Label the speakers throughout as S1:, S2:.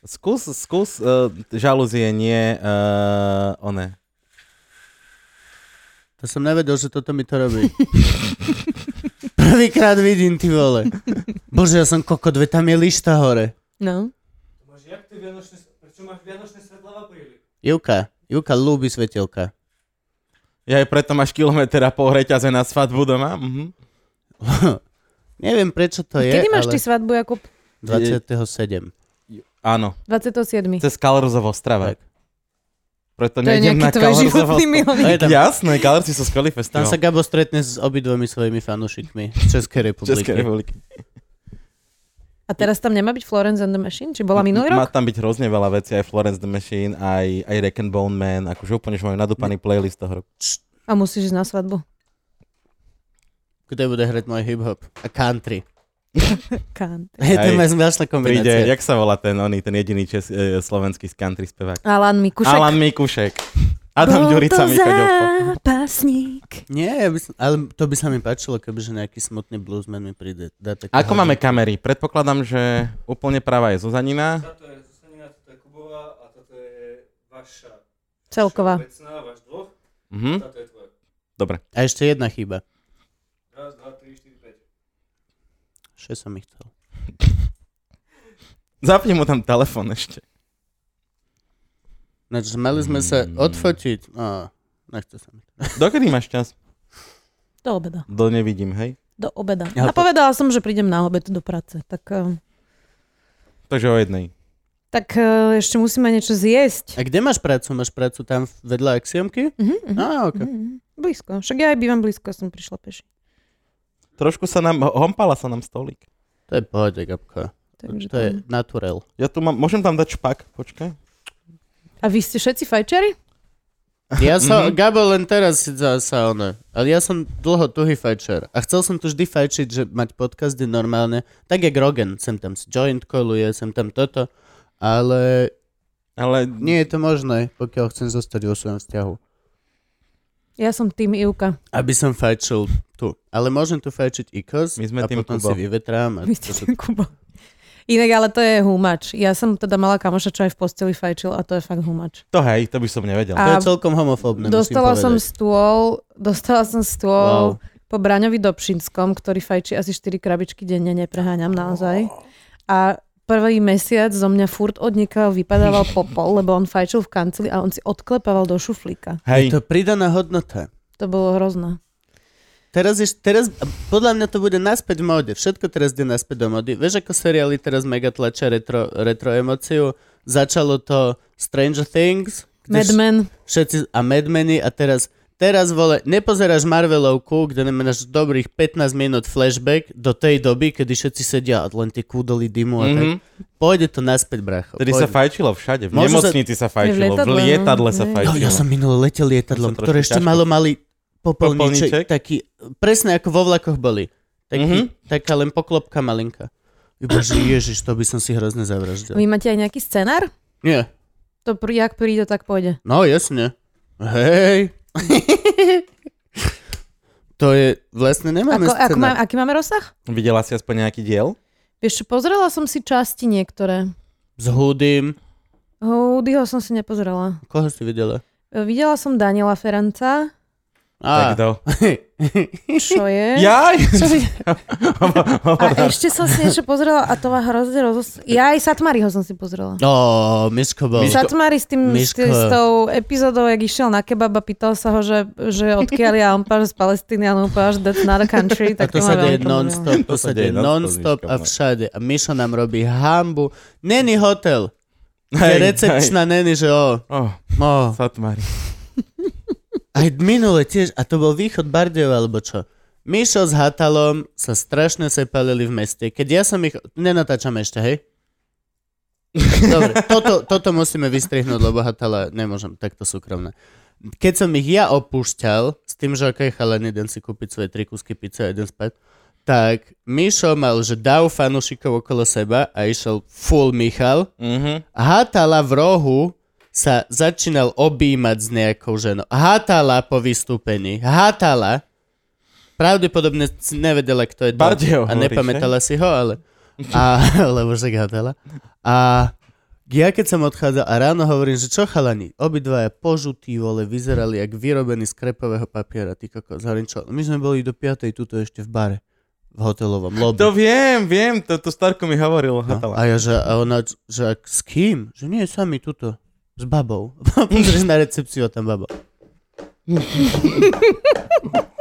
S1: Skús, skús uh, žalúzie, nie uh, one.
S2: To som nevedel, že toto mi to robí. Prvýkrát vidím, ty vole. Bože, ja som kokot, veď tam je lišta hore.
S3: No.
S4: Máš jak ty vianočné, prečo máš vianočné svetla v apríli?
S2: Juka, Juka ľúbi svetelka.
S1: Ja aj preto máš kilometra po reťaze na svadbu doma. Mhm.
S2: Neviem, prečo to je,
S3: Kedy máš
S2: ale
S3: ty svadbu, Jakub?
S2: 27.
S1: Áno,
S3: 27.
S1: cez Kalrzovo Ostrava.
S2: Tak.
S1: Preto
S3: To je
S1: nejdem
S3: nejaký
S1: na
S3: tvoj
S1: Kalrzovo
S3: životný
S1: Ostrava.
S3: milník.
S2: Aj tam,
S1: Jasné, Kalrci sú skvelý
S2: tam
S1: festival.
S2: sa Gabo stretne s obidvomi svojimi fanúšikmi z Českej republiky.
S1: Českej republiky.
S3: A teraz tam nemá byť Florence and the Machine? Či bola minulý
S1: Má
S3: rok?
S1: tam byť hrozne veľa vecí, aj Florence the Machine, aj, aj Rack and Bone Man, akože úplne, že majú nadúpaný playlist toho roku.
S3: A musíš ísť na svadbu.
S2: Kde bude hrať môj hip-hop? A country.
S3: Kán.
S2: Je
S1: Hej,
S2: to moja zvláštna
S1: Príde,
S2: kombinácia.
S1: jak sa volá ten oný, ten jediný čes, e, slovenský country spevák.
S3: Alan Mikušek.
S1: Alan Mikušek. Adam
S3: Bol
S1: Ďurica
S3: to
S1: Michaďovko.
S3: zápasník.
S2: Nie, ja by som, ale to by sa mi páčilo, kebyže nejaký smutný bluesman mi príde. Dá takú
S1: Ako
S2: hodinu.
S1: máme kamery? Predpokladám, že úplne práva je Zuzanina.
S4: Táto je Zuzanina, toto je Kubová a toto je vaša.
S3: Celková.
S4: vaša Vecná, váš dvoch,
S1: Mhm.
S4: táto je tvoja.
S1: Dobre.
S2: A ešte jedna chyba.
S4: Raz, dva, tri, štyri, päť.
S2: Še som ich chcel.
S1: Zapni mu tam telefon ešte.
S2: Znači, mali sme sa
S1: Mm.
S2: odfotiť. No, nechce sa mi.
S1: Dokedy máš čas?
S3: Do obeda.
S1: Do nevidím, hej?
S3: Do obeda.
S2: Ja
S3: Ja
S2: po-
S3: Napovedala som, že prídem na obed do práce. Tak, eh,
S1: Takže o jednej.
S3: tak eh, ešte musíme niečo zjesť.
S2: A kde máš prácu? Máš prácu tam vedľa axiomky? Á,
S3: Mhm, mhm,
S2: No, ok.
S3: mhm, mhm. Blízko. Však ja aj bývam blízko, ja som prišla peši.
S1: Trošku sa nám, hompala sa nám stolík.
S2: To je pohode, Gabko.
S3: Takže
S2: To je
S3: tam-
S2: naturel.
S1: Ja tu mám, môžem tam dať špak, počkaj.
S3: A vy ste všetci fajčari?
S2: Ja som,
S1: Mhm.
S2: Gabo len teraz si za- sa ono, ale ja som dlho tuhý fajčer a chcel som tu vždy fajčiť, že mať podcasty normálne, tak jak Rogan, sem tam si joint koluje, sem tam toto, ale
S1: Ale
S2: nie je to možné, pokiaľ chcem zostať vo svojom vzťahu.
S3: Ja som tým Ivka.
S2: Aby som fajčil tu. Ale môžem tu fajčiť ikos
S1: My sme
S2: a
S1: tým
S2: potom
S1: Kubo.
S2: si vyvetrám. A
S3: Vy
S2: to
S3: ste
S2: sú...
S3: tým Kuba. Inak ale to je humač. Ja som teda mala kamoša, čo aj v posteli fajčil a to je fakt humač.
S1: to hej, to by som nevedel.
S2: to
S3: A-
S2: je celkom homofóbne,
S3: dostala som
S2: musím povedať.
S3: stôl, dostala som
S2: Wow.
S3: stôl po Braňovi Dobšinskom, ktorý fajčí asi 4 krabičky denne, nepreháňam naozaj. A prvý mesiac zo mňa furt odnikal, vypadával popol, lebo on fajčil v kanceli a on si odklepával do šuflíka.
S2: Je
S1: Hej,
S2: to pridaná hodnota.
S3: To bolo hrozné.
S2: Teraz, je, teraz, podľa mňa to bude naspäť v móde. Všetko teraz ide naspäť do módy. Vieš, ako seriály teraz mega tlačia retro, retro emóciu? Začalo to Stranger Things. kde
S3: Mad Men.
S2: Všetci a Mad Meny a teraz, teraz vole, nepozeráš Marvelovku, kde nemáš dobrých 15 minút flashback do tej doby, kedy všetci sedia a len tie kúdoli dymu a tak.
S1: Mhm.
S2: Pôjde to naspäť, bracho.
S1: Tedy sa
S2: pôjde.
S1: fajčilo všade. V
S2: Môžu sa-
S1: nemocnici sa fajčilo, v
S3: Aj v lietadle, no.
S1: lietadle sa
S3: Hej.
S2: No,
S1: fajčilo.
S2: ja som minulé letel
S1: To sa
S2: lietadlom,
S1: trošku
S2: ktoré ešte
S1: ťažko.
S2: malo mali popolníček,
S1: Popolníček.
S2: taký, presne ako vo vlakoch boli. Taký,
S1: Mhm.
S2: Taká len poklopka malinka. Iba, že ježiš, to by som si hrozne zavraždil.
S3: Vy máte aj nejaký scenár?
S2: Nie,
S3: To pr- jak príde, tak pôjde.
S2: no jasne. Hej. to je, vlastne nemáme
S3: Ako, ako má,
S2: scénar.
S3: aký máme rozsah?
S1: Videla si aspoň nejaký diel?
S3: Vieš čo, pozrela som si časti niektoré.
S2: S hudým.
S3: Houdyho som si nepozrela.
S2: Koho si videla?
S3: E, Videla som Daniela Feranca,
S1: Tak
S2: Á,
S1: kto?
S3: čo je.
S1: Jaj!
S3: Čo je? A ešte som si niečo pozrela a to ma hrozne rozos... Ja aj Satmariho som si pozrela.
S2: Ó, No, Miško bol.
S3: Satmari s, tým, s,
S2: Miško.
S3: tým, s tou epizódou, jak išiel na kebab a pýtal sa ho, že, že odkiaľ ja, on povedal, že z Palestíny a on povedal, že that's not a country.
S2: A
S3: Tak
S2: to
S3: ma
S2: sa
S3: veľmi
S2: deje
S3: pobavilo.
S2: non-stop, to
S1: To
S2: sa
S1: sa
S2: deje
S1: deje non-stop,
S2: non-stop
S1: Miško,
S2: a
S1: no.
S2: všade. A Mišo nám robí hambu. Není hotel. Že
S1: Hej,
S2: recepčná není, že o.
S1: Oh,
S2: o.
S1: Satmari.
S2: Aj minule tiež, a to bol východ Bardejov alebo čo. Mišo s Hatalom sa strašne sepalili v meste. Keď ja som ich... Nenatáčam ešte, hej? Dobre, toto, toto musíme vystrihnúť, lebo Hatala nemôžem, takto súkromné. Keď som ich ja opúšťal, s tým, že okej, chalani, jeden si kúpiť svoje tri kusky pizza a jeden spať, tak Mišo mal, že dav fanúšikov okolo seba a išiel full Michal
S1: Mhm.
S2: Hatala v rohu sa začínal objímať s nejakou ženou. Hatala po vystúpení. Hatala. Pravdepodobne si nevedela, kto je to.
S1: Bardejov
S2: a
S1: hovoríš,
S2: nepamätala si ho, ale... A, lebo však Hatala. A Ja keď som odchádzal a ráno hovorím, že čo chalani, obidvaja požutí vole, vyzerali jak vyrobení z krepového papiera, ty kokos. Hovorím, čo, my sme boli do 5. tuto ešte v bare, v hotelovom lobby.
S1: To viem, viem, to, to Starko mi hovoril. No,
S2: No, a ja, že, a ona, že ak- s kým? Že nie, sami tuto. S babou. Pozrieš na recepciu a tam baba.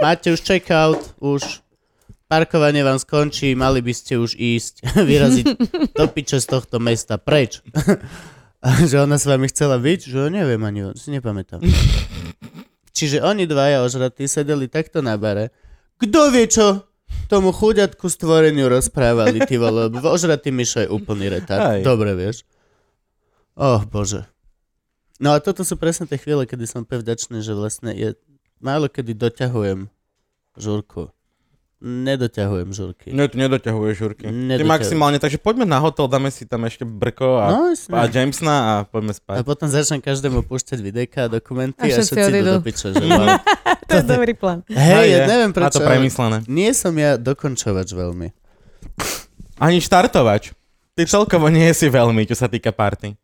S2: Máte už checkout, už parkovanie vám skončí, mali by ste už ísť, vyraziť do piče z tohto mesta, preč. A že ona s vami chcela byť, že neviem ani, si nepamätám. Čiže oni dvaja ožratí sedeli takto na bare. Kto vie čo? Tomu chuďatku stvoreniu rozprávali, ty vole, lebo ožratý Mišo je úplný
S1: Aj.
S2: retard. Dobre, vieš. Oh, bože. No a toto sú presne tie chvíle, kedy som úplne vďačný, že vlastne je... Málo kedy doťahujem žurku. Nedoťahujem žurky.
S1: no tu nedoťahuješ, Žurky. Ty
S2: Nedoťahujem.
S1: maximálne, takže poďme na hotel, dáme si tam ešte brko a,
S2: No,
S1: a
S2: jasne.
S1: Jamesna a poďme
S2: A
S1: spať.
S2: potom začnem každému púšťať videjka a dokumenty a,
S3: A všetci
S2: všetci idú
S3: odídu.
S2: do piče, že wow.
S3: To je dobrý plán.
S2: Hej, ja
S1: No, je.
S2: neviem
S1: Má
S2: prečo.
S1: to
S2: ale
S1: premyslené.
S2: Nie som ja dokončovač veľmi.
S1: Ani štartovač. Ty celkovo nie si veľmi, čo sa týka party.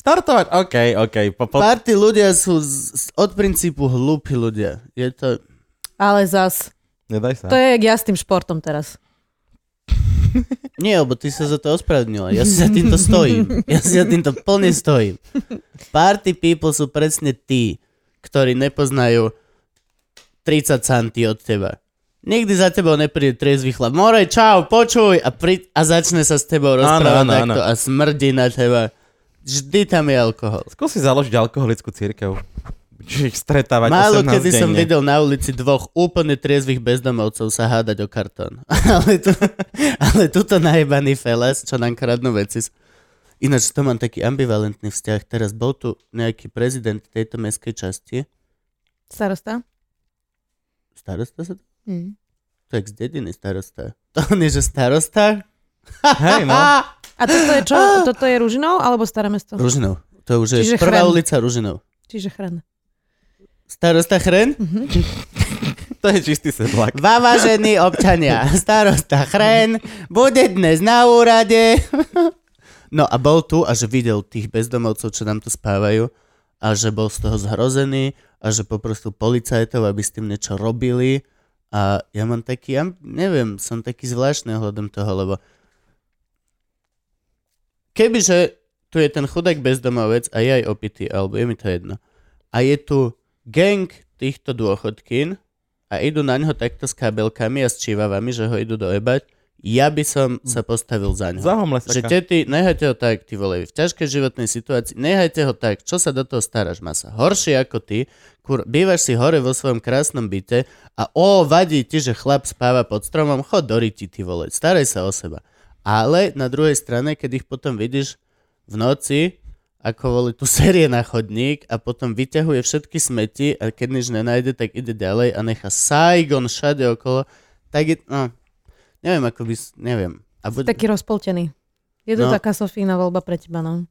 S1: Štartovať, OK, OK. Po, po,
S2: Party ľudia sú z, z, od princípu hlúpi ľudia. Je to...
S3: Ale zas,
S1: Nedaj sa.
S3: to je jak ja s tým športom teraz.
S2: Nie, lebo ty sa za to ospravedlnila. Ja si za týmto stojím. Ja si za týmto plne stojím. Party people sú presne tí, ktorí nepoznajú 30 centy od teba. Nikdy za tebou nepríde triezvy chlap. More, čau, počuj! A, pri... a začne sa s tebou rozprávať
S1: áno,
S2: takto
S1: áno.
S2: a smrdí na teba. Vždy tam je alkohol.
S1: Skúsi založiť alkoholickú církev. Čiže ich stretávať
S2: Málo
S1: 18
S2: kedy
S1: denne.
S2: som videl na ulici dvoch úplne triezvych bezdomovcov sa hádať o kartón. ale, tu, ale tuto najebaný feles, čo nám kradnú veci. z- Ináč to mám taký ambivalentný vzťah. Teraz bol tu nejaký prezident tejto mestskej časti.
S3: Starosta?
S2: Starosta sa to?
S3: Mm.
S2: To je z dediny starosta. To on je, že starosta?
S1: Hej, no.
S3: A toto je čo? Toto je Ružinov alebo Staré mesto?
S2: Ružinov. To už je
S3: Čiže
S2: prvá
S3: chrán.
S2: ulica Ružinov.
S3: Čiže chran.
S2: Starosta Chren?
S1: To je čistý sedlak.
S2: Dva vážení občania, starosta Chren bude dnes na úrade. No a bol tu a že videl tých bezdomovcov, čo nám tu spávajú a že bol z toho zhrozený a že poprosil policajtov, aby s tým niečo robili a ja mám taký, ja neviem, som taký zvláštny ohľadom toho, lebo kebyže tu je ten chudák bezdomovec a je aj opitý, alebo je mi to jedno, a je tu gang týchto dôchodkín a idú na ňo takto s kabelkami a s čívavami, že ho idú dojebať, ja by som sa postavil za ňo.
S1: Zahom
S2: Že
S1: lesaka.
S2: tety, nehajte ho tak, ty vole, v ťažkej životnej situácii, nehajte ho tak, čo sa do toho staráš, má sa horšie ako ty, kur, bývaš si hore vo svojom krásnom byte a o, vadí ti, že chlap spáva pod stromom, chod do riti, ty vole, staraj sa o seba. Ale na druhej strane, keď ich potom vidíš v noci, ako voli tu série na chodník a potom vyťahuje všetky smeti a keď nič nenájde, tak ide ďalej a nechá Saigon všade okolo, tak je, no, neviem, ako by, s- neviem. A bude,
S3: Taký rozpoltený. Je
S2: No.
S3: to taká Sofína voľba pre teba, no.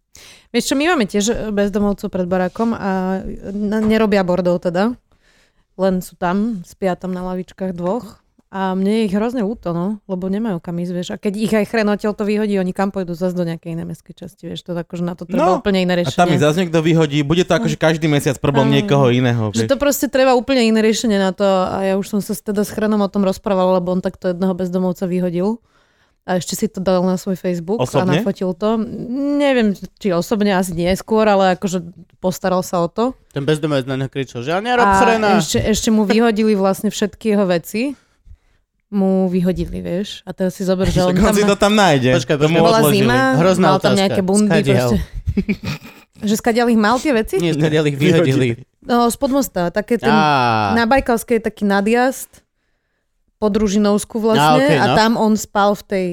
S3: Vieš čo, my máme tiež eh, bezdomovcov pred barákom a n- nerobia bordov teda. Len sú tam, spia tam na lavičkách dvoch. A mne je ich hrozne ľúto, no, lebo nemajú kam ísť, vieš. A keď ich aj chrenoteľ to vyhodí, oni kam pôjdu zase do nejakej inej mestskej časti, vieš. To akože na to treba
S1: No,
S3: úplne iné
S1: A
S3: riešenie.
S1: tam mi zase niekto vyhodí. Bude to akože každý mesiac problém niekoho iného.
S3: Že
S1: vieš.
S3: to proste treba úplne iné riešenie na to a ja už som sa s- teda s Chrenom o tom rozprávala, lebo on takto jedného bezdomovca vyhodil a ešte si to dal na svoj Facebook
S1: Osobne?
S3: a nafotil to. Neviem, či osobne, asi nie skôr, ale akože postaral sa o to.
S2: Ten bezdomovec na neho kričal, že ale nerob
S3: A
S2: chrena.
S3: ešte, ešte mu vyhodili vlastne všetky jeho veci. Mu vyhodili, vieš. A teraz si zober, že on
S1: Tak on
S3: tam...
S1: si to tam nájde.
S2: Počkaj,
S1: To mu
S2: počkaj.
S3: Bola
S1: odložili.
S3: zima,
S2: Hrozná
S3: mal tam
S2: otázka.
S3: nejaké bundy.
S2: Skadiaľ?
S3: Proste. že skadiaľ ich mal tie veci?
S2: Nie, skadiaľ ich
S1: Vyhodili.
S2: vyhodili.
S3: No, spod mosta. Také ten...
S2: Á,
S3: Na Bajkalskej je taký nadjazd pod Ružinovsku vlastne
S2: Á, okej,
S3: a
S2: no.
S3: tam on spal v tej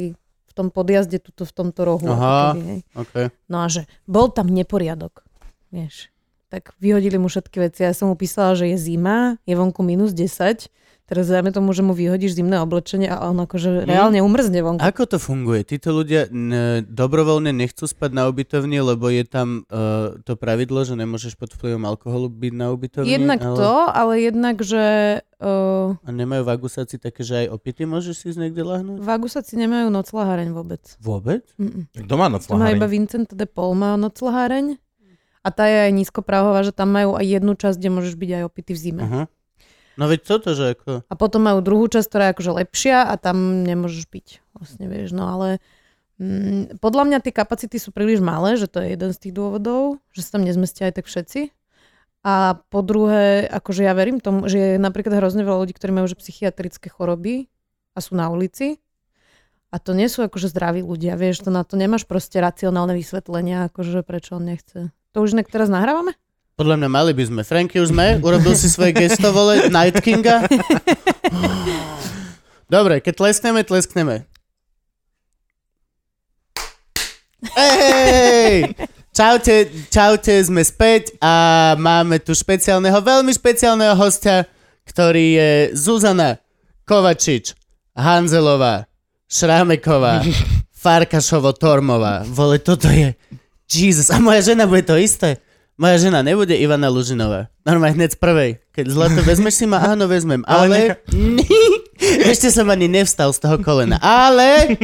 S3: v tom podjazde, tuto v tomto rohu.
S2: Aha.
S3: ako keby, hej.
S2: okay.
S3: No a že bol tam neporiadok, vieš. Tak vyhodili mu všetky veci. Ja som mu písala, že je zima, je vonku minus 10, Teraz dajme tomu, že mu vyhodíš zimné oblečenie a on
S2: Mhm.
S3: akože reálne umrzne vonku.
S2: Ako to funguje? Títo ľudia n- dobrovoľne nechcú spať na ubytovni, lebo je tam uh, to pravidlo, že nemôžeš pod vplyvom alkoholu byť na ubytovni.
S3: Jednak
S2: ale...
S3: to, ale jednak, že uh,
S2: A nemajú v agusácii také, že aj opity môžeš si ísť niekde lahnúť?
S3: v Agusaci nemajú noclaháreň vôbec.
S2: Vôbec?
S3: Mm-mm.
S1: Kto má
S3: To má
S1: noclaháreň?
S3: iba Vincent de Paul má noclaháreň a tá je aj nízkoprahová, že tam majú aj jednu časť, kde môžeš byť aj opitý v zime.
S2: Aha. No veď toto, že ako...
S3: A potom majú druhú časť, ktorá je akože lepšia a tam nemôžeš byť. Vlastne vieš, no ale mm, podľa mňa tie kapacity sú príliš malé, že to je jeden z tých dôvodov, že sa tam nezmestia aj tak všetci. A po druhé, akože ja verím tomu, že je napríklad hrozne veľa ľudí, ktorí majú že psychiatrické choroby a sú na ulici. A to nie sú akože zdraví ľudia, vieš, to na to nemáš proste racionálne vysvetlenia, akože prečo on nechce. To už inak teraz nahrávame?
S2: Podľa mňa mali by sme. Franky už sme, urobil si svoje gesto, vole, Night Kinga. Dobre, keď tleskneme, tleskneme. Ej! Čaute, čaute, sme späť a máme tu špeciálneho, veľmi špeciálneho hostia, ktorý je Zuzana Kovačič, Hanzelová, Šrámeková, Farkašovo-Tormová. Vole, toto je... Jesus, a moja žena bude to isté. Moja žena nebude Ivana Lužinová. Normálne hneď z prvej. Keď zlato vezmeš si ma, áno, vezmem. Ale... Ešte som ani nevstal z toho kolena. Ale...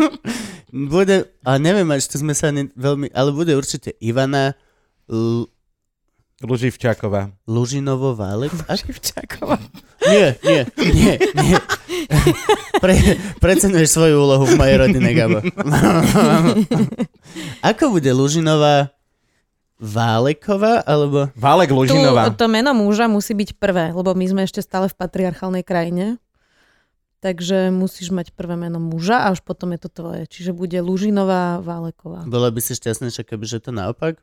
S2: bude... A neviem, ešte sme sa ani veľmi... Ale bude určite Ivana L-
S1: Luživčáková.
S2: Lužinovo Válek. Ako?
S3: Šivčáková.
S2: Nie, nie, nie, nie. Pre, preceňuješ svoju úlohu v mojej rodine, Gabo. Ako bude Lužinová Váleková, alebo...
S1: Válek
S3: Tu,
S1: Lužinová.
S3: to meno muža musí byť prvé, lebo my sme ešte stále v patriarchálnej krajine. Takže musíš mať prvé meno muža a už potom je to tvoje. Čiže bude Lužinová, Váleková.
S2: Bola by si šťastnejšia, keby že to naopak?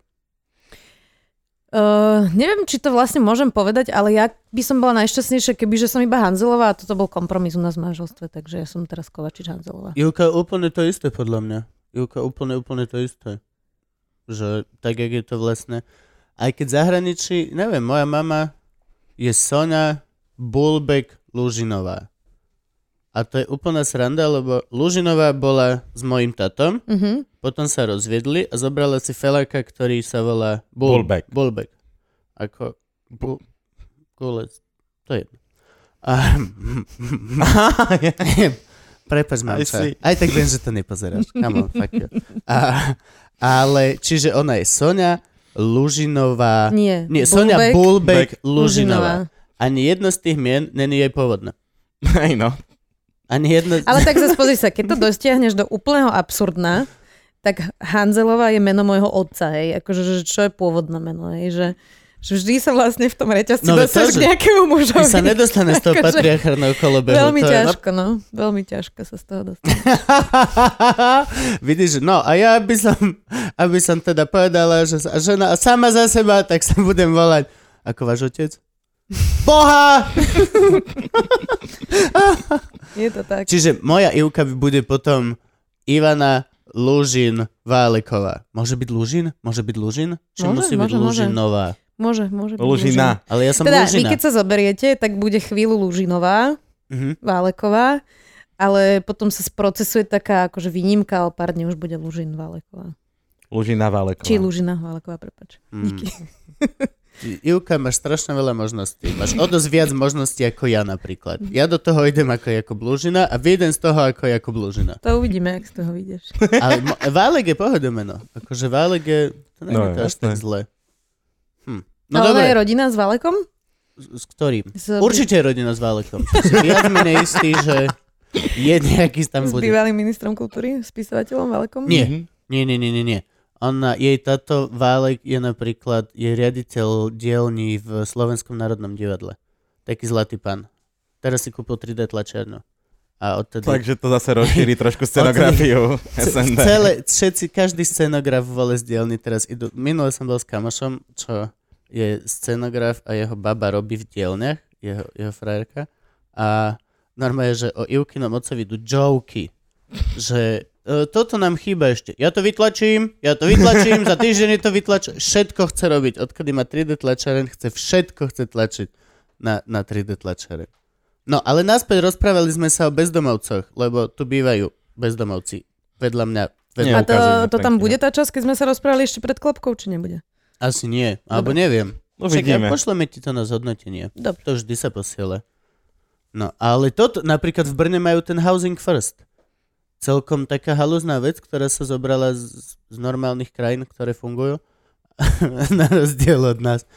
S3: Uh, neviem, či to vlastne môžem povedať, ale ja by som bola najšťastnejšia, keby že som iba Hanzelová a toto bol kompromis u nás v manželstve, takže ja som teraz Kovačič Hanzelová.
S2: Julka, úplne to isté podľa mňa. Julka, úplne, úplne to isté. Že tak, jak je to vlastne. Aj keď v zahraničí, neviem, moja mama je Sonia Bulbek Lužinová. A to je úplná sranda, lebo Lužinová bola s mojim tatom,
S3: Uh-huh.
S2: potom sa rozviedli a zobrala si felaka, ktorý sa volá Bul-
S1: Bulbek.
S2: Bulbek. Ako bu- kulec. To je jedno. A- Prepač, mám
S1: I
S2: sa.
S1: see.
S2: Aj tak viem, že to nepozeráš. Come on, fuck you. A, ale, čiže ona je Sonia Lužinová.
S3: Nie.
S2: Nie, Sonia
S3: Bulbek,
S2: Bulbek,
S1: Bulbek
S2: Lužinová. Ani jedno z tých mien není jej pôvodné.
S1: Aj no.
S2: Ani jedno...
S3: Ale tak zase pozri sa, keď to dostiahneš do úplného absurdna, tak Hanzelová je meno môjho otca, hej. Akože, že čo je pôvodné meno, hej, že, že vždy sa vlastne v tom reťazci
S2: No,
S3: no,
S2: veď to,
S3: dostaneš
S2: že-
S3: k nejakému mužovi.
S2: Ty sa nedostane z toho
S3: Akože-
S2: patriarchárneho kolobehu.
S3: Veľmi
S2: to je-
S3: ťažko, no. Veľmi ťažko sa z toho dostať.
S2: Vidíš, no a ja by som, aby som teda povedala, že sa- žena sama za seba, tak sa budem volať, ako váš otec? Boha!
S3: Je to tak.
S2: Čiže moja Ivka bude potom Ivana Lužin Váleková. Môže byť Lužin? Môže byť Lužin? Či
S3: Môže,
S2: musí byť
S3: môže, môže.
S2: Lužinová?
S3: Môže, môže byť.
S1: Lužina.
S2: Ale ja
S3: Lužina.
S2: som
S3: Teda, vy
S2: Lužina.
S3: keď sa zoberiete, tak bude chvíľu Lužinová,
S2: Mhm.
S3: Váleková, ale potom sa sprocesuje taká akože výnimka, ale pár dní už bude Lužin Váleková.
S1: Lužina Váleková.
S3: Či Lužina Váleková, prepač.
S2: Ty,
S3: Díky.
S2: mhm. Ivka, máš strašne veľa možností. Máš o dosť viac možností ako ja napríklad. Ja do toho idem ako Jakub Lužina a vyjdem z toho ako Jakub Lužina.
S3: To uvidíme, ak z toho vyjdeš.
S2: Ale mo- Válek je pohode meno. Akože Válek je... To nie
S1: No,
S2: je to až
S1: jasné.
S2: tak zle. Hm. No
S3: No ale
S2: dobre,
S3: je rodina s Valekom?
S2: s, s ktorým?
S3: S,
S2: Určite je rodina s Válekom. Som si viac mi neistý, že je nejaký tam
S3: s
S2: bude.
S3: bývalým ministrom kultúry, spisovateľom Valekom?
S2: Nie,
S1: Mhm.
S2: nie, nie, nie, nie. nie. Ona, jej táto Válek je napríklad, je riaditeľ dielní v Slovenskom národnom divadle. Taký zlatý pán. Teraz si kúpil 3D tlačiarnu. A odtedy...
S1: Takže to zase rozšíri trošku scenografiu SND.
S2: Celé, všetci, každý scenograf vole z dielny teraz idú. Minule som bol s kamošom, čo je scenograf a jeho baba robí v dielniach, jeho, jeho frajerka. A normálne, že o Ivkinom otcovi idú joky. Že e, toto nám chýba ešte. Ja to vytlačím, ja to vytlačím, za týždeň je to vytlačím. Všetko chce robiť. Odkedy má 3D tlačaren, chce všetko chce tlačiť na, na 3D tlačaren. No, ale naspäť rozprávali sme sa o bezdomovcoch, lebo tu bývajú bezdomovci. Vedľa mňa. Vedľa...
S3: A
S1: Nie.
S3: to,
S1: Neukazujme
S3: to tam
S1: pranky,
S3: bude tá časť, keď sme sa rozprávali ešte pred klopkou, či nebude?
S2: Asi nie, alebo neviem.
S3: No,
S1: Uvidíme.
S2: pošleme ti to na zhodnotenie.
S3: Dobre.
S2: To vždy sa posiela. No, ale toto, napríklad v Brne majú ten Housing First. Celkom taká halúzná vec, ktorá sa zobrala z, z normálnych krajín, ktoré fungujú, na rozdiel od nás.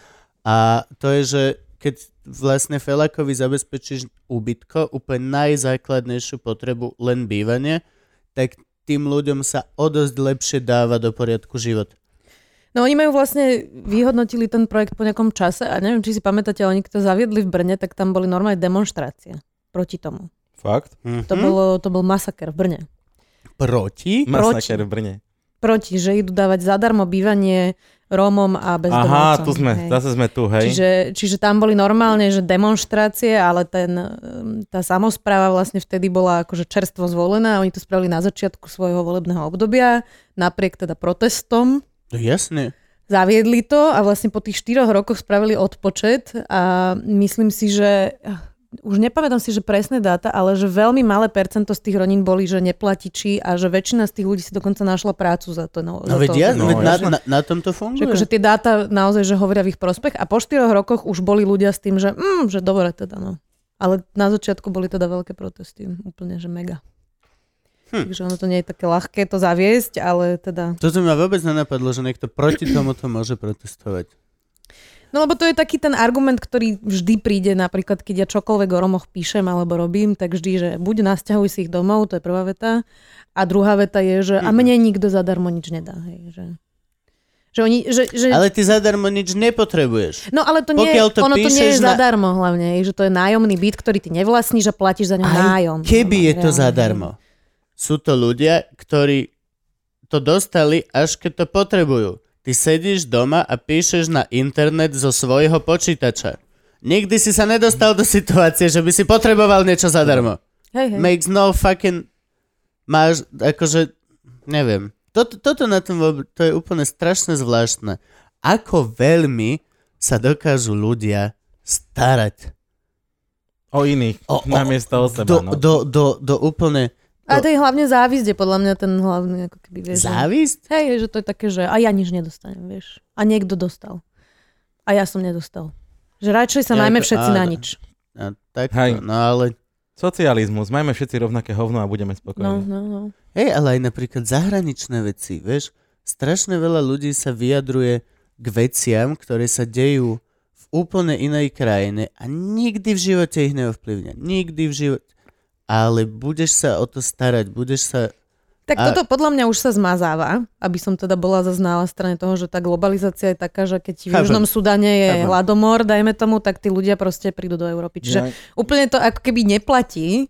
S2: A to je, že keď vlastne Felakovi zabezpečíš úbytko, úplne najzákladnejšiu potrebu, len bývanie, tak tým ľuďom sa o dosť lepšie dáva do poriadku život.
S3: No oni majú vlastne, vyhodnotili ten projekt po nejakom čase a neviem, či si pamätáte, ale oni keď to zaviedli v Brne, tak tam boli normálne demonstrácie proti tomu.
S1: Fakt?
S3: To,
S2: Mhm.
S3: bolo, to bol masaker v Brne.
S2: proti?
S1: Masaker v Brne.
S3: Proti, že idú dávať zadarmo bývanie Rómom a bezdomovcom.
S1: Aha, tu sme,
S3: hej.
S1: zase sme tu, hej.
S3: Čiže, čiže tam boli normálne, že demonstrácie, ale ten, um, tá samozpráva vlastne vtedy bola akože čerstvo zvolená. Oni to spravili na začiatku svojho volebného obdobia, napriek teda protestom.
S2: No jasne.
S3: Zaviedli to a vlastne po tých štyroch rokoch spravili odpočet a myslím si, že ah, už nepamätám si, že presné dáta, ale že veľmi malé percento z tých ronín boli, že neplatiči a že väčšina z tých ľudí si dokonca našla prácu za to. No,
S2: No
S3: za
S2: veď,
S3: to
S2: ja,
S1: no,
S2: no, veď na,
S1: jasné.
S2: na, na tom to
S3: že
S2: funguje.
S3: akože tie dáta naozaj, že hovoria v ich prospech a po štyroch rokoch už boli ľudia s tým, že mm, že dobre teda, no. Ale na začiatku boli teda veľké protesty, úplne, že
S2: Hm.
S3: mega. Hm. Takže ono to nie je také ľahké to zaviesť, ale teda...
S2: Toto ma vôbec nenapadlo, že niekto proti tomuto môže protestovať.
S3: No lebo to je taký ten argument, ktorý vždy príde, napríklad keď ja čokoľvek o Romoch píšem alebo robím, tak vždy, že buď nasťahuj si ich domov, to je prvá veta, a druhá veta je, že a Mhm. mne nikto zadarmo nič nedá. Hej, že... Že oni, že, že...
S2: Ale ty zadarmo nič nepotrebuješ.
S3: No ale to nie,
S2: Pokiaľ to
S3: ono to nie
S2: píšeš
S3: je
S2: na-
S3: zadarmo hlavne, že to je nájomný byt, ktorý ty nevlastníš a platíš za ňo nájom.
S2: keby
S3: No,
S2: je to
S3: reálne.
S2: zadarmo. Sú to ľudia, ktorí to dostali, až keď to potrebujú. Ty sedíš doma a píšeš na internet zo svojho počítača. Nikdy si sa nedostal do situácie, že by si potreboval niečo zadarmo.
S3: Hej, hej.
S2: Makes no fucking... Máš, akože, neviem. Toto, toto na tom, vôbec- to je úplne strašne zvláštne. Ako veľmi sa dokážu ľudia starať
S1: O iných,
S2: O- o-
S1: namiesto o seba,
S2: do,
S1: no.
S2: do, do, do úplne
S3: A to je hlavne závisť, je podľa mňa ten hlavný, ako keby vieš. že-
S2: závisť.
S3: Hej, že to je také, že a ja nič nedostanem, vieš. A niekto dostal. A ja som nedostal. Že radšej sa
S2: Ja
S3: majme
S2: ako-
S3: všetci na
S2: áno.
S3: nič.
S2: A tak,
S1: Hej.
S2: no ale...
S1: Socializmus, majme všetci rovnaké hovno a budeme
S3: No,
S1: spokojní.
S3: no, no.
S2: Hej, ale aj napríklad zahraničné veci, vieš. Strašne veľa ľudí sa vyjadruje k veciam, ktoré sa dejú v úplne inej krajine a nikdy v živote ich neovplyvňa. Nikdy v živote. Ale budeš sa o to starať, budeš sa...
S3: Tak
S2: A-
S3: toto podľa mňa už sa zmazáva, aby som teda bola zase na strane toho, že tá globalizácia je taká, že keď v
S2: Chápem.
S3: Južnom Sudane je
S2: Chápem.
S3: hladomor, dajme tomu, tak tí ľudia proste prídu do Európy.
S1: Ja-
S3: Čiže úplne to ako keby neplatí,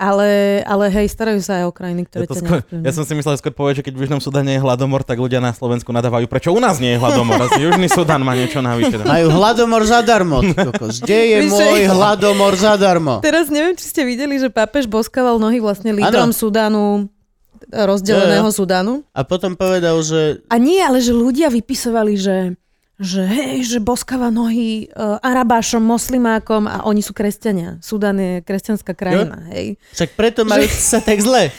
S3: ale, ale hej, starajú sa aj o krajiny, ktoré
S1: Ja, to
S3: ťa
S1: skôr,
S3: neovplyvňujú.
S1: ja som si myslel skôr povedať, že keď v Južnom Sudane je hladomor, tak ľudia na Slovensku nadávajú, prečo u nás nie je hladomor, asi Južný Sudan má niečo navyše.
S2: Majú hladomor zadarmo, ty kokos. Kde je
S3: Víš,
S2: môj
S3: že-
S2: hladomor zadarmo?
S3: Teraz neviem, či ste videli, že pápež boskával nohy vlastne
S2: Áno.
S3: lídrom Sudánu, rozdeleného
S2: Jo,
S3: Sudánu.
S2: A potom povedal, že
S3: A nie, ale že ľudia vypisovali, že že hej, že boskáva nohy uh, Arabášom, moslimákom a oni sú kresťania. Sudan je kresťanská krajina, hej.
S2: však preto majú sa tak zle.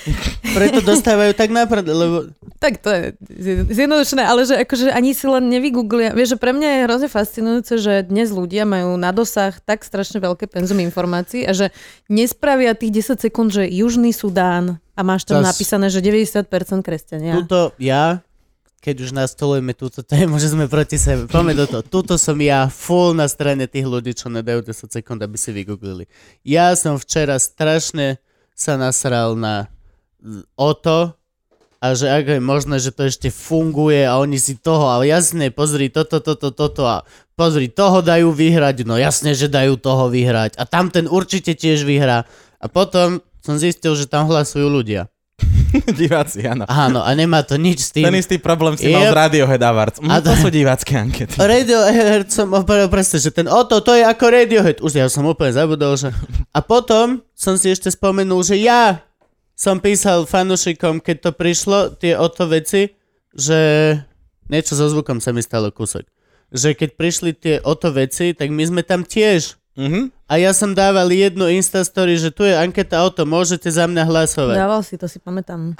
S2: Preto dostávajú tak naprd, lebo...
S3: Tak to je zje- zjednodušené, ale že akože ani si len nevygooglia. Vieš, že pre mňa je hrozne fascinujúce, že dnes ľudia majú na dosah tak strašne veľké penzum informácií a že nespravia tých 10 sekúnd, že Južný Sudán a máš tam
S2: Zas.
S3: napísané, že 90% kresťania.
S2: Tuto ja, keď už nastolujeme túto tému, že sme proti sebe, poďme do toho. Tuto som ja full na strane tých ľudí, čo nedajú 10 sekúnd, aby si vygooglili. Ja som včera strašne sa nasral na o to, a že ako je možné, že to ešte funguje a oni si toho, ale jasne, pozri toto, toto, toto a pozri, toho dajú vyhrať, no jasne, že dajú toho vyhrať a tam ten určite tiež vyhrá. A potom som zistil, že tam hlasujú ľudia.
S1: Diváci, áno.
S2: Áno, a nemá to nič s tým.
S1: Ten istý problém si mal
S2: Yep.
S1: z Radiohead Awards. Mm,
S2: A
S1: to
S2: to-
S1: sú divácké ankety.
S2: Radiohead som opravil presne, že ten Oto, to je ako Radiohead. Už ja som úplne zabudol, že... A potom som si ešte spomenul, že ja som písal fanušikom, keď to prišlo, tie Oto veci, že niečo so zvukom sa mi stalo kúsok. Že keď prišli tie Oto veci, tak my sme tam tiež
S1: Mhm.
S2: A ja som dával jednu Instastory, že tu je anketa o to, môžete za mňa hlasovať.
S3: Dával si, to si pamätám.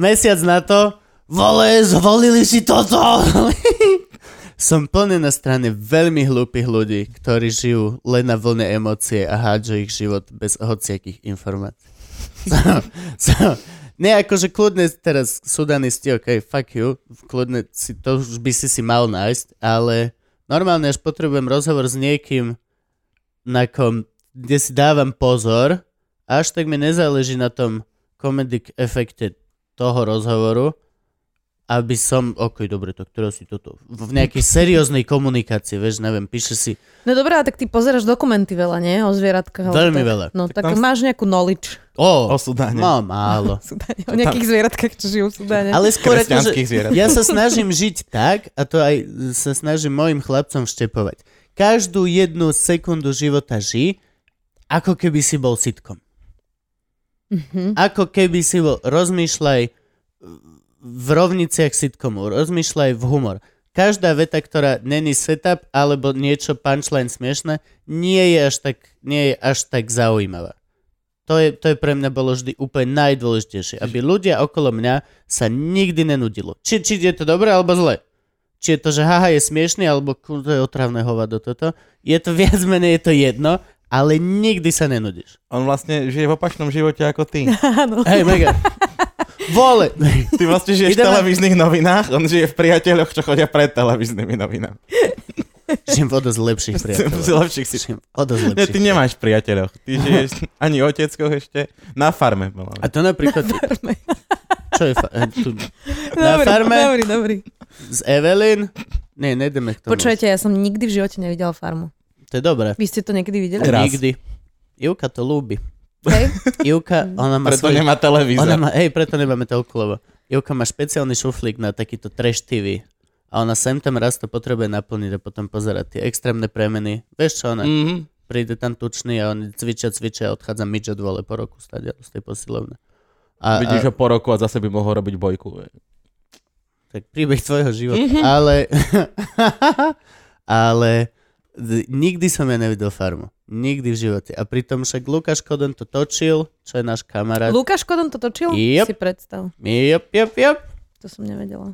S2: Mesiac na to, vole, zvolili si toto! Som plne na strane veľmi hlúpych ľudí, ktorí žijú len na vlne emócie a hádžu ich život bez hociakých informácií. So, so, nie, akože kľudne teraz sudanisti, ok, fuck you, kľudne si, to už by si si mal nájsť, ale normálne až potrebujem rozhovor s niekým, na kom, kde si dávam pozor, až tak mi nezáleží na tom comedic efekte toho rozhovoru, aby som, ok, dobre, tak teraz si toto, v nejakej serióznej komunikácii, vieš, neviem, píše si,
S3: No dobré, a tak ty pozeráš dokumenty veľa, nie? O zvieratkách. alebo
S2: Veľmi
S3: tak.
S2: veľa.
S3: No
S1: Tak
S3: tak,
S1: tam-
S3: máš nejakú knowledge
S2: o,
S1: O Sudáne.
S2: no málo.
S3: v Sudáne, o nejakých zvieratkách, čo žijú v Sudáne.
S2: Ale skôr ako, že
S1: Kresťanských zvierat.
S2: ja sa snažím žiť tak, a to aj sa snažím mojim chlapcom vštepovať. Každú jednu sekundu života ži, ako keby si bol sitkom.
S3: Mhm.
S2: Ako keby si bol, rozmýšľaj v rovniciach sitcomu, rozmýšľaj v humor. Každá veta, ktorá není setup alebo niečo punchline smiešné, nie je až tak, nie je až tak zaujímavá. To je, to je pre mňa bolo vždy úplne najdôležitejšie, aby ľudia okolo mňa sa nikdy nenudilo. Či, či je to dobré alebo zlé. Či je to, že haha je smiešný, alebo "Ku, to je otravné hovado toto. Je to viac menej, je to jedno, ale nikdy sa nenudíš.
S1: On vlastne žije v opačnom živote ako ty.
S3: Áno.
S2: Hej, mega. Vole.
S1: Ty vlastne žiješ v
S2: Ideme-
S1: televíznych novinách, on žije v priateľoch, čo chodia pred televíznymi novinami.
S2: Žijem v o dosť lepších priateľov.
S1: Z lepších si...
S2: Žijem o dosť
S1: Ne,
S2: lepších
S1: ty nemáš priateľov. Ty žiješ ani oteckoch ešte na farme. Bola.
S2: priateľov. A to napríklad... Čo je fa- eh, tu, na
S3: Dobrý,
S2: farme
S3: Dobrý, dobrý.
S2: z Evelyn? Nie, nejdeme k tomu.
S3: Počujete, ja som nikdy v živote nevidela farmu.
S2: To je dobré.
S3: Vy ste to niekedy videli?
S1: Raz.
S2: Nikdy. Ivka to ľúbi.
S3: Hej?
S2: Ivka, ona má
S1: Preto
S2: svoj...
S1: nemá televízor.
S2: Ona má, hej, preto nemáme toľko, lebo Jovka má špeciálny šuflík na takýto trash TV a ona sem tam raz to potrebuje naplniť a potom pozerať tie extrémne premeny. Vieš čo ona? Mm.
S1: Mhm.
S2: Príde tam tučný a on cvičia, cvičia a odchádza midget vole po roku stať z tej posilovne. A,
S1: Vidíš
S2: a,
S1: ho po roku a zase by mohol robiť bojku.
S2: tak príbeh tvojho života. Mm-hmm. Ale, ale d- nikdy som ja nevidel farmu. Nikdy v živote. A pritom však Lukáš Koden to točil, čo je náš kamarát. Lu-
S3: Lukáš Kodon to točil?
S2: Yep.
S3: Si predstav.
S2: jop, jop, jop.
S3: To som nevedela.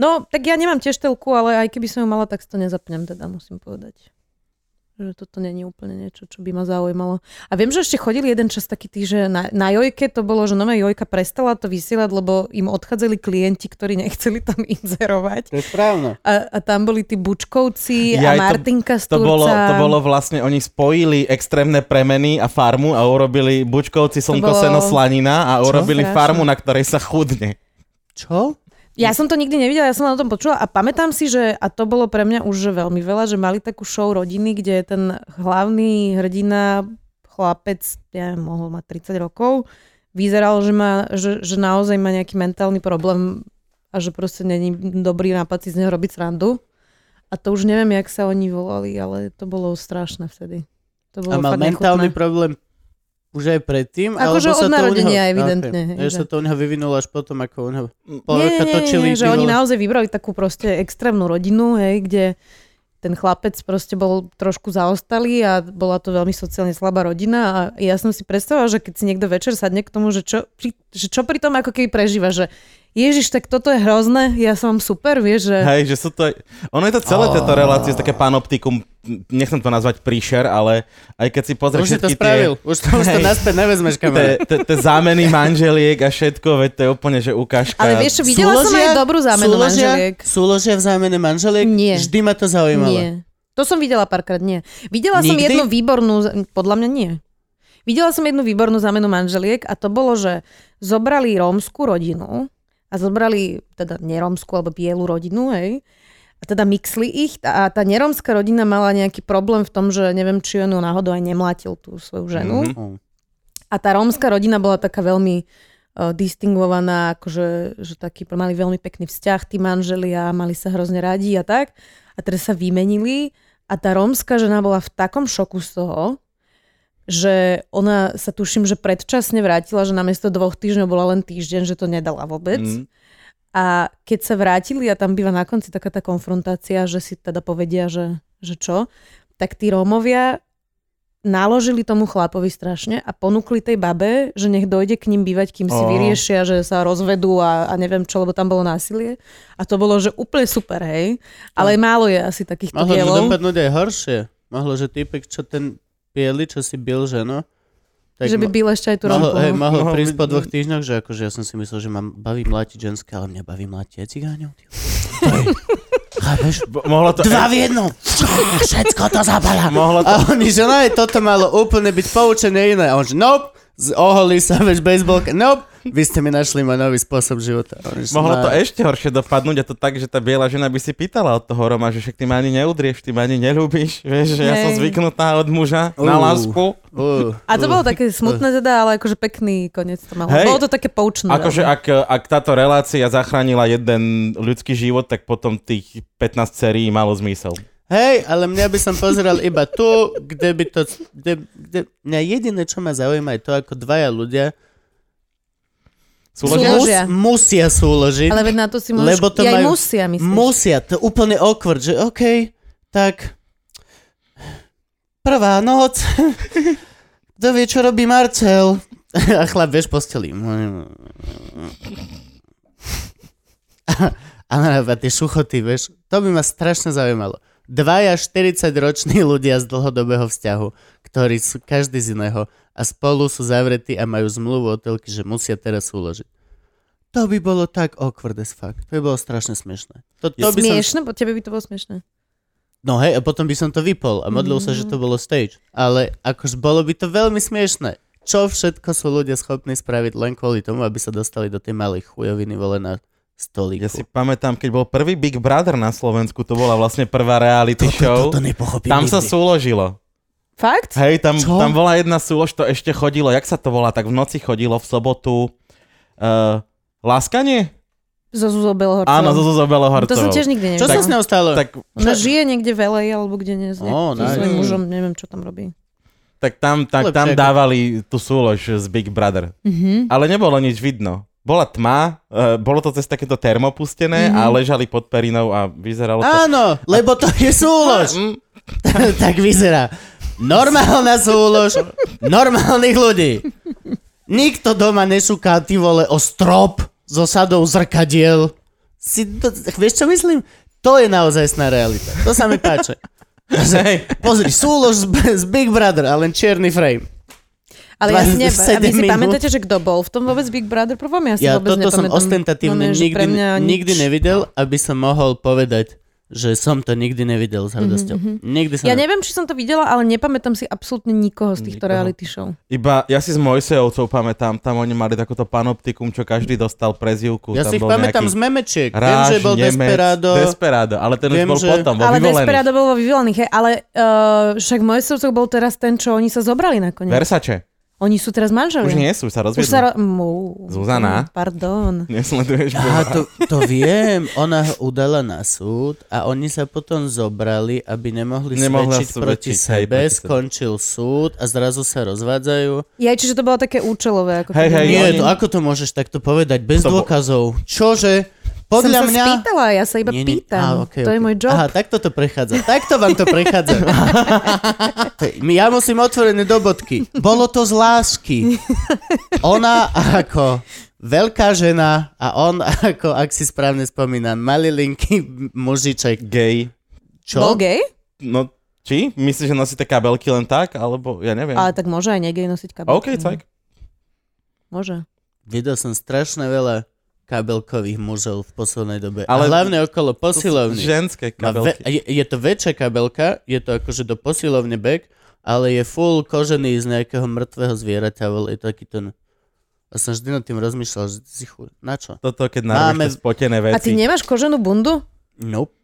S3: No, tak ja nemám tiež telku, ale aj keby som ju mala, tak si to nezapnem, teda musím povedať. Že toto není úplne niečo, čo by ma zaujímalo. A viem, že ešte chodili jeden čas taký tý, že na, na Jojke to bolo, že nové Jojka prestala to vysielať, lebo im odchádzali klienti, ktorí nechceli tam inzerovať.
S2: To je správno.
S3: A, a tam boli tí Bučkovci
S1: Jaj,
S3: a
S1: to-
S3: Martinka z
S1: To
S3: Turca.
S1: bolo, to bolo vlastne, oni spojili extrémne premeny a farmu a urobili bučkovci slnko,
S3: bolo-
S1: seno, slanina a
S3: Čo?
S1: urobili
S3: Strašné.
S1: farmu, na ktorej sa chudne.
S2: Čo?
S3: Ja som to nikdy nevidela, ja som len o tom počula a pamätám si, že a to bolo pre mňa už veľmi veľa, že mali takú show rodiny, kde ten hlavný hrdina, chlapec, ja neviem, mohol mať 30 rokov, vyzeral, že, má, že, že naozaj má nejaký mentálny problém a že proste není dobrý nápad si z neho robiť srandu. A to už neviem, jak sa oni volali, ale to bolo strašné vtedy. To bolo
S2: A mal
S3: fakt
S2: mentálny
S3: nechutné.
S2: problém už aj predtým?
S3: Akože
S2: alebo sa to
S3: od
S2: u
S3: narodenia,
S2: neho-
S3: evidentne,
S2: Okay.
S3: hej,
S2: Že
S3: že-
S2: sa to u neho vyvinulo až potom, ako u neho
S1: Mm.
S2: pol
S3: nie,
S2: roka
S3: nie,
S2: točili.
S3: nie, nie, že
S2: ty
S3: oni
S2: vole.
S3: naozaj vybrali takú proste extrémnu rodinu, hej, kde ten chlapec proste bol trošku zaostalý a bola to veľmi sociálne slabá rodina a ja som si predstavovala, že keď si niekto večer sadne k tomu, že čo pri, že čo pri tom ako keby prežíva, že Ježiš, tak toto je hrozné, ja som super, vieš, že...
S1: Hej, že sú to... Ono je to celé
S2: Ah.
S1: tieto relácie, také panoptikum, nechcem to nazvať príšer, ale aj keď si pozrieš
S2: Už si to
S1: všetky
S2: spravil. Už to, už to
S1: Hej.
S2: naspäť nevezmeš,
S1: tie,
S2: kamarát.
S1: tie, tie zámeny manželiek a všetko, veď to je úplne, že ukážka.
S3: Ale vieš čo, videla som aj dobrú zámenu
S2: súložia,
S3: manželiek.
S2: Súložia v zámene manželiek?
S3: Nie.
S2: Vždy ma to zaujímalo.
S3: Nie. To som videla párkrát, nie. Videla som
S2: Nikdy?
S3: jednu výbornú, podľa mňa nie. Videla som jednu výbornú zamenu manželiek a to bolo, že zobrali rómsku rodinu a zobrali teda nerómsku alebo bielu rodinu, hej, a teda mixli ich a tá nerómska rodina mala nejaký problém v tom, že neviem, či on ju náhodou aj nemlátil tú svoju ženu.
S1: Mhm.
S2: Mm.
S3: A tá rómska rodina bola taká veľmi uh, distingovaná, akože že taký, mali veľmi pekný vzťah, tí manželia, mali sa hrozne radi a tak. A teraz sa vymenili a tá rómska žena bola v takom šoku z toho, že ona sa tuším, že predčasne vrátila, že namiesto dvoch týždňov bola len týždeň, že to nedala vôbec.
S1: Mm.
S3: Mm. A keď sa vrátili a tam býva na konci taká tá konfrontácia, že si teda povedia, že, že čo, tak tí Rómovia náložili tomu chlapovi strašne a ponúkli tej babe, že nech dojde k ním bývať, kým si
S1: Ó.
S3: vyriešia, že sa rozvedú a, a neviem čo, lebo tam bolo násilie. A to bolo, že úplne super, hej. Ale málo je asi takýchto
S2: Mohlo, že
S3: dielov.
S2: dopadnúť aj horšie. Mohlo, že typek, čo ten biely, čo si bil ženo, tak
S3: Že by
S2: mo-
S3: byl ešte aj tú
S2: mohol,
S3: rompu.
S2: hej, mohol
S1: Mohol
S2: prísť
S1: byť-
S2: po dvoch týždňoch, že akože ja som si myslel, že mám baví mlátiť ženské, ale mňa baví mlátiť aj cigáňov. ty. Chápeš?
S1: Bo- Mohlo to...
S2: Dva v jednom! Všetko to zabala!
S1: Mohlo to...
S2: A oni, že no, aj toto malo úplne byť poučené iné. A on, že nope, z- oholí sa, veď baseballka, nope, vy ste mi našli môj nový spôsob života. A on, že, no,
S1: Mohlo to
S2: "Ne."
S1: ešte horšie dopadnúť a to tak, že tá biela žena by si pýtala od toho Roma, že však ty ma ani neudrieš, ty ma ani nelúbiš, vieš, že ja som
S3: Hej.
S1: zvyknutá od muža na
S2: Uú.
S1: lásku.
S2: Uh,
S3: A to
S2: uh.
S3: bolo také smutné teda, ale akože pekný koniec to malo.
S1: Hej.
S3: Bolo to také poučné.
S1: Akože
S3: veľmi.
S1: ak, ak táto relácia zachránila jeden ľudský život, tak potom tých 15 sérií malo zmysel.
S2: Hej, ale mňa by som pozeral iba tu, kde by to... Kde, kde, mňa jediné, čo ma zaujíma, je to, ako dvaja ľudia
S1: Súložia?
S3: Súložia.
S2: musia súložiť.
S3: Ale veď na to si môžeš...
S2: Lebo to
S3: ja aj
S2: majú-
S3: musia, myslíš.
S2: Musia, to je úplne awkward, že OK, tak prvá noc, kto vie, čo robí Marcel? A chlap, vieš, v posteli. A narába tie šuchoty, vieš, to by ma strašne zaujímalo. Dvaja 40-roční ľudia z dlhodobého vzťahu, ktorí sú každý z iného a spolu sú zavretí a majú zmluvu o telky, že musia teraz súložiť. To by bolo tak awkward as fuck. To by bolo strašne smiešné. To, to by som
S3: Smiešne, po tebe by to bolo smiešne.
S2: No hej, a potom by som to vypol a modlil sa, že to bolo stage. Ale akož bolo by to veľmi smiešné. Čo všetko sú ľudia schopní spraviť len kvôli tomu, aby sa dostali do tej malej chujoviny vole na stolíku.
S1: Ja si pamätám, keď bol prvý Big Brother na Slovensku, to bola vlastne prvá reality
S2: toto,
S1: show.
S2: toto nepochopím
S1: tam sa
S2: nikdy.
S1: súložilo.
S3: Fakt?
S1: Hej, tam,
S2: Čo?
S1: tam bola jedna súlož, to ešte chodilo, jak sa to volá, tak v noci chodilo v sobotu. Uh, láskanie?
S3: Zo Zuzo Belohorcovou.
S1: Áno, zo Zuzo
S3: No To
S1: Belohorcovou.
S3: som tiež nikdy
S2: Čo
S3: nevidela.
S2: sa s ňou stalo?
S1: tak,
S3: Ona žije niekde v LA alebo kde nie, s,
S2: Ó,
S3: oh, so
S2: nice.
S3: svojím mužom, neviem, čo tam robí.
S1: tak tam, tak, tam
S2: Lepšie ako-
S1: dávali tú súlož z Big Brother.
S3: Mhm.
S1: Ale nebolo nič vidno. Bola tma, e, bolo to cez takéto termo
S3: Mhm.
S1: pustené a ležali pod perinou a vyzeralo to...
S2: Áno, lebo to je súlož.
S1: Mm,
S2: tak vyzerá. Normálna súlož normálnych ľudí. Nikto doma nešúká ty vole o strop so sadou zrkadiel. Si, to, vieš čo myslím? To je naozajstná realita. To sa mi páči.
S1: Hej.
S2: Pozri, súlož z, z Big Brother, ale len čierny frame.
S3: Ale ja si ne,
S2: 27
S3: a vy si
S2: minút.
S3: pamätáte, že kto bol v tom vôbec Big Brother prvom? Ja si
S2: Ja
S3: vôbec
S2: toto som
S3: nepamätám.
S2: ostentatívne
S3: Normálne, že
S2: nikdy,
S3: pre mňa nič.
S2: nikdy nevidel, aby som mohol povedať, že som to nikdy nevidel s hrdosťou. Mm-hmm. Nikdy som
S3: Mhm, Ja neviem, či som to videla, ale nepamätám si absolútne nikoho z
S1: Nikoho.
S3: týchto reality show.
S1: Iba, ja si s Mojsejovcov pamätám, tam oni mali takúto panoptikum, čo každý dostal prezivku.
S2: Ja
S1: tam
S2: si ich
S1: bol nejaký
S2: pamätám z memečiek. Viem,
S1: Ráž,
S2: že bol
S1: Nemec,
S2: Desperado.
S1: Desperado, ale ten už
S2: Viem,
S1: bol
S2: že-
S1: potom, bol
S3: ale
S1: vyvolený.
S3: Desperado bol vo vyvolených, hej, ale uh, však moje srdcov bol teraz ten, čo oni sa zobrali nakoniec.
S1: Versace.
S3: Oni sú teraz manželia.
S1: Už nie sú, sa
S3: Už
S1: rozviedli.
S3: sa... Ro- Mú,
S1: Zuzana.
S3: Pardon.
S1: Nesleduješ Boha.
S2: Aha, to, to viem. Ona ho udala na súd a oni sa potom zobrali, aby nemohli
S1: Nemohla
S2: svedčiť
S1: svedčiť,
S2: proti
S1: hej,
S2: sebe.
S1: proti sebe.
S2: Skončil súd a zrazu sa rozvádzajú.
S3: Ja, čiže to bolo také účelové. Ako
S1: Hej,
S3: keby
S1: hej,
S3: oni-
S2: Nie,
S1: oni-
S2: to ako to môžeš takto povedať? Bez
S1: To bol-
S2: dôkazov. Čože? Podľa
S3: som
S2: mňa...
S3: sa spýtala, ja sa iba
S2: Nie, nie.
S3: pýtam.
S2: Á, okej,
S3: to je
S2: okej.
S3: môj job.
S2: Aha, takto to prechádza. Takto vám to prechádza. To je- ja musím otvorené do bodky. Bolo to z lásky. Ona ako veľká žena a on ako, ak si správne spomínam, malilinký mužiček.
S1: Gay.
S3: Bol
S2: Čo?
S3: gej?
S1: No, či? Myslíš, že nosíte kabelky len tak? Alebo, ja neviem.
S3: Ale tak môže aj negej nosiť kabelky. No,
S1: OK, cajk.
S3: Môže.
S2: Videl som strašne veľa kabelkových mužov v poslednej dobe. Ale
S1: Ale-
S2: a hlavne okolo
S1: To sú
S2: posilovní.
S1: Ženské
S2: Má Ve,
S1: kabelky.
S2: je, je to väčšia kabelka, je to akože do posilovne bek, ale je full kožený z nejakého mŕtvého zvieraťa, vole, je to taký ten... A som vždy nad tým rozmýšľal, že si chuj, na čo?
S1: Toto, keď narvíš
S2: Máme-
S1: tie spotené
S3: A
S1: veci.
S3: ty nemáš koženú bundu?
S2: Nope.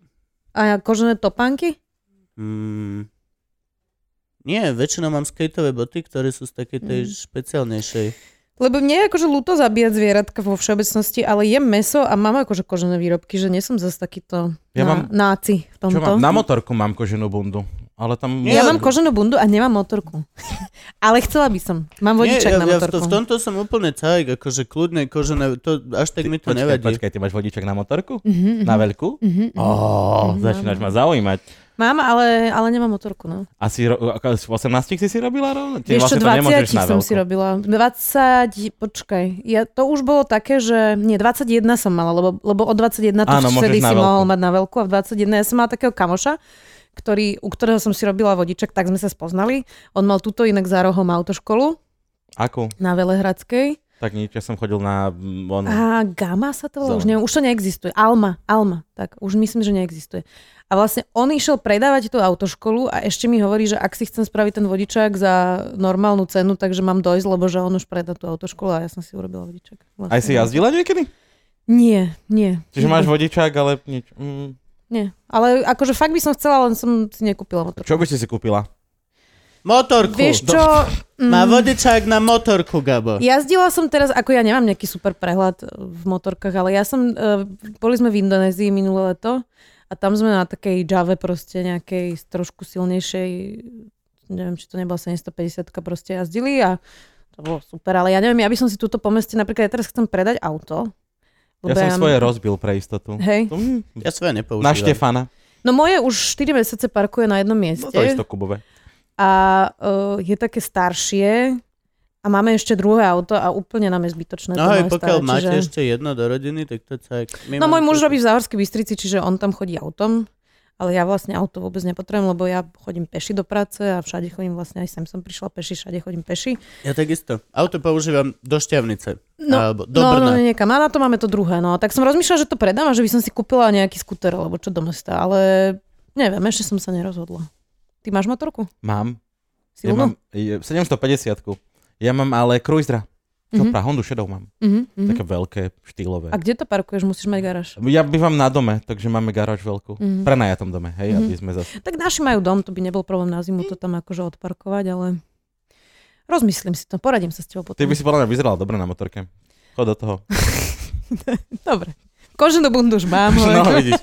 S3: A kožené topánky?
S2: Mm. Nie, väčšinou mám skateové boty, ktoré sú z takej tej
S3: Mm.
S2: špeciálnejšej.
S3: Lebo mne je akože ľúto zabíjať zvieratka vo všeobecnosti, ale jem meso a mám akože kožené výrobky, že nie som zase takýto
S1: Ja
S3: ja
S1: mám-
S3: mám... náci v
S1: Čo
S3: tomto.
S1: mám? Na motorku mám koženú bundu. Ale tam...
S2: Nie,
S3: Ja mám koženú bundu a nemám motorku. ale chcela by som. Mám vodičak
S2: Nie, ja,
S3: na
S2: ja v,
S3: motorku.
S2: to, v tomto som úplne cajk, akože kľudne kožené, to až tak mi to
S1: Počkaj,
S2: nevadí.
S1: počkaj, ty máš vodičak na motorku? Na veľkú?
S3: Mhm, mhm.
S1: Ó, začínaš ma zaujímať.
S3: Mám, ale, ale nemám motorku, no.
S1: Asi ro- ako v 18 si si robila rovno? Ty vlastne
S3: Vieš čo,
S1: to nemôžeš
S3: 20
S1: na
S3: som si
S1: veľko.
S3: robila. 20, počkaj. Ja, to už bolo také, že... Nie, 21 som mala, lebo, lebo od 21 to
S1: Áno,
S3: už
S1: môžeš
S3: vtedy
S1: na
S3: si
S1: veľkú.
S3: mohol mať na veľkú a v 21 ja som mala takého kamoša, ktorý, u ktorého som si robila vodiček, tak sme sa spoznali. On mal tuto inak za rohom autoškolu
S1: Akú?
S3: na Velehradskej.
S1: Tak nič, ja som chodil na... mm, Onu.
S3: A Gama sa to volá? Už
S1: Zelená.
S3: neviem, už to neexistuje. Alma, Alma, tak už myslím, že neexistuje. A vlastne on išiel predávať tú autoškolu a ešte mi hovorí, že ak si chcem spraviť ten vodičák za normálnu cenu, takže mám dojsť, lebo že on už predá tú autoškolu a ja som si urobila vodičák. Vlastne.
S1: Aj si jazdila niekedy?
S3: Nie, nie.
S1: Čiže máš vodičák, ale nič. Mm.
S3: Nie, ale akože fakt by som chcela, len som si nekúpila motor.
S1: Čo by si si kúpila?
S2: Motorku.
S3: Vieš čo, Mm.
S2: Má vodičák na motorku, Gabo.
S3: Jazdila som teraz, ako ja nemám nejaký super prehľad e, v motorkách, ale ja som, uh, boli sme v Indonézii minulé leto a tam sme na takej Jave proste nejakej trošku silnejšej, neviem, či to nebola 750 proste jazdili a to bolo super, ale ja neviem, ja by som si túto po meste, napríklad ja teraz chcem predať auto.
S1: Ja
S3: lebo
S1: som
S3: mám-
S1: svoje rozbil pre istotu.
S3: Hej.
S1: To, mm,
S2: Ja svoje nepoužívam.
S1: Na Štefana.
S3: No moje už 4 mesiace parkuje na jednom mieste.
S1: No to isto kubové.
S3: a uh, je také staršie a máme ešte druhé auto a úplne nám je zbytočné.
S2: No
S3: to
S2: hej,
S3: moje
S2: pokiaľ
S3: staré,
S2: máte
S3: čiže-
S2: ešte jedno do rodiny, tak to tak... My
S3: No
S2: máme
S3: môj muž
S2: to-
S3: robí v Záhorskej Bystrici, čiže on tam chodí autom, ale ja vlastne auto vôbec nepotrebujem, lebo ja chodím peši do práce a všade chodím vlastne, aj sem som prišla peši, všade chodím peši.
S2: Ja takisto. Auto používam do Šťavnice.
S3: No,
S2: Alebo do
S3: no, no
S2: Brna.
S3: niekam, a na to máme to druhé. No. Tak som rozmýšľala, že to predám a že by som si kúpila nejaký skúter alebo čo do mesta, ale neviem, ešte som sa nerozhodla. Ty máš motorku?
S1: Mám.
S3: Si
S1: Ja mám je- 750 Ja mám ale cruisera. Čo pra, Hondu Shadow mám.
S3: Uh-huh, uh-huh.
S1: Také veľké, štýlové.
S3: Mhm. A kde to parkuješ? Musíš mať garáž.
S1: Ja bývam na dome, takže máme garáž veľkú.
S3: Mhm.
S1: Pre najatom dome, hej, aby sme zase...
S3: Tak naši majú dom, to by nebol problém na zimu to tam akože odparkovať, ale rozmyslím si to, poradím sa s tebou potom.
S1: Ty by si podľa mňa vyzerala dobre na motorke. Chod do toho.
S3: Dobre. Koženú bundu už mám.
S1: No,
S3: ale-
S1: vidíš.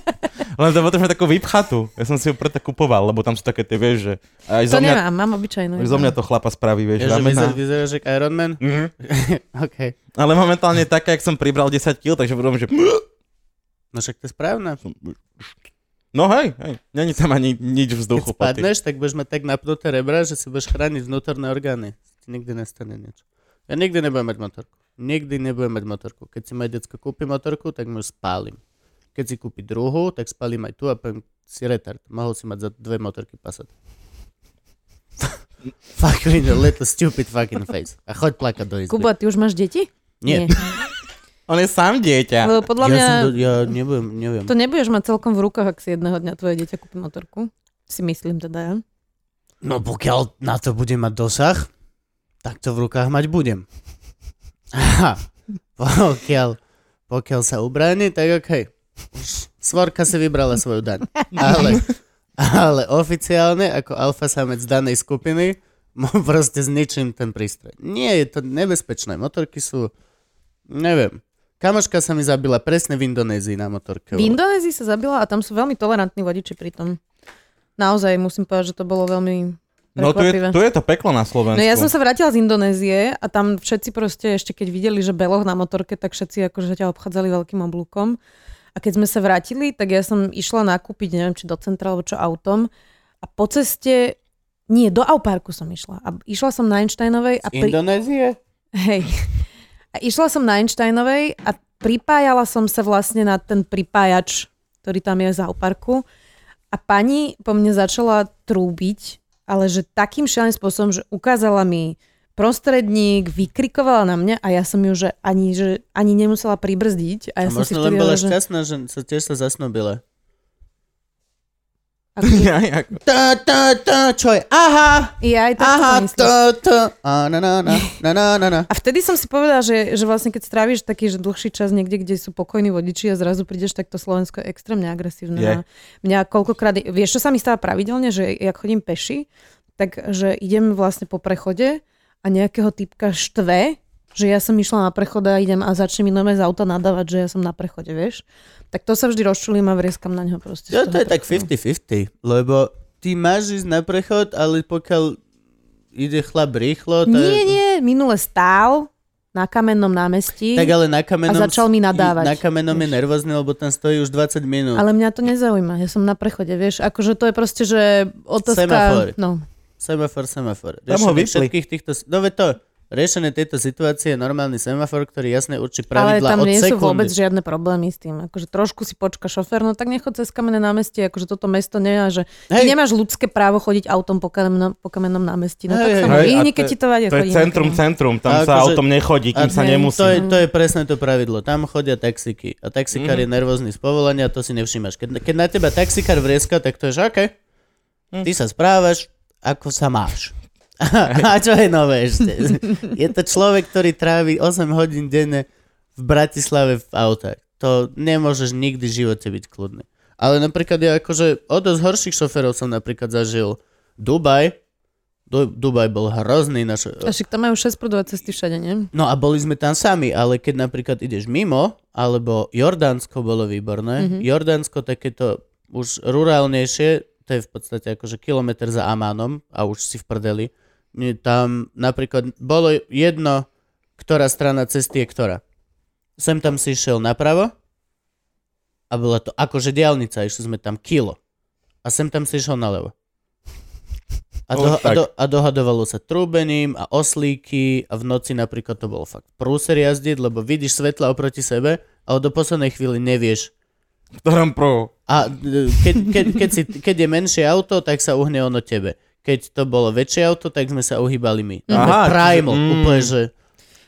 S1: Len to potrebujem takú vypchatú. Ja som si ju preto kupoval, lebo tam sú také tie, vieš, že... Aj
S3: to
S1: zo mňa,
S3: nemám, mám obyčajnú.
S1: zo mňa to chlapa spraví, vieš,
S2: Ja, že vyzer-
S1: ramena.
S2: vyzeráš jak Iron Man?
S1: Mhm.
S2: OK.
S1: Ale momentálne taká, jak som pribral 10 kg, takže budem, že...
S2: No však to je správne.
S1: No hej, hej. Není tam ani nič
S2: Keď
S1: vzduchu. po tých.
S2: spadneš, tak budeš mať tak napnuté rebra, že si budeš chrániť vnútorné orgány. Ti nikdy nestane nič. Ja nikdy nebudem mať motorku. Nikdy nebudem mať motorku. Keď si moje detsko kúpi motorku, tak mu ju spálim. Keď si kúpi druhú, tak spálim aj tu a poviem, si retard. Mohol si mať za dve motorky pasať. Fuck me in the little stupid fucking face. A choď plakať do izby.
S3: Kuba, ty už máš deti?
S2: Nie.
S1: On je sám dieťa.
S3: Lebo podľa
S2: ja,
S3: mňa
S2: som, do- ja nebudem, neviem.
S3: to nebudeš mať celkom v rukách, ak si jedného dňa tvoje dieťa kúpi motorku. Si myslím teda ja.
S2: No pokiaľ na to budem mať dosah, tak to v rukách mať budem. Aha, pokiaľ, pokiaľ sa ubráni, tak okej. Už Svorka si vybrala svoju daň. Ale, ale oficiálne, ako alfa samec danej skupiny, mu proste zničím ten prístroj. Nie, je to nebezpečné. Motorky sú... Neviem. Kamoška sa mi zabila presne v Indonézii na motorke.
S3: V Indonézii sa zabila a tam sú veľmi tolerantní vodiči pritom. Naozaj musím povedať, že to bolo veľmi
S1: No tu je,
S3: prekvapivé.
S1: tu je to peklo na Slovensku.
S3: No ja som sa vrátila z Indonézie a tam všetci proste ešte keď videli, že beloch na motorke, tak všetci akože ťa obchádzali veľkým oblúkom. A keď sme sa vrátili, tak ja som išla nakúpiť, neviem, či do centra alebo čo autom. A po ceste, nie, do Auparku som išla. A išla som na Einsteinovej a pri...
S2: Indonézie?
S3: Hej. A išla som na Einsteinovej a pripájala som sa vlastne na ten pripájač, ktorý tam je v zauparku. A pani po mne začala trúbiť, ale že takým šialeným spôsobom, že ukázala mi prostredník, vykrikovala na mňa a ja som ju že ani, že ani nemusela pribrzdiť. A ja
S2: A
S3: som si
S2: možno
S3: vtedy
S2: len bola
S3: hovorila, že...
S2: šťastná, že sa tiež sa zasnúbila.
S1: Ja, ja,
S2: Tá, tá, tá, čo je? Aha,
S3: Ja aj tak
S2: aha,
S3: to myslím.
S2: to, to. A na, na, na, na, na, na, na.
S3: A vtedy som si povedala, že, že vlastne keď stráviš taký že dlhší čas niekde, kde sú pokojní vodiči a zrazu prídeš, tak to Slovensko je extrémne agresívne.
S1: Je.
S3: A Mňa koľkokrát, vieš, čo sa mi stáva pravidelne, že ja chodím peši, tak že idem vlastne po prechode a nejakého typka štve, že ja som išla na prechod a idem a začne mi nové z auta nadávať, že ja som na prechode, vieš. Tak to sa vždy rozčulím a vrieskam na neho proste.
S2: Ja,
S3: z
S2: to
S3: toho
S2: je tak
S3: prechodu.
S2: 50-50, lebo ty máš ísť na prechod, ale pokiaľ ide chlap rýchlo, to
S3: Nie,
S2: je...
S3: nie, minule stál na kamennom námestí,
S2: Tak ale na kamenom...
S3: A začal mi
S2: Na
S3: nadávať.
S2: kamenom je
S3: Vieš.
S2: nervózny, lebo tam stojí už 20 minút.
S3: ale mňa to nezaujíma. Ja som na prechode, vieš. Akože to je proste, že otázka...
S2: Semafor.
S3: No,
S2: Semafor, semafor.
S1: Tam ho
S2: Riešenie
S1: vypli.
S2: všetkých týchto... No veď to, riešenie tejto situácie je normálny semafor, ktorý jasne určí
S3: ale
S2: pravidla
S3: tam
S2: od
S3: nie sú
S2: sekundy.
S3: vôbec žiadne problémy s tým. Akože trošku si počka šofér, no tak nechod cez kamenné námestie, akože toto mesto nemá, že Hej. Ty
S2: Hej,
S3: nemáš ľudské právo chodiť autom po kamennom, po kamennom námestí. No
S2: Hej,
S3: tak sa
S1: hej.
S3: mu
S1: Hej, a
S3: vyhni,
S1: to
S3: keď
S1: je-
S3: ti to vadí.
S1: To je
S3: chodím
S1: centrum,
S3: na kamenné.
S1: centrum. Tam
S2: A
S1: sa
S2: akože-
S1: autom nechodí, kým
S2: a-
S1: sa
S3: Hej,
S1: nemusí.
S2: to je, to je presne to pravidlo. Tam chodia taxíky a taxikár mm-hmm. je nervózny z povolenia, to si nevšímaš. Keď, keď na teba taxikár vrieska, tak to je, že OK, ty sa správaš, ako sa máš. A čo je nové ešte? Je to človek, ktorý trávi 8 hodín denne v Bratislave v autách. To nemôžeš nikdy v živote byť kľudný. Ale napríklad ja akože o dosť horších šoferov som napríklad zažil Dubaj. Du- Dubaj bol hrozný. Na šo-
S3: A však tam majú 6 prudové cesty všade, nie?
S2: No a boli sme tam sami, ale keď napríklad ideš mimo, alebo Jordánsko bolo výborné, mm-hmm. Jordánsko takéto už rurálnejšie, to je v podstate akože kilometr za Amánom a už si v prdeli. Nie, Tam napríklad bolo jedno, ktorá strana cesty je ktorá. Sem tam si išiel napravo a bola to akože diálnica, išli sme tam kilo. A sem tam si išiel naľavo. A,
S1: No,
S2: do, a,
S1: tak.
S2: do, a dohadovalo sa trúbením a oslíky a v noci napríklad to bolo fakt prúser jazdiť, lebo vidíš svetla oproti sebe, ale do poslednej chvíli nevieš.
S1: V ktorom prú?
S2: A e, keď, keď, keď, si, keď je menšie auto, tak sa uhne ono tebe. Keď to bolo väčšie auto, tak sme sa uhýbali my.
S1: Mhm. Aha,
S2: Aha, Primal,
S1: čiže- mm.
S2: úplne, že...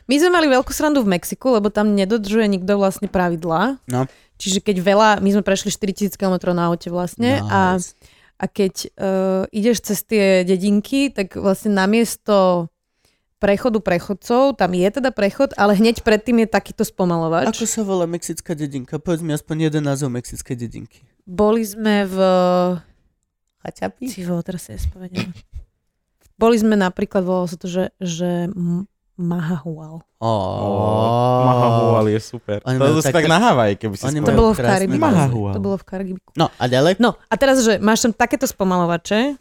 S3: My sme mali veľkú srandu v Mexiku, lebo tam nedodržuje nikto vlastne pravidlá.
S2: No.
S3: Čiže keď veľa, my sme prešli 4000 km na aute vlastne a,
S2: Nice.
S3: a keď uh, ideš cez tie dedinky, tak vlastne namiesto prechodu prechodcov, tam je teda prechod, ale hneď predtým je takýto spomalovač.
S2: Ako sa volá mexická dedinka? Povedz mi aspoň jeden názov mexickej dedinky.
S3: Boli sme v...
S2: Chaťapi?
S3: Ty vole, teraz si nespovedem. Boli sme napríklad, volalo sa to, že, že M- Mahahual.
S1: Mahahual je super.
S2: Oni
S1: To
S2: majú
S1: je tak
S2: také-
S1: na Havaj, keby si
S2: Oni majú-
S3: To
S1: spomenul.
S3: bolo v
S2: krásne
S3: Karibiku.
S1: názvy.
S3: To bolo v Karibiku.
S2: No a ďalej?
S3: No a teraz, že máš tam takéto spomalovače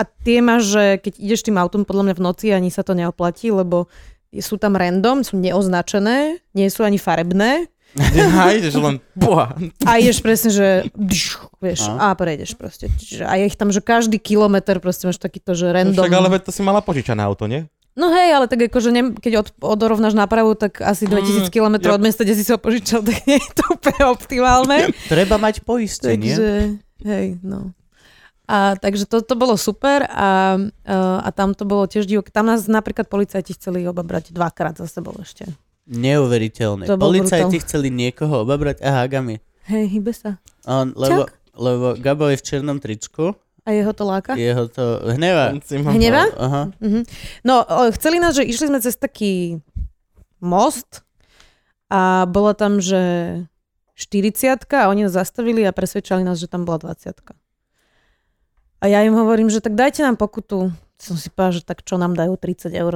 S3: a tie máš, že keď ideš tým autom, podľa mňa v noci ani sa to neoplatí, lebo sú tam random, sú neoznačené, nie sú ani farebné
S1: Aha, ideš len... No Boha.
S3: a ideš presne, že dš, vieš, a prejdeš proste. Čiže, a je ich tam, že každý kilometr proste máš takýto, že
S1: No
S3: random.
S1: Však ale veď to si mala požičané auto, nie?
S3: No hej, ale tak akože ne, keď od, odorovnáš nápravu, tak asi 2000 km
S1: Mm, ja-
S3: od mesta, kde si si ho požičal, tak nie je to úplne optimálne.
S2: Treba mať poistenie.
S3: takže, hej, no. A takže to, to bolo super a, e, a tam to bolo tiež divoké. Tam nás napríklad policajti chceli obabrať dvakrát za sebou ešte.
S2: Neuveriteľné.
S3: To bol
S2: Policajti
S3: brutál.
S2: chceli niekoho obabrať. Aha, Gami.
S3: Hej, hybe sa.
S2: On, lebo, lebo Gabo je v černom tričku.
S3: A jeho to láka?
S2: Jeho to hneva.
S3: Hneva?
S2: Aha.
S3: No, o, chceli nás, že išli sme cez taký most a bola tam, že 40 a oni nás zastavili a presvedčali nás, že tam bola 20 A ja im hovorím, že tak dajte nám pokutu. Som si povedal, že tak čo nám dajú 30 eur,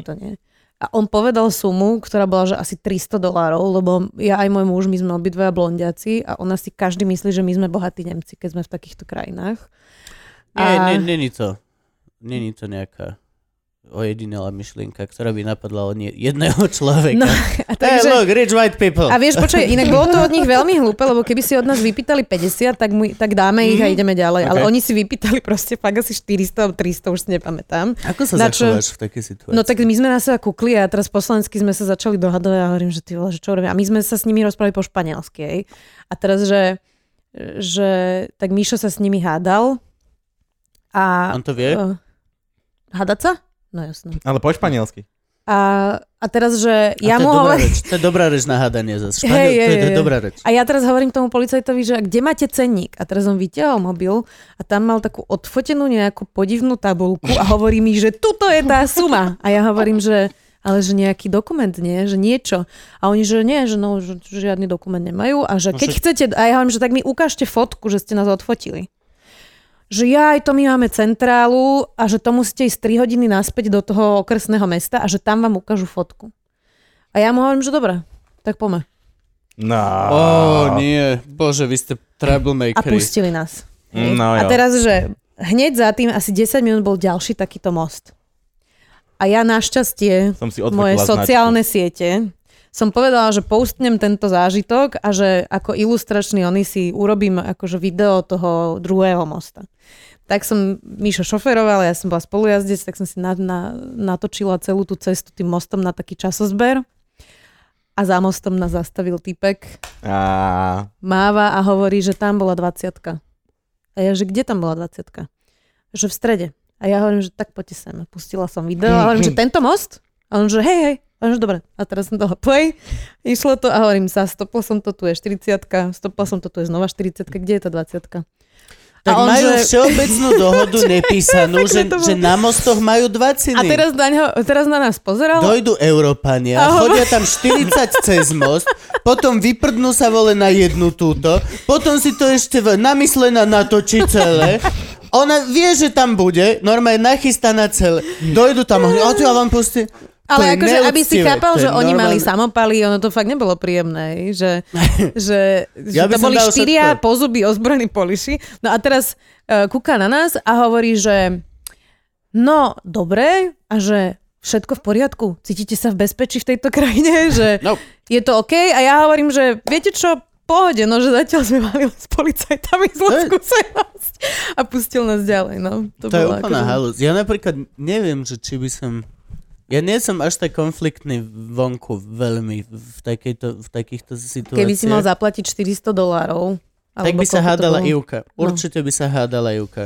S2: Mhm.
S1: Mm.
S3: to, nie? A on povedal sumu, ktorá bola, že asi 300 dolárov, lebo ja aj môj muž, my sme obidvaja blondiaci a ona si každý myslí, že my sme bohatí Nemci, keď sme v takýchto krajinách.
S2: Nie, nie, není to. Není to nejaká ojedinelá myšlienka, ktorá by napadla len jedného človeka.
S3: No,
S2: No,
S3: a
S2: hey, look, rich white people.
S3: A vieš, počkaj, inak bolo to od nich veľmi hlúpe, lebo keby si od nás vypýtali 50, tak, mu, tak dáme ich
S2: Mhm.
S3: a ideme ďalej. Okay. Ale
S1: Okay.
S3: oni si vypýtali proste fakt asi 400 alebo 300, už si nepamätám.
S2: Ako sa
S3: Na čo-
S2: zachováš v takej situácii?
S3: No tak my sme na seba kukli a teraz poslansky sme sa začali dohadovať a hovorím, že ty vole, že čo robíme. A my sme sa s nimi rozprávali po španielsky. Hej. A teraz, že, že tak Mišo sa s nimi hádal. A,
S2: On to vie?
S3: eh, hádať sa? No jasno.
S1: Ale po španielsky.
S3: A, a teraz, že
S2: a to,
S3: ja mu
S2: je dobrá
S3: hovorím...
S2: reč, to je dobrá reč na hádanie zase. Španiel,
S3: Hej,
S2: to, je,
S3: hej,
S2: to je
S3: hej.
S2: dobrá reč.
S3: A ja teraz hovorím tomu policajtovi, že a kde máte cenník? A teraz on vyťahol mobil a tam mal takú odfotenú nejakú podivnú tabulku a hovorí mi, že tuto je tá suma. A ja hovorím, že ale že nejaký dokument, nie? Že niečo. A oni, že nie, že, no, že žiadny dokument nemajú. A že keď chcete, a ja hovorím, že tak mi ukážte fotku, že ste nás odfotili. Že ja aj to my máme centrálu a že to musíte ísť 3 hodiny naspäť do toho okresného mesta a že tam vám ukážu fotku. A ja mu hovorím, že dobre, tak poďme.
S1: No.
S2: Ó, nie. Bože, vy ste
S3: a
S2: troublemakeri.
S3: pustili nás.
S1: No
S3: a
S1: jo.
S3: teraz, že hneď za tým asi 10 minút bol ďalší takýto most. A ja našťastie
S1: Som si
S3: moje
S1: odvykla
S3: sociálne siete som povedala, že postnem tento zážitok a že ako ilustračný oni si urobím akože video toho druhého mosta. Tak som Mišo šoferoval, ja som bola spolujazdec, tak som si na, na, natočila celú tú cestu tým mostom na taký časozber a za mostom nás zastavil typek,
S1: Á,
S3: máva a hovorí, že tam bola 20. A ja, že kde tam bola 20? Že v strede. A ja hovorím, že tak poďte sem. Pustila som video
S2: Hmm,
S3: a hovorím, že tento most? A on, že hej, hej. A on, že dobre. A teraz som dala play. Išlo to a hovorím, sa stopla som to, tu je 40, stopla som to, tu je znova 40, kde je tá 20?
S2: Tak
S3: a on,
S2: majú
S3: že...
S2: všeobecnú dohodu nepísanú, že,
S3: to bolo.
S2: že na mostoch majú dvaciny.
S3: A teraz na, ňo, teraz na nás pozeral
S2: Dojdu Európania,
S3: Ahoj.
S2: chodia tam 40 cez most, potom vyprdnú sa vole na jednu túto, potom si to ešte v- namyslená natočí celé. Ona vie, že tam bude, normálne nachystaná celé. Dojdu tam, a to ja vám pustím. To je
S3: Ale akože, aby
S2: neúctivé,
S3: si
S2: to
S3: chápal,
S2: je
S3: že oni
S2: normálne.
S3: mali samopaly, ono to fakt nebolo príjemné, že, že,
S2: Ja
S3: že
S2: by
S3: to
S2: som
S3: boli
S2: dal
S3: štyria
S2: všetko.
S3: pozuby ozbrojení poliši. No a teraz uh, kúka na nás a hovorí, že no, dobre, a že všetko v poriadku, cítite sa v bezpečí v tejto krajine, že
S2: No.
S3: je to OK? A ja hovorím, že viete čo, v pohode, no že zatiaľ sme mali len s policajtami zlú
S2: To je-
S3: skúsenosť a pustil nás ďalej, no. To,
S2: To je
S3: bolo
S2: úplná
S3: akože-
S2: halus. Ja napríklad neviem, že či by som... Ja nie som až tak konfliktný vonku veľmi v, takejto, v takýchto situáciách.
S3: Keby si mal zaplatiť 400 dolárov.
S2: tak
S3: alebo
S2: by sa
S3: koľko to
S2: hádala
S3: bolo? No.
S2: Ivka. Určite by sa hádala Ivka.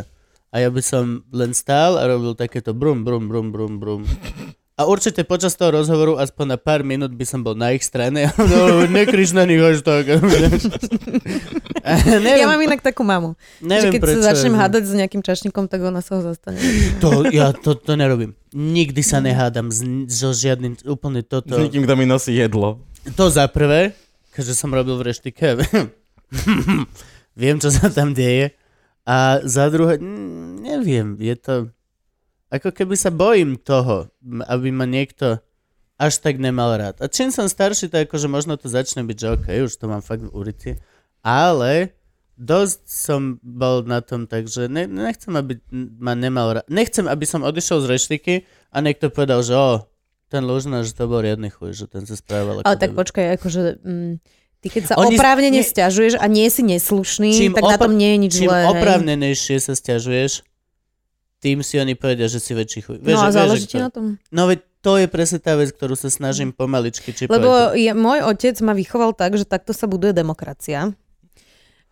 S2: A ja by som len stál a robil takéto brum, brum, brum, brum, brum. A určite počas toho rozhovoru aspoň na pár minút by som bol na ich strane. No, nekrič na nich až tak. A neviem,
S3: Ja mám inak takú mamu, že
S2: neviem
S3: keď
S2: prečo.
S3: sa začnem
S2: ja-
S3: hádať s nejakým čašníkom, tak ona sa ho zastane.
S2: To, ja to, to nerobím. Nikdy sa nehádam s, so žiadnym, úplne
S1: S
S2: toto.
S1: nikým, kto mi nosí jedlo.
S2: To za prvé, keďže som robil v reštike, viem, čo sa tam deje. A za druhé, mm, neviem, je to... Ako keby sa bojím toho, m- aby ma niekto až tak nemal rád. A čím som starší, tak akože možno to začne byť, že OK, už to mám fakt v urite. Ale dosť som bol na tom, takže ne, nechcem, aby n- ma nemal rád. Nechcem, aby som odišiel z reštiky a niekto povedal, že o, ten Lužna, že to bol riadny chuj, že ten sa správal ako
S3: Ale tak
S2: debil.
S3: počkaj, akože... Mm, ty keď sa
S2: Oni- nie-
S3: oprávnene stiažuješ a nie si neslušný,
S2: Čím
S3: tak na
S2: opra-
S3: tom nie je nič
S2: Čím
S3: zlé. hej. No
S2: oprávnenejšie sa stiažuješ, tým si oni povedia, že si väčší chuj.
S3: No
S2: Vieš,
S3: a
S2: že- vieš,
S3: záleží
S2: že
S3: ti
S2: kto-
S3: na tom.
S2: No veď to je presne tá vec, ktorú sa snažím pomaličky čipovať.
S3: Lebo je, môj otec ma vychoval tak, že takto sa buduje demokracia.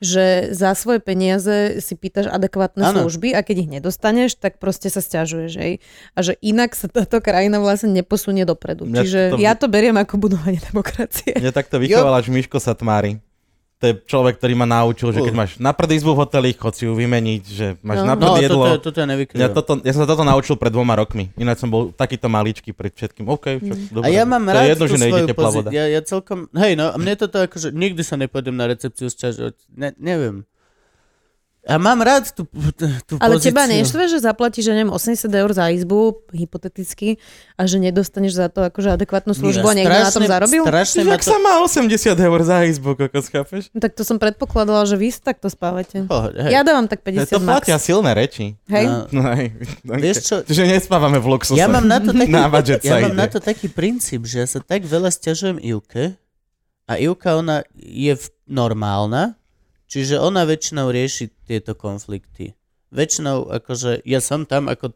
S3: Že za svoje peniaze si pýtaš adekvátne
S2: Áno.
S3: ano. služby a keď ich nedostaneš, tak proste sa stiažuješ. Hej. A že inak sa táto krajina vlastne neposunie dopredu.
S1: Mňa
S3: Čiže
S1: to-
S3: ja to beriem ako budovanie demokracie.
S1: Mňa takto vychoval až Miško Satmári. To je človek, ktorý ma naučil, že keď máš na prd izbu v hoteli, chod si ju vymeniť, že máš na
S3: No.
S2: No,
S1: prd jedlo.
S2: toto, toto ja nevykryjem.
S1: Ja, toto, ja som sa toto naučil pred dvoma rokmi. Ináč som bol takýto maličký pred všetkým. OK, však,
S3: Mm.
S2: A
S1: dobre.
S2: ja mám
S1: to
S2: rád
S1: je jedno,
S2: tú
S1: že nejde
S2: svoju
S1: teplá
S2: pozi-
S1: voda.
S2: Ja, ja celkom, hej no, a mne toto akože, nikdy sa nepôjdem na recepciu sťažovať, ne, neviem. A mám rád tú, tú
S3: Ale
S2: pozíciu.
S3: teba neštve, že zaplatíš, že neviem, 80 eur za izbu, hypoteticky, a že nedostaneš za to akože adekvátnu službu a niekto na tom
S2: Strašne-
S3: zarobil?
S2: Strašne ma
S1: Jak
S2: to...
S1: sa má 80 eur za izbu, kokos, chápeš?
S3: No, tak to som predpokladala, že vy si takto spávate.
S2: Pohode, hej.
S3: Ja dávam tak
S1: Ja
S3: 50
S1: to
S3: max.
S1: platia silné reči.
S3: Hej?
S1: No
S2: No,
S1: hej.
S2: Vieš čo?
S1: Že nespávame v luxuse.
S2: Ja mám na to taký,
S1: Na budget sa
S2: ja mám
S1: ide.
S2: na to taký princíp, že ja sa tak veľa stiažujem Ivke a Ivka ona je v- normálna, čiže ona väčšinou rieši tieto konflikty. Väčšinou akože ja som tam ako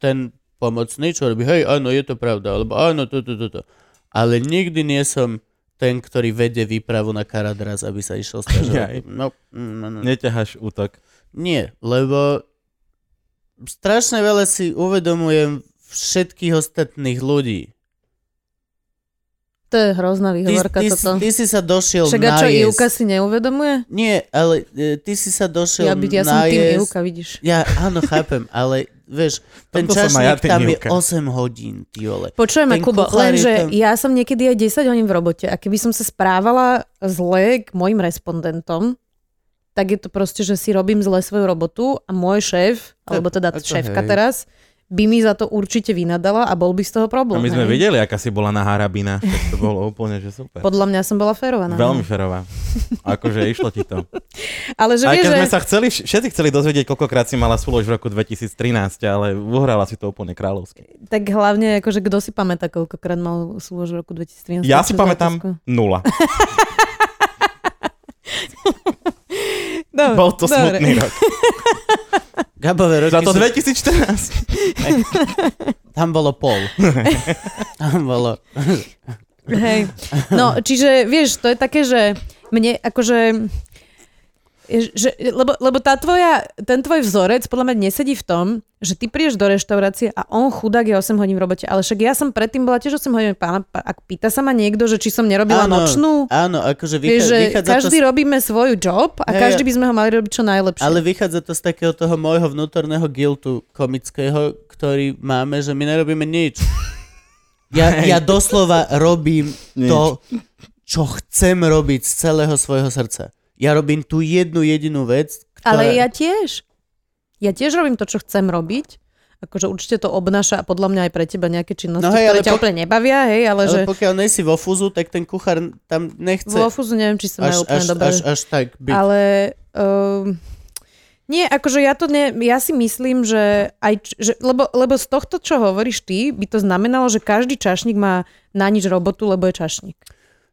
S2: ten pomocný, čo robí, hej, áno, je to pravda, alebo áno, toto, toto. Ale nikdy nie som ten, ktorý vedie výpravu na Karadras, aby sa išiel
S1: Jaj.
S2: stiažovať. No, no, no.
S1: Neťaháš útok.
S2: Nie, lebo strašne veľa si uvedomujem všetkých ostatných ľudí.
S3: To je hrozná
S2: Ty,
S3: výhovorka
S2: ty,
S3: toto.
S2: ty si sa došiel
S3: Však a čo,
S2: najesť.
S3: Ivka si neuvedomuje?
S2: Nie, ale e, ty si sa došiel
S3: Ja, by, ja som
S2: najesť.
S3: tým Ivka, vidíš.
S2: Ja, áno, chápem, ale vieš, ten
S1: Tomto som aj ja
S2: čašník
S1: tým
S2: tam je
S1: Ivka.
S2: 8 hodín, ty vole.
S3: Počujem
S2: Ten
S3: ma, Kubo,
S2: kuchár je
S3: lenže
S2: tam-
S3: ja som niekedy aj 10 hodín v robote a keby som sa správala zle k mojim respondentom, tak je to proste, že si robím zle svoju robotu a môj šéf, alebo teda
S2: ako
S3: šéfka
S2: hej.
S3: teraz, by mi za to určite vynadala a bol by z toho
S1: A
S3: problém.
S1: my sme
S3: hej?
S1: videli, aká si bola na harabinách, tak to bolo úplne, že super.
S3: Podľa mňa som bola férovaná.
S1: Veľmi ferová. Akože išlo ti to.
S3: Ale že
S1: Aj
S3: vieš,
S1: keď
S3: že...
S1: sme sa chceli, všetci chceli dozvedieť, koľkokrát si mala súlož v roku 2013, ale uhrala si to úplne kráľovsky.
S3: Tak hlavne, akože kto si pamätá, koľkokrát mal súlož v roku 2013?
S1: Ja si
S3: Zlatú zlatosku?
S1: pamätám nula.
S3: Dobre,
S1: Bol to
S3: dobre.
S1: smutný rok.
S2: Gabové roky
S1: Za to
S2: sú-
S1: 2014.
S2: tam bolo pol. tam bolo...
S3: Hej. No, čiže vieš, to je také, že mne akože... Že, lebo, lebo tá tvoja, ten tvoj vzorec podľa mňa nesedí v tom, že ty prídeš do reštaurácie a on chudák je 8 hodín v robote. Ale však ja som predtým bola tiež 8 hodín. Pána, pá- ak pýta sa ma niekto, že či som nerobila nočnú.
S2: áno, akože
S3: Vieš,
S2: vychá,
S3: že
S2: vychádza to
S3: každý
S2: z,
S3: robíme svoju job a
S2: Hej,
S3: každý
S2: ja-
S3: by sme ho mali robiť čo najlepšie.
S2: Ale vychádza to z takého toho môjho vnútorného guiltu komického, ktorý máme, že my nerobíme nič. Ja, ja doslova robím to, čo chcem robiť z celého svojho srdca. Ja robím tú jednu jedinú vec, ktorá...
S3: Ale ja tiež. Ja tiež robím to, čo chcem robiť. Akože určite to obnáša a podľa mňa aj pre teba nejaké
S2: No
S3: činnosti, no,
S2: hej,
S3: hej, ktoré
S2: ale
S3: ťa
S2: pok-
S3: úplne nebavia, hej, ale, ale že
S2: Ale pokiaľ nejsi vo fuzu, tak ten kuchár tam nechce
S3: vo fuzu neviem, či sa majú
S2: až,
S3: úplne
S2: až,
S3: dobre.
S2: až, až tak byť. Ale...
S3: Ale um, nie, akože ja to ne, ja si myslím, že aj, č- že, lebo, lebo z tohto, čo hovoríš ty, by to znamenalo, že každý čašník má na nič robotu, lebo je čašník.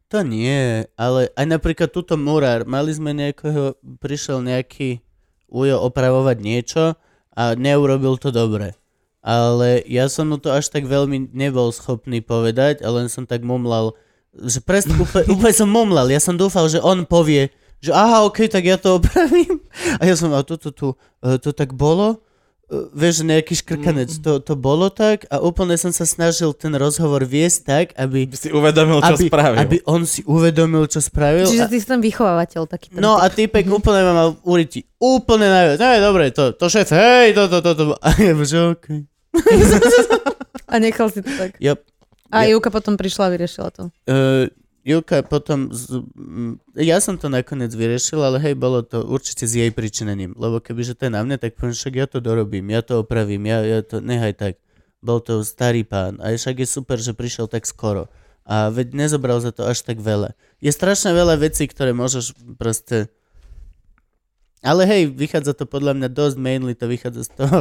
S2: To nie, ale aj napríklad túto murár, mali sme nejakého, prišiel nejaký ujo opravovať niečo a neurobil to dobre. Ale ja som mu to až tak veľmi nebol schopný povedať, ale len som tak mumlal, že presne, úplne, úplne som mumlal, ja som dúfal, že on povie, že aha, ok, tak ja to opravím. A ja som, a toto tu, e, to tak bolo? E, Vieš, nejaký škrkanec, to, to bolo tak? A úplne som sa snažil ten rozhovor viesť tak, aby
S1: By si uvedomil, čo
S2: aby,
S1: spravil.
S2: aby on si uvedomil, čo spravil. No a,
S3: Čiže ty Mhm. si ten vychovávateľ taký. Ten
S2: no a týpek úplne ma mal uriti. Úplne najviac. Ne, dobre, to, to šéf, hej, to, to, to, to. A ja že okej.
S3: A nechal si to tak.
S2: Ja,
S3: A Juka potom prišla a vyriešila to.
S2: uh, Julka potom... Z, mm, ja som to nakoniec vyriešil, ale hej, bolo to určite s jej pričinením. Lebo kebyže to je na mne, tak poviem, však ja to dorobím, ja to opravím, ja, ja to... Nehaj tak. Bol to starý pán. A však je super, že prišiel tak skoro. A veď nezobral za to až tak veľa. Je strašne veľa vecí, ktoré môžeš proste... Ale hej, vychádza to podľa mňa dosť, mainly to vychádza z toho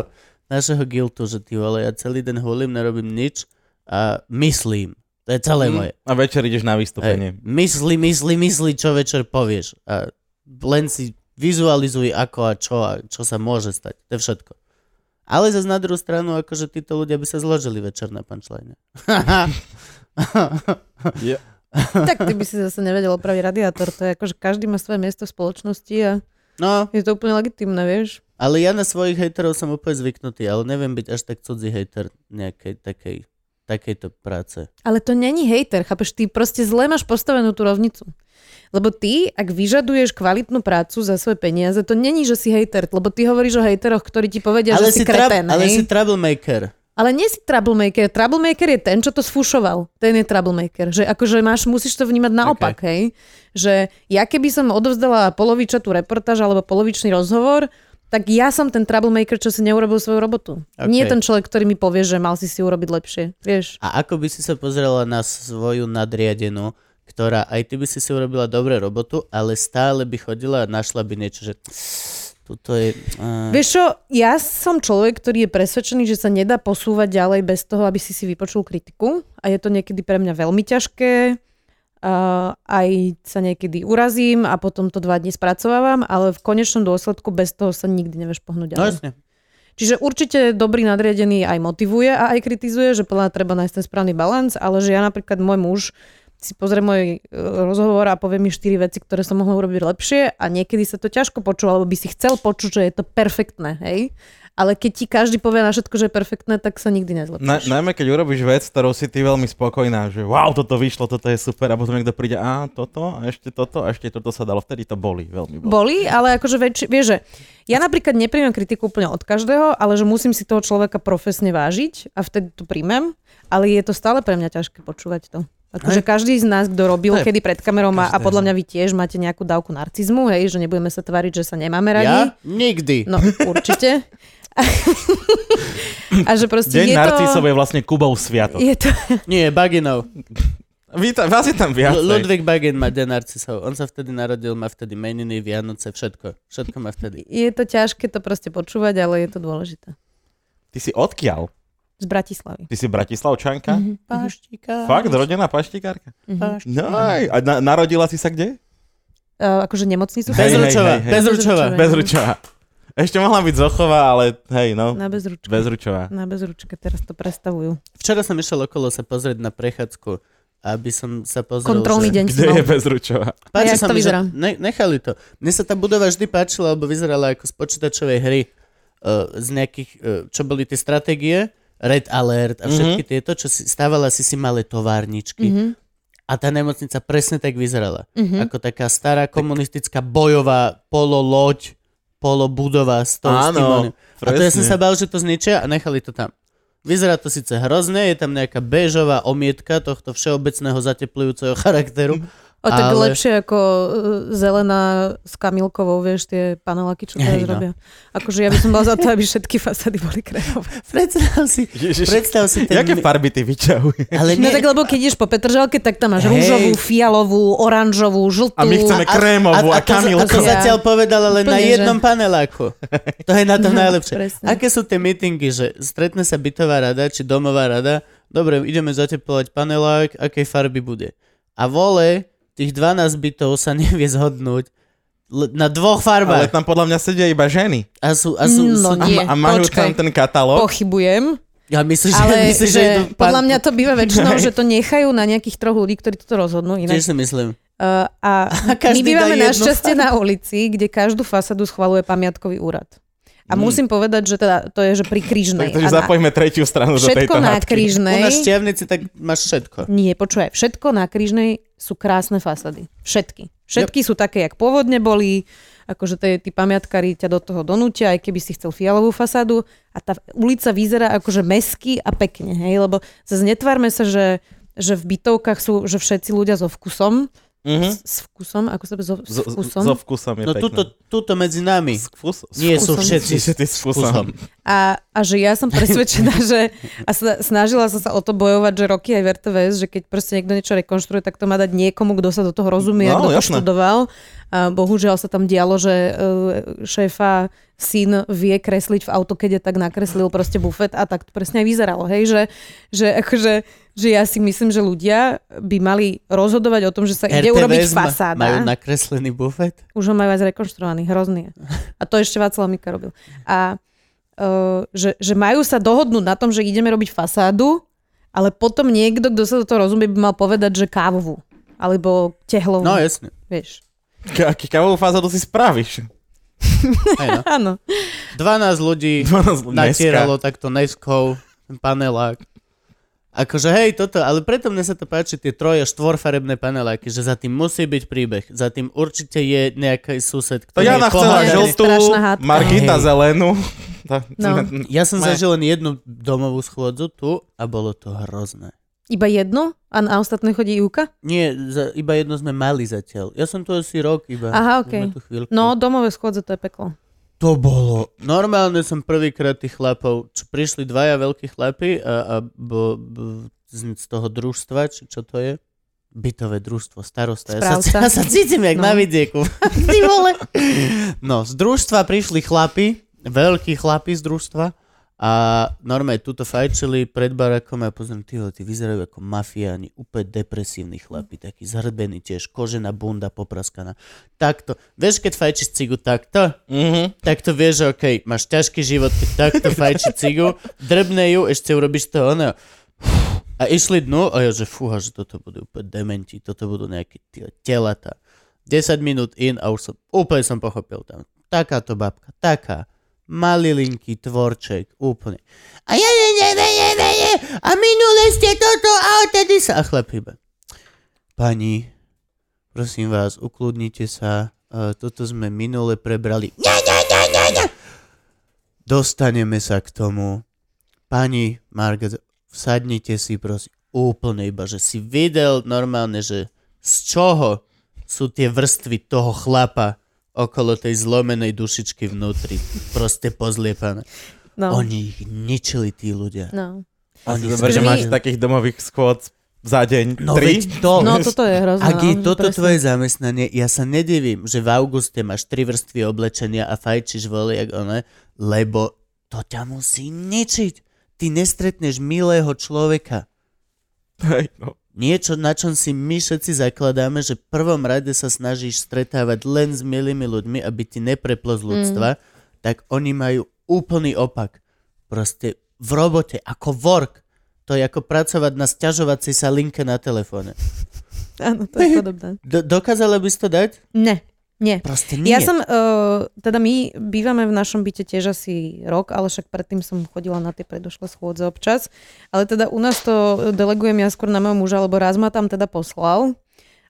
S2: našeho guiltu, že ty vole, ja celý den hulím, nerobím nič a myslím. To je celé moje.
S1: Mm. A večer ideš na
S2: Hej,
S1: vystúpenie.
S2: mysli, mysli, mysli, čo večer povieš. A len si vizualizuj ako a čo a čo sa môže stať. To je všetko. Ale zase na druhú stranu, akože títo ľudia by sa zložili večer na punchline.
S1: Je-
S3: Tak ty by si zase nevedel opraviť radiátor. To je ako, že každý má svoje miesto v spoločnosti a
S2: No,
S3: je to úplne legitimné, vieš.
S2: ale ja na svojich hejterov som úplne zvyknutý, ale neviem byť až tak cudzí hejter nejakej takej, takejto práce.
S3: Ale to není hejter, chápeš? Ty proste zle máš postavenú tú rovnicu. Lebo ty, ak vyžaduješ kvalitnú prácu za svoje peniaze, to není, že si hejter, lebo ty hovoríš o hejteroch, ktorí ti povedia,
S2: ale,
S3: že si
S2: trab-
S3: kreten.
S2: ale
S3: hej?
S2: si troublemaker.
S3: Ale nie si troublemaker. Troublemaker je ten, čo to sfušoval. Ten je troublemaker. Že akože máš, musíš to vnímať naopak, okay. hej? Že ja keby som odovzdala polovičatú reportáž alebo polovičný rozhovor, tak ja som ten troublemaker, čo si neurobil svoju robotu.
S2: Okay.
S3: Okay. Nie ten človek, ktorý mi povie, že mal si si urobiť lepšie. Vieš?
S2: A ako by si sa pozrela na svoju nadriadenú, ktorá aj ty by si si urobila dobré robotu, ale stále by chodila a našla by niečo, že tuto je... Uh,
S3: Vieš čo, ja som človek, ktorý je presvedčený, že sa nedá posúvať ďalej bez toho, aby si si vypočul kritiku a je to niekedy pre mňa veľmi ťažké. Uh, aj sa niekedy urazím a potom to dva dní spracovávam, ale v konečnom dôsledku bez toho sa nikdy nevieš
S2: no
S3: pohnúť ďalej.
S2: jasne.
S3: Čiže určite dobrý nadriadený aj motivuje a aj kritizuje, že podľa mňa treba nájsť ten správny balans, ale že ja napríklad môj muž si pozrie môj e, rozhovor a povie mi štyri veci, ktoré som mohla urobiť lepšie a niekedy sa to ťažko počúva, lebo by si chcel počuť, že je to perfektné, hej? Ale keď ti každý povie na všetko, že je perfektné, tak sa nikdy nezlepšíš.
S1: Na, najmä keď urobíš vec, ktorou si ty veľmi spokojná, že wow, toto vyšlo, toto je super, a potom niekto príde, a toto, a ešte toto, a ešte toto sa dalo, vtedy to boli, veľmi boli.
S3: Boli, ale akože väčši, vieš, že ja napríklad nepríjmem kritiku úplne od každého, ale že musím si toho človeka profesne vážiť a vtedy to príjmem, ale je to stále pre mňa ťažké počúvať to. Akože každý z nás, kto robil,
S1: Hej.
S3: kedy pred kamerou má, a
S1: Každého.
S3: podľa mňa vy tiež máte nejakú dávku narcizmu, hej, že nebudeme sa tváriť, že sa nemáme
S2: Ja?
S3: radi.
S2: Nikdy.
S3: No určite. A že proste
S1: Deň
S3: je to...
S1: narcisov je vlastne Kubov sviatok.
S3: Je to...
S2: Nie, Baginov.
S1: Víta, vás je tam viacej.
S2: L- Ludvík Bagin má Den narcisov. On sa vtedy narodil, má vtedy meniny, Vianoce, všetko. Všetko má vtedy.
S3: Je to ťažké to proste počúvať, ale je to dôležité.
S1: Ty si odkiaľ?
S3: Z Bratislavy. E,
S1: Ty si bratislavčanka?
S3: Mhm.
S2: Paštika.
S1: Fakt, rodená paštikárka?
S3: Mhm.
S1: No, aj. a na, narodila si sa kde?
S3: Uh, akože nemocnicu.
S1: Hej, hej,
S2: Bezručová,
S1: hej, hej.
S2: bezručová.
S3: Bezručová.
S1: Bezručová. Ešte mohla byť Zochová, ale hej, no.
S3: Na bezručke.
S1: Bezručová.
S3: Na bezručke teraz to prestavujú.
S2: Včera som išiel okolo sa pozrieť na prechádzku, aby som sa pozrel.
S3: Kontrolný
S2: že...
S3: deň
S1: Kde
S3: som
S1: je
S3: mal.
S1: Bezručová?
S3: A
S2: Páči
S3: jak
S2: sa
S3: to
S2: mi, že
S3: vyzerá?
S2: Ne, nechali to. Mne sa tá budova vždy páčila, lebo vyzerala ako z počítačovej hry uh, z nejakých, uh, čo boli tie stratégie, Red Alert a všetky
S1: Mhm.
S2: tieto, čo si, stávala si si malé továrničky.
S3: Mhm.
S2: A tá nemocnica presne tak vyzerala.
S3: Mhm.
S2: Ako taká stará komunistická bojová pololoď, polobudova s tou s tým oným.
S1: Áno,
S2: A to ja som
S1: presne.
S2: sa bál, že to zničia a nechali to tam. Vyzerá to síce hrozne, je tam nejaká béžová omietka tohto všeobecného zateplujúceho charakteru.
S3: O
S2: Ale-
S3: tak ale... lepšie ako uh, zelená s kamilkovou, vieš, tie paneláky, čo teraz
S2: Hej, no.
S3: robia. Akože ja by som bola za to, aby všetky fasády boli krémové.
S2: Predstav si,
S1: Ježiš.
S2: predstav si ten...
S1: Jaké farby ty vyťahuje?
S2: ale
S3: No
S2: nie,
S3: tak lebo keď ideš po Petržalke, tak tam máš
S2: Hej.
S3: rúžovú, fialovú, oranžovú, žltú.
S1: A my chceme krémovú a,
S2: to- A to
S1: kamilkovú.
S3: za-
S2: zatiaľ povedala len na
S3: Úplne, že-
S2: jednom paneláku. To je na tom najlepšie.
S3: presne.
S2: Aké sú tie meetingy, že stretne sa bytová rada či domová rada, dobre, ideme zateplovať panelák, akej farby bude. A vole, tých 12 bytov sa nevie zhodnúť l- na dvoch
S1: Ale
S2: farbách.
S1: tam podľa mňa sedia iba ženy.
S2: A sú, a sú, sú
S3: No
S1: A,
S3: Nie,
S1: ma- a majú tam
S3: počkaj.
S1: ten katalóg.
S3: Pochybujem,
S2: ja myslím, že,
S3: ale
S2: myslím, že,
S3: že
S2: idú pan-
S3: podľa mňa to býva väčšinou, že to nechajú na nejakých troch ľudí, ktorí toto rozhodnú
S2: Tiež
S3: inak.
S2: si myslím.
S3: Uh, a my
S2: každý dá
S3: bývame
S2: jednu
S3: našťastie na ulici, kde každú fasadu schvaluje pamiatkový úrad. A
S2: Hmm.
S3: musím povedať, že teda to je, že pri Krížnej.
S1: Takže
S3: A na-
S1: zapojme tretiu stranu do
S3: všetko
S1: tejto
S3: na
S1: hádky.
S2: U
S3: Krížnej.
S2: nás v Štiavnici tak máš všetko.
S3: Nie, počúvaj, všetko na Krížnej sú krásne fasady. Všetky. Všetky sú také, jak pôvodne boli, akože tie, tí pamiatkári ťa do toho donútia, aj keby si chcel fialovú fasádu a tá ulica vyzerá akože mesky a pekne, hej, lebo zase netvárme sa, že, že v bytovkách sú, že všetci ľudia so vkusom,
S1: Mhm.
S3: s, s vkusom, ako sa to so, s
S1: So,
S3: vkusom.
S1: so vkusom je
S2: No
S1: pekné.
S2: tuto, tuto medzi nami.
S1: S vkus- s
S2: Nie
S1: vkus-
S2: sú
S3: vkusom.
S2: všetci
S1: Čiže ty s vkusom.
S3: A, a že ja som presvedčená, že a sna- snažila som sa o to bojovať, že roky aj v RTVS, že keď proste niekto niečo rekonštruuje, tak to má dať niekomu, kto sa do toho rozumie,
S1: No,
S3: no, kto to
S1: jasné.
S3: študoval. A bohužiaľ sa tam dialo, že eh, šéfa syn vie kresliť v autokede, tak nakreslil proste bufet a tak to presne aj vyzeralo. Hej, že, že akože že ja si myslím, že ľudia by mali rozhodovať o tom, že sa ide urobiť
S2: RTVS ma-
S3: fasáda.
S2: Majú nakreslený bufet?
S3: Už ho majú aj zrekonštruovaný, hrozný je. A to ešte Václav Mika robil. A uh, že, že majú sa dohodnúť na tom, že ideme robiť fasádu, ale potom niekto, kto sa do toho rozumie, by mal povedať, že kávovú. Alebo tehlovú.
S2: No jasne.
S3: Vieš.
S1: Ka- aký Kávovú fázadu si spravíš?
S2: Hej, no.
S3: Áno.
S2: 12 ľudí
S1: 12 ľudí
S2: natieralo takto neskou, ten panelák. Akože hej, toto, ale preto mne sa to páči, tie troje štvorfarebné paneláky, že za tým musí byť príbeh, za tým určite je nejaký
S1: To
S2: sused, ktorý je
S1: Jana chcela
S2: pohľadaný.
S3: žl-
S1: žltú,
S3: Strašná hádka.
S1: Margita
S2: Hej.
S1: zelenú. Tá-
S3: No.
S2: Ja som
S1: Ne.
S2: zažil len jednu domovú schôdzu tu a bolo to hrozné.
S3: Iba jednu? A na ostatné chodí Juka?
S2: Nie, za, iba jedno sme mali zatiaľ. Ja som tu asi rok iba.
S3: Aha,
S2: Sme
S3: okej.
S2: tu chvíľku.
S3: No, domové schôdze, to je peklo.
S2: To bolo. Normálne som prvýkrát tých chlapov, čo prišli dvaja veľkí chlapi a, a bo, bo, z, z toho družstva, či čo to je? Bytové družstvo, starosta. Ja sa,
S3: Správca.
S2: ja sa cítim jak
S3: No.
S2: na vidieku. Ty vole. No, z družstva prišli chlapi, veľkí chlapi z družstva a normálne tuto fajčili pred barakom a pozriem, ty vole, tí vyzerajú ako mafiáni, úplne depresívni chlapi, takí zhrbený tiež, kožená bunda popraskaná. Takto. Vieš, keď fajčíš cigu takto,
S1: Mhm.
S2: tak to vieš, že okej, máš ťažký život, keď takto fajči cigu, drbne ju, ešte urobíš to ono. A išli dnu a ja, že fúha, že toto budú úplne dementi, toto budú nejaké tie telata. 10 minút in a už som, úplne som pochopil tam. Takáto babka, taká. Malilinký tvorček, úplne. A ja, ja, ja, ja, ja, ja, ja, a minule ste toto a odtedy sa. A chlap iba. Pani, prosím vás, ukludnite sa. E, Toto sme minule prebrali. Ňa, ňa, ňa, ňa, ňa. Dostaneme sa k tomu. Pani Margaret, vsadnite si prosím úplne iba, že si videl normálne, že z čoho sú tie vrstvy toho chlapa okolo tej zlomenej dušičky vnútri. Proste pozliepané.
S3: No.
S2: Oni ich ničili tí ľudia.
S3: No.
S1: Oni
S2: Oni
S1: Dobre, že
S3: Vy-
S1: máš takých domových schôd za deň.
S2: No
S1: Tri?
S2: veď to.
S3: no toto je hrozné.
S2: Ak je
S3: no,
S2: toto
S3: presne.
S2: tvoje zamestnanie, ja sa nedivím, že v auguste máš tri vrstvy oblečenia a fajčíš voli, jak one, lebo to ťa musí ničiť. Ty nestretneš milého človeka.
S1: Hej, no.
S2: Niečo, na čom si my všetci zakladáme, že v prvom rade sa snažíš stretávať len s milými ľuďmi, aby ti nepreplo z
S3: Mm.
S2: ľudstva, tak oni majú úplný opak. Proste v robote, ako work. To je ako pracovať na sťažovacej sa linke na telefóne.
S3: Áno, to je podobné.
S2: Do- dokázala by si to dať?
S3: Ne, nie.
S2: Proste nie.
S3: Ja som, uh, teda my bývame v našom byte tiež asi rok, ale však predtým som chodila na tie predošlé schôdze občas. Ale teda u nás to delegujem ja skôr na môjho muža, lebo raz ma tam teda poslal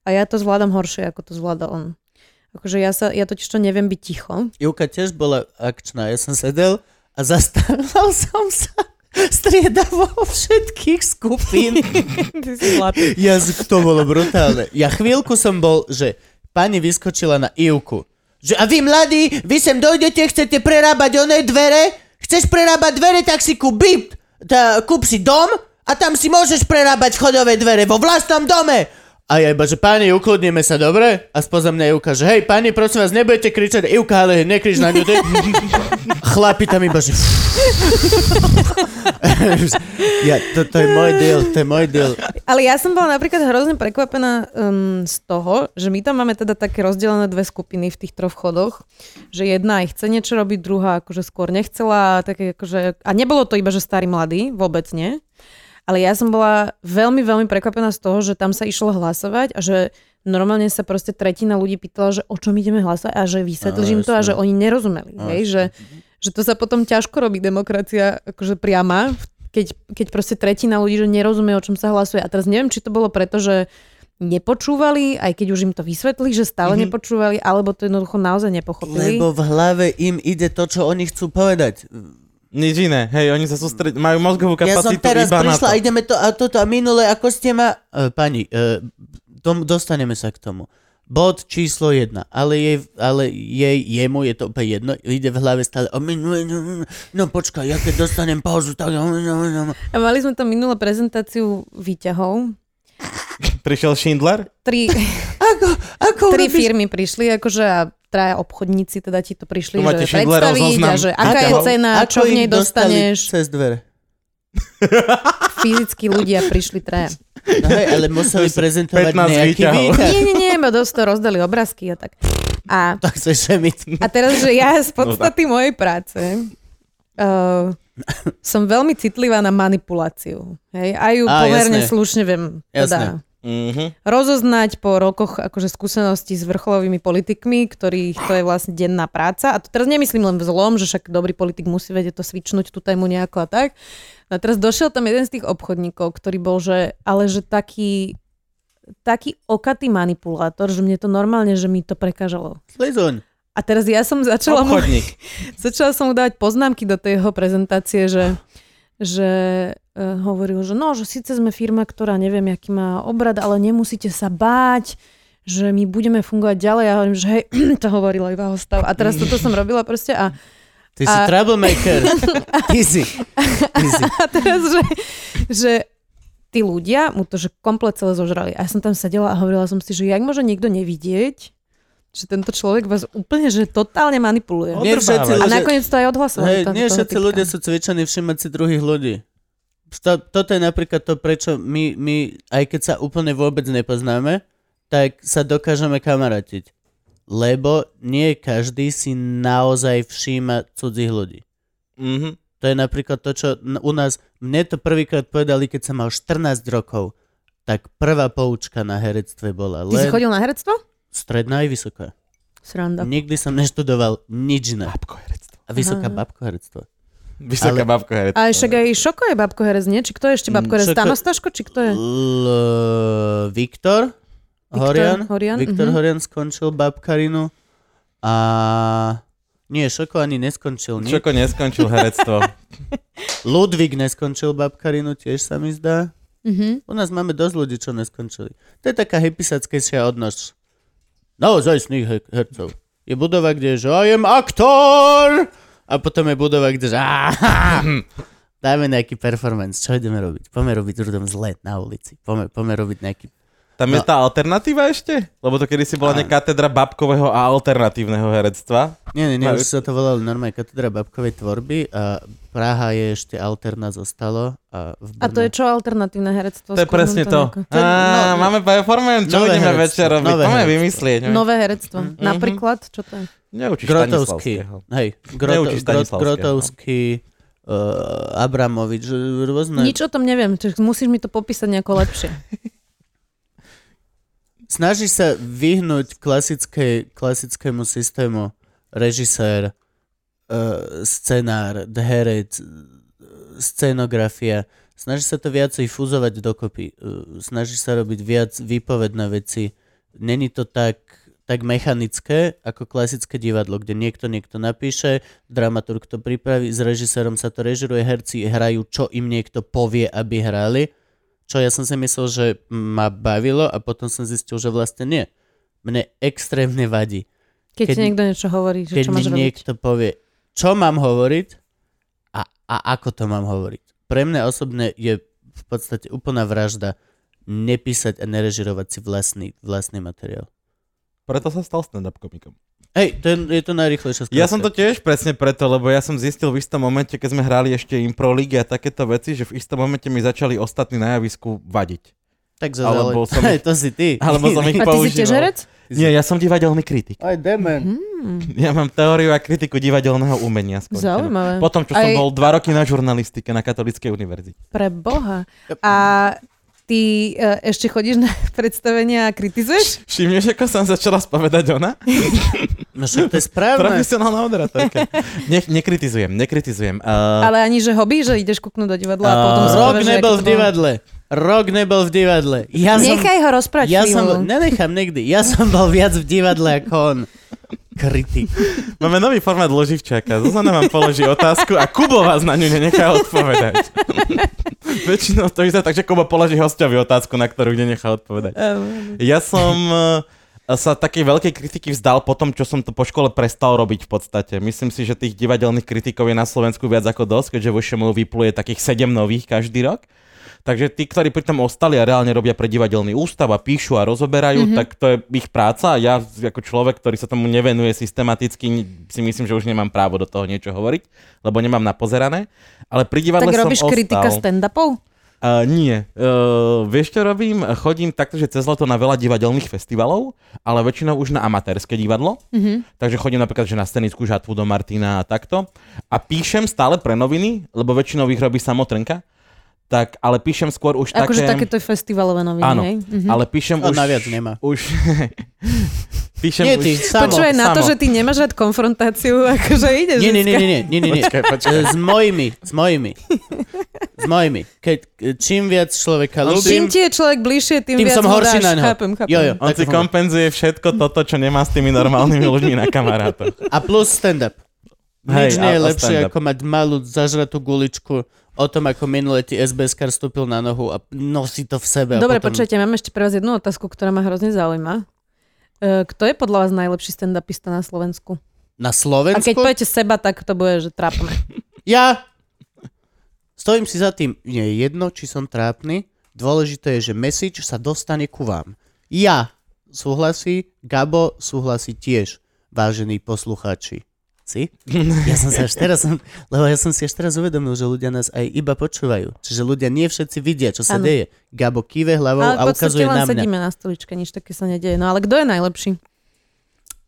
S3: a ja to zvládam horšie, ako to zvláda on. Akože ja, sa, ja totiž to neviem byť ticho.
S2: Juka tiež bola akčná. Ja som sedel a zastával som sa striedavo všetkých skupín.
S3: Ty si zlatý.
S2: Ja, z- to bolo brutálne. Ja chvíľku som bol, že pani vyskočila na Ivku. Že a vy mladí, vy sem dojdete, chcete prerábať oné dvere? Chceš prerábať dvere, tak si kúp byt. Tá, kúp si dom a tam si môžeš prerábať chodové dvere vo vlastnom dome. A ja iba, že páni, ukludnime sa, dobre? A spoza mňa Ivka, že hej, páni, prosím vás, nebudete kričať, Ivka, ale nekrič na ľudí. Chlapi tam iba, že... ja, to, to je môj deal, to je môj deal.
S3: Ale ja som bola napríklad hrozne prekvapená um, z toho, že my tam máme teda také rozdelené dve skupiny v tých troch chodoch, že jedna aj chce niečo robiť, druhá akože skôr nechcela, také akože, a nebolo to iba, že starý mladý, vôbec nie. Ale ja som bola veľmi, veľmi prekvapená z toho, že tam sa išlo hlasovať a že normálne sa proste tretina ľudí pýtala, že o čom ideme hlasovať a že vysvetlím
S2: Áno,
S3: to a
S2: No, jasné. No, Mhm.
S3: že oni nerozumeli. Hej, že, že to sa potom ťažko robí demokracia akože priama, keď, keď proste tretina ľudí že nerozumie, o čom sa hlasuje. A teraz neviem, či to bolo preto, že nepočúvali, aj keď už im to vysvetli, že stále mm-hmm. nepočúvali, alebo to jednoducho naozaj nepochopili.
S2: Mhm. Lebo v hlave im ide to, čo oni chcú povedať.
S1: Nič iné. Hej, oni sa sústredia, majú mozgovú
S2: Ja som
S1: kapacitu
S2: teraz
S1: iba na to.
S2: prišla a ideme to a toto a minule, ako ste ma... E, pani, e, dom, dostaneme sa k tomu. Bod číslo jedna, ale, jej, ale jej, jemu je to úplne jedno, ide v hlave stále, o, minule, no, no, no počkaj, ja keď dostanem pauzu, tak... No, no, no.
S3: A mali sme tam minulú prezentáciu výťahov.
S1: Prišiel Schindler?
S3: Tri,
S2: Ako, ako
S3: tri
S2: urobíš-
S3: firmy prišli, akože a traja obchodníci teda ti to
S1: Tu
S3: prišli,
S1: máte
S3: že
S1: Schindlerov
S3: predstaviť
S1: zoznam.
S3: a že aká je
S1: Ako-
S3: cena,
S2: ako
S3: čo v
S2: ich
S3: nej
S2: dostali
S3: dostaneš.
S2: cez dvere?
S3: Fyzicky ľudia prišli traja.
S2: No, hej, ale museli prezentovať
S1: 15
S2: nejaký
S1: výťahov.
S2: výťah.
S3: Nie, nie, nie, ma dosť to rozdali obrázky a tak. A
S2: Tak sa šemiť.
S3: A teraz, že ja z podstaty mojej práce uh, som veľmi citlivá na manipuláciu. Hej? A ju
S2: Á,
S3: pomerne
S2: jasné.
S3: slušne viem teda
S1: Mhm.
S3: rozoznať po rokoch akože skúsenosti s vrcholovými politikmi, ktorých to je vlastne denná práca. A to teraz nemyslím len v zlom, že však dobrý politik musí vedieť to svičnúť tú tému nejako a tak. No a teraz došiel tam jeden z tých obchodníkov, ktorý bol, že ale že taký taký okatý manipulátor, že mne to normálne, že mi to prekážalo.
S2: Slizuň.
S3: A teraz ja som začala mu
S1: Obchodník.
S3: Začala som mu dávať poznámky do tej jeho prezentácie, že, že e, hovoril, že no, že síce sme firma, ktorá neviem, aký má obrad, ale nemusíte sa báť, že my budeme fungovať ďalej. Ja hovorím, že hej, to hovorila iba hostav. A teraz toto som robila proste a,
S2: Ty si
S3: A-
S2: troublemaker. Ty si. Ty si.
S3: a teraz, že, že tí ľudia mu to že komplet celé zožrali. A ja som tam sedela a hovorila som si, že jak môže niekto nevidieť, že tento človek vás úplne, že totálne manipuluje.
S1: Nie všetci
S3: A
S1: ľudia-
S3: nakoniec to aj odhlasovali.
S2: hej,
S3: to-
S2: nie
S3: toho
S2: všetci
S3: typka.
S2: ľudia sú cvičení všimať si druhých ľudí. To, toto je napríklad to, prečo my, my, aj keď sa úplne vôbec nepoznáme, tak sa dokážeme kamarátiť. Lebo nie každý si naozaj všíma cudzích ľudí.
S1: Mhm.
S2: To je napríklad to, čo n- u nás, mne to prvýkrát povedali, keď som mal 14 rokov, tak prvá poučka na herectve bola
S3: Ty
S2: len
S3: si chodil na herectvo?
S2: stredná aj vysoká.
S3: Sranda.
S2: Nikdy som neštudoval nič iné.
S1: Babko herectvo.
S2: A vysoká
S3: Aha.
S2: babko herectvo.
S1: Vysoká
S2: Ale-
S1: babko herectvo.
S3: A však aj Šoko je babko herec, nie? Či kto je
S2: Mm,
S3: ešte babko herec?
S2: Šoko-
S3: Stano Staško, či kto je?
S2: L- Viktor Horian.
S3: Horian,
S2: Viktor
S3: mhm.
S2: Horian skončil babkarinu a nie, Šoko ani neskončil. Nie.
S1: Čoko neskončil herectvo.
S2: Ludvík neskončil babkarinu, tiež sa mi zdá.
S3: Mhm.
S2: U nás máme dosť ľudí, čo neskončili. To je taká hypisackejšia odnož. Naozaj sných hercov. Je budova, kde je, že I am aktor! A potom je budova, kde že... "Áá, Dáme nejaký performance. Čo ideme robiť? Poďme robiť ľuďom zle na ulici. Poďme, poďme robiť nejaký...
S1: Tam je
S2: No.
S1: tá alternatíva ešte? Lebo to kedysi bola nejaká katedra babkového a alternatívneho herectva.
S2: Nie, nie, nie,
S1: Majú-
S2: už sa to volalo normálne katedra babkovej tvorby a Praha je ešte alterna zostalo. A, v
S3: A to je
S2: Brne-
S3: čo alternatívne herectvo?
S1: To je
S3: Skúmam
S1: presne to.
S3: nejako.
S1: Á, máme performance, čo
S2: nové
S1: budeme
S2: herectvo,
S1: večer robiť?
S2: nové
S1: Poďme
S2: herectvo.
S1: vymyslieť. ne?
S3: Nové herectvo.
S1: Mhm.
S3: Napríklad, čo to je?
S1: Neučíš
S2: Grotovský.
S1: Stanislavského.
S2: Hej, Groto,
S1: Neučíš
S2: Grot,
S1: Stanislavského,
S2: Grotovský, uh, Abramovič, rôzne...
S3: Nič o tom neviem, čiže musíš mi to popísať nejako lepšie.
S2: snaží sa vyhnúť klasickej, klasickému systému režisér, uh, scenár, herec, eh, scenografia. Snaží sa to viacej fúzovať dokopy. Uh, snaží sa robiť viac výpovedné veci. Není to tak, tak mechanické ako klasické divadlo, kde niekto niekto napíše, dramaturg to pripraví, s režisérom sa to režiruje, herci hrajú, čo im niekto povie, aby hrali čo ja som si myslel, že ma bavilo a potom som zistil, že vlastne nie. Mne extrémne vadí,
S3: Keď,
S2: Keď-
S3: ti niekto niečo hovorí, že
S2: keď
S3: čo
S2: mi
S3: máš robiť.
S2: niekto povie, čo mám hovoriť a, a ako to mám hovoriť. Pre mňa osobne je v podstate úplná vražda nepísať a nerežirovať si vlastný, vlastný materiál.
S1: Preto sa stal stand-up komikom.
S2: Hej, to je, je to najrychlejšia skrátka.
S1: Ja som to tiež presne preto, lebo ja som zistil v istom momente, keď sme hrali ešte impro ligy a takéto veci, že v istom momente mi začali ostatní na javisku vadiť.
S2: Tak zazal,
S1: alebo som-
S2: Hej, to si ty.
S1: Alebo som ich
S3: A ty si tiež
S1: používal.
S3: herec?
S1: Nie, ja som divadelný kritik.
S2: Aj Demen.
S3: Hmm,
S1: Ja mám teóriu a kritiku divadelného umenia. Skončenú.
S3: zaujímavé.
S1: Potom, čo som
S3: Aj-
S1: bol dva roky na žurnalistike na Katolíckej univerzite.
S3: Pre Boha. A ty e, ešte chodíš na predstavenia a kritizuješ?
S1: Všimneš, ako som začala spovedať ona?
S2: No však to je správne.
S1: Profesionálna moderátorka. Ne, nekritizujem, nekritizujem. Uh,
S3: Ale ani že hobby, že ideš kúknúť do divadla a potom
S2: A,
S3: si
S2: Rok
S3: povieš,
S2: nebol
S3: že aké to
S2: v
S3: bolo.
S2: divadle. Rok nebol v divadle. Ja som
S3: Nechaj ho rozprávať
S2: Ja
S3: chvíľu.
S2: som, nenechám nikdy, ja som bol viac v divadle ako on. Kritik.
S1: máme nový formát loživčáka. Zuzana vám položí otázku a Kubo vás na ňu nenechá odpovedať. Väčšinou to vyzerá tak, že Kubo položí hostovi otázku, na ktorú nenechá odpovedať. Ja som eh, sa takej veľkej kritiky vzdal po tom, čo som to po škole prestal robiť v podstate. Myslím si, že tých divadelných kritikov je na Slovensku viac ako dosť, keďže vo šemu vypluje takých 7 nových každý rok. Takže tí, ktorí pritom ostali a reálne robia pre divadelný ústav a píšu a
S3: Mhm.
S1: rozoberajú, mm-hmm. tak to je ich práca a ja ako človek, ktorý sa tomu nevenuje systematicky, ni- si myslím, že už nemám právo do toho niečo hovoriť, lebo nemám napozerané. Ale pri divadle
S3: Tak
S1: som
S3: robíš
S1: ostal.
S3: kritika stand-upov?
S1: Uh, nie. Uh, vieš, čo robím? Chodím takto, že cez leto na veľa divadelných festivalov, ale väčšinou už na amatérske divadlo.
S3: Mhm.
S1: Mm-hmm. Takže chodím napríklad že na scenickú žatvu do Martina a takto. A píšem stále pre noviny, lebo väčšinou ich robí samotrnka. Tak, ale píšem skôr už
S3: Akože
S1: také...
S3: takéto festivalové noviny,
S1: Áno,
S3: hej? Mhm.
S1: mm-hmm. ale píšem už...
S2: On naviac nemá.
S1: Už... píšem
S2: Nie
S1: už...
S2: ty, samo.
S3: Počúvaj, na to,
S1: samo.
S3: že ty nemáš rád konfrontáciu, akože ideš
S2: Nie, nie, nie,
S3: vždycky.
S2: nie, nie, nie, nie.
S1: Počkaj,
S2: E, S mojimi, s mojimi. S mojimi. Keď, e, čím viac človeka
S1: On
S2: ľúbim,
S3: Čím ti je človek bližšie, tým,
S2: tým
S3: viac
S2: som
S3: mu
S2: horší
S3: dáš.
S2: na ňo.
S3: Chápem, chápem.
S2: Jo, jo.
S1: On si
S2: tak to funguje.
S1: kompenzuje všetko toto, čo nemá s tými normálnymi ľuďmi na kamarátoch.
S2: A plus stand-up. Nič
S1: Hej,
S2: nie
S1: a-
S2: je
S1: a
S2: lepšie,
S1: stand-up.
S2: ako mať malú zažratú guličku o tom, ako minulé ti SBS kar vstúpil na nohu a nosí to v sebe. a
S3: Dobre,
S2: potom...
S3: počujete, mám ešte pre vás jednu otázku, ktorá ma hrozne zaujíma. E, Kto je podľa vás najlepší stand-upista na Slovensku?
S2: Na
S3: A
S2: Slovensku?
S3: keď poviete seba, tak to bude, že trápne.
S2: Ja stojím si za tým, nie je jedno, či som trápny, dôležité je, že message sa dostane ku vám. Ja súhlasí, Gabo súhlasí tiež, vážení poslucháči. Si? Ja som sa až teraz, lebo ja som si až teraz uvedomil, že ľudia nás aj iba počúvajú. Čiže ľudia nie všetci vidia, čo sa
S3: Áno.
S2: deje. Gabo kýve hlavou
S3: Ale
S2: a
S3: v podstate
S2: ukazuje
S3: len
S2: na mňa.
S3: sedíme na stoličke, nič také sa nedeje. No ale kto je najlepší?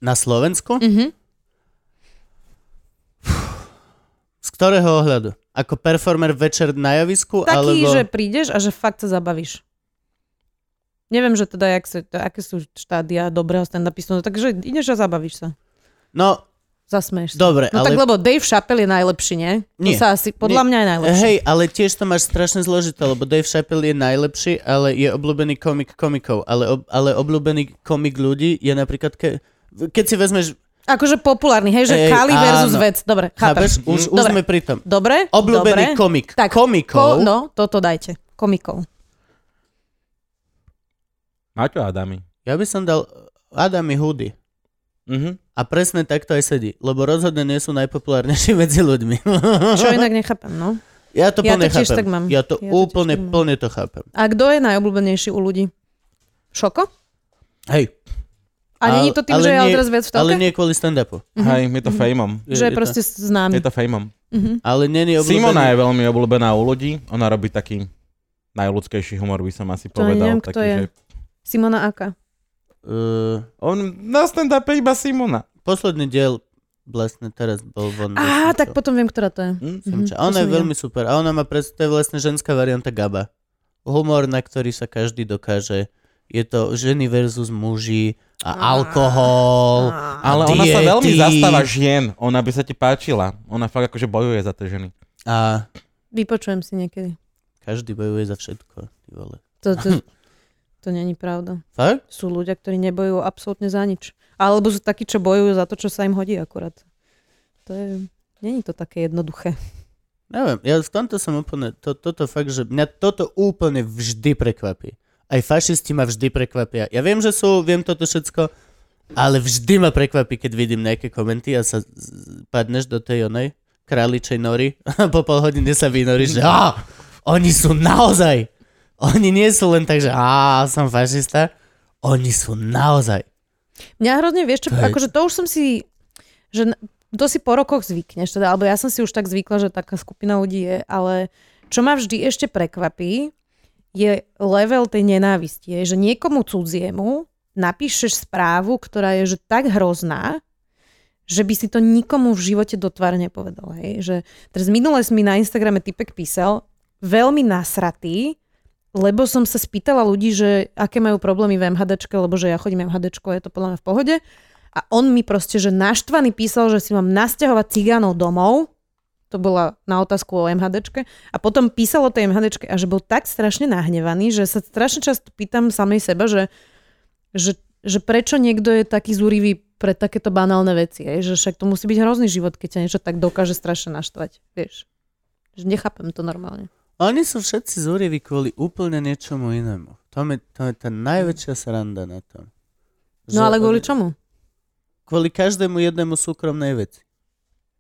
S2: Na Slovensku?
S3: Mhm.
S2: Z ktorého ohľadu? Ako performer večer na javisku?
S3: Taký,
S2: alebo...
S3: že prídeš a že fakt sa zabavíš. Neviem, že teda, jak sa, to, aké sú štádia dobrého stand-upistu, no takže ideš a zabavíš sa.
S2: No,
S3: Zasmeješ sa.
S2: dobre,
S3: No
S2: ale...
S3: tak lebo Dave Chappelle je najlepší, nie?
S2: Nie.
S3: To sa asi, podľa
S2: Nie.
S3: mňa je najlepší.
S2: Hej, ale tiež to máš strašne zložité, lebo Dave Chappelle je najlepší, ale je obľúbený komik komikov, ale, ob, ale obľúbený komik ľudí je napríklad, ke, keď si vezmeš,
S3: Akože populárny, hej, že
S2: Hej,
S3: Kali versus
S2: áno.
S3: vec. Dobre, chápem.
S2: chápeš, už, už
S3: Dobre.
S2: sme pri tom.
S3: Dobre,
S2: Obľúbený
S3: dobre.
S2: komik
S3: Tak,
S2: komikov,
S3: Ko, no, toto dajte. Komikov.
S1: Maťo Adami.
S2: ja by som dal Adami Hudy.
S1: Mhm.
S2: A presne takto aj sedí, lebo rozhodne nie sú najpopulárnejšie medzi ľuďmi.
S3: Čo inak nechápem, no.
S2: Ja to
S3: Ja
S2: plne
S3: to tiež
S2: chápem.
S3: tak mám.
S2: Ja to
S3: Ja to tiež
S2: úplne,
S3: tak mám.
S2: plne to chápem.
S3: A kto je najobľúbenejší u ľudí? Šoko?
S2: Hej.
S3: A není to tým,
S2: ale
S3: že je
S2: nie-
S3: ale teraz viac v telke?
S2: Ale nie kvôli stand-upu.
S3: Mhm.
S1: Hej, my to fejmom.
S3: že je
S2: to-
S3: proste známy.
S1: Je to fejmom.
S3: Mhm.
S2: Ale nie je obľúbený.
S1: Simona je veľmi obľúbená u ľudí. Ona robí taký najľudskejší humor, by som asi
S3: To ani
S1: povedal.
S3: neviem,
S1: taký,
S3: kto je.
S1: Že...
S3: Simona Aka.
S2: Uh,
S1: On na stand-upe iba Simona.
S2: posledný diel vlastne teraz bol
S1: Mm,
S2: von.
S3: Á, tak potom viem, ktorá to je.
S1: Hm?
S2: Simča. A
S3: Mhm, to
S2: ona je
S3: som videla.
S2: veľmi super. A ona má pres... to je vlastne ženská varianta Gaba. Humor, na ktorý sa každý dokáže. Je to ženy versus muži a
S1: No.
S2: alkohol. A
S1: Ale ona sa
S2: diety.
S1: veľmi zastáva žien. Ona by sa ti páčila. Ona fakt akože bojuje za tie ženy.
S2: A
S3: Vypočujem si niekedy.
S2: každý bojuje za všetko. Ty vole.
S3: To, to, to není pravda.
S2: Fakt?
S3: Sú ľudia, ktorí nebojujú absolútne za nič. Alebo sú takí, čo bojujú za to, čo sa im hodí akurát. To je... Není to také jednoduché.
S2: Neviem, ja v tomto som úplne, to, toto fakt, že mňa toto úplne vždy prekvapí. Aj fašisti ma vždy prekvapia. Ja viem, že sú, viem toto všetko, ale vždy ma prekvapí, keď vidím nejaké komenty a sa z- z- padneš do tej onej králičej nory a po pol hodine sa vynoríš, že á, oni sú naozaj, oni nie sú len tak, že á, som fašista, oni sú naozaj.
S3: Mňa hrozne, vieš čo,
S2: Hej.
S3: akože to už som si, že n- to si po rokoch zvykneš, teda, alebo ja som si už tak zvykla, že taká skupina ľudí je, ale čo ma vždy ešte prekvapí, je level tej nenávisti. Je, že niekomu cudziemu napíšeš správu, ktorá je že tak hrozná, že by si to nikomu v živote do tváre nepovedal. Hej? Že teraz minule si mi na Instagrame typek písal, veľmi nasratý, lebo som sa spýtala ľudí, že aké majú problémy v MHDčke, lebo že ja chodím MHDčko, je to podľa mňa v pohode. A on mi proste, že naštvaný písal, že si mám nasťahovať cigánov domov, to bola na otázku o MHDčke, a potom písal o tej MHDčke a že bol tak strašne nahnevaný, že sa strašne často pýtam samej seba, že, že, že prečo niekto je taký zúrivý pre takéto banálne veci, hej? že však to musí byť hrozný život, keď ťa niečo tak dokáže strašne naštvať, vieš. Že nechápem to normálne.
S2: Oni sú všetci zúriví kvôli úplne niečomu inému. To je, to je tá najväčšia sranda na tom.
S3: Mm.
S2: Že
S3: No ale kvôli
S2: oni-
S3: čomu?
S2: Kvôli každému jednému súkromnej veci.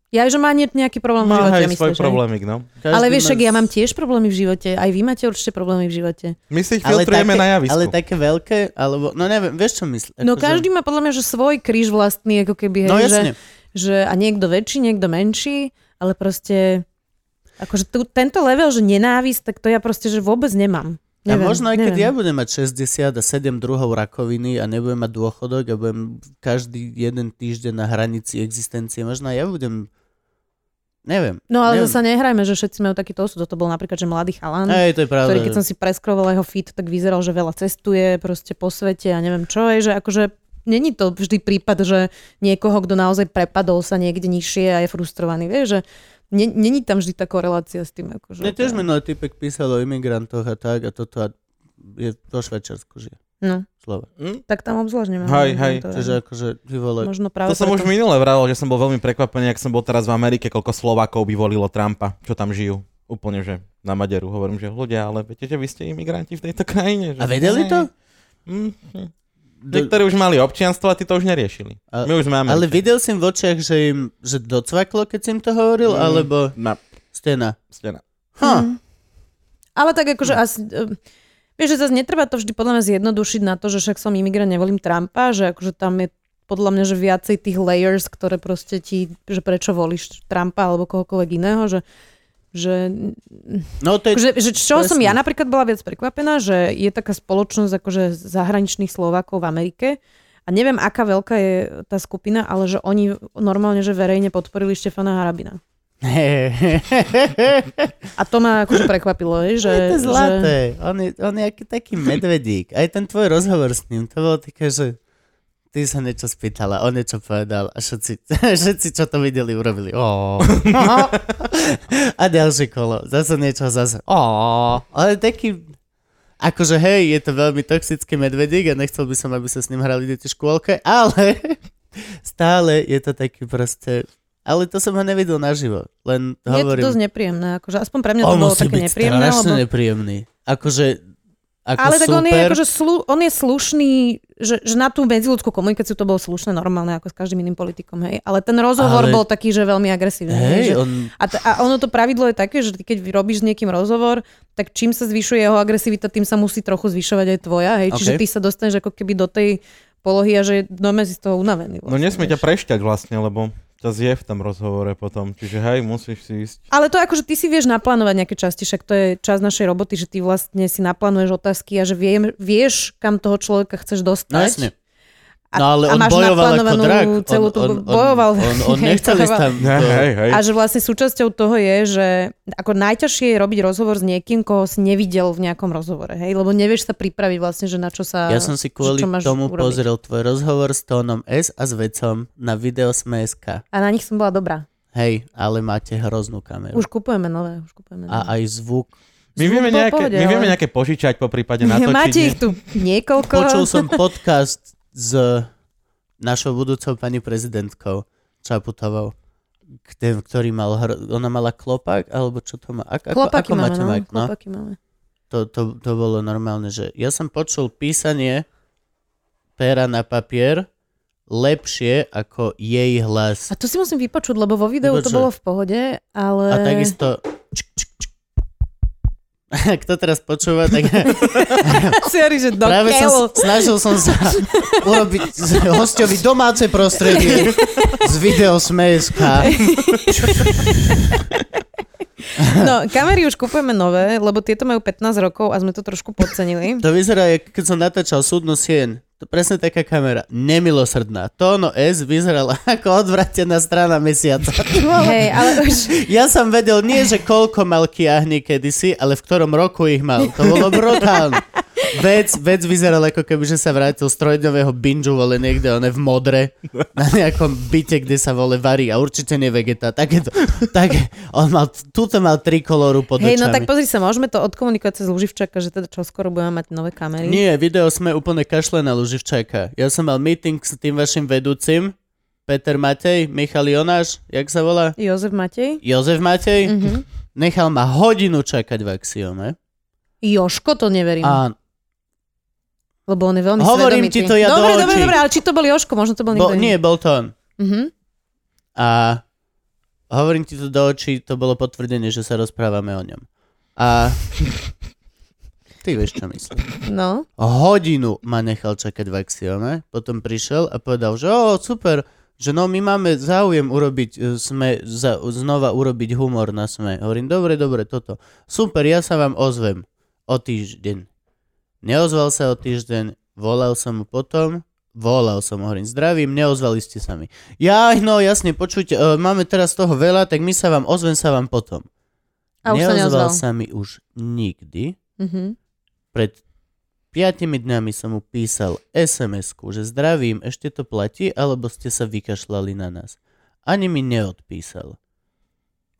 S3: Ja, že má nie, nejaký problém
S1: Má
S3: v živote,
S1: aj
S3: myslíš,
S1: svoj
S3: hej?
S1: problémik, no.
S2: Každý
S3: Ale vieš,
S2: má
S3: však ja
S2: s-
S3: mám tiež problémy v živote. Aj vy máte určite problémy v živote.
S1: My si ich
S2: ale
S1: filtrujeme
S2: také,
S1: na javisku.
S2: Ale také veľké, alebo... No neviem, vieš, čo akože- myslím?
S3: No každý má podľa mňa, že svoj kríž vlastný, ako keby, hej,
S2: No
S3: že,
S2: jasne.
S3: že a niekto väčší, niekto menší, ale proste akože tu, tento level, že nenávisť, tak to ja proste, že vôbec nemám.
S2: A
S3: Neviem,
S2: možno aj keď ja
S3: neviem.
S2: budem mať 60 a 7 druhov rakoviny a nebudem mať dôchodok a budem každý jeden týždeň na hranici existencie, možno aj ja budem... Neviem.
S3: No ale
S2: neviem.
S3: zase nehrajme, že všetci majú takýto osud. Toto bol napríklad, že mladý chalan.
S2: Hej, to je pravda.
S3: ktorý keď som si preskrovala jeho fit, tak vyzeral, že veľa cestuje proste po svete a neviem čo je, že akože není to vždy prípad, že niekoho, kto naozaj prepadol sa niekde nižšie a je frustrovaný, vieš, že ne- není tam vždy tá korelácia s tým. Akože,
S2: Mne tiež minulý typek písal o imigrantoch a tak a toto a je vo Švajčiarsku žije.
S3: No,
S2: Slova.
S1: Hm?
S3: tak tam obzvlášť nemám.
S1: Hej, hej,
S3: to je-
S2: Čiže akože, ty vole,
S3: Možno
S1: To
S3: práve
S1: som už
S3: preto.
S1: minule vravel, že som bol veľmi prekvapený, ak som bol teraz v Amerike, koľko Slovákov by volilo Trumpa, čo tam žijú. Úplne, že na Maderu hovorím, že ľudia, ale viete, že vy ste imigranti v tejto krajine. Že...
S2: A vedeli
S1: Ne.
S2: to?
S1: Hm, hm. Niektorí už mali občianstvo a tí to už neriešili.
S2: A-
S1: My už máme.
S2: Ale videl som v očiach, že im že docvaklo, keď si im to hovoril,
S1: Mm.
S2: alebo
S1: Na
S2: stena. Hm.
S1: stena.
S3: Hm.
S2: Ha,
S3: Ale tak akože
S2: Hm.
S3: asi... eh, Vieš, že zase netreba to vždy podľa mňa zjednodušiť na to, že však som imigrant, nevolím Trumpa, že akože tam je podľa mňa, že viacej tých layers, ktoré proste ti, že prečo volíš Trumpa alebo kohokoľvek iného, že, že,
S2: no to je...
S3: že, že čo som
S2: Presne.
S3: ja napríklad bola viac prekvapená, že je taká spoločnosť akože zahraničných Slovákov v Amerike a neviem, aká veľká je tá skupina, ale že oni normálne, že verejne podporili Štefana Harabina. A to ma akože prekvapilo, hej,
S2: to
S3: že...
S2: je to
S3: Že...
S2: zlaté. On je, on je aký taký medvedík. Aj ten tvoj rozhovor s ním, to bolo také, že ty sa niečo spýtala, on niečo povedal a všetci, všetci čo to videli, urobili. "Ó." a ďalšie kolo. Zase niečo, zase. "Ó." Ale taký... Akože hej, je to veľmi toxický medvedík a nechcel by som, aby sa s ním hrali deti v škôlke, ale stále je to taký proste... Ale to som ho nevidel naživo, len
S3: Je to
S2: hovorím.
S3: dosť nepríjemné, akože aspoň pre mňa to
S2: On
S3: bolo
S2: musí
S3: také
S2: byť
S3: nepríjemné,
S2: strašne
S3: lebo
S2: nepríjemný. Akože Ako
S3: Ale
S2: super.
S3: tak on je, akože slu, on je slušný, že, že na tú medziludskú komunikáciu to bolo slušné, normálne, ako s každým iným politikom, hej. Ale ten rozhovor
S2: Ale-
S3: bol taký, že veľmi agresívny.
S2: Hej,
S3: že...
S2: on...
S3: A, t- a ono to pravidlo je také, že ty keď robíš s niekým rozhovor, tak čím sa zvyšuje jeho agresivita, tým sa musí trochu zvyšovať aj tvoja, hej.
S2: Ok.
S3: Čiže ty sa dostaneš ako keby do tej polohy a že no si z toho unavený.
S1: No nesmie ťa
S3: vieš.
S1: prešťať vlastne, lebo ťa zje v tom rozhovore potom. Čiže hej, musíš si ísť.
S3: Ale to akože ty si vieš naplánovať nejaké časti, však to je čas našej roboty, že ty vlastne si naplánuješ otázky a že viem, vieš, kam toho človeka chceš dostať.
S2: No jasne. No ale on
S3: máš
S2: bojoval ako
S3: naplánovanú
S2: drak.
S3: Celú
S2: on,
S3: tú,
S2: on,
S3: bojoval.
S2: On, on, on
S3: Hej,
S2: nechcel ísť
S3: bojoval.
S2: tam.
S1: Hej,
S2: do-
S1: hej, hej.
S3: A že vlastne súčasťou toho je, že ako najťažšie je robiť rozhovor s niekým, koho si nevidel v nejakom rozhovore, hej? Lebo nevieš sa pripraviť vlastne, že na čo sa...
S2: Ja som si kvôli
S3: čo máš
S2: tomu
S3: urobiť.
S2: pozrel tvoj rozhovor s Tónom S a s Vecom na Videosme.sk.
S3: A na nich som bola dobrá.
S2: Hej, ale máte hroznú kameru.
S3: Už kupujeme nové, už kupujeme nové.
S2: A aj zvuk.
S1: My
S3: Zvuk
S1: vieme,
S3: bol v
S1: nejaké,
S3: pohode,
S1: my
S3: ale-
S1: vieme nejaké požičať po prípade natočiť.
S3: Máte
S1: nie?
S3: ich tu niekoľko.
S2: Počul som podcast s našou budúcou pani prezidentkou Čaputovou, kde, ktorý mal, hr- ona mala klopák, alebo čo to má? Ak, ako, ako
S3: Klopaky máme,
S2: máte
S3: no.
S2: mať? No?
S3: Klopaky máme.
S2: To, to, to bolo normálne, že ja som počul písanie pera na papier lepšie ako jej hlas.
S3: A to si musím vypočuť, lebo vo videu to
S2: Vypočuj.
S3: bolo v pohode, ale...
S2: A takisto... čk, čk, čk. Kto teraz počúva, tak
S3: Siari, že do
S2: práve
S3: keľu.
S2: som, snažil som sa urobiť z hostovi domáce prostredie z video smejeska.
S3: No, kamery už kupujeme nové, lebo tieto majú 15 rokov a sme to trošku podcenili.
S2: To vyzerá, jak keď som natáčal súdnu sien. To presne taká kamera. Nemilosrdná. Tóno S vyzerala ako odvratená strana mesiaca.
S3: Hej, ale už...
S2: Ja som vedel nie, že koľko mal kiahni kedysi, ale v ktorom roku ich mal. To bolo brutálne. Vec, vec vyzeral ako keby, že sa vrátil z trojdňového binžu, vole niekde one v modre, na nejakom byte, kde sa vole varí a určite nie vegeta. Takéto, tak, on mal, tuto mal tri koloru pod očami.
S3: Hej, no tak pozri sa, môžeme to odkomunikovať cez Luživčaka, že teda čoskoro budeme mať nové kamery.
S2: Nie, video sme úplne kašle na Luživčáka. Ja som mal meeting s tým vašim vedúcim, Peter Matej, Michal Jonáš, jak sa volá?
S3: Jozef Matej?
S2: Jozef Matej.
S3: Mhm.
S2: Nechal ma hodinu čakať v axiome.
S3: Joško, to neverím,
S2: A
S3: lebo on je veľmi
S2: hovorím
S3: svedomitý.
S2: ti to ja do
S3: dobre,
S2: očí.
S3: dobre, dobre, ale či to bol Joško, možno to bol
S2: Bo,
S3: niekto
S2: nie, bol to on.
S3: Mhm.
S2: A hovorím ti to do očí, to bolo potvrdenie, že sa rozprávame o ňom. A ty vieš, čo myslím.
S3: No,
S2: Hodinu ma nechal čakať v axiome, potom prišiel a povedal, že o, super, že no my máme záujem urobiť, e, sme, za, znova urobiť humor na sme. Hovorím, dobre, dobre, toto. Super, ja sa vám ozvem o týždeň. Neozval sa o týždeň, volal som mu potom, volal som, hovorím, zdravím, neozvali ste sa mi. Ja, no jasne, počujte, e, máme teraz toho veľa, tak my sa vám ozvem sa vám potom.
S3: a už sa
S2: neozval
S3: neozval.
S2: sa mi už nikdy
S3: Mhm.
S2: pred 5 dňami som mu písal SMS-ku, že zdravím, ešte to platí, alebo ste sa vykašľali na nás. Ani mi neodpísal.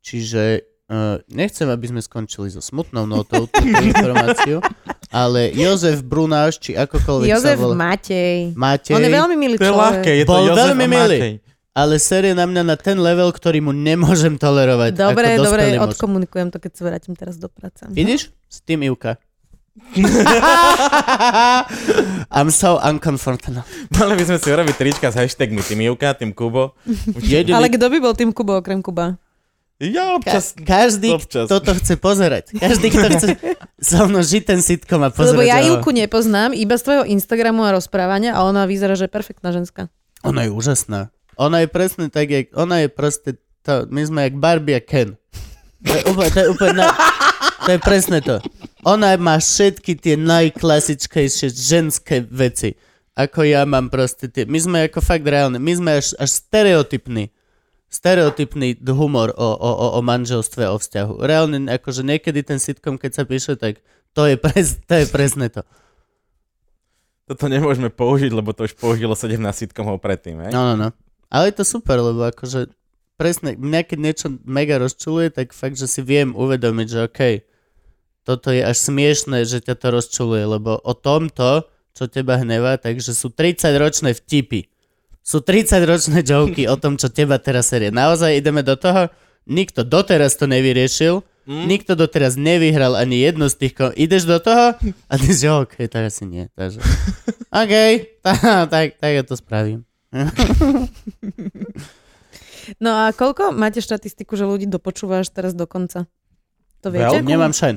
S2: Čiže uh, nechcem, aby sme skončili so smutnou notou túto informáciu, ale Jozef Brunáš, či akokoľvek
S3: Jozef
S2: sa volá,
S3: Matej.
S2: Matej,
S3: On je veľmi milý
S1: To je ľahké,
S3: človek.
S1: je to
S2: Bol
S1: Jozef
S2: veľmi
S1: a
S2: milý.
S1: Matej.
S2: ale série na mňa na ten level, ktorý mu nemôžem tolerovať.
S3: Dobre,
S2: ako
S3: dobre,
S2: dospelý muž.
S3: odkomunikujem to, keď sa vrátim teraz do práce.
S2: Vidíš? S tým Ivka. I'm so uncomfortable.
S1: Mali by sme si urobiť trička s hashtagmi tým Jivka, tým Kubo.
S2: Jediný
S3: Ale kto by bol tým Kubo okrem Kuba?
S1: Ja
S2: Ka-
S1: občas...
S2: každý,
S1: občas.
S2: kto to chce pozerať. Každý, kto chce so mnou žiť ten sitcom a pozerať.
S3: Lebo ja
S2: ho.
S3: Jilku nepoznám, iba z tvojho Instagramu a rozprávania a ona vyzerá, že je perfektná ženská.
S2: Ona je úžasná. Ona je presne tak, jak... Ona je proste... To, my sme jak Barbie a Ken. To je úplne... To je, úplne na, to je presne to. Ona má všetky tie najklasickejšie ženské veci. Ako ja mám proste tie... My sme ako fakt reálne. My sme až, až stereotypní. Stereotypný d- humor o, o, o, o manželstve, o vzťahu. Reálne, akože niekedy ten sitcom, keď sa píše, tak to je, pres, to je presne to.
S1: Toto nemôžeme použiť, lebo to už použilo 17 sitcomov predtým, hej?
S2: No, no, no. Ale je to super, lebo akože presne, mňa keď niečo mega rozčuluje, tak fakt, že si viem uvedomiť, že okej, toto je až smiešné, že ťa to rozčuluje, lebo o tomto, čo teba hnevá, takže sú 30-ročné vtipy. Sú 30-ročné joky o tom, čo teba teraz serie. Naozaj ideme do toho? Nikto doteraz to nevyriešil. Nikto doteraz nevyhral ani jednu z tých... Kom- Ideš do toho? A ty si, OK, tak asi nie. Takže, OK, tá, tak, tak ja to spravím.
S3: No a koľko máte štatistiku, že ľudí dopočúva až teraz do konca? To viete?
S1: Veľmi.
S2: Nemám šajn.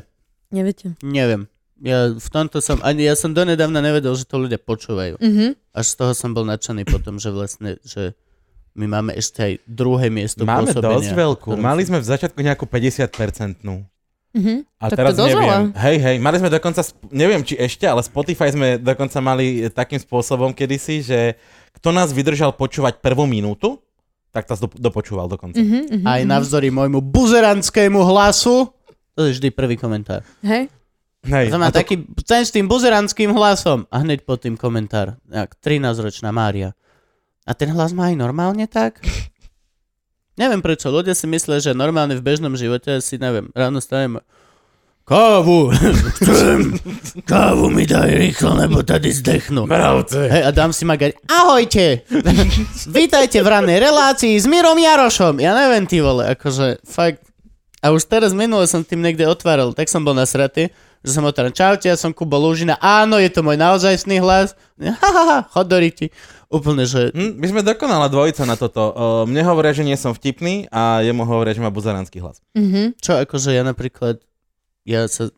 S3: Neviete.
S2: Neviem. Ja v tomto som... Ani ja som donedávna nevedel, že to ľudia počúvajú.
S3: Mhm.
S2: Až z toho som bol nadšený potom, že vlastne, že my máme ešte aj druhé miesto
S1: Máme
S2: pôsobenia.
S1: dosť veľkú.
S2: ktorom
S1: Mali
S2: som-
S1: sme v začiatku nejakú 50-percentnú.
S3: Mhm.
S1: A
S3: Tak to
S1: teraz
S3: dosť veľa.
S1: neviem. Hej, hej, mali sme dokonca, sp- neviem či ešte, ale Spotify sme dokonca mali e, takým spôsobom kedysi, že kto nás vydržal počúvať prvú minútu, tak nás do- dopočúval dokonca.
S3: Mhm, mhm.
S2: Aj navzdory môjmu buzeranskému hlasu. To je vždy prvý komentár.
S3: Hej.
S1: Hej,
S2: To
S1: a
S2: má
S1: to-
S2: taký, ten s tým buzeranským hlasom. A hneď pod tým komentár. Jak 13-ročná Mária. A ten hlas má aj normálne tak? neviem prečo. Ľudia si myslia, že normálne v bežnom živote si, neviem, ráno stanem Kávu! Chcem! Kávu mi daj rýchlo, nebo tady zdechnú. Mravce! Hej, a dám si magať. Ahojte! Vítajte v ranej relácii s Mirom Jarošom. Ja neviem, ty vole, akože fakt. A už teraz minule som tým niekde otváral, tak som bol nasratý, že som otváral, čaute, ja som Kubo Lúžina, áno, je to môj naozajstný hlas, ha, ha, ha, chod do riti. Úplne, že
S1: Hm, my sme dokonala dvojica na toto. O, mne hovoria, že nie som vtipný a jemu hovoria, že má buzeránsky hlas.
S3: Mhm.
S2: čo, akože ja napríklad, ja sa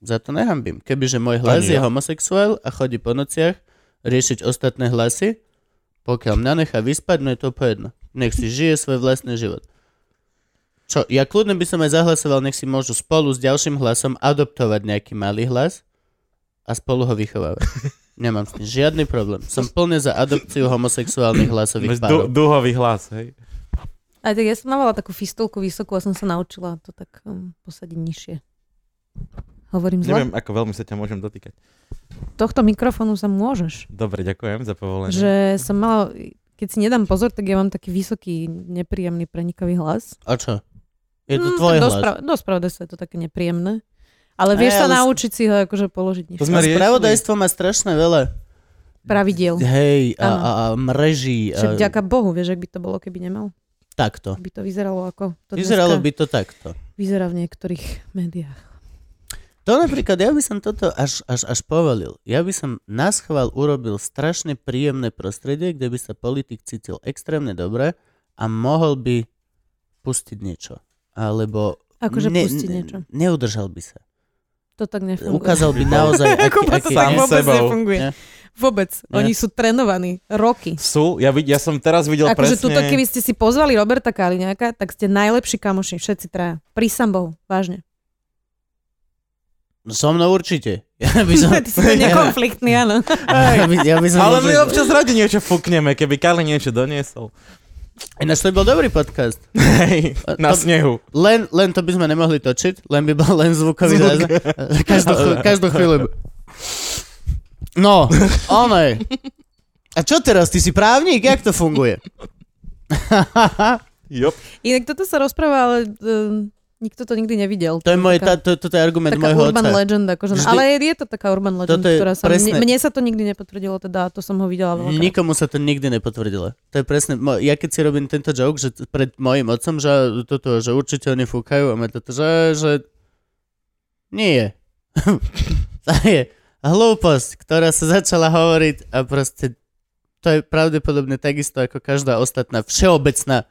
S2: za to nehambím. Kebyže môj hlas
S1: Ani
S2: je
S1: ja.
S2: homosexuál a chodí po nociach riešiť ostatné hlasy, pokiaľ mňa nechá vyspať, no je to pojedno. Nech si žije svoj vlastný život. Čo, ja kľudne by som aj zahlasoval, nech si môžu spolu s ďalším hlasom adoptovať nejaký malý hlas a spolu ho vychovávať. Nemám s tým žiadny problém. Som plne za adopciu homosexuálnych hlasových
S1: Máš du-
S2: párov.
S1: duhový hlas, hej.
S3: A tak ja som mávala takú fistulku vysokú a som sa naučila to tak um, posadiť nižšie. Hovorím zle?
S1: Neviem, ako veľmi sa ťa môžem dotýkať.
S3: Tohto mikrofónu sa môžeš.
S1: Dobre, ďakujem za povolenie.
S3: Že som mala, keď si nedám pozor, tak ja mám taký vysoký, nepríjemný, prenikavý hlas.
S2: A čo? Je to
S3: Mm,
S2: tvoj
S3: tak
S2: hlas.
S3: dospra- Dospravde sa je to také nepríjemné.
S2: Aj,
S3: Ale vieš
S2: ale
S3: sa
S2: s-
S3: naučiť si ho akože položiť
S1: To
S3: nižšie.
S1: sme riešili.
S2: Spravodajstvo má strašne veľa
S3: Pravidiel.
S2: Hej, a,
S3: Áno.
S2: a, a mreží.
S3: Však
S2: A,
S3: ďaká Bohu, vieš, ak by to bolo, keby nemal.
S2: takto.
S3: By to vyzeralo ako to
S2: Vyzeralo
S3: dneska
S2: by to takto.
S3: vyzerá v niektorých médiách.
S2: To napríklad, ja by som toto až, až, až povolil. Ja by som na schvál urobil strašne príjemné prostredie, kde by sa politik cítil extrémne dobre a mohol by pustiť niečo. Alebo...
S3: Akože pustiť niečo.
S2: Neudržal by sa.
S3: To tak nefunguje.
S2: Ukázal by naozaj, aký,
S3: Kuba, to
S2: aký
S3: tak
S1: Sám
S2: je.
S3: vôbec
S1: sebou.
S3: nefunguje.
S2: Nie.
S3: Vôbec. Oni sú trenovaní roky.
S1: Sú, ja, vid- ja som teraz videl
S3: Akože
S1: presne...
S3: tuto, keby ste si pozvali Roberta Kaliňáka, tak ste najlepší kamoši, všetci traja. Prísam Bohu, vážne.
S2: So mnou určite. Ja by som...
S3: Ty si to nekonfliktný, áno.
S2: ja by, ja by som
S1: Ale my
S2: určite-
S1: občas radi niečo fúkneme, keby Kali niečo doniesol.
S2: Ináč to by bol dobrý podcast.
S1: Hej,
S2: A
S1: na
S2: to-
S1: snehu.
S2: Len, len to by sme nemohli točiť, len by bol len zvukový
S1: Zvuk.
S2: Zvuk. každú, chvíľu- každú chvíľu. by- No, onej. A čo teraz? Ty si právnik? Jak to funguje?
S1: Jop.
S3: Inak toto sa rozpráva, ale um, nikto to nikdy nevidel.
S2: To je, môj, tá, to, toto je argument
S3: taká
S2: môjho
S3: urban
S2: otca.
S3: legend, akože,
S2: Vždy-
S3: ale je, je to taká urban legend,
S2: Toto je
S3: ktorá sa...
S2: presne-
S3: Mne, mne sa to nikdy nepotvrdilo, teda to som ho videla veľakrát.
S2: Nikomu sa to nikdy nepotvrdilo. To je presne, mo- ja keď si robím tento joke, že t- pred mojim otcom, že toto, že určite oni fúkajú a ma toto, že, že nie. to je hlúposť, ktorá sa začala hovoriť a proste to je pravdepodobne takisto ako každá ostatná všeobecná,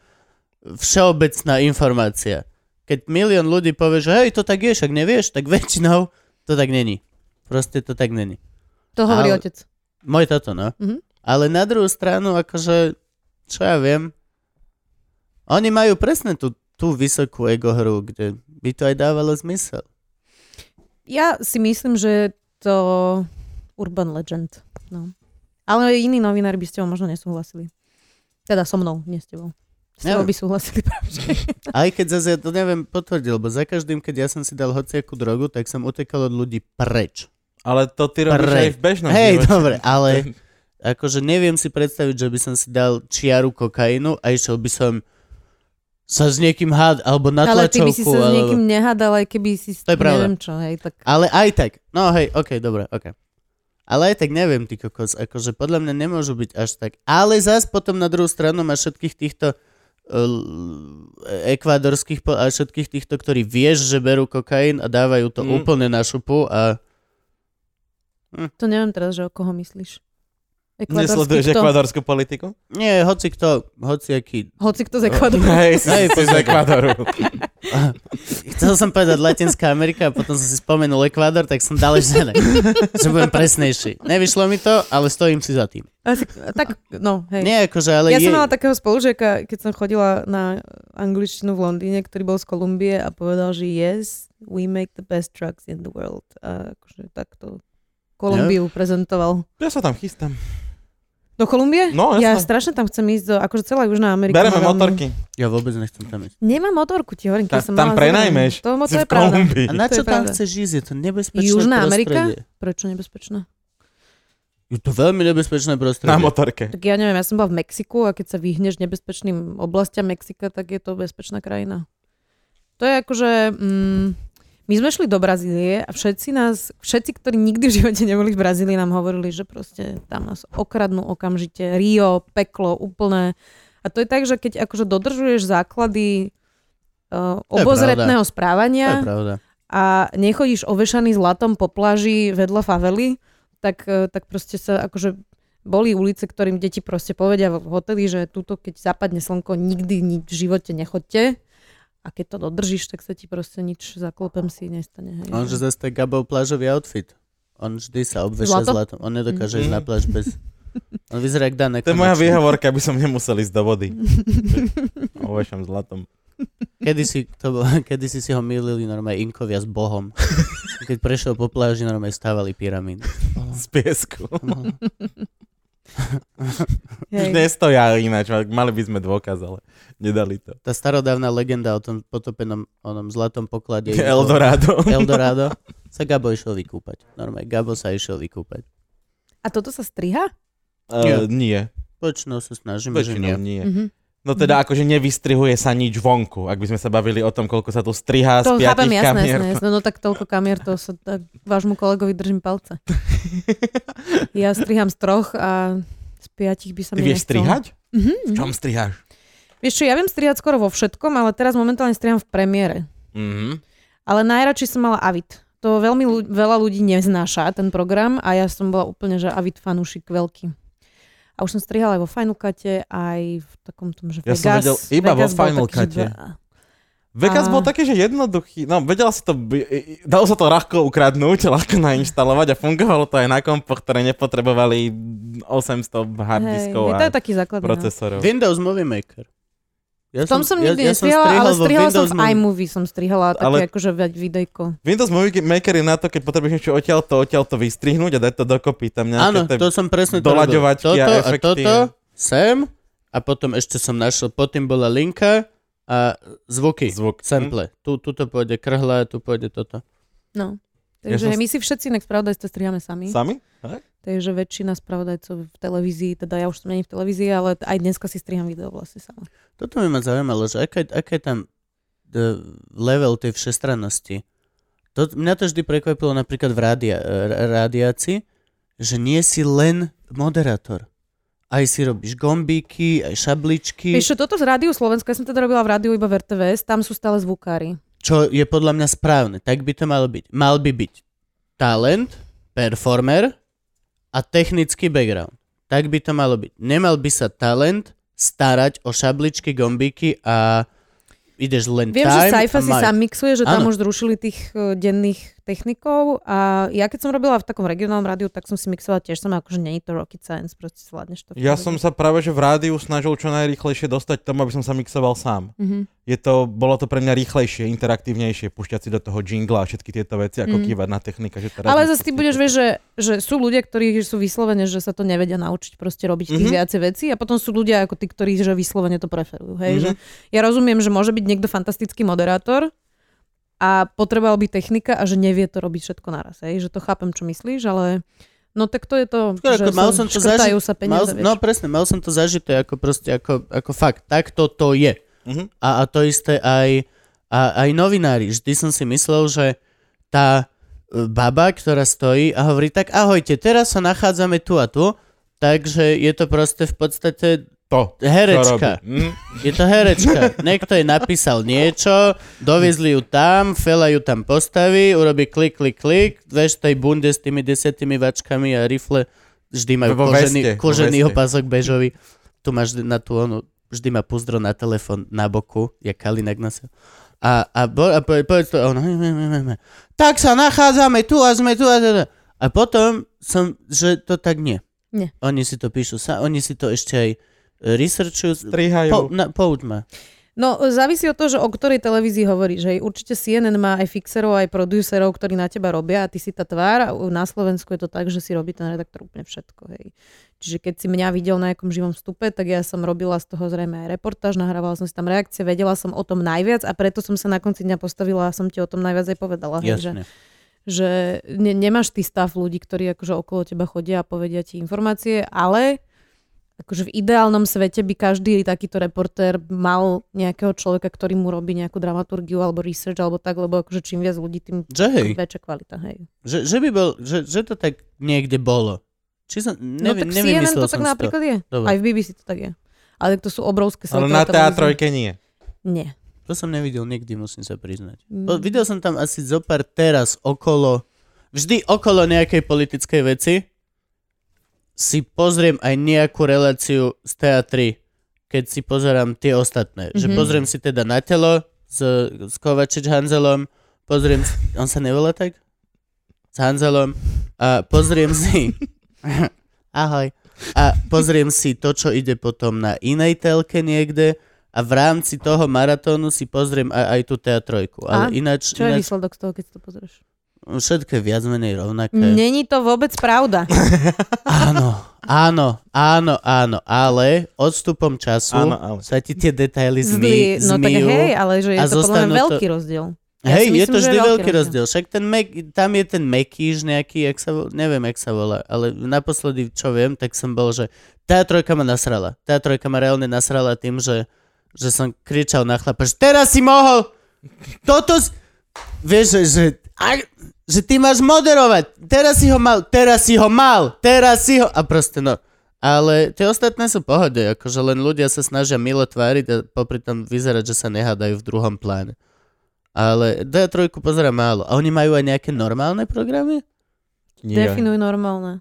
S2: všeobecná informácia. Keď milión ľudí povie, že hej, to tak je, však nevieš, tak väčšinou to tak není. Proste to tak není.
S3: To hovorí
S2: Ale-
S3: otec.
S2: Môj tato, no.
S3: Mhm.
S2: Ale na druhú stranu, akože, čo ja viem, oni majú presne tú, tú vysokú ego hru, kde by to aj dávalo zmysel.
S3: Ja si myslím, že je to urban legend. No. Ale iní novinári by s tebou možno nesúhlasili. Teda so mnou, nie s tebou. S tebou
S2: Neviem.
S3: by súhlasili práve, že-
S2: Aj keď zase, ja to neviem, potvrdil, lebo za každým, keď ja som si dal hociakú drogu, tak som utekal od ľudí preč.
S1: Ale to ty robíš
S2: Prej.
S1: aj v bežnom
S2: Hej,
S1: živote.
S2: dobre, ale akože neviem si predstaviť, že by som si dal čiaru kokainu a išiel by som sa s niekým hád, alebo na
S3: Ale ty by si
S2: tlačovku,
S3: sa s
S2: alebo...
S3: niekým nehádal, aj keby si...
S2: To je pravda.
S3: Neviem čo, hej, tak...
S2: Ale aj tak. No hej, ok, dobre, ok. Ale aj tak neviem, ty kokos, akože podľa mňa nemôžu byť až tak. Ale zas potom na druhú stranu máš všetkých týchto l- e, ekvádorských po- a všetkých týchto, ktorí vieš, že berú kokain a dávajú to
S3: Mhm.
S1: Mm.
S2: úplne na šupu a
S3: To neviem teraz, že o koho myslíš.
S1: Nesleduješ
S3: kto?
S1: ekvádorskú politiku?
S2: nie, hoci kto, hoci aký,
S3: Hoci kto z Ekvadoru.
S1: Hej, si,
S2: Hej,
S1: si z
S2: pozor.
S1: Ekvádoru.
S2: chcel som povedať Latinská Amerika a potom som si spomenul Ekvádor, tak som dal ešte ne, že budem presnejší. Nevyšlo mi to, ale stojím si za tým.
S3: Asi, tak, no, hej.
S2: Nie akože, ale
S3: ja
S2: je...
S3: som mala takého spolužiaka, keď som chodila na angličtinu v Londýne, ktorý bol z Kolumbie a povedal, že yes, we make the best drugs in the world. A akože takto Kolumbiu prezentoval.
S1: Ja sa tam chystám.
S3: Do Kolumbie?
S1: No,
S3: ja
S1: jasné.
S3: strašne tam chcem ísť do, akože celá Južná Amerika.
S1: Bereme
S3: ma veľmi-
S1: motorky.
S2: Ja vôbec nechcem tam ísť.
S3: Nemám motorku, ti hovorím,
S1: Ta-
S3: keď som
S1: tam
S3: mala
S1: prenajmeš.
S3: zobrať. No, To, to
S1: Si
S3: je
S1: v
S3: pravda.
S1: Kolumbii.
S2: A na
S3: To je
S2: čo tam
S3: pravda.
S2: chceš ísť? Je to nebezpečné
S3: Južná
S2: prostredie.
S3: Amerika? Prečo nebezpečná?
S2: Je to veľmi nebezpečné prostredie.
S1: Na motorke.
S3: Tak ja neviem, ja som bola v Mexiku a keď sa vyhneš nebezpečným oblastiam Mexika, tak je to bezpečná krajina. To je akože... Mm, my sme šli do Brazílie a všetci nás, všetci, ktorí nikdy v živote neboli v Brazílii, nám hovorili, že proste tam nás okradnú okamžite. Rio, peklo, úplné. A to je tak, že keď akože dodržuješ základy uh,
S2: To je
S3: obozretného
S2: To je
S3: správania,
S2: pravda.
S3: a nechodíš ovešaný zlatom po pláži vedľa favely, tak, e, tak proste sa akože boli ulice, ktorým deti proste povedia v hoteli, že tuto, keď zapadne slnko, nikdy nič v živote nechoďte. A keď to dodržíš, tak sa ti proste nič za klopem si nestane. Hej.
S2: On, že zase tak Gabo plážový outfit. On vždy sa obveša
S3: Zlato?
S2: zlatom. On nedokáže
S1: Mhm.
S2: ísť na pláž bez... On vyzerá jak Dan.
S1: To je moja výhovorka, aby som nemusel íť do vody. Ovešam zlatom.
S2: Kedy si, to bolo, kedy si si ho milili normálne inkovia s Bohom. Keď prešiel po pláži, normálne stávali pyramídy.
S1: Z piesku. Už
S3: Hej.
S1: nestoja ináč, mali by sme dôkaz, ale nedali to.
S2: Tá starodávna legenda o tom potopenom onom zlatom poklade.
S1: Eldorado.
S2: Eldorado. Sa Gabo išiel vykúpať. Normálne, Gabo sa išiel vykúpať.
S3: A toto sa striha?
S1: Eh,
S3: Ehm.
S1: nie,
S2: Väčšinou no, sa snažíme, že nie.
S1: väčšinou nie.
S3: Mhm.
S1: No teda akože nevystrihuje sa nič vonku, ak by sme sa bavili o tom, koľko sa tu strihá
S3: To
S1: z
S3: chápem,
S1: piatich
S3: jasné,
S1: kamier.
S3: jasné, jasné. No tak toľko kamier, to sa tak vášmu kolegovi držím palce. Ja striham z troch a z piatich by sa
S1: Ty
S3: mi Mhm,
S1: vieš
S3: nechcelo.
S1: strihať? V čom striháš?
S3: Vieš čo, ja viem strihať skoro vo všetkom, ale teraz momentálne striham v premiére.
S1: Mhm.
S3: Ale najradšej som mala Avid. To veľmi ľu- veľa ľudí neznáša, ten program, a ja som bola úplne, že Avid fanúšik veľký. A už som strihala aj vo Final Cute, aj v takom tom, že
S1: Ja
S3: Vegas.
S1: som vedel iba vo
S3: Vegas bol
S1: Final
S3: taký, že
S1: Cute.
S3: ba-
S1: Vegas
S3: A-
S1: bol taký, že jednoduchý, no vedel sa to, by- i- i- dalo sa to ľahko ukradnúť, ľahko nainštalovať a fungovalo to aj na kompoch, ktoré nepotrebovali 800
S3: Hej,
S1: harddiskov
S3: hej, to je
S1: a
S3: taký základ. no.
S1: procesorov.
S2: Windows Movie Maker. Ja
S3: V tom som nikdy
S2: ja, ja som
S3: nestrihala, ale
S2: strihal vo
S3: strihala som
S2: Windows
S3: v
S2: Movie-
S3: iMovie, som strihala také
S1: Ale-
S3: akože ve- videjko.
S1: Windows Movie Maker je na to, keď potrebuješ niečo odtiaľ to, odtiaľ to vystrihnúť a dať to dokopy. Tam nejaké
S2: Áno,
S1: tie...
S2: to som presne to
S1: dolaďovačky
S2: robil.
S1: a
S2: toto
S1: efekty. no.
S2: toto, sem a potom ešte som našiel, pod tým bola linka a zvuky,
S1: Zvuk.
S2: sample. Tu, tu to pôjde krhla, tu pôjde toto.
S3: No.
S1: Ja
S3: Takže
S1: som-
S3: my si všetci inak spravodajstva strihame
S1: Hm?
S3: sami.
S1: Sami?
S3: Takže väčšina spravodajcov v televízii, teda ja už som není v televízii, ale aj dneska si striham video vlastne sama.
S2: Toto by ma zaujímalo, že aká, aká je tam e, level tej všestrannosti. To, mňa to vždy prekvapilo napríklad v rádia, e, ra- rádiácii, že nie si len moderátor. Aj si robíš gombíky, aj šabličky,
S3: Vieš čo, toto z Rádiu Slovenska, ja som teda robila v rádiu iba v RTVS, tam sú stále zvukári.
S2: čo je podľa mňa správne. Tak by to malo byť. Mal by byť talent, performer a technický background. Tak by to malo byť. Nemal by sa talent starať o šabličky, gombíky a ideš len
S3: Viem,
S2: time
S3: že Saifa
S2: a
S3: si
S2: mic.
S3: sám mixuje, že tam
S2: Áno.
S3: už zrušili tých e, denných technikov a ja keď som robila v takom regionálnom rádiu, tak som si mixovala tiež sama, akože není to rocket science, proste zvládneš to. v
S1: Ja
S3: pohode.
S1: som sa práve že v rádiu snažil čo najrýchlejšie dostať k tomu, aby som sa mixoval sám.
S3: Mhm.
S1: Je to, bolo to pre mňa rýchlejšie, interaktívnejšie, pušťať si do toho jingla a všetky tieto veci, ako
S3: Mm.
S1: kývať na technika. Že teraz
S3: Ale
S1: mi
S3: zase ty
S1: pustí
S3: budeš
S1: to.
S3: vieš, že, že sú ľudia, ktorí sú vyslovene, že sa to nevedia naučiť proste robiť tých
S1: Mhm.
S3: viacej veci a potom sú ľudia ako tí, ktorí že vyslovene to preferujú. Hej?
S1: Mhm.
S3: Že ja rozumiem, že môže byť niekto fantastický moderátor a potreboval by technika a že nevie to robiť všetko naraz. Hej? Že to chápem, čo myslíš, ale no tak to je to,
S2: Skôr
S3: že
S2: ako mal
S3: sa
S2: som to
S3: škrtajú
S2: zaži-
S3: sa peniaze.
S2: mal, no presne, mal som to zažité ako proste, ako, ako fakt. Tak to, to je.
S1: Mhm.
S2: A, a to isté aj, a, aj novinári. Vždy som si myslel, že tá e, baba, ktorá stojí a hovorí, tak ahojte, teraz sa nachádzame tu a tu, takže je to proste v podstate
S1: to,
S2: Herečka.
S1: čo robí. Hm?
S2: Je to herečka. Niekto jej napísal niečo, doviezli ju tam, Fela ju tam postaví, urobí klik, klik, klik, veš tej bunde s tými desiatými vačkami a rifle, vždy majú
S1: Vo
S2: kožený,
S1: veste, vo
S2: kožený
S1: veste.
S2: opasok bežový. Tu máš na tú onu, vždy má puzdro na telefon na boku, jak Kalinak nosil. A, a, bo, a povie, povedz to, a ono, "Hm, hm, hm, hm, hm." tak sa nachádzame tu a sme tu a teda. A potom som, že to tak nie.
S3: Nie.
S2: Oni si to píšu sa, oni si to ešte aj e, researchujú,
S1: Strihajú.
S2: po, na, pouč ma.
S3: No, závisí od toho, že o ktorej televízii hovoríš. Hej. Určite CNN má aj fixerov, aj producerov, ktorí na teba robia a ty si tá tvár. A u- na Slovensku je to tak, že si robí ten redaktor úplne všetko. Hej. Čiže keď si mňa videl na nejakom živom vstupe, tak ja som robila z toho zrejme aj reportáž, nahrávala som si tam reakcie, vedela som o tom najviac a preto som sa na konci dňa postavila a som ti o tom najviac aj povedala. Hej, že
S2: Jasne.
S3: že ne, nemáš ty stav ľudí, ktorí akože okolo teba chodia a povedia ti informácie, ale akože v ideálnom svete by každý takýto reportér mal nejakého človeka, ktorý mu robí nejakú dramaturgiu alebo research alebo tak, lebo akože čím viac ľudí, tým
S2: Že hej,
S3: väčšia kvalita, hej.
S2: že, že by bol, že, že to tak niekde bolo. Či som,
S3: No
S2: neviem,
S3: tak CNN
S2: nevymyslel
S3: to
S2: som
S3: tak
S2: si
S3: napríklad je.
S2: Dobre.
S3: Aj v BBC to tak je. Ale to sú obrovské
S1: Ale
S3: svetlá
S1: na
S3: televízie.
S1: teatrojke nie.
S3: Nie.
S2: To som nevidel nikdy, musím sa priznať.
S3: Mm.
S2: Bo videl som tam asi zo pár teraz okolo, vždy okolo nejakej politickej veci si pozriem aj nejakú reláciu z teatry, keď si pozerám tie ostatné. Mm-hmm. Že
S3: Mhm.
S2: pozriem si teda na telo s, s Kovačič Hanzelom, pozriem, si- on sa nevolá tak? S Hanzelom a pozriem si Ahoj. A pozriem si to, čo ide potom na inej telke niekde a v rámci toho maratónu si pozriem aj, aj tú teatrojku. Ale
S3: A?
S2: ináč,
S3: Čo je
S2: ináč
S3: výsledok z toho, keď si to pozrieš?
S2: všetko je viac menej rovnaké.
S3: Není to vôbec pravda.
S2: Áno, áno, áno, áno, ale odstupom času
S1: Áno, ale.
S2: sa ti tie detaily zmi,
S3: Zlý, no tak
S2: zmijú.
S3: hej, ale že je
S2: a
S3: to podľa mňa
S2: zostanú to-
S3: veľký rozdiel. Ja
S2: Hej,
S3: si
S2: je
S3: myslím,
S2: to
S3: že
S2: vždy
S3: je
S2: veľký rozdiel. Však ten Mac, tam je ten Mekíž nejaký, jak sa, vo- neviem, jak sa volá, ale naposledy, čo viem, tak som bol, že tá trojka ma nasrala. Tá trojka ma reálne nasrala tým, že, že som kričal na chlapa, že teraz si mohol, toto, s- vieš, že, že, a, že ty máš moderovať, teraz si ho mal, teraz si ho mal, teraz si ho, a proste no. Ale tie ostatné sú pohode, akože len ľudia sa snažia milo tváriť a popri tom vyzerať, že sa nehádajú v druhom pláne. Ale D3 pozerám málo. A oni majú aj nejaké normálne programy?
S1: Nie.
S3: Definuj normálne.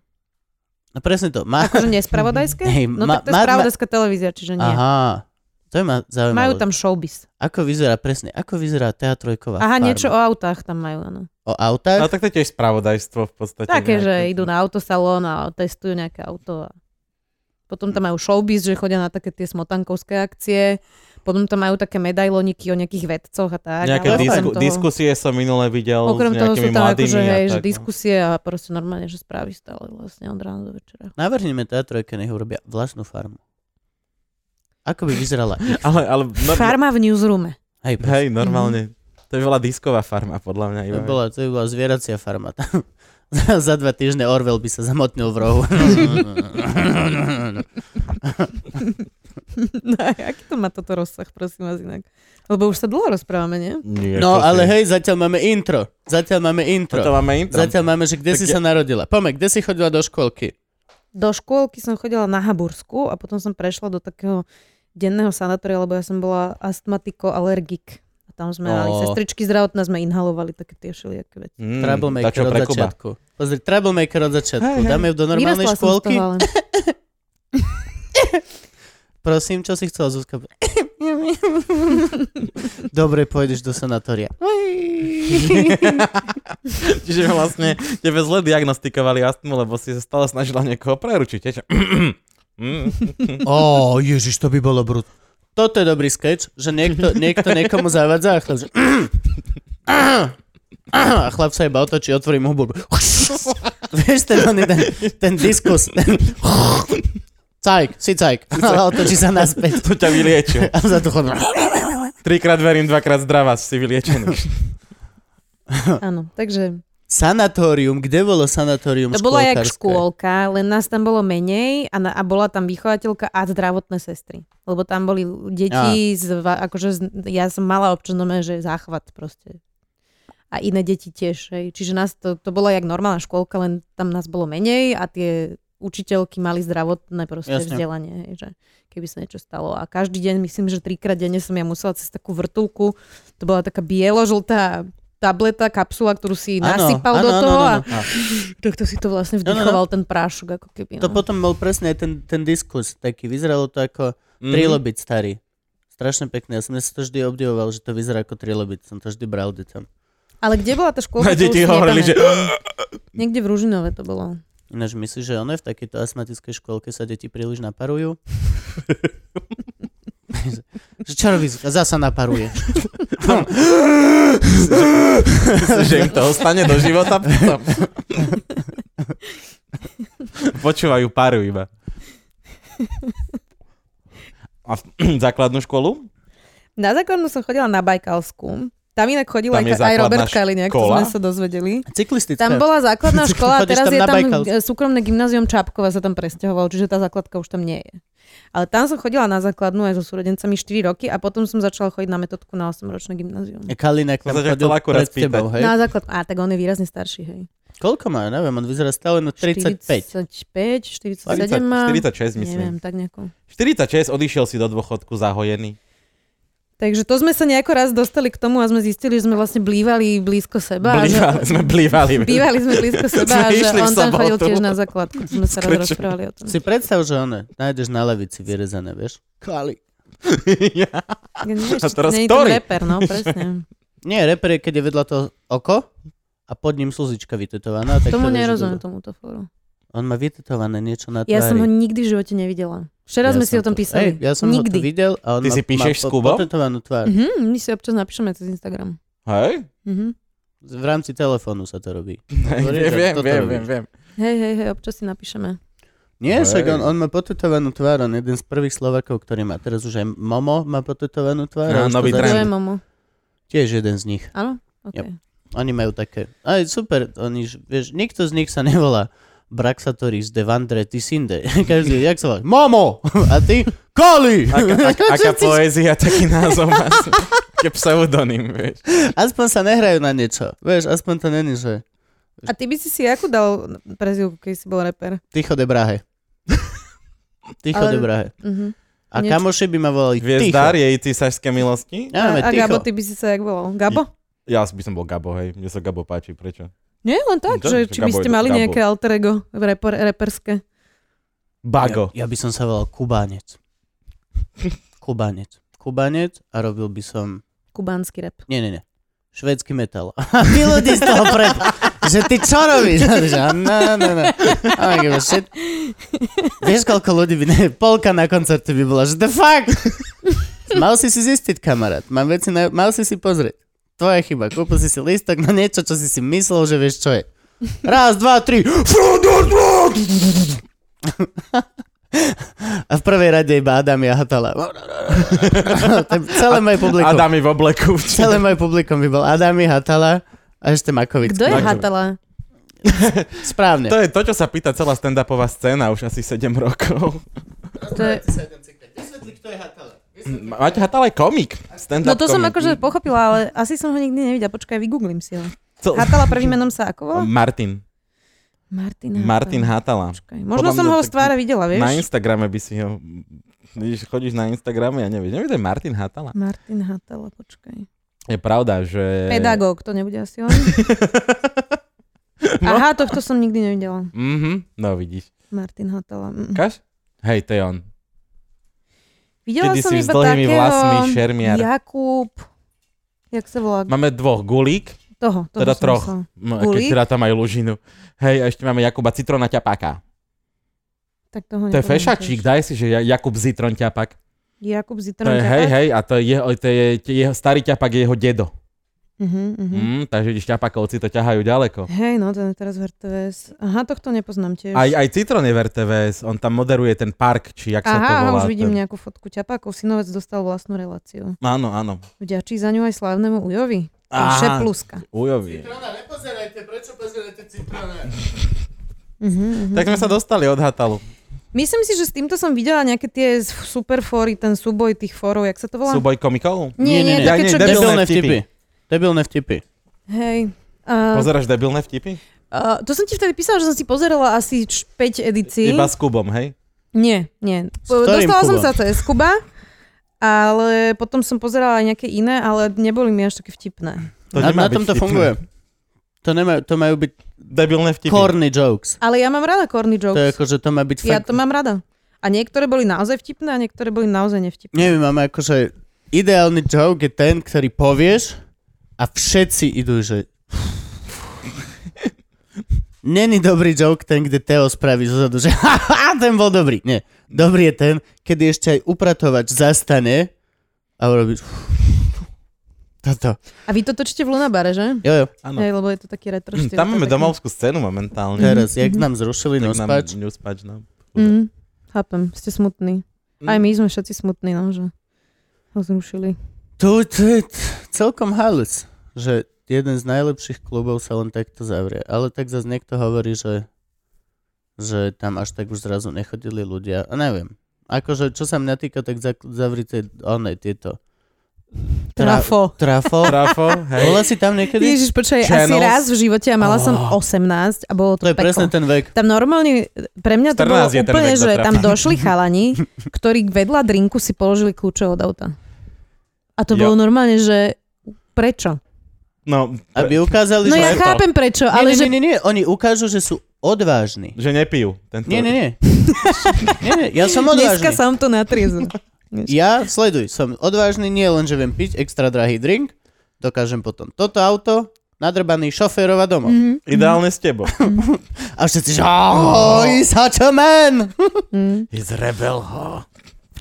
S2: No presne to. Má...
S3: Akože nespravodajské?
S2: Hej,
S3: no
S2: ma-
S3: tak to je
S2: ma- ma-
S3: spravodajská televízia, čiže nie.
S2: Aha. To je ma
S1: no.
S2: zaujímavé.
S3: Majú tam showbiz.
S2: Ako vyzerá presne? Ako vyzerá TA3
S3: Aha, niečo o autách tam majú, áno.
S2: O
S1: No
S2: autách?
S1: tak to je tiež spravodajstvo v podstate.
S3: Také,
S1: nejaké.
S3: že idú na autosalón a testujú nejaké auto. A... Potom tam majú showbiz, že chodia na také tie smotankovské akcie. Potom tam majú také medailoniky o nejakých vedcoch a tak.
S1: Nejaké
S3: ale okrem
S1: disku,
S3: toho-
S1: diskusie som minule videl
S3: Okrem
S1: s
S3: toho sú
S1: nejakými
S3: tam
S1: mladými.
S3: akože,
S1: a
S3: hej, že
S1: tak, no.
S3: diskusie a proste normálne, že správy stále vlastne od rána do večera.
S2: Navrhneme TA3, nech urobia vlastnú farmu. Ako by vyzerala?
S1: Ale, ale norm-
S3: Farma v newsroome.
S2: Hej,
S1: hej, normálne. To by bola disková farma, podľa mňa.
S2: to
S1: Iba.
S2: by bola, to by bola zvieracia farma. Tam- za dva týždne Orwell by sa zamotnil v rohu.
S3: No, a aký to má toto rozsah, prosím vás inak? Lebo už sa dlho rozprávame, nie?
S1: Nie, čo
S2: no
S1: si.
S2: ale hej, zatiaľ máme intro. Zatiaľ máme intro.
S1: Toto máme intro.
S2: Zatiaľ máme, že
S1: No
S2: kde
S1: Tak
S2: si
S1: ja-
S2: sa narodila. Pome, kde si chodila do škôlky?
S3: do škôlky som chodila na Habursku a potom som prešla do takého denného sanatória, lebo ja som bola astmatiko-alergik. A tam sme
S2: Ó.
S3: mali sestričky zdravotné, sme inhalovali také tie všelijaké veci.
S1: Mm,
S2: Troublemaker
S1: dačo
S2: od
S1: pre Kuba.
S2: začiatku. Pozri, troublemaker od začiatku.
S1: Hej, hej.
S2: Dáme ju do normálnej
S3: Vyrastla som z
S2: škôlky.
S3: toho, ale...
S2: Prosím, čo si chcela, Zuzka? Dobre, pôjdeš do sanatória.
S1: Čiže vlastne tebe zle diagnostikovali astmu, lebo si sa stále snažila niekoho preručiť. Tiež, Mm.
S2: Ó, ježiš, to by bolo brut. Toto je dobrý sketch, že niekto, niekto niekomu zavadza a chlap, že... A chlap sa iba otočí, otvorí mu hubu. Vieš, ten, oný, ten, ten diskus. Ten... Cajk, si cajk. Ale otočí sa naspäť.
S1: To ťa vyliečil.
S2: A za to chodí.
S1: Trikrát verím, dvakrát zdravá, si vyliečený.
S3: Áno, takže
S2: Sanatórium, kde bolo sanatórium
S3: to bola jak
S2: škôlkarské?
S3: škôlka, len nás tam bolo menej a, na, a bola tam vychovateľka a zdravotné sestry. Lebo tam boli deti, z, va- akože z, ja som mala občanome, že záchvat proste. A iné deti tiež. Hej. Čiže nás to, to bola jak normálna škôlka, len tam nás bolo menej a tie učiteľky mali zdravotné proste
S2: Jasne.
S3: vzdelanie, hej, že keby sa niečo stalo. A každý deň, myslím, že trikrát denne som ja musela cez takú vrtulku, to bola taká bielo-žltá tableta, kapsula, ktorú si nasypal do toho a tohto si to vlastne
S2: no, no.
S3: vdychoval ten prášok, ako keby.
S2: To
S3: No.
S2: potom bol presne aj ten, ten diskus taký. Vyzeralo to ako
S1: Mhm.
S2: trilobit starý. Strašne pekné. Ja som si to vždy obdivoval, že to vyzerá ako trilobit. Som to vždy bral deťom.
S3: Ale kde bola tá
S1: A
S3: škôlka? to
S1: deti
S3: už
S1: hovorili, že...
S3: nepamätám. Niekde v Ružinove to bolo.
S2: Ináč myslíš, že ono je v takejto astmatickej škôlke sa deti príliš naparujú? že čo robíš? Zasa naparuje.
S1: Mm, že im to ostane do života potom. Počúvajú paru iba. A v základnú školu?
S3: Na základnú som chodila na Bajkalsku. Tam inak chodil
S1: Tam je
S3: aj, aj
S1: základná
S3: Robert Kaliniak, to
S1: škola?
S3: sme sa dozvedeli.
S2: Cyklistická.
S3: Tam bola základná škola a
S2: Chodíš
S3: teraz
S2: tam
S3: je
S2: na
S3: tam
S2: Bajkalsku.
S3: e, súkromné gymnázium Čapkova sa tam presťahovalo, čiže tá základka už tam nie je. Ale tam som chodila na základnú aj so súrodencami 4 roky a potom som začala chodiť na metodku na 8-ročné gymnázium.
S2: Kalinek tam
S1: Som sa ťa
S2: chodil
S1: chcel akurát
S2: pred tebou, hej?
S3: Na základ, a tak on je výrazne starší, hej.
S2: Koľko má? Ja neviem, on vyzerá stále na 35.
S3: 45, 47
S1: 40,
S3: má.
S1: 46, myslím.
S3: Neviem, tak nejako.
S1: 46, odišiel si do dôchodku zahojený.
S3: Takže to sme sa nejako raz dostali k tomu a sme zistili, že sme vlastne blívali blízko seba. a že-
S1: Blívali, sme blívali.
S3: Bývali sme blízko
S1: Sme
S3: seba a že
S1: išli v
S3: on tam chodil
S1: sobotu.
S3: tiež na základku. To Sme sa raz
S1: Skočil.
S3: rozprávali o tom.
S2: Si predstav, že ono, nájdeš na lavici vyrezané, vieš? Kali.
S1: Ja.
S3: Ja neviem,
S1: A
S3: či-
S1: teraz
S3: nie je
S1: ktorý?
S3: to reper, no presne.
S2: Nie, reper je, keď je vedľa toho oko a pod ním slzička vytetovaná. Tak
S3: Tomu
S2: to vieš, že
S3: nerozumiem,
S2: dobre.
S3: tomuto fóru.
S2: On má vytetované niečo na tvári.
S3: Ja som ho nikdy v živote nevidela. Včera sme si
S2: som
S3: o tom
S2: to- Ej,
S3: písali.
S2: ja som ho to
S3: nikdy.
S2: videl a on
S1: Ty
S2: má,
S1: si píšeš
S2: má
S1: s Kubom?
S2: potetovanú tvár.
S3: Mhm, my si občas napíšeme cez Instagram.
S1: Hej?
S3: Mhm.
S2: V rámci telefónu sa to robí. Hovorí,
S1: Viem,
S2: že
S1: viem,
S2: No, toto
S1: viem,
S2: robíš.
S1: viem, viem.
S3: Hej, hej, hej, občas si napíšeme.
S2: Nie,
S1: Hej.
S2: však on, on má potetovanú tvár, on je jeden z prvých Slovakov, ktorý má. Teraz už aj Momo má potetovanú tvár.
S1: No,
S2: a už to
S1: nový
S2: začal-
S1: trend.
S3: Zdravím, Momo.
S2: Tiež jeden z nich.
S3: Áno? OK.
S2: Yep. Oni majú také. Aj super, oni, ž- vieš, nikto z nich sa nevolá Braxatoris Devandre Tisinde. Každý, jak sa volá? Momo! A ty? Kali!
S1: Aká, aká, aká poézia, taký názov má. Ke pseudonym, vieš.
S2: Aspoň sa nehrajú na niečo. Vieš, aspoň to není, že
S3: A ty by si si ako dal prezivku, keď si bol reper?
S2: Tycho de Brahe. Tycho
S3: Ale-
S2: de Brahe.
S3: Mhm.
S2: A
S3: niečo-
S2: kamoši by ma volali
S1: Hviezdár,
S2: Tycho.
S1: jej ty sažské milosti?
S2: Ja,
S3: A, a
S2: Tycho.
S3: Gabo, ty by si sa jak volal? Gabo?
S1: Ja by som bol Gabo, hej. Mne sa Gabo páči, prečo?
S3: Nie, len tak,
S1: No,
S3: že
S1: to-
S3: či by
S1: Gabo
S3: ste
S1: je-
S3: mali
S1: Gabo.
S3: nejaké alter ego reper, reperské.
S1: Bago.
S2: Ja, ja by som sa volal Kubánec. Kubánec. Kubánec a robil by som...
S3: Kubánsky rap.
S2: Nie, nie, nie. Švédsky metal. A tí ľudí z toho pre... že ty čo robíš? A ty, že, no, no, no. Oh, my God, shit. Vieš, koľko ľudí by... Ne, polka na koncerte by bola, že the fuck? Mal si si zistiť, kamarát. Mám veci na... Mal si si pozrieť. Tvoja chyba. Kúpil si si listok na niečo, čo si si myslel, že vieš, čo je. Raz, dva, tri. A v prvej rade iba Adam Jahatala. Celé moje publikum.
S1: Adami v obleku.
S2: Celé moje publikum by bol Adami, Hatala a ešte Makovic.
S3: Kto je
S1: Makovič.
S3: Hatala?
S2: Správne.
S1: To je to, čo sa pýta celá stand-upová scéna už asi 7 rokov.
S3: To je...
S1: Mať Hatal je komik. Stand-up
S3: No to som
S1: komik.
S3: akože pochopila, ale asi som ho nikdy nevidela. Počkaj, vygooglím si ho.
S1: Co-
S3: Hatala prvým menom sa ako volá?
S1: Martin.
S3: Martin Hatala.
S1: Martin Hatala.
S3: Počkaj. Možno
S1: Podľa
S3: som
S1: mňa
S3: ho
S1: taký-
S3: z tvára videla,
S1: Na
S3: vieš?
S1: Instagrame by si ho... Vidíš, chodíš na Instagrame, ja nevieš. Nevieš, to je Martin Hatala.
S3: Martin Hatala, počkaj.
S1: Je pravda, že...
S3: Pedagóg, to nebude asi on.
S1: No.
S3: Aha, tohto som nikdy nevidela.
S1: Mhm, no vidíš.
S3: Martin Hatala. mm.
S1: Kaš? Hej, to je on.
S3: Videla
S1: Kedy
S3: som
S1: si s
S3: iba
S1: dlhými
S3: takého...
S1: vlasmi, šermiar.
S3: Jakub... Jak sa volá?
S1: Máme dvoch gulík,
S3: Toho, toho
S1: teda
S3: som
S1: troch.
S3: myslela.
S1: m- keď
S3: Gulík?
S1: teda tam aj lužinu. Hej, a ešte máme Jakuba Citrona Ťapáka.
S3: Tak
S1: To
S3: toho
S1: je
S3: nepoznám
S1: fešačík,
S3: tiež.
S1: daj si, že Ja- Jakub Zitron Ťapak.
S3: Jakub Zitron.
S1: To je, hej, hej, a to je, jeho, to je, to je jeho starý ťapak je jeho dedo. Mm, takže vidíš, ťapakovci to ťahajú ďaleko.
S3: Mhm, Hej, no ten je teraz v RTVS. Aha, tohto nepoznám tiež.
S1: Aj, aj Citron je v RTVS, on tam moderuje ten park, či jak sa to
S3: Aha,
S1: volá.
S3: už vidím
S1: ten...
S3: nejakú fotku ťapákov. Synovec dostal vlastnú reláciu.
S1: Áno, áno.
S3: Vďačí za ňu aj slávnemu Ujovi.
S1: Aha.
S3: Aha. Šepluska.
S1: Ujovi.
S2: nepozerajte, prečo pozerajte Citrona?
S3: Mhm, mhm.
S1: Tak sme sa dostali od Hatalu.
S3: Myslím si, že s týmto som videla nejaké tie s- superfóry, ten súboj tých fórov, jak sa to volá?
S1: Súboj komikov?
S3: Nie, nie, nie, také,
S1: nie,
S3: čo...
S1: debil-
S3: Debil...
S2: Debilné
S1: vtipy.
S2: vtipy. Debilné vtipy.
S3: Hej. Uh,
S1: Pozeráš debilné vtipy?
S3: Uh, to som ti vtedy písala, že som si pozerala asi 5 edícií.
S1: Iba s Kubom, hej?
S3: Nie, nie.
S2: S
S3: Po-
S2: ktorým
S3: Dostala som
S2: Kubom?
S3: sa cez Kuba, ale potom som pozerala aj nejaké iné, ale neboli mi až také vtipné.
S1: To
S2: na,
S1: nemá
S2: na
S1: byť
S2: tom to
S1: vtipné.
S2: funguje. To, nemá, to majú byť
S1: Debilné vtipy.
S2: corny jokes.
S3: Ale ja mám rada corny
S2: To je
S3: jokes.
S2: ako, že to má byť
S3: Ja
S2: fakt...
S3: to mám rada. A niektoré boli naozaj vtipné a niektoré boli naozaj nevtipné.
S2: Neviem, máme akože... Ideálny joke je ten, ktorý povieš a všetci idú, že... Není dobrý joke ten, kde Teo spraví zozadu, že ha, ten bol dobrý. Nie, dobrý je ten, kedy ešte aj upratovač zastane a urobí... Toto.
S3: A vy to točíte v Lunabare, že?
S2: Jo, jo.
S1: Áno.
S3: Hej, lebo je to taký retro
S1: Hm,
S3: štýl.
S1: Tam
S3: to je
S1: máme
S3: pekné.
S1: domovskú scénu momentálne.
S2: Teraz, jak nám zrušili
S1: Mhm. Tak nám
S2: nospač,
S1: newspač, no.
S3: Mm, chápem, ste smutní.
S1: Mm.
S2: Hm.
S3: Aj my sme všetci smutní, no, že ho zrušili.
S2: To, to je t- celkom halus, že jeden z najlepších klubov sa len takto zavrie. Ale tak zase niekto hovorí, že, že tam až tak už zrazu nechodili ľudia. A neviem. Akože, čo sa mňa týka, tak zak- zavrite onej tieto. Teda-
S3: Trafo.
S2: Trafo.
S1: Trafo, hej.
S2: Bola si tam niekedy?
S3: Ježiš, počkaj, asi
S1: Channels.
S3: raz v živote a mala som
S2: Oh.
S3: 18 a bolo
S2: To
S3: to,
S2: je presne
S3: peklo.
S2: ten vek.
S3: Tam normálne, pre mňa to bolo
S1: 14 je ten
S3: úplne,
S1: vek
S3: že
S1: dotrapa.
S3: tam došli chalani, ktorí vedľa drinku si položili kľúče od auta. A to
S1: Jo.
S3: bolo normálne, že prečo?
S1: No, pre,
S2: Aby ukázali,
S3: No
S2: že...
S3: ja
S1: preto.
S3: chápem prečo, ale
S2: nie,
S3: že...
S2: nie, nie, nie, oni ukážu, že sú odvážni.
S1: že nepijú. Tento...
S2: Nie, nie, nie. nie, nie ja som odvážny.
S3: Dneska som to natriezol.
S2: Ja, sleduj, som odvážny, nie len, že viem piť extra drahý drink, dokážem potom toto auto, nadrbaný šoférova domov.
S3: Mhm.
S2: Mm.
S1: Ideálne s tebou.
S2: A všetci, že oh, he's such a man.
S1: He's rebel, ho.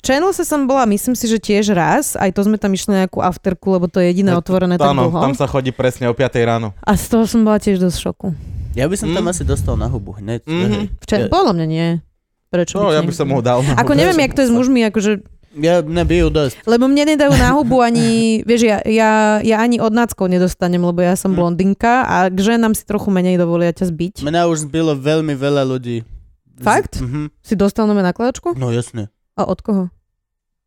S3: V Channelse som bola, myslím si, že tiež raz, aj to sme tam išli na nejakú afterku, lebo to je jediné
S1: No,
S3: otvorené tak
S1: Áno,
S3: dlho.
S1: tam sa chodí presne o 5 ráno.
S3: A z toho som bola tiež dosť v šoku.
S2: Ja by som tam
S1: Mm.
S2: asi dostal na hubu hneď.
S1: Mhm.
S2: hej.
S3: V
S2: Ja-
S3: Čen- Podľa mňa nie. Prečo?
S1: No,
S3: by
S1: ja by
S3: ti niekto-
S1: som ho dal. na
S3: Ako
S1: hubu.
S3: neviem, jak to je s mužmi, akože,
S2: Ja nebijú dosť.
S3: lebo mne nedajú na hubu ani, vieš, ja, ja, ja ani od náckov nedostanem, lebo
S2: Mm.
S3: ja som blondinka a k ženám si trochu menej dovolia ťa zbiť.
S2: Mňa už zbilo veľmi veľa ľudí.
S3: Fakt?
S2: Mhm.
S3: Si dostal nome nakladačku?
S2: No jasne.
S3: A od koho?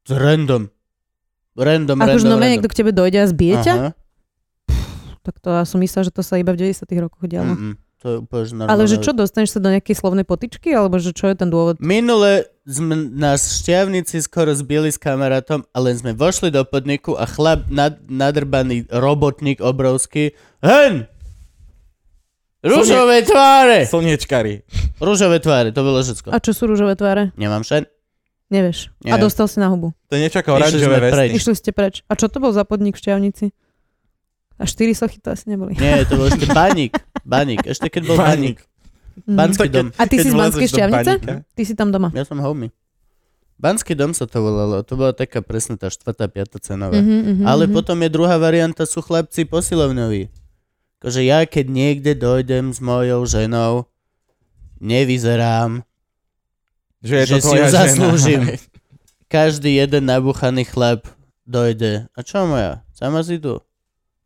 S2: To Random. Random,
S3: Akože
S2: random,
S3: nome
S2: random.
S3: niekto k tebe dojde a zbije ťa?
S2: Aha.
S3: Tak to ja som myslela, že to sa iba v 90 rokoch dialo.
S2: Mm-mm. Mhm. To je úplne že normálne.
S3: Ale že čo, dostaneš sa do nejakej slovnej potičky? Alebo že čo je ten dôvod?
S2: Minule sme nás šťavnici skoro zbili s kamarátom a len sme vošli do podniku a chlap nad, nadrbaný robotník obrovský Hen! Rúžové tváre!
S1: Slniečkari.
S2: Rúžové tváre, to bolo všetko.
S3: A čo sú rúžové tváre?
S2: Nemám šen.
S3: Nevieš. A
S2: Neviem.
S3: dostal si na hubu.
S1: To je niečo ako
S2: Išli
S1: oranžové
S2: sme
S1: vesty.
S2: preč.
S3: Išli ste preč. A čo to bol za podnik v Šťavnici? A štyri sochy to asi neboli.
S2: Nie, to bol ešte baník. Baník, ešte keď bol baník.
S3: Mm.
S2: Banský dom.
S3: A
S1: Keď
S3: ty si z
S1: vlezeš
S3: Banskej
S1: do
S3: Šťavnice?
S1: baníka.
S3: Ty si tam doma.
S2: Ja som homie. Banský dom sa to volalo, to bola taká presne tá štvrtá, piata cenová.
S3: Mhm, mhm,
S2: Ale
S3: mhm.
S2: potom je druhá varianta, sú chlapci posilovňoví. Akože ja keď niekde dojdem s mojou ženou, nevyzerám,
S1: Že je to
S2: že si
S1: tvoja
S2: ju
S1: žena.
S2: zaslúžim. Každý jeden nabuchaný chlap dojde. A čo moja? Sama si tu.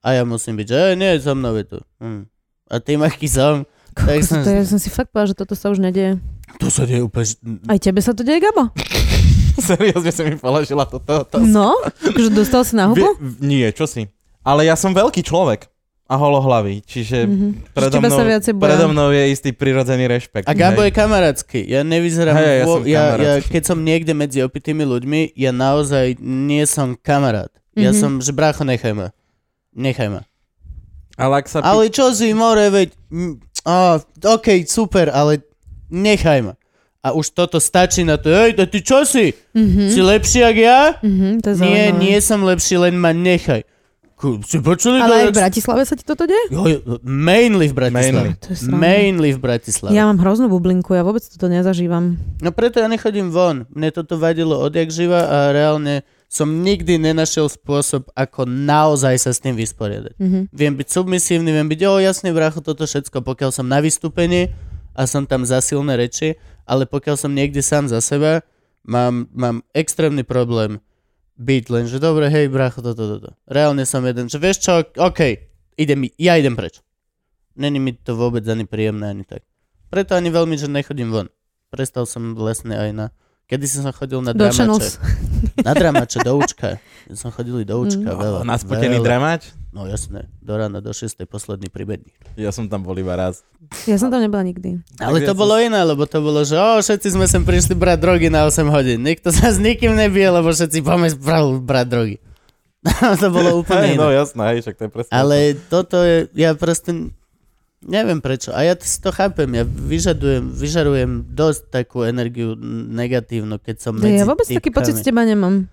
S2: A ja musím byť, že "Ej, nie, so mnou je tu. Hm. A tým, aký som, tak
S3: Kokos,
S2: som-
S3: to, ja som si fakt povedala, že toto sa už nedeje.
S2: to sa deje úplne... že-
S3: Aj tebe sa to deje, Gabo?
S1: Seriózne si mi položila toto otázku.
S3: No, že dostal si na hubu?
S1: Vie- v- nie, čo si? Ale ja som veľký človek a holohlavý, čiže
S3: Mhm.
S1: predo,
S3: Že teba
S1: mnou,
S3: sa viacej boja.
S1: predo mnou je istý prirodzený rešpekt.
S2: A Gabo
S1: Hej.
S2: je kamarátsky. Ja nevyzerám...
S1: Hej, ja
S2: vo-
S1: som
S2: ja, ja,
S1: kamarátsky.
S2: keď som niekde medzi opitými ľuďmi, ja naozaj nie som kamarát. Ja
S3: Mhm.
S2: som, že brácho, nechaj ma. Nechaj ma.
S1: Ale ak sa...
S2: Ale čo si, more, veď... mm, Á, OK, super, ale nechaj ma. A už toto stačí na to, hej, to ty čo si?
S3: Mhm,
S2: Si lepší jak ja?
S3: mhm, to je
S2: Nie,
S3: zaujímavé.
S2: nie som lepší, len ma nechaj. Ku- Si počuli
S3: Ale aj v
S2: to? jak-
S3: Bratislave sa ti toto deje?
S2: Jo, jo, mainly v Bratislave.
S1: Mainly.
S3: To je sranda.
S2: Mainly v Bratislave.
S3: Ja mám hroznú bublinku, ja vôbec toto nezažívam.
S2: No preto ja nechodím von. Mne toto vadilo odjak živa a reálne som nikdy nenašiel spôsob, ako naozaj sa s tým vysporiadať.
S3: Mhm.
S2: Viem byť submisívny, viem byť, o jasný vracho, toto všetko, pokiaľ som na vystúpení a som tam za silné reči, ale pokiaľ som niekde sám za seba, mám, mám extrémny problém byť len, že dobre, hej, bracho, toto, toto. Reálne som jeden, že vieš čo, OK, idem, ja idem preč. Není mi to vôbec ani príjemné, ani tak. Preto ani veľmi, že nechodím von. Prestal som vlastne aj na... Kedy som chodil na
S3: Do
S2: dramače.
S3: Channels.
S2: Na dramače, do učka. Ja som chodil i do učka
S1: O,
S2: veľa.
S1: Nasputený
S2: veľa.
S1: dramač?
S2: No jasné, do rána, do 6. posledný príbedník.
S1: Ja som tam bol iba raz.
S3: Ja som tam nebola nikdy.
S2: Ale
S1: ja
S2: to
S1: som-
S2: bolo iné, lebo to bolo, že o, všetci sme sem prišli brať drogy na 8 hodín. Nikto sa s nikým nebije, lebo všetci poďme bra- brať drogy. to bolo
S1: Hej,
S2: úplne iné.
S1: no jasné, hej, však to je presne. to.
S2: Ale toto je, ja proste neviem prečo. A ja si to chápem, ja vyžadujem, vyžarujem dosť takú energiu negatívnu, keď som medzi
S3: ja vôbec taký
S2: typkami.
S3: pocit z teba nemám.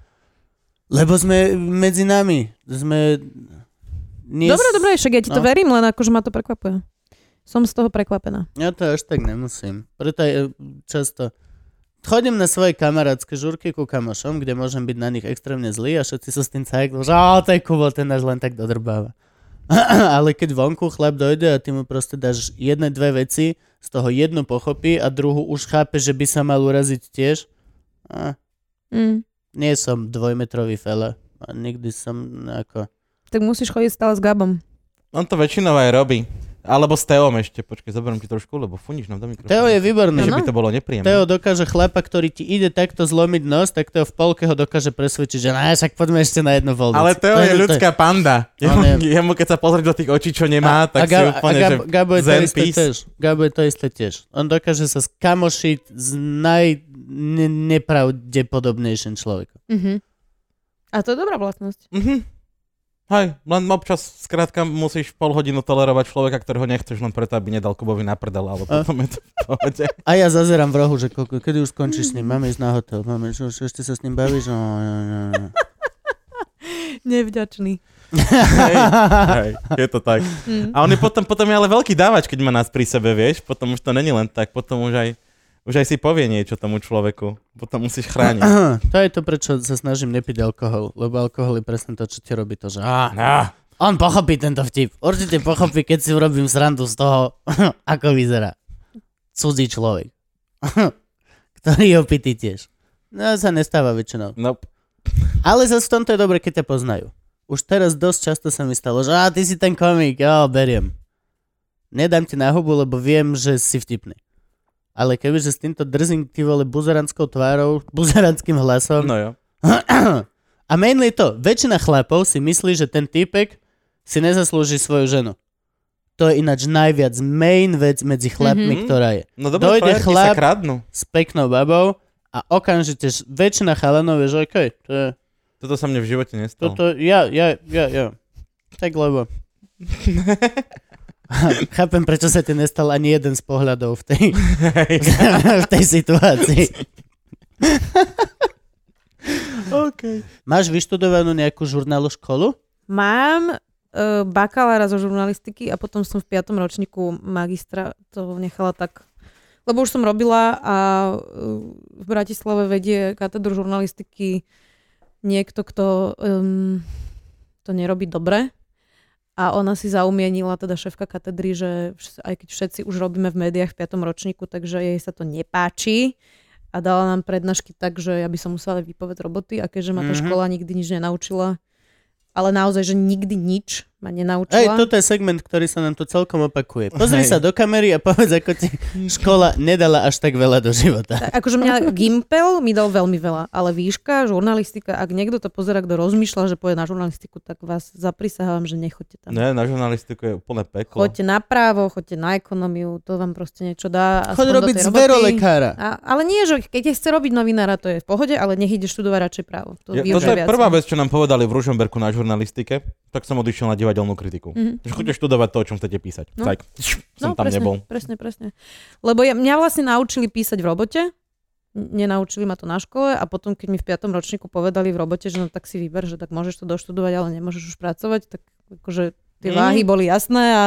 S2: Lebo sme medzi nami. Sme... Nie
S3: Dobre, dobre, však ja ti to
S2: no.
S3: verím, len akože ma to prekvapuje. Som z toho prekvapená.
S2: Ja to až tak nemusím. Preto aj e, často chodím na svoje kamarátske žurky ku kamošom, kde môžem byť na nich extrémne zlý a všetci sú s tým cajklu, že "Á, to je Kubo, ten náš len tak dodrbáva. Ale keď vonku chlap dojde a ty mu proste dáš jedné, dve veci, z toho jednu pochopí a druhú už chápe, že by sa mal uraziť tiež. A
S3: Mm.
S2: nie som dvojmetrový fele. A nikdy som ako...
S3: Tak musíš chodiť stále s Gabom.
S1: On to väčšinou aj robí. Alebo s Teom ešte, počkaj, zoberiem ti trošku, lebo funíš nám do mikrofónu.
S2: Teo je výborný.
S1: Nie, že
S3: Áno.
S1: by to bolo nepríjemné.
S2: Teo dokáže chlapa, ktorý ti ide takto zlomiť nos, tak Teo v polke ho dokáže presvedčiť, že ne, však poďme ešte na jednu voľbu.
S1: Ale Teo je ľudská panda.
S2: On
S1: Jemu,
S2: je-
S1: jemu, keď sa pozrieť do tých očí, čo nemá, tak si úplne,
S2: a
S1: že
S2: Gab- Gabo je to
S1: zen
S2: isté
S1: peace.
S2: tiež. Gabo je to isté tiež. On dokáže sa skamošiť s najnepravdepodobnejším človekom.
S3: Mhm. A to je dobrá vlastnosť.
S1: Mhm. Hej, len občas, skrátka, musíš pol hodinu tolerovať človeka, ktorého nechceš len preto, aby nedal Kubovi na prdel, ale potom je to v pohode.
S2: A ja zazerám v rohu, že koľko, kedy už skončíš s ním, máme ísť na hotel, máme, čo, čo ešte sa s ním bavíš? No, no, no, no.
S3: Nevďačný.
S1: Hej,
S2: no.
S1: hej, je to tak.
S3: Mm.
S1: A on je potom, potom je ale veľký dávač, keď má nás pri sebe, vieš, potom už to není len tak, potom už aj, už aj si povie niečo tomu človeku, potom musíš chrániť.
S2: To je to, prečo sa snažím nepiť alkohol, lebo alkohol je presne to, čo ti robí to, že á,
S1: No,
S2: On pochopí tento vtip. Určite pochopí, keď si urobím srandu z toho, ako vyzerá cudzí človek. Ktorý je opitý tiež. No sa nestáva väčšinou.
S1: nope.
S2: Ale zase v tomto je dobre, keď ťa poznajú. Už teraz dosť často sa mi stalo, že a ty si ten komik, jo, beriem. Nedám ti na hubu, lebo viem, že si vtipný. Ale kebyže s týmto drzým ty vole buzeranskou tvárou, buzeranským hlasom,
S1: No jo.
S2: a mainly to, väčšina chlapov si myslí, že ten typek si nezaslúži svoju ženu. To je ináč najviac main vec medzi
S1: Mhm.
S2: chlapmi, ktorá je.
S1: No dobre,
S2: Dojde
S1: frajerky sa
S2: chlap-
S1: kradnú.
S2: S peknou babou a okamžite ž- väčšina chalanov je, že okej, to je,
S1: Toto sa mne v živote nestalo.
S2: toto, ja, ja, ja, ja. Tak lebo. Chápem, prečo sa ti nestal ani jeden z pohľadov v tej, v tej situácii.
S1: OK.
S2: Máš vyštudovanú nejakú žurnálu školu?
S3: Mám uh, bakalára zo žurnalistiky a potom som v piatom ročníku magistra to nechala tak lebo už som robila a eh, v Bratislave vedie katedru žurnalistiky niekto, kto um, to nerobí dobre. A ona si zaumienila, teda šéfka katedry, že vš- aj keď všetci už robíme v médiách v piatom ročníku, takže jej sa to nepáči a dala nám prednášky tak, že ja by som musela vypovedať roboty a keďže ma tá
S2: Mhm.
S3: škola nikdy nič nenaučila, ale naozaj, že nikdy nič ma nenaučila.
S2: Ej, toto je segment, ktorý sa nám tu celkom opakuje. Pozri
S1: Hej.
S2: sa do kamery a povedz, ako ti škola nedala až tak veľa do života.
S3: Tak, akože mňa Gimpel mi dal veľmi veľa, ale výška, žurnalistika, ak niekto to pozera, kto rozmýšľa, že pôjde na žurnalistiku, tak vás zaprisahávam, že nechoďte tam.
S1: Ne, na žurnalistiku je úplne peklo.
S3: Choďte na právo, choďte na ekonómiu, to vám proste niečo dá. aspoň
S2: Chod
S3: do
S2: robiť
S3: tej roboty.
S2: zverolekára.
S3: A, ale nie, že keď chce robiť novinára, to je v pohode, ale nech ide študovať radšej právo. To,
S1: Ja,
S3: využije
S1: toto je
S3: viac.
S1: prvá vec, čo nám povedali v Ružomberku na žurnalistike, tak som odišiel na divadelnú kritiku.
S3: Mhm.
S1: Že chodíte študovať to, o čom chcete písať.
S3: No.
S1: Tak, som tam
S3: presne,
S1: nebol.
S3: Presne, presne. Lebo ja, mňa vlastne naučili písať v robote, N- nenaučili ma to na škole a potom, keď mi v piatom ročníku povedali v robote, že no tak si vyber, že tak môžeš to doštudovať, ale nemôžeš už pracovať, tak akože tie
S2: Mm.
S3: váhy boli jasné a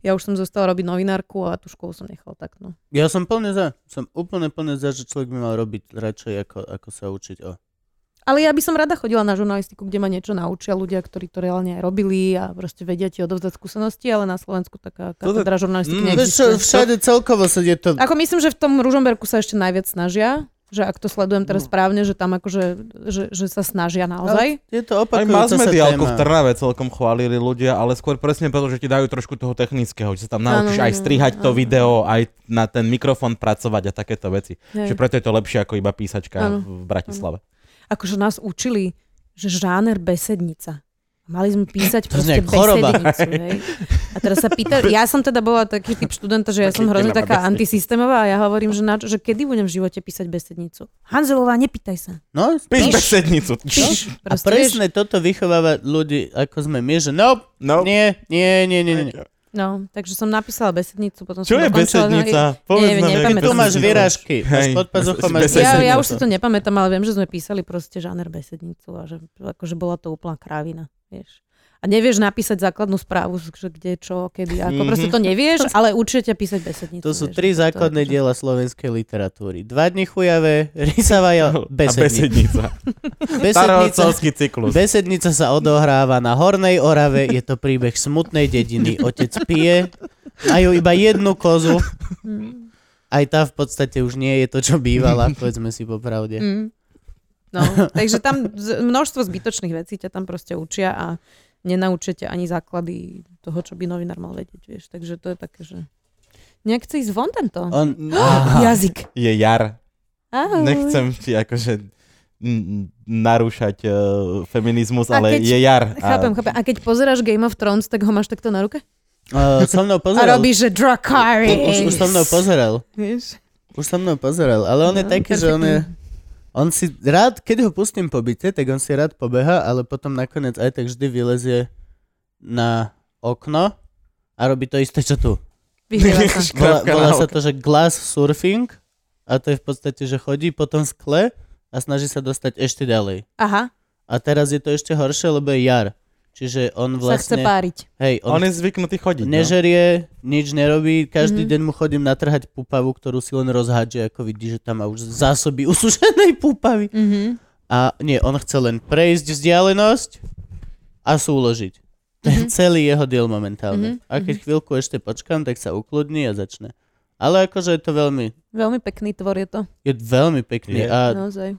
S3: ja už som zostala robiť novinárku a tú školu som nechala tak, no.
S2: Ja som plne za. Som úplne plne za, že človek by mal robiť radšej, ako, ako sa učiť o...
S3: Ale ja by som rada chodila na žurnalistiku, kde ma niečo naučia ľudia, ktorí to reálne aj robili a proste vedia ti odovzdať skúsenosti, ale na Slovensku taká
S1: Toto-
S3: katedra žurnalistiky
S1: Mm.
S2: Vieš čo,
S3: neexistuje.
S2: všade celkovo sa je to...
S3: Ako myslím, že v tom Ružomberku sa ešte najviac snažia, že ak to sledujem teraz správne, že tam akože, že, že sa snažia naozaj.
S2: Je to
S1: Aj mass
S2: opakujúca sa
S1: mediálku v
S2: téma.
S1: Trnave celkom chválili ľudia, ale skôr presne preto, že ti dajú trošku toho technického, že sa tam naučíš
S3: Áno,
S1: aj
S3: áno,
S1: strihať to
S3: áno.
S1: video, aj na ten mikrofón pracovať a takéto veci.
S3: Hej.
S1: Že preto je to lepšie ako iba písačka
S3: Áno.
S1: v Bratislave.
S3: Akože nás učili, že žáner besednica. A Mali sme písať
S2: To
S3: proste
S2: znie ako choroba.
S3: besednicu, hej. A teraz sa pýta, ja som teda bola taký typ študenta, že ja som hrozne
S1: Taký
S3: taká
S1: tela
S3: antisystémová a ja hovorím, že, na, čo- že kedy budem v živote písať besednicu. Hanzelová, nepýtaj sa.
S2: No,
S1: Píš
S2: no.
S1: besednicu.
S3: Píš.
S2: A
S3: Proste, vieš,
S2: presne toto vychováva ľudí, ako sme my, že no,
S1: No.
S2: nie, nie, nie, nie, nie.
S3: No, takže som napísala besednicu, potom
S1: Čo
S3: som
S1: je
S3: dokončila-
S1: besednica?
S3: No,
S1: Povedz
S3: neviem,
S1: nám, jak je
S3: nepamätám.
S2: Tu máš
S1: Besednica.
S2: vyrážky, máš
S1: Hej.
S2: pod pazuchom, máš
S1: Besednica.
S3: Ja, ja už si
S2: besednicu.
S3: to nepamätám, ale viem, že sme písali proste žáner besednicu a že akože bola to úplná krávina, vieš. A nevieš napísať základnú správu, že kde, čo, kedy, ako. Proste to nevieš, ale určite ťa písať besednicu.
S2: Mhm. To sú
S3: vieš.
S2: tri základné
S3: je akože-
S2: diela slovenskej literatúry. Dva dni chujavé, risavaja,
S1: A
S2: besednica.
S1: besednica.
S2: Besednica,
S1: Starocelský cyklus.
S2: besednica sa odohráva na Hornej Orave, je to príbeh smutnej dediny. Otec pije, majú iba jednu kozu, aj tá v podstate už nie je to, čo bývala, povedzme si popravde.
S3: Mm. No, takže tam z- množstvo zbytočných vecí ťa tam proste učia a nenaučia ťa ani základy toho, čo by novinár mal vedieť, vieš. Takže to je také, že... Nechce ísť von tento.
S2: On,
S3: Jazyk.
S1: Je jar.
S3: Ahoj.
S1: Nechcem ti akože n- narúšať eh, feminizmus,
S3: A
S1: ale
S3: keď-
S1: je jar. A-
S3: Chápem, chápem. A keď pozeráš Game of Thrones, tak ho máš takto na ruke?
S2: uh, so mnou
S3: A
S2: pozeral.
S3: robíš, že Dracarys.
S2: Už, už so mnou pozeral. Už so mnou pozeral, ale on je
S3: No,
S2: taký, že on je... On si rád, keď ho pustím po byte, tak on si rád pobeha, ale potom nakoniec aj tak vždy vylezie na okno a robí to isté, čo tu.
S3: Vyhráva sa.
S2: Volá,
S1: Škrabka
S2: volá
S1: na
S2: sa to, že glass surfing a to je v podstate, že chodí po tom skle a snaží sa dostať ešte ďalej.
S3: Aha,
S2: A teraz je to ešte horšie, lebo je jar. Čiže on
S3: sa chce
S2: vlastne...
S3: páriť.
S2: hej,
S1: On
S2: on, on
S1: je zvyknutý chodiť. No.
S2: nežerie, nič nerobí, každý
S3: Mhm.
S2: deň mu chodím natrhať pupavu, ktorú si len rozhádže, ako vidí, že tam má už zásoby usušenej pupavy.
S3: Mhm.
S2: A nie, on chce len prejsť vzdialenosť a súložiť. To je celý jeho diel momentálne.
S3: Mhm,
S2: A keď chvíľku ešte počkám, tak sa ukludní a začne. Ale akože je to veľmi,
S3: Veľmi pekný tvor je to,
S2: je veľmi pekný.
S1: Je.
S2: A
S3: naozaj.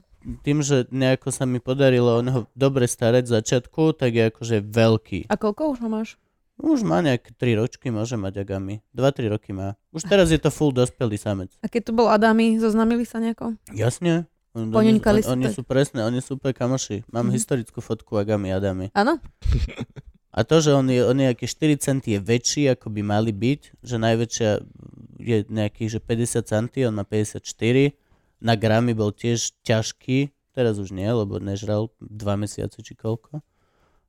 S2: tým, že nejako sa mi podarilo o neho dobre starať v začiatku, tak je akože veľký.
S3: A koľko už ho máš?
S2: Už má nejaké 3 ročky, môže mať agami. 2-3 roky má. Už teraz je to full dospelý samec.
S3: A keď tu bol Adami, zoznamili sa nejako?
S2: Jasne. On, oni, on,
S3: Poňuňkali ste?
S2: oni sú presné, oni sú úplne kamoši. Mám
S3: Mhm.
S2: historickú fotku agami Adami.
S3: Áno?
S2: A to, že on je o nejaké 4 centy je väčší, ako by mali byť, že najväčšia je nejaký, že 50 centy, on má 54. Na gramy bol tiež ťažký, teraz už nie, lebo nežral 2 mesiace či koľko.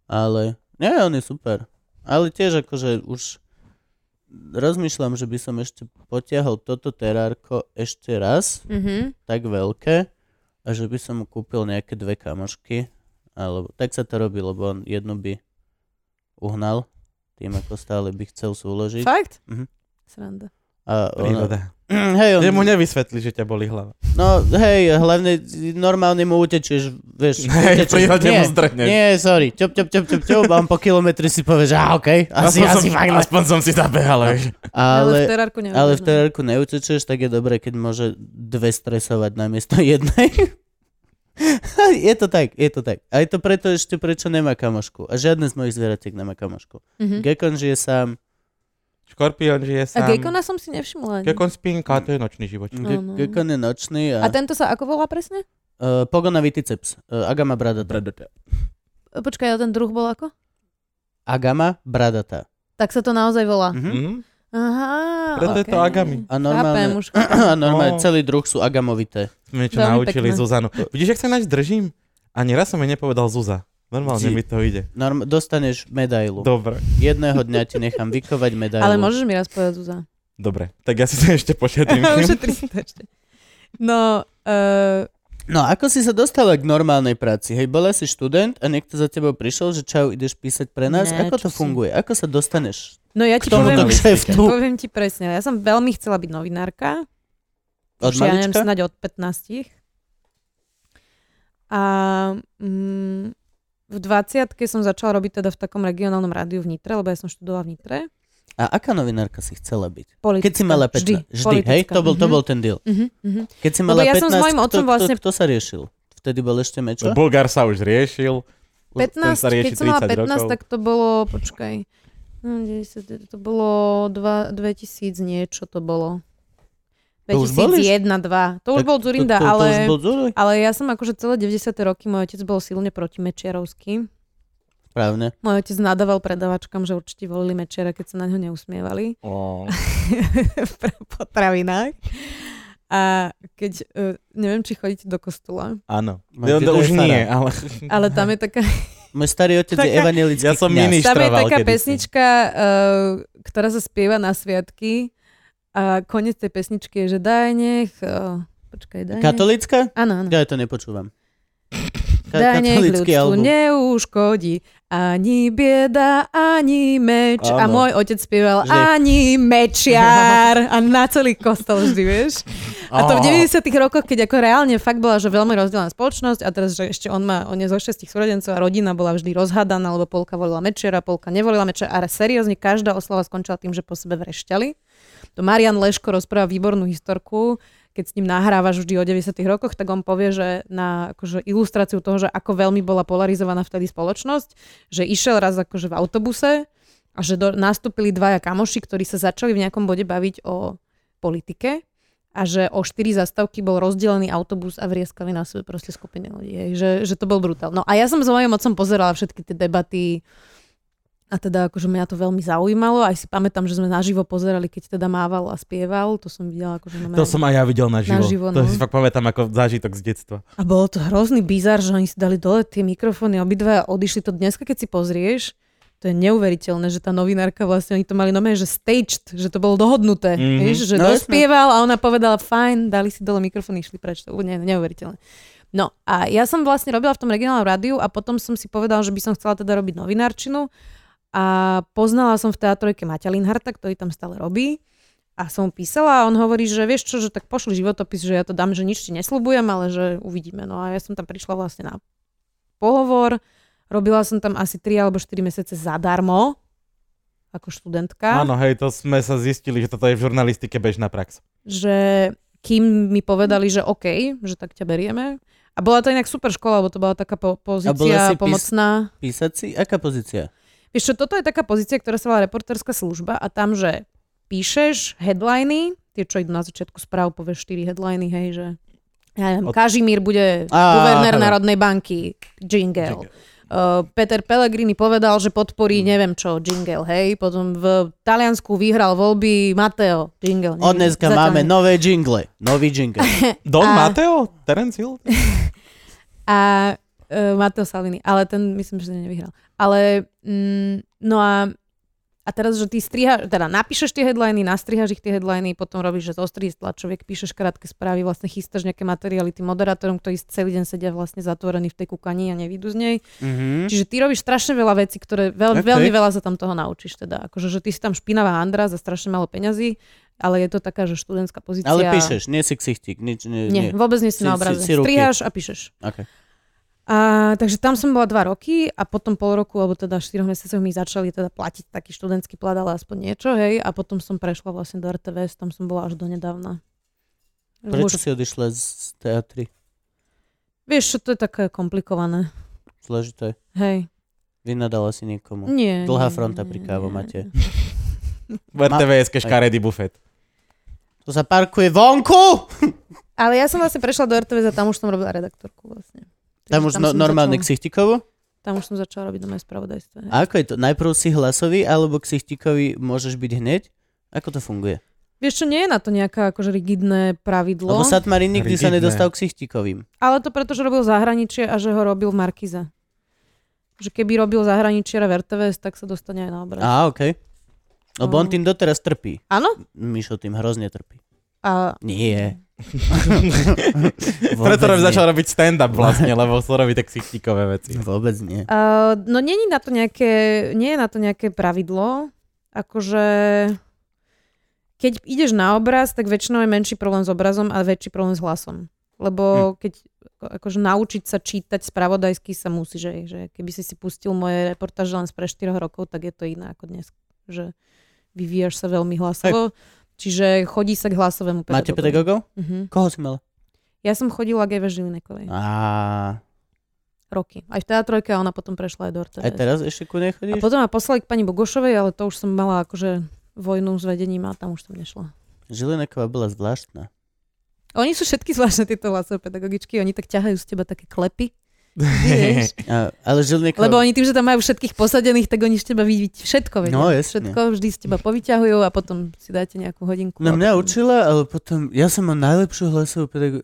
S2: Ale nie, on je super. Ale tiež akože už rozmýšľam, že by som ešte potiahol toto terárko ešte raz,
S3: Mhm.
S2: tak veľké, a že by som mu kúpil nejaké dve kamošky. Alebo tak sa to robí, lebo on jednu by uhnal, tým ako stále by chcel súložiť.
S3: Fakt?
S2: Mhm.
S3: Sranda.
S2: A ona,
S1: Príroda.
S2: hej, on,
S1: Že mu nevysvetlí, že ťa boli hlava.
S2: no hej, hlavne normálne mu utečieš,
S1: Hej,
S2: vieš.
S1: v
S2: utečieš.
S1: prírode
S2: Hm. nie,
S1: mu zdrhneš.
S2: nie, sorry, ťop, ťop, ťop, ťop, ťop, a on po kilometri si povie, že á, okej, asi,
S1: aspoň,
S2: asi
S1: som,
S2: fakt. ne. Hm.
S1: aspoň som si zabehal. vieš.
S3: Ale, v
S2: Ale,
S3: terárku neviem.
S2: ale v terárku neutečeš, tak je dobré, keď môže dve stresovať namiesto jednej. je to tak, je to tak. A je to preto ešte, prečo nemá kamošku. A žiadne z mojich zvieratiek nemá kamošku.
S3: Mhm.
S2: Gekon žije sám,
S1: Škorpión žije sám.
S3: A Gekona som si nevšimla. ani.
S1: Gekon spinka, to je nočný život.
S2: Ge-
S3: Áno.
S2: Gekon je nočný
S3: A
S2: a,
S3: tento sa ako volá presne?
S2: uh, pogonavý ticeps. Uh, agama bradata.
S3: E, Počkaj, a ten druh bol ako?
S2: Agama bradata.
S3: Tak sa to naozaj volá.
S2: Mhm.
S1: Mhm.
S3: Aha,
S1: Preto je to
S3: okej.
S1: Agami.
S2: A normálne-
S3: Chápem už.
S2: a normálne
S1: No.
S2: celý druh sú agamovité.
S1: Sme čo
S3: Veľmi
S1: naučili
S3: pekné.
S1: Zuzanu. Vidíš, ak sa náš držím? Ani raz som jej nepovedal Zuza. Normálne
S2: Ti-
S1: mi to ide.
S2: Norm- dostaneš medailu.
S1: Dobre.
S2: Jedného dňa ti nechám vykovať medailu.
S3: Ale môžeš mi raz povedať, Zuzá.
S1: Dobre. Tak ja si to ešte pošetrím.
S3: Ušetri si to ešte. No, uh,
S2: No ako si sa dostala k normálnej práci? Hej, bola si študent a niekto za tebou prišiel, že čau, ideš písať pre nás.
S3: Ne,
S2: ako
S3: čo
S2: to
S3: si-
S2: funguje? Ako sa dostaneš
S3: no ja
S2: k
S3: ti poviem,
S2: tomuto kšeftu?
S3: poviem ti presne. Ja som veľmi chcela byť novinárka.
S2: Od
S3: Už ja neviem,
S2: malička?
S3: snáď od 15. A mm, v 20 som začala robiť teda v takom regionálnom rádiu v Nitre, lebo ja som študovala v Nitre.
S2: A aká novinárka si chcela byť?
S3: Politika.
S2: Keď si mala 15. Vždy, vždy hej? To bol, to bol ten deal.
S3: Uh-huh, uh-huh.
S2: Keď si
S3: Lebo
S2: mala
S3: ja
S2: 15,
S3: som s mojím otcom
S2: kto,
S3: vlastne-
S2: kto, kto sa riešil? Vtedy bol ešte mečo?
S1: No, Bulgár sa už riešil. Už ten
S3: 15,
S1: sa rieši
S3: keď som mala
S1: 30
S3: 15,
S1: rokov.
S3: tak to bolo, počkaj, no, 90, to bolo dva- 2000 niečo to bolo.
S2: To už boli?
S3: 2001, 2. To už
S2: Tak
S3: bol Zurinda,
S2: to, to, To
S3: ale...
S2: už bol Zuri?
S3: Ale ja som akože celé 90. roky, môj otec bol silne proti Mečiarovský.
S2: Správne.
S3: Môj otec nadával predavačkám, že určite volili mečiara, keď sa na ňo neusmievali
S1: Oh.
S3: v potravinách. A keď, eh, neviem, či chodíte do kostola,
S1: Áno.
S2: Môj
S1: No,
S2: dedo
S1: to
S2: je
S1: už
S2: farár.
S1: nie, ale...
S3: ale tam je taká,
S2: Môj starý otec je
S3: Taká-
S2: evangelický
S1: Ja som
S2: kňaz.
S1: iný.
S3: tam je
S1: Vyštrval
S3: taká
S1: kedysi.
S3: pesnička, eh, ktorá sa spieva na sviatky a koniec tej pesničky je, že daj nech... eh, Počkaj, daj nech...
S2: Mhm. Katolická?
S3: Áno, áno.
S2: Ja to nepočúvam.
S3: Daj nech
S2: katolický
S3: ľudstvu
S2: album.
S3: neuškodí ani bieda, ani meč. A
S1: Áno.
S3: môj otec spieval
S2: Že-
S3: ani mečiar. A na celý kostol vždy, vieš. A
S1: Oh.
S3: to v 90 rokoch, keď ako reálne fakt bola, že veľmi rozdelená spoločnosť a teraz, že ešte on má, on je zo šestich súrodencov a rodina bola vždy rozhádaná, lebo polka volila mečiara, polka nevolila mečiara. A seriózne každá oslava skončila tým, že po sebe vrešťali. To Marian Leško rozpráva výbornú historku, keď s ním nahrávaš vždy o 90 rokoch, tak on povie, že na akože ilustráciu toho, že ako veľmi bola polarizovaná vtedy spoločnosť, že išiel raz akože v autobuse a že do, nastúpili dvaja kamoši, ktorí sa začali v nejakom bode baviť o politike a že o štyri zastavky bol rozdelený autobus a vrieskali na sebe proste skupiny ľudí. hej, Že, že to bol brutál. No a ja som s mojim otcom pozerala všetky tie debaty a teda akože mňa to veľmi zaujímalo. Aj si pamätám, že sme naživo pozerali, keď teda mával a spieval. To som videla akože...
S1: To som aj ja videl na živo.
S3: živo,
S1: To
S3: no.
S1: si fakt pamätám ako zážitok z detstva.
S3: A bolo to hrozný bizar, že oni si dali dole tie mikrofóny, obidva a odišli to dneska, keď si pozrieš. To je neuveriteľné, že tá novinárka vlastne, oni to mali nome, že staged, že to bolo
S1: Mhm.
S3: dohodnuté. Mm-hmm. Vieš, že
S2: No,
S3: no,
S2: jasné.
S3: dospieval a ona povedala fajn, dali si dole mikrofón, išli preč. To bolo ne, neuveriteľné. No a ja som vlastne robila v tom regionálnom rádiu a potom som si povedala, že by som chcela teda robiť novinárčinu a poznala som v teatrojke Maťa Linharta, ktorý tam stále robí a som mu písala a on hovorí, že vieš čo, že tak pošli životopis, že ja to dám, že nič ti nesľubujem, ale že uvidíme. No a ja som tam prišla vlastne na pohovor, robila som tam asi 3 alebo 4 mesiace zadarmo ako študentka,
S1: Áno, hej, to sme sa zistili, že toto je v žurnalistike bežná prax.
S3: že kým mi povedali, že OK, že tak ťa berieme. A bola to inak super škola, lebo to bola taká po- pozícia
S2: si pís-
S3: pomocná.
S2: Písať si? Aká pozícia?
S3: Vieš čo, toto je taká pozícia, ktorá sa volá reporterská služba a tam, že píšeš headliny, tie, čo idú na začiatku správ, povieš 4 headliny, hej, že ja neviem,
S1: Od-
S3: Kažimír bude
S2: Á,
S3: guvernér
S2: áno.
S3: Národnej banky, jingle. Uh, Peter Pellegrini povedal, že
S2: Mm.
S3: podporí neviem čo, jingle, hej. Potom v Taliansku vyhral voľby Mateo, jingle.
S2: Od dneska
S3: Zatiaľ
S2: máme
S3: nie.
S2: nové jingle. Nový jingle.
S1: Don
S3: A-
S1: Mateo? Terence Hill?
S3: A uh, Mateo Salvini, ale ten myslím, že ten nevyhral. Ale mm, no a a teraz, že ty strihaš, teda napíšeš tie headliny, nastrihaš ich tie headliny, potom robíš, že zostrí tlačoviek, píšeš krátke správy, vlastne chystáš nejaké materiály tým moderátorom, ktorí celý deň sedia vlastne zatvorení v tej kukani a nevídu z nej.
S2: Mhm.
S3: Čiže ty robíš strašne veľa vecí, ktoré
S2: Okay.
S3: veľ, veľmi veľa sa tam toho naučíš. Teda. Akože, že ty si tam špinavá handra za strašne málo peňazí, ale je to taká, že študentská pozícia.
S2: Ale píšeš, nie si ksichtík, nič, nie, nie.
S3: Nie, vôbec nie
S2: Si-
S3: si
S2: si-
S3: na obraze.
S2: si ruky.
S3: Striháš a píšeš.
S2: Okay.
S3: A, takže tam som bola dva roky a potom pol roku, alebo teda 4 mesiacoch mi začali teda platiť taký študentský plat, ale aspoň niečo, hej. A potom som prešla vlastne do RTVS, tam som bola až do nedávna. Lebo
S2: Prečo
S3: už-
S2: si odišla z teatry?
S3: Vieš, čo to je také komplikované,
S2: Zložité.
S3: hej.
S2: Vynadala si niekomu.
S3: Nie.
S2: No, Dlhá
S3: nie,
S2: fronta
S3: nie,
S2: pri
S3: nie,
S2: kávomate.
S3: nie.
S1: V RTVS-ke škaredý bufet.
S2: To sa parkuje vonku!
S3: Ale ja som vlastne prešla do RTVS a tam už som robila redaktorku vlastne.
S2: Tam už no,
S3: Takže som
S2: normálne
S3: začala,
S2: ksichtikovo?
S3: Tam už som začala robiť doma aj spravodajstve. hej.
S2: A ako je to? Najprv si hlasový, alebo ksichtikový môžeš byť hneď? Ako to funguje?
S3: Vieš čo, nie je na to nejaká akože rigidné pravidlo,
S2: Lebo Satmarin nikdy sa
S1: Rigidné.
S2: nedostal k sichtikovým.
S3: ale to preto, že robil v zahraničie a že ho robil v Markize. Že keby robil zahraničiara v RTVS, tak sa dostane aj na obraz.
S2: Á, okej. Lebo on
S3: No.
S2: tým doteraz trpí.
S3: Áno?
S2: Mišo tým hrozne trpí.
S3: A
S2: Nie. Vôbec
S1: Preto
S2: nie.
S1: rob- začal robiť stand-up vlastne, lebo chcel robiť tak siktikové veci.
S2: Vôbec nie.
S3: Uh, no není na to nejaké, nie je na to nejaké pravidlo, akože keď ideš na obraz, tak väčšinou je menší problém s obrazom a väčší problém s
S2: Hm.
S3: hlasom. Lebo keď ako- akože naučiť sa čítať spravodajsky sa musí, že, že keby si si pustil moje reportáže len z pre 4 rokov, tak je to iné ako dnes, že vyvíjaš sa veľmi hlasovo. Čiže chodí sa k hlasovému
S2: Máte
S3: pedagogovi.
S2: pedagógov?
S3: Mhm.
S2: Koho si mala?
S3: Ja som chodila k Eve Žilinekovej
S2: Á,
S3: roky. Aj v teatrojke a ona potom prešla aj do RTVS.
S2: aj teraz ešte ku nej
S3: A
S2: chodíš?
S3: potom ma poslali k pani Bogošovej, ale to už som mala akože vojnu s vedením a tam už som nešla.
S2: Žilineková bola zvláštna.
S3: Oni sú všetky zvláštne tieto hlasové pedagogičky, oni tak ťahajú z teba také klepy, Vieš?
S2: A, ale Žilníkov...
S3: Lebo oni tým, že tam majú všetkých posadených, tak oni z teba vidí všetko. Vedia.
S2: No, jasne.
S3: všetko vždy z teba povyťahujú a potom si dáte nejakú hodinku.
S2: No mňa učila, ale potom, ja som mal najlepšiu hlasovú pedagog...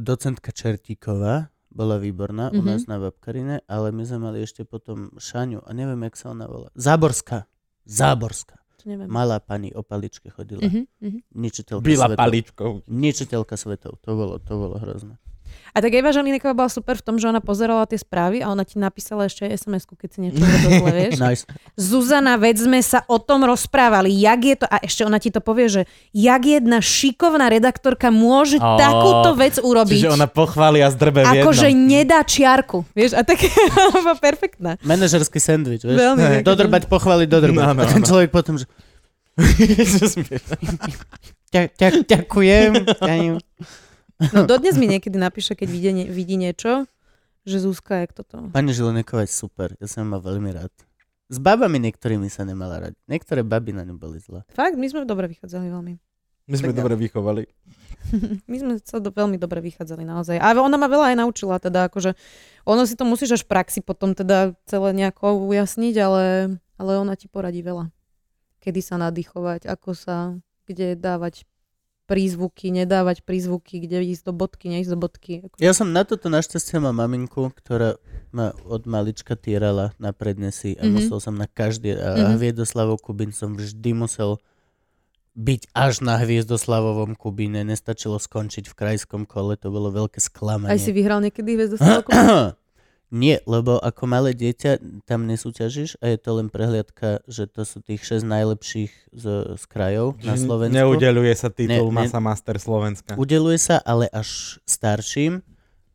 S2: docentka Čertíková, bola výborná mm-hmm. u
S3: Mhm.
S2: nás na Babkarine, ale my sme mali ešte potom Šaňu, a neviem, jak sa ona volá. Záborská. Záborská.
S3: To neviem.
S2: Malá pani o paličke chodila. Mm-hmm.
S3: Mhm, mhm.
S2: Ničiteľka
S1: Byla
S2: svetov.
S1: paličkou.
S2: Ničiteľka svetov. To bolo, to bolo hrozné.
S3: A tak Eva Žalineková bola super v tom, že ona pozerala tie správy a ona ti napísala ešte aj SMS-ku, keď si niečo rozhodla, vieš.
S2: Nice.
S3: Zuzana, veď sme sa o tom rozprávali, jak je to, a ešte ona ti to povie, že jak jedna šikovná redaktorka môže
S1: Ó,
S3: takúto vec urobiť,
S1: Čiže ona pochváli a zdrbe v jednom.
S3: akože nedá čiarku, vieš, a tak ona perfektná.
S2: Manažerský sandvič, vieš?
S3: Veľmi
S2: Hej.
S3: pekný.
S2: Dodrbať, pochváliť, dodrbať.
S1: No, no,
S2: a ten
S1: no.
S2: človek potom, že
S1: Čo smieš?
S2: ďa- ďa- ďakujem. ďakujem.
S3: No dodnes mi niekedy napíše, keď vidie, nie- vidí niečo, že Zuzka, jak toto.
S2: Pani Žileneková je super, ja som ju mal veľmi rád. S babami niektorými sa nemala rád. Niektoré baby na ňu boli zlé.
S3: Fakt, my sme dobre vychádzali veľmi.
S1: My sme
S2: Tak ja.
S1: dobre vychovali.
S3: My sme sa do, veľmi dobre vychádzali naozaj. A ona ma veľa aj naučila, teda akože ono si to musíš až v praxi potom teda celé nejako ujasniť, ale, ale ona ti poradí veľa. Kedy sa nadýchovať, ako sa, kde dávať prízvuky, nedávať prízvuky, kde ísť do bodky, neísť do bodky. Ako...
S2: Ja som na toto našťastie mal maminku, ktorá ma od malička týrala na prednesy a
S3: Mhm.
S2: musel som na každý, a
S3: Mhm.
S2: mm-hmm. Hviezdoslavov Kubín som vždy musel byť až na Hviezdoslavovom Kubíne. Nestačilo skončiť v krajskom kole, to bolo veľké sklamanie.
S3: Aj si vyhral niekedy hviezdostavku?
S2: Nie, lebo ako malé dieťa tam nesúťažíš a je to len prehliadka, že to sú tých 6 najlepších z, z krajov na
S1: Čiže
S2: Slovensku.
S1: Neudeluje sa titul
S2: Ne- ne-
S1: Masa Master Slovenska.
S2: Udeluje sa, ale až starším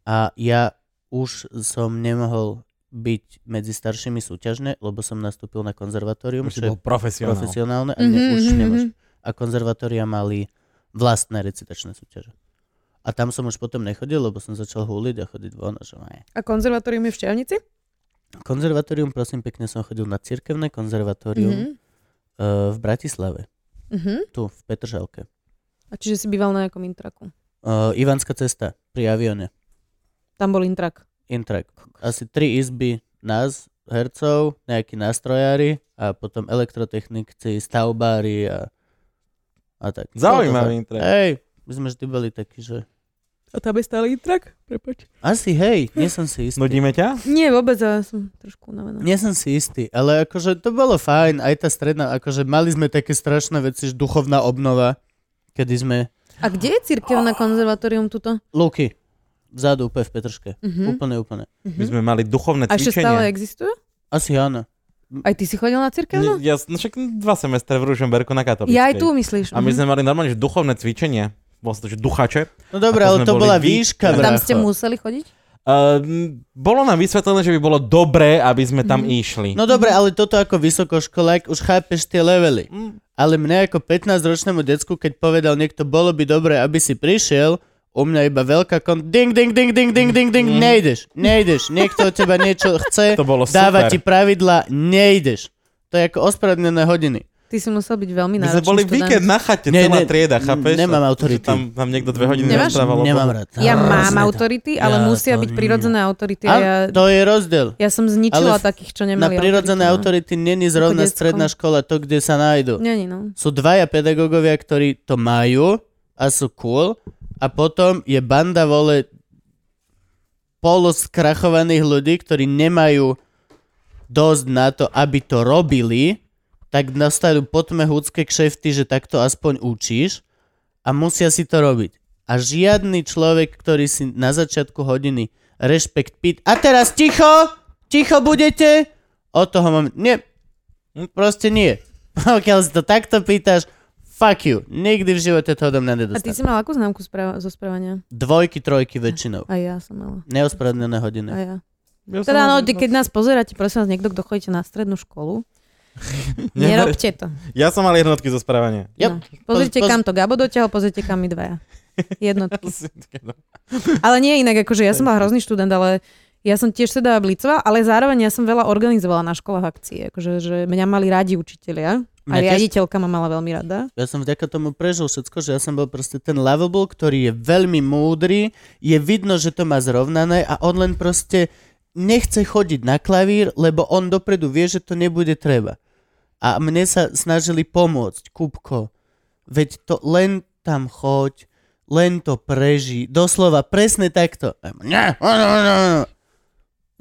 S2: a ja už som nemohol byť medzi staršími súťažne, lebo som nastúpil na konzervatórium,
S1: Už si
S2: čo je
S1: bol profesionál.
S2: profesionálne a ne, už
S3: mhm,
S2: nemôžeš.
S3: mhm.
S2: A konzervatória mali vlastné recitačné súťaže. A tam som už potom nechodil, lebo som začal húliť a chodiť von a že ne.
S3: A konzervatórium je v Šťavnici?
S2: Konzervatórium, prosím pekne, som chodil na cirkevné konzervatórium mm-hmm.
S3: Mhm.
S2: v Bratislave,
S3: Mhm.
S2: tu v Petržalke.
S3: A čiže si býval na nejakom intraku.
S2: Uh, Ivanská cesta pri avione,
S3: Tam bol intrak.
S2: Intrak. Asi tri izby nás, hercov, nejakí nástrojári a potom elektrotechnici, stavbári a, a tak.
S1: Zaujímavý internet.
S2: Hej, my sme vždy boli takí, že
S3: A tam je stále intrak? Prepač.
S2: asi hej, nie som si istý.
S1: Nudíme ťa?
S3: Nie, vôbec, ale som trošku unavená.
S2: Nie som si istý, ale akože to bolo fajn, aj tá stredná, akože mali sme také strašné veci, že duchovná obnova, kedy sme
S3: A kde je cirkevné konzervatórium tuto?
S2: Luky. Vzadu úplne v Petrške.
S3: Mhm.
S2: Úplne, úplne.
S1: My sme mali duchovné
S3: A ešte stále
S1: cvičenie.
S3: existujú?
S2: Asi áno.
S3: Aj ty si chodil
S1: Ne-
S3: na cirkevnú?
S1: Ja, no však dva semestre v Ružomberku na katolíckej.
S3: Ja aj tu
S1: A
S3: myslíš.
S1: my
S3: mhm.
S1: sme mali normálne, že duchovné cvičenie. Bolo to, že duchače.
S2: No dobre,
S1: A to
S2: ale
S1: sme
S2: to
S1: boli
S2: bola
S1: vy- A
S2: výška,
S3: tam
S2: brácho.
S3: ste museli chodiť?
S1: Ehm, bolo nám vysvetlené, že by bolo dobré, aby sme tam
S3: Mhm.
S1: išli.
S2: No dobre, ale toto ako vysokoškolák už chápeš tie levely.
S1: Mm.
S2: Ale mne ako 15-ročnému decku, keď povedal niekto, bolo by dobré, aby si prišiel, u mňa iba veľká kon... Ding, ding, ding, ding, ding, ding, ding, nejdeš, nejdeš. Niekto od teba niečo chce,
S1: Mhm. To bolo
S2: dáva
S1: super.
S2: ti pravidla, nejdeš. To je ako ospravedlnené hodiny.
S3: Ty si musel byť veľmi
S1: My sme
S3: náročný
S1: boli
S3: študent.
S1: víkend na chate,
S2: Ne,
S1: celá
S2: ne,
S1: trieda, chápeš?
S2: nemám
S1: A
S2: autority.
S1: Tam, tam niekto dve hodiny
S3: Nemáš?
S1: rozprával. o
S2: Nemám
S1: tom.
S2: rád.
S3: Ja mám
S2: Hrozne to.
S3: autority, ale
S2: Ja
S3: musia
S2: to
S3: byť
S2: nie.
S3: prirodzené autority. A
S2: Áno,
S3: ja,
S2: to je rozdiel.
S3: ja som zničila
S2: Ale v-
S3: takých, čo
S2: Na
S3: nemali
S2: prírodzené
S3: autority.
S2: autority není zrovna
S3: decko.
S2: stredná škola to, kde sa nájdu.
S3: Nie, nie, no.
S2: Sú dvaja pedagógovia, ktorí to majú a sú cool a potom je banda vole poloskrachovaných ľudí, ktorí nemajú dosť na to, aby to robili, tak nastajú potmehúcké kšefty, že takto aspoň učíš a musia si to robiť. A žiadny človek, ktorý si na začiatku hodiny rešpekt pýt. A teraz ticho! Ticho budete! Od toho mám... Nie. Proste nie. Pokiaľ si to takto pýtaš, fuck you. Nikdy v živote to odo mňa
S3: A ty si
S2: nedostaneš.
S3: mal akú známku správa- zo správania?
S2: Dvojky, trojky väčšinou.
S3: A ja som mala.
S2: Neospravedlnené
S3: A
S2: hodiny.
S3: ja.
S1: Ja som
S3: Teda
S1: mal-
S3: no, keď nás pozeráte, prosím vás, niekto, kto chodíte na strednú školu,
S1: Neber-
S3: nerobte to.
S1: Ja som mal jednotky zo správania.
S2: Yep.
S3: No. Pozrite,
S2: Poz- poz-
S3: kam to Gabo dotiahol, pozrite, kam my dvaja. Jednotky. Ale nie inak, akože ja som bola hrozný študent, ale ja som tiež teda blicová, ale zároveň ja som veľa organizovala na školách akcie, akože že mňa mali radi učitelia. A
S2: Mňa tiež-
S3: riaditeľka ma mala veľmi rada.
S2: Ja som vďaka tomu prežil všetko, že ja som bol proste ten lovable, ktorý je veľmi múdry, je vidno, že to má zrovnané a on len proste nechce chodiť na klavír, lebo on dopredu vie, že to nebude treba. A mne sa snažili pomôcť, Kupko. Veď to len tam choď, len to preží. Doslova, presne takto. A mňa, á, á, á, á.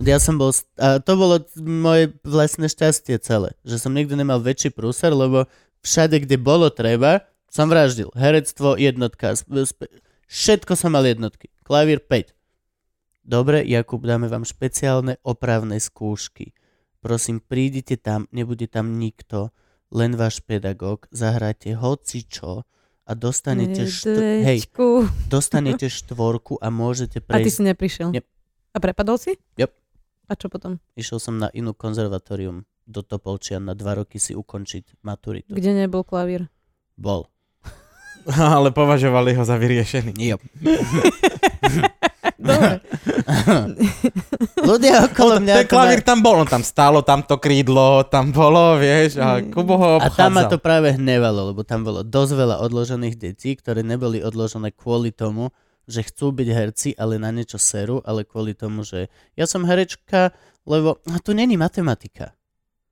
S2: Ja som bol... st- A to bolo moje vlastné šťastie celé. Že som nikdy nemal väčší prúser, lebo všade, kde bolo treba, som vraždil. Herectvo, jednotka, s- spe- všetko som mal jednotky. Klavír 5. Dobre, Jakub, dáme vám špeciálne opravné skúšky. Prosím, prídite tam, nebude tam nikto, len váš pedagóg, zahráte hocičo a dostanete, št- hej,
S3: Jedečku.
S2: dostanete štvorku a môžete
S3: A ty
S2: prejsť.
S3: si neprišiel.
S2: Yep.
S3: A prepadol si?
S2: Yep.
S3: A čo potom?
S2: Išiel som na inú konzervatórium do Topolčian na dva roky si ukončiť maturitu.
S3: Kde nebol klavír?
S2: Bol.
S1: Ale považovali ho za vyriešený.
S2: Yep.
S3: Dobre.
S2: Ľudia okolo mňa...
S1: Ten
S2: to ma-
S1: klavír tam bol, on tam stálo, tam to krídlo, tam bolo, vieš, a
S3: Mm.
S1: Kubo ho
S2: A
S1: obchádzal.
S2: tam ma to práve hnevalo, lebo tam bolo dosť veľa odložených detí, ktoré neboli odložené kvôli tomu, že chcú byť herci, ale na niečo seru, ale kvôli tomu, že ja som herečka, lebo a tu není matematika.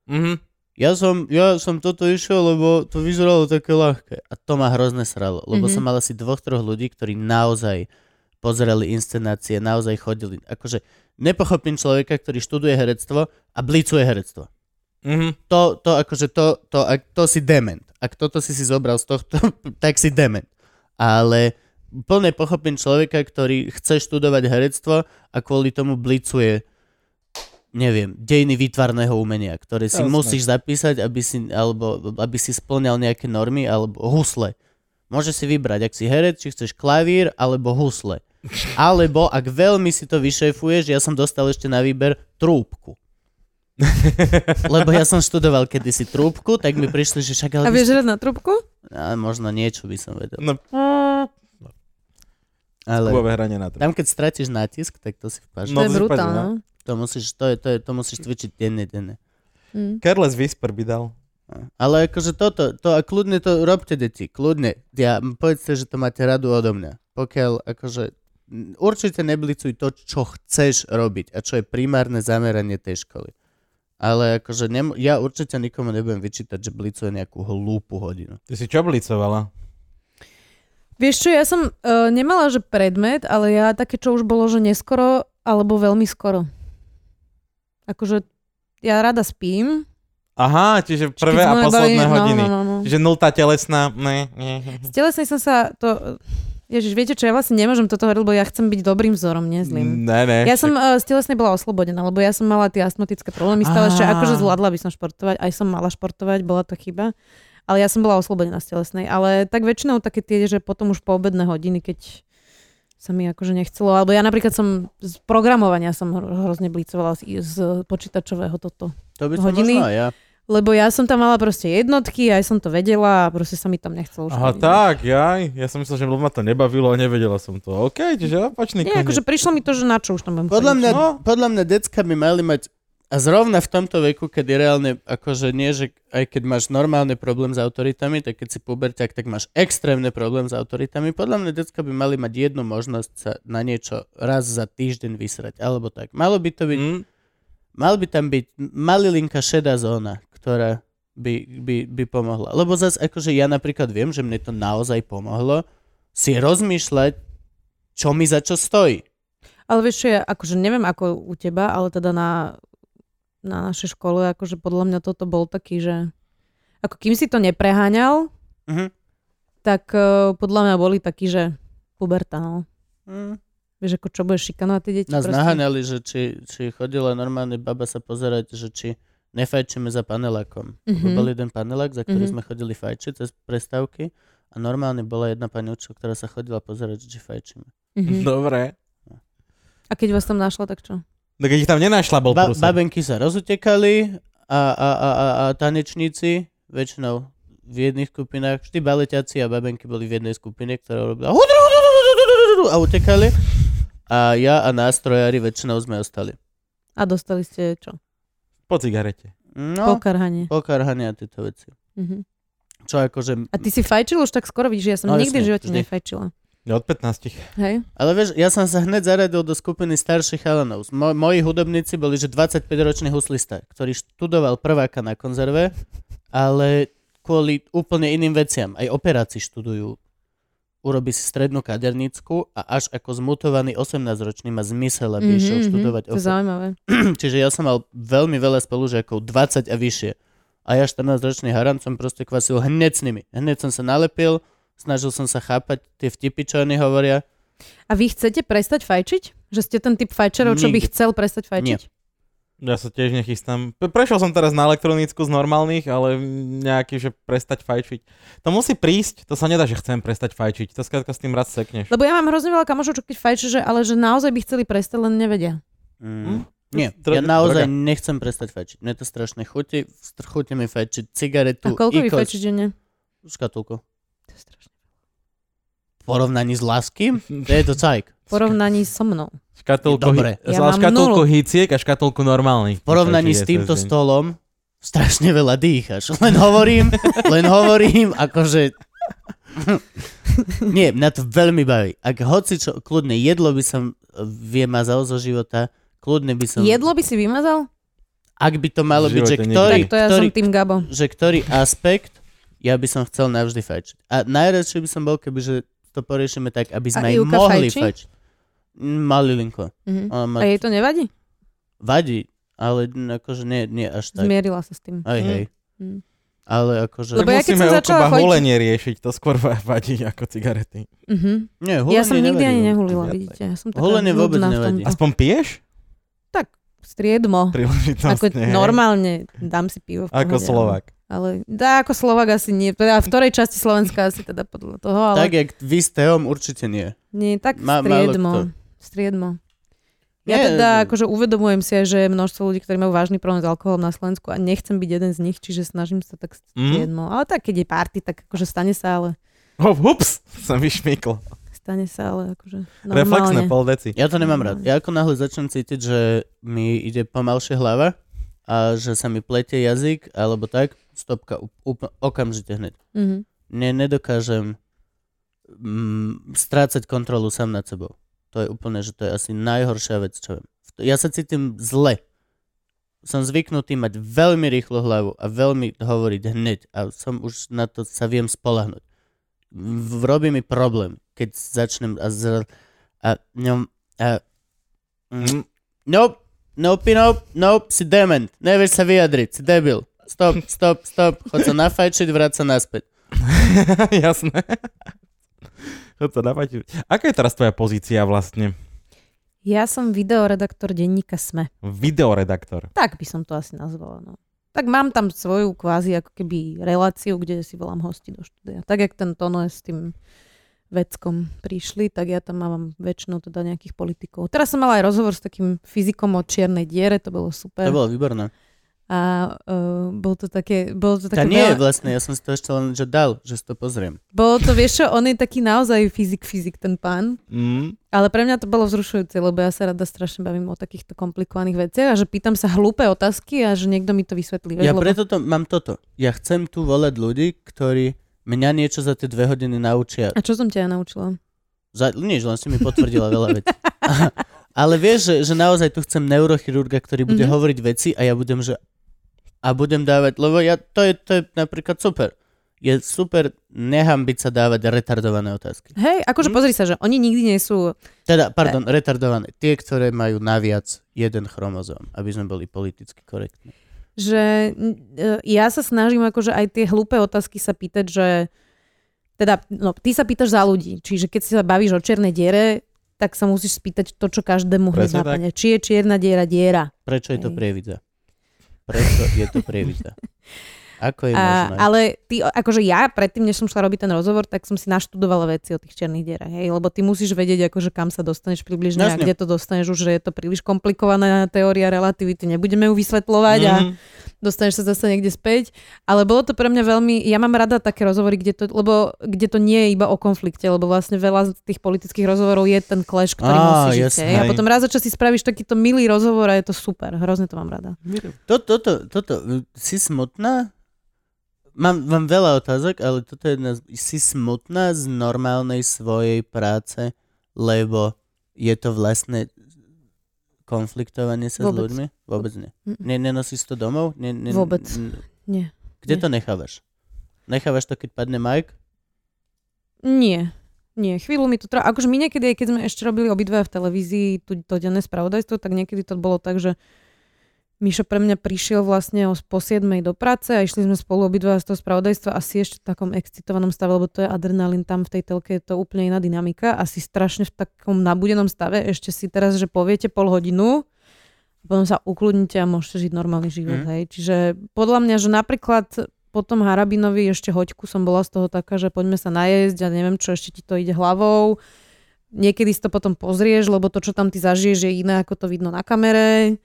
S1: Mhm.
S2: Ja som, ja som toto išiel, lebo to vyzeralo také ľahké. A to ma hrozne sralo, lebo
S3: Mhm.
S2: som mal asi dvoch, troch ľudí, ktorí naozaj pozerali inscenácie, naozaj chodili. Akože nepochopím človeka, ktorý študuje herectvo a blicuje herectvo
S1: Mhm.
S2: to, to akože to, to, ak, to si dement. Ak toto si si zobral z tohto, tak si dement. Ale plne pochopím človeka, ktorý chce študovať herectvo a kvôli tomu blicuje neviem, dejiny výtvarného umenia, ktoré si
S1: Jasné.
S2: musíš zapísať, aby si, alebo, aby si splňal nejaké normy, alebo husle. Môžeš si vybrať, ak si herec, či chceš klavír, alebo husle. Alebo ak veľmi si to vyšefuješ, ja som dostal ešte na výber trúbku. Lebo ja som študoval kedysi trúbku, tak mi prišli, že však ale...
S3: A
S2: vy
S3: vieš
S2: ste-
S3: hrať na trubku?
S2: A možno niečo by som vedel.
S1: No,
S2: Ale
S1: Kubové hranie na to.
S2: tam, keď stratíš natisk, tak to si vpáš.
S3: to
S1: No,
S3: je
S1: vypadne,
S3: brutálne.
S1: no.
S2: To musíš, to, je, to, je, to musíš cvičiť denne, denne.
S3: Mm.
S1: Careless Whisper by dal.
S2: Ale akože toto, to a kľudne to robte, deti, kľudne. Ja, povedzte, že to máte radu odo mňa. Pokiaľ, akože, m, určite neblicuj to, čo chceš robiť a čo je primárne zameranie tej školy. Ale akože, nem, ja určite nikomu nebudem vyčítať, že blicuje nejakú hlúpu hodinu.
S1: Ty si čo blicovala?
S3: Vieš čo, ja som uh, nemala, že predmet, ale ja také, čo už bolo, že neskoro alebo veľmi skoro. Akože ja rada spím.
S1: Aha, čiže
S3: Čiže
S1: prvé a
S3: keď sme
S1: posledné
S3: boli-
S1: hodiny.
S3: No, no, no, no.
S1: Čiže nultá telesná, ne, ne.
S3: Z telesnej som sa to... Ježiš, viete čo, ja vlastne nemôžem toto hovoriť, lebo ja chcem byť dobrým vzorom, nie zlým.
S1: Ne, ne.
S3: Ja som uh, z telesnej bola oslobodená, lebo ja som mala tie astmatické problémy stále, že
S1: Á.
S3: akože zvládla by som športovať, aj som mala športovať, bola to chyba. Ale ja som bola oslobodená z telesnej. Ale tak väčšinou také tie, že potom už po obedné hodiny, keď sa mi akože nechcelo. Alebo ja napríklad som z programovania som hro- hrozne blicovala z, z počítačového toto.
S2: To by som
S3: Hodiny?
S2: možno aj ja.
S3: Lebo ja som tam mala proste jednotky, aj som to vedela a proste sa mi tam nechcelo. už
S1: Aha,
S3: ani-
S1: tak, jaj. Ja som myslel, že ma to nebavilo a nevedela som to. OK, čiže opačný
S3: Nie, akože prišlo mi to, že na čo už tam budem
S2: Podľa
S3: chodiť.
S2: mňa,
S1: No.
S2: podľa mňa decka by mali mať a zrovna v tomto veku, kedy reálne, akože nie, že aj keď máš normálny problém s autoritami, tak keď si puberťak, tak máš extrémny problém s autoritami. Podľa mňa decka by mali mať jednu možnosť sa na niečo raz za týždeň vysrať, alebo tak. Malo by to byť,
S1: Mm,
S2: mal by tam byť malilinka šedá zóna, ktorá by, by, by pomohla. Lebo zase, akože ja napríklad viem, že mne to naozaj pomohlo si rozmýšľať, čo mi za čo stojí.
S3: Ale vieš čo, ja akože neviem ako u teba, ale teda na, na našej škole, akože podľa mňa toto bol taký, že ako kým si to nepreháňal,
S2: Mhm.
S3: tak uh, podľa mňa boli takí, že puberta, no.
S2: Mm.
S3: Vieš, ako čo budeš šikanovať tie deti?
S2: Nás
S3: proste.
S2: naháňali, že či, či chodila normálne baba sa pozerať, že či nefajčíme za panelákom. Mm-hmm. Bol
S3: Mhm.
S2: jeden panelák, za ktorý
S3: Mhm.
S2: mm-hmm. sme chodili fajčiť cez prestávky a normálne bola jedna pani učiteľ, ktorá sa chodila pozerať, že či fajčíme.
S3: Mhm.
S2: No.
S1: Dobre.
S3: A keď vás tam našla, tak čo?
S1: No keď ich tam nenašla, bol
S2: Ba-
S1: ba- prúser.
S2: babenky sa rozutekali a, a, a, a, a tanečníci väčšinou v jedných skupinách, vždy baleťaci a babenky boli v jednej skupine, ktorá robila hudru, hudru, hudru, hudru, hudru a utekali. A ja a nástrojári väčšinou sme ostali.
S3: A dostali ste čo?
S1: Po cigarete.
S3: No.
S2: No,
S3: Pokarhanie.
S2: pokarhania a tieto veci.
S3: Mhm.
S2: Čo akože...
S3: A ty si fajčil už tak skoro, vidíš, že ja som
S2: No,
S3: nikdy v
S2: jasne,
S3: živote
S2: vždy.
S3: nefajčila.
S1: Ja od 15.
S3: Hej?
S2: Ale vieš, ja som sa hneď zaradil do skupiny starších chalanov. Mo- moji hudobníci boli, že 25-ročný huslista, ktorý študoval prváka na konzerve, ale kvôli úplne iným veciam. Aj operáci študujú. Urobí si strednú kadernícku a až ako zmutovaný 18-ročný má zmysel, aby mm-hmm, išiel
S3: Mhm, mhm,
S2: študovať
S3: To je
S2: operu.
S3: zaujímavé.
S2: Čiže ja som mal veľmi veľa spolužiakov, 20 a vyššie. A ja 14-ročný haran som proste kvasil hneď s nimi. Hneď som sa nalepil, snažil som sa chápať tie vtipy, čo oni hovoria.
S3: A vy chcete prestať fajčiť? Že ste ten typ fajčerov, čo by
S2: Nikdy.
S3: chcel prestať fajčiť?
S1: Ja sa tiež nechystám. P- Prešiel som teraz na elektronickú z normálnych, ale nejaký, že prestať fajčiť. To musí prísť, to sa nedá, že chcem prestať fajčiť. To skrátka s tým raz sekneš.
S3: Lebo ja mám hrozne veľa kamošov, čo keď fajčia, že, ale že naozaj by chceli prestať, len nevedia.
S2: Mm.
S1: Hm?
S2: Nie,
S1: Droga-
S2: ja naozaj
S1: droga.
S2: nechcem prestať fajčiť. Mne to strašne chutí, str- chutí mi fajčiť cigaretu,
S3: A koľko vy
S2: ikos,
S3: fajčíte denne?
S2: škatulku.
S3: To je strašné.
S2: V porovnaní s láskym, to je to cajk.
S3: V porovnaní so mnou.
S1: Škatulku,
S2: Dobre.
S1: hi-
S3: Ja mám
S1: škatulku
S3: nulu.
S1: hiciek a škatulku normálnych.
S2: V porovnaní s týmto stolom strašne veľa dýchaš. Len hovorím, len hovorím, akože... Nie, mňa to veľmi baví. Ak hoci čo, kľudne jedlo by som eh, vymazal zo života, kľudne by som...
S3: Jedlo by si vymazal?
S2: Ak by to malo
S1: V
S2: byť, že
S1: živote nikdy.
S2: ktorý,
S3: Tak to ja
S2: ktorý,
S3: som tým Gabo.
S2: že ktorý aspekt ja by som chcel navždy fajčiť. A najradšej by som bol, keby že to poriešime tak, aby sme
S3: A
S2: aj
S3: Ivka
S2: mohli
S3: fajči?
S2: fajčiť. Mm, Malilinko.
S3: Mhm.
S2: Ona ma
S3: A jej to nevadí?
S2: vadí, ale n- akože nie, nie až tak.
S3: Zmierila sa s tým.
S2: Aj hej.
S3: Mm.
S2: Ale akože...
S3: Lebo
S1: Lebo
S3: ja
S1: ja
S3: keď
S1: musíme
S3: som
S1: som
S3: začala chodiť-
S1: hulenie riešiť, to skôr va- vadí ako cigarety.
S3: Mhm.
S2: Nie,
S3: Ja som nikdy ani
S2: nevadí.
S3: nehulila,
S1: Ja
S3: vidíte. Ja som taká
S2: Hulenie vôbec
S3: nudná v
S2: nevadí.
S3: tomto.
S1: Aspoň piješ?
S3: Striedmo. Ako
S1: Príležitostne. hej?
S3: normálne dám si pivo. v
S1: Ako
S3: pohode, ale-
S1: Slovak.
S3: Ale dá, ako Slovak asi nie. Teda v ktorej časti Slovenska asi teda podľa toho, ale
S2: Tak, jak vy s Teom, určite nie.
S3: nie, tak
S2: ma- málo
S3: striedmo.
S2: kto.
S3: Striedmo. Ja
S2: Nie,
S3: teda akože uvedomujem si aj, že je množstvo ľudí, ktorí majú vážny problém s alkoholom na Slovensku a nechcem byť jeden z nich, čiže snažím sa tak
S1: Mm?
S3: striedmo. Ale tak, keď je party, tak akože stane sa, ale
S1: Hop, hups, som vyšmykl.
S3: stane sa, ale akože
S1: Reflexné
S3: normálne.
S1: pol deci.
S2: Ja to nemám
S3: Mm.
S2: rád. Ja ako náhle začnem cítiť, že mi ide pomalšie hlava a že sa mi pletie jazyk, alebo tak, stopka, up, up, okamžite hneď.
S3: Mhm.
S2: ne, nedokážem mm, strácať kontrolu sám nad sebou. To je úplne, že to je asi najhoršia vec, čo viem. V- Ja sa cítim zle. Som zvyknutý mať veľmi rýchlo hlavu a veľmi hovoriť hneď a som už na to sa viem spolahnuť. V- Robí mi problém, keď začnem a zr... a ňom... a... Mm, nope, nope, nope, nope, si dement. Nevieš sa vyjadriť, si debil. Stop, stop, stop, chod sa nafajčiť, vráť sa naspäť.
S1: Jasné. Chod sa napatiť. Aká je teraz tvoja pozícia vlastne?
S3: Ja som videoredaktor denníka SME.
S1: Videoredaktor.
S3: Tak by som to asi nazvala. No. Tak mám tam svoju kvázi ako keby reláciu, kde si volám hosti do štúdia. Tak jak ten Tono s tým veckom prišli, tak ja tam mám väčšinou teda nejakých politikov. Teraz som mala aj rozhovor s takým fyzikom o čiernej diere, to bolo super.
S2: To bolo výborné.
S3: A uh, bol to také, bolo to
S2: Tá
S3: také
S2: nie je
S3: veľa-
S2: vlastne, ja som si to ešte len že dal, že si to pozriem.
S3: Bolo to, vieš čo, on je taký naozaj fyzik-fyzik ten pán.
S1: Mm.
S3: Ale pre mňa to bolo vzrušujúce, lebo ja sa rada strašne bavím o takýchto komplikovaných veciach a že pýtam sa hlúpe otázky a že niekto mi to vysvetlí. Vieš,
S2: Ja
S3: lebo...
S2: preto to, mám toto. Ja chcem tu volať ľudí, ktorí mňa niečo za tie dve hodiny naučia.
S3: A čo som ťa ja naučila?
S2: Za, nič, len si mi potvrdila veľa vecí. Ale vieš, že, že naozaj tu chcem neurochirurga, ktorý bude
S3: Mhm.
S2: mm-hmm. hovoriť veci a ja budem, že... A budem dávať, lebo ja, to, je, to je napríklad super. Je super, nehambiť sa dávať retardované otázky.
S3: Hej,
S2: Hm?
S3: akože pozri sa, že oni nikdy nie sú...
S2: Teda, pardon, retardované. Tie, ktoré majú naviac jeden chromozóm, aby sme boli politicky korektní.
S3: Že e, ja sa snažím akože aj tie hlúpe otázky sa pýtať, že... Teda, no, ty sa pýtaš za ľudí. Čiže keď sa bavíš o čiernej diere, tak sa musíš spýtať to, čo každému hneď
S1: Presne tak.
S3: napadne. Či je čierna diera diera?
S2: Prečo je to
S3: Hej.
S2: prievidza? Prečo je to prievidza? Ako je
S3: A,
S2: možné?
S3: ale ty, akože ja predtým, než som šla robiť ten rozhovor, tak som si naštudovala veci o tých černých dierach, hej, lebo ty musíš vedieť, akože kam sa dostaneš približne a
S2: Jasne.
S3: kde to dostaneš už, že je to príliš komplikovaná teória relativity, nebudeme ju vysvetľovať a
S2: Mhm.
S1: Mm.
S3: dostaneš sa zase niekde späť. Ale bolo to pre mňa veľmi, ja mám rada také rozhovory, kde to, lebo, kde to nie je iba o konflikte, lebo vlastne veľa z tých politických rozhovorov je ten clash, ktorý
S2: Á,
S3: musí žiť.
S2: jasné.
S3: hej. A potom raz za čas si spravíš takýto milý rozhovor a je to super, hrozne to mám rada.
S2: To, toto, toto, si smutná? Mám, mám veľa otázok, ale toto je jedna z... Si smutná z normálnej svojej práce, lebo je to vlastne konfliktovanie sa
S3: Vôbec.
S2: s ľuďmi? Vôbec nie.
S3: Mm.
S2: Ne, nenosíš to domov? Ne, ne,
S3: Vôbec.
S2: n-
S3: Nie.
S2: Kde
S3: Nie.
S2: to nechávaš? Nechávaš to, keď padne Mike?
S3: Nie. Nie, chvíľu mi to trvá. Akože my niekedy, aj keď sme ešte robili obidve v televízii tu, to denné spravodajstvo, tak niekedy to bolo tak, že Mišo pre mňa prišiel vlastne o po 7 do práce a išli sme spolu obidva z toho spravodajstva asi ešte v takom excitovanom stave, lebo to je adrenalín tam v tej telke, je to úplne iná dynamika. Asi strašne v takom nabudenom stave, ešte si teraz, že poviete pol hodinu, potom sa ukludnite a môžete žiť normálny život.
S2: Mm.
S3: Hej. Čiže podľa mňa, že napríklad potom Harabinovi ešte hoďku som bola z toho taká, že poďme sa najesť a neviem čo, ešte ti to ide hlavou. Niekedy si to potom pozrieš, lebo to, čo tam ty zažiješ, je iné, ako to vidno na kamere.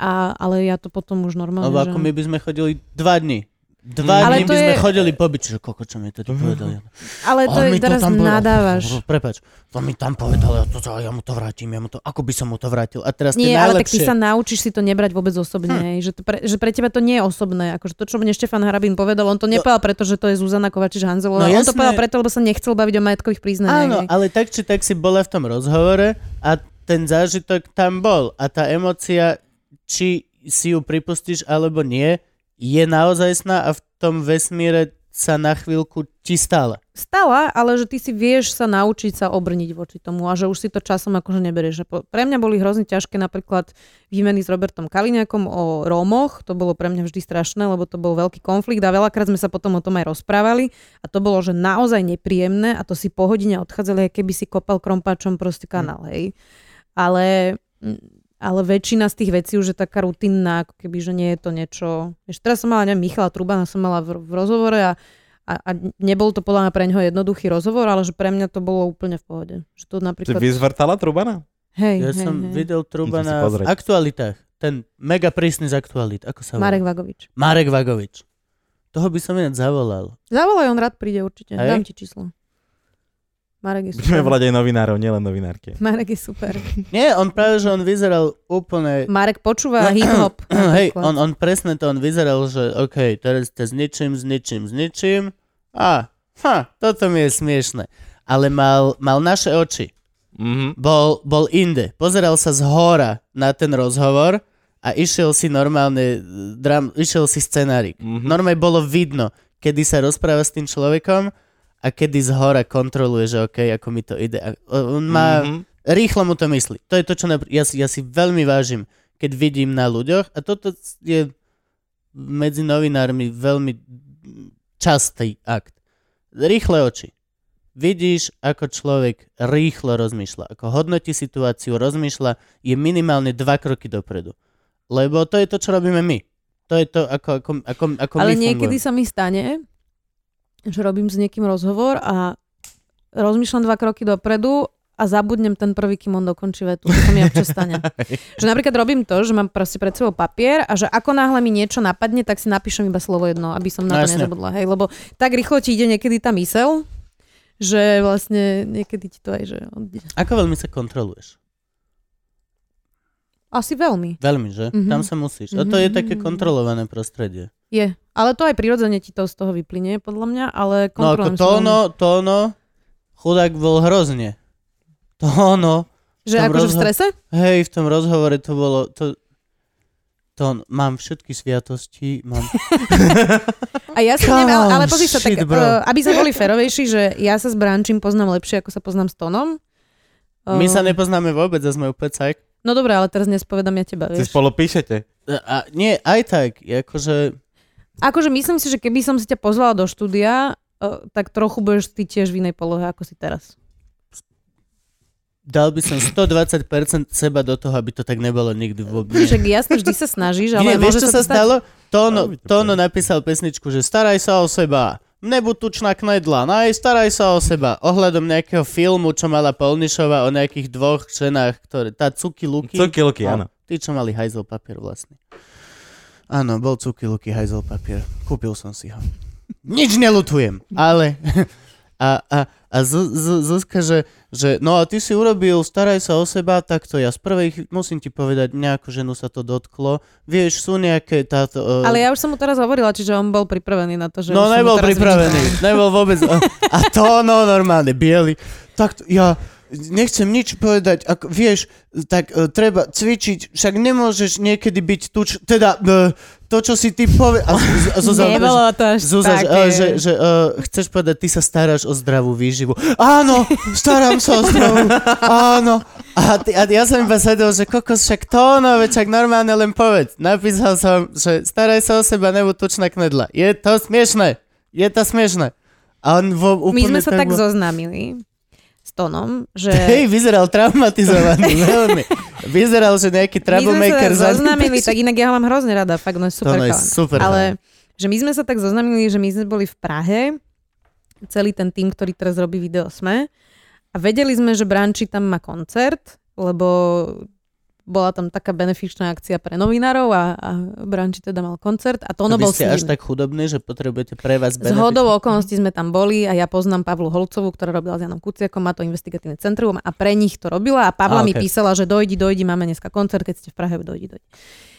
S3: A, ale ja to potom už normálne...
S2: Lebo ako
S3: že... no.
S2: my by sme chodili dva dny. Dva dny
S3: Ale to
S2: by sme
S3: je-
S2: chodili pobiť, že koko, čo mi to ti povedal.
S3: Ale
S2: On
S3: to je,
S2: mi
S3: teraz
S2: tam povedal.
S3: nadávaš.
S2: Prepač, to mi tam povedal, ja, to, ja mu to vrátim, ja mu to, ako by som mu to vrátil. A teraz tie
S3: Nie, ale tak ty
S2: najlepšie...
S3: sa naučíš si to nebrať vôbec osobne,
S2: Hm.
S3: hej, že, to pre, že pre teba to nie je osobné. Akože to, čo mne Štefan Harabín povedal, on to nepovedal preto, že to je Zuzana
S2: No
S3: Kovačič-Hanzelová, on
S2: jasné.
S3: to povedal preto, lebo sa nechcel baviť o majetkových
S2: Áno,
S3: priznaniach. hej.
S2: ale tak či tak si bola v tom rozhovore a ten zážitok tam bol. A tá emocia, či si ju pripustíš alebo nie, je naozajstná a v tom vesmíre sa na chvíľku ti stála.
S3: stala, ale že ty si vieš sa naučiť sa obrniť voči tomu a že už si to časom akože neberieš. Že po- Pre mňa boli hrozne ťažké napríklad výmeny s Robertom Kaliňakom o Rómoch, to bolo pre mňa vždy strašné, lebo to bol veľký konflikt a veľakrát sme sa potom o tom aj rozprávali a to bolo, že naozaj nepríjemné a to si po hodine odchádzali, aj keby si kopal krompáčom proste kanál, hej. Ale, mm, ale väčšina z tých vecí už je taká rutinná, ako keby, že nie je to niečo... Ešte teraz som mala, neviem, Michala Trubana som mala v, v rozhovore a a, a nebol to podľa mňa pre neho jednoduchý rozhovor, ale že pre mňa to bolo úplne v pohode. Že to
S1: Ty
S3: napríklad...
S1: vyzvrtala Trubana?
S3: Hej,
S2: Ja
S3: hej,
S2: som
S3: hej.
S2: videl Truba
S1: Musím si
S2: na
S1: pozrieť.
S2: aktualitách. Ten mega prísny z aktualit. Ako sa volá?
S3: Marek Vagovič.
S2: Marek Vagovič. Toho by som inak zavolal.
S3: Zavolaj, on rád príde určite.
S2: Hej.
S3: Dám ti číslo. Marek je
S1: Budeme
S3: super.
S1: volať aj novinárov, nielen novinárky.
S3: Marek je super.
S2: Nie, on práve, že on vyzeral úplne...
S3: Marek počúva hip-hop.
S2: No, Hej,
S3: napríklad.
S2: on, on presne to, on vyzeral, že OK, teraz to zničím, zničím, zničím. A, ha, toto mi je smiešne. Ale mal, mal naše oči.
S1: Mhm.
S2: Bol, bol inde. Pozeral sa z hora na ten rozhovor a išiel si normálne, eh, dram, išiel si scenárik.
S1: Mhm.
S3: No,
S2: Normálne bolo vidno, kedy sa rozpráva s tým človekom a kedy z hora kontroluje, že OK, ako mi to ide. A
S3: no,
S2: on má...
S1: Mhm.
S2: Rýchlo mu to myslí. To je to, čo napr- ja, si- ja si veľmi vážim, keď vidím na ľuďoch. A toto je medzi novinármi veľmi častý akt. Rýchle oči. Vidíš, ako človek rýchlo rozmýšľa, ako hodnotí situáciu, rozmýšľa, je minimálne dva kroky dopredu. Lebo to je to, čo robíme my. To je to, ako, ako, ako, ako
S3: Ale
S2: my
S3: niekedy
S2: fungujeme.
S3: sa mi stane, že robím s niekým rozhovor a rozmýšľam dva kroky dopredu a zabudnem ten prvý, kým on dokončí vetu. To sa mi občas stane. že napríklad robím to, že mám proste pred sebou papier a že ako náhle mi niečo napadne, tak si napíšem iba slovo jedno, aby som na
S2: No
S3: to
S2: jasne.
S3: nezabudla. Hej, lebo tak rýchlo ti ide niekedy tá myseľ, že vlastne niekedy ti to aj, že odíde.
S2: Ako veľmi sa kontroluješ?
S3: Asi veľmi.
S2: Veľmi, že?
S3: Mhm.
S2: Tam sa musíš. A to je
S3: Mhm,
S2: také
S3: mhm.
S2: kontrolované prostredie.
S3: Je. Ale to aj prirodzene ti to z toho vyplynie, podľa mňa, ale
S2: No ako
S3: kontrolujem sa veľmi.
S2: Tóno, Tóno, chudák bol hrozne. Tóno,
S3: Že
S2: tam
S3: akože v
S2: rozho-
S3: strese?
S2: hej, v tom rozhovore to bolo, to, Tón, mám všetky sviatosti, mám...
S3: A ja sa
S2: Come
S3: neviem, ale,
S2: on,
S3: ale pozri sa, tak,
S2: shit, bro.
S3: uh, aby sme boli ferovejší, že ja sa s Brančím poznám lepšie, ako sa poznám s Tonom. Eh,
S2: My sa nepoznáme vôbec a sme úplne cajk.
S3: No dobré, ale teraz nespovedám ja teba,
S1: Si
S3: vieš.
S1: spolu píšete.
S2: A nie, aj tak, akože...
S3: Akože myslím si, že keby som si ťa pozvala do štúdia, eh, tak trochu budeš ty tiež v inej polohe, ako si teraz.
S2: Dal by som 120% seba do toho, aby to tak nebolo nikdy vôbec.
S3: Však jasne, vždy sa snažíš, ale
S2: Nie,
S3: môže
S2: vieš, čo
S3: sa
S2: sa
S3: to stať.
S2: stalo? Tóno,
S1: Veľmi to
S2: Tóno napísal pesničku, že staraj sa o seba. Nebuď tučná knedla, naj, staraj sa o seba. Ohľadom nejakého filmu, čo mala Polnišova o nejakých dvoch ženách, ktoré, tá Cuky Luky.
S1: Cuky Luky, áno.
S2: Tí, čo mali hajzel papier vlastne. Áno, bol Cuky Luky hajzel papier. Kúpil som si ho. Nič nelutujem, ale... A, a, A Z- Z- Zuzka, že, že no a ty si urobil, staraj sa o seba, takto ja z prvej, chv- musím ti povedať, nejakú ženu sa to dotklo. Vieš, sú nejaké táto... eh,
S3: Ale ja už som mu teraz hovorila, čiže on bol pripravený na to, že...
S2: No
S3: už som mu
S2: nebol
S3: teraz
S2: pripravený,
S3: vyčítam.
S2: nebol vôbec. A to no normálne, biely. Tak t- ja nechcem nič povedať, ak vieš, tak e, treba cvičiť, však nemôžeš niekedy byť tuč, teda e, to, čo si ty povie... A Z- Z- Zuzana,
S3: Nebolo to až
S2: Zuzá, že,
S3: také.
S2: e, že, že uh, chceš povedať, ty sa staráš o zdravú výživu. Áno, starám sa o zdravú, áno. A, ty, a ja som iba sedel, že kokos, však to no, veď však normálne len povedz. Napísal som, že staraj sa o seba, nebo tučná knedla. Je to smiešné, je to smiešné. A on vo,
S3: My
S2: úplne
S3: sme sa tak
S2: bol-
S3: zoznámili s Tonom, že...
S2: Hej, vyzeral traumatizovaný, veľmi. Vyzeral, že nejaký
S3: my sme
S2: troublemaker
S3: sa
S2: za
S3: zoznámili, tak inak ja ho mám hrozne rada, fakt, no je super
S2: Tono je
S3: chalan.
S2: super
S3: Ale že my sme sa tak zoznámili, že my sme boli v Prahe, celý ten tým, ktorý teraz robí video sme, a vedeli sme, že Branči tam má koncert, lebo bola tam taká benefičná akcia pre novinárov a, a Branči teda mal koncert a Tono
S2: Vy
S3: bol s
S2: ste až
S3: ním.
S2: tak chudobní, že potrebujete pre vás
S3: Z hodou okolností sme tam boli a ja poznám Pavlu Holcovú, ktorá robila s Janom Kuciakom, má to investigatívne centrum a pre nich to robila a Pavla
S2: A,
S3: a, okay. mi
S2: okej.
S3: písala, že dojdi, dojdi, máme dneska koncert, keď ste v Prahe, dojdi, dojdi.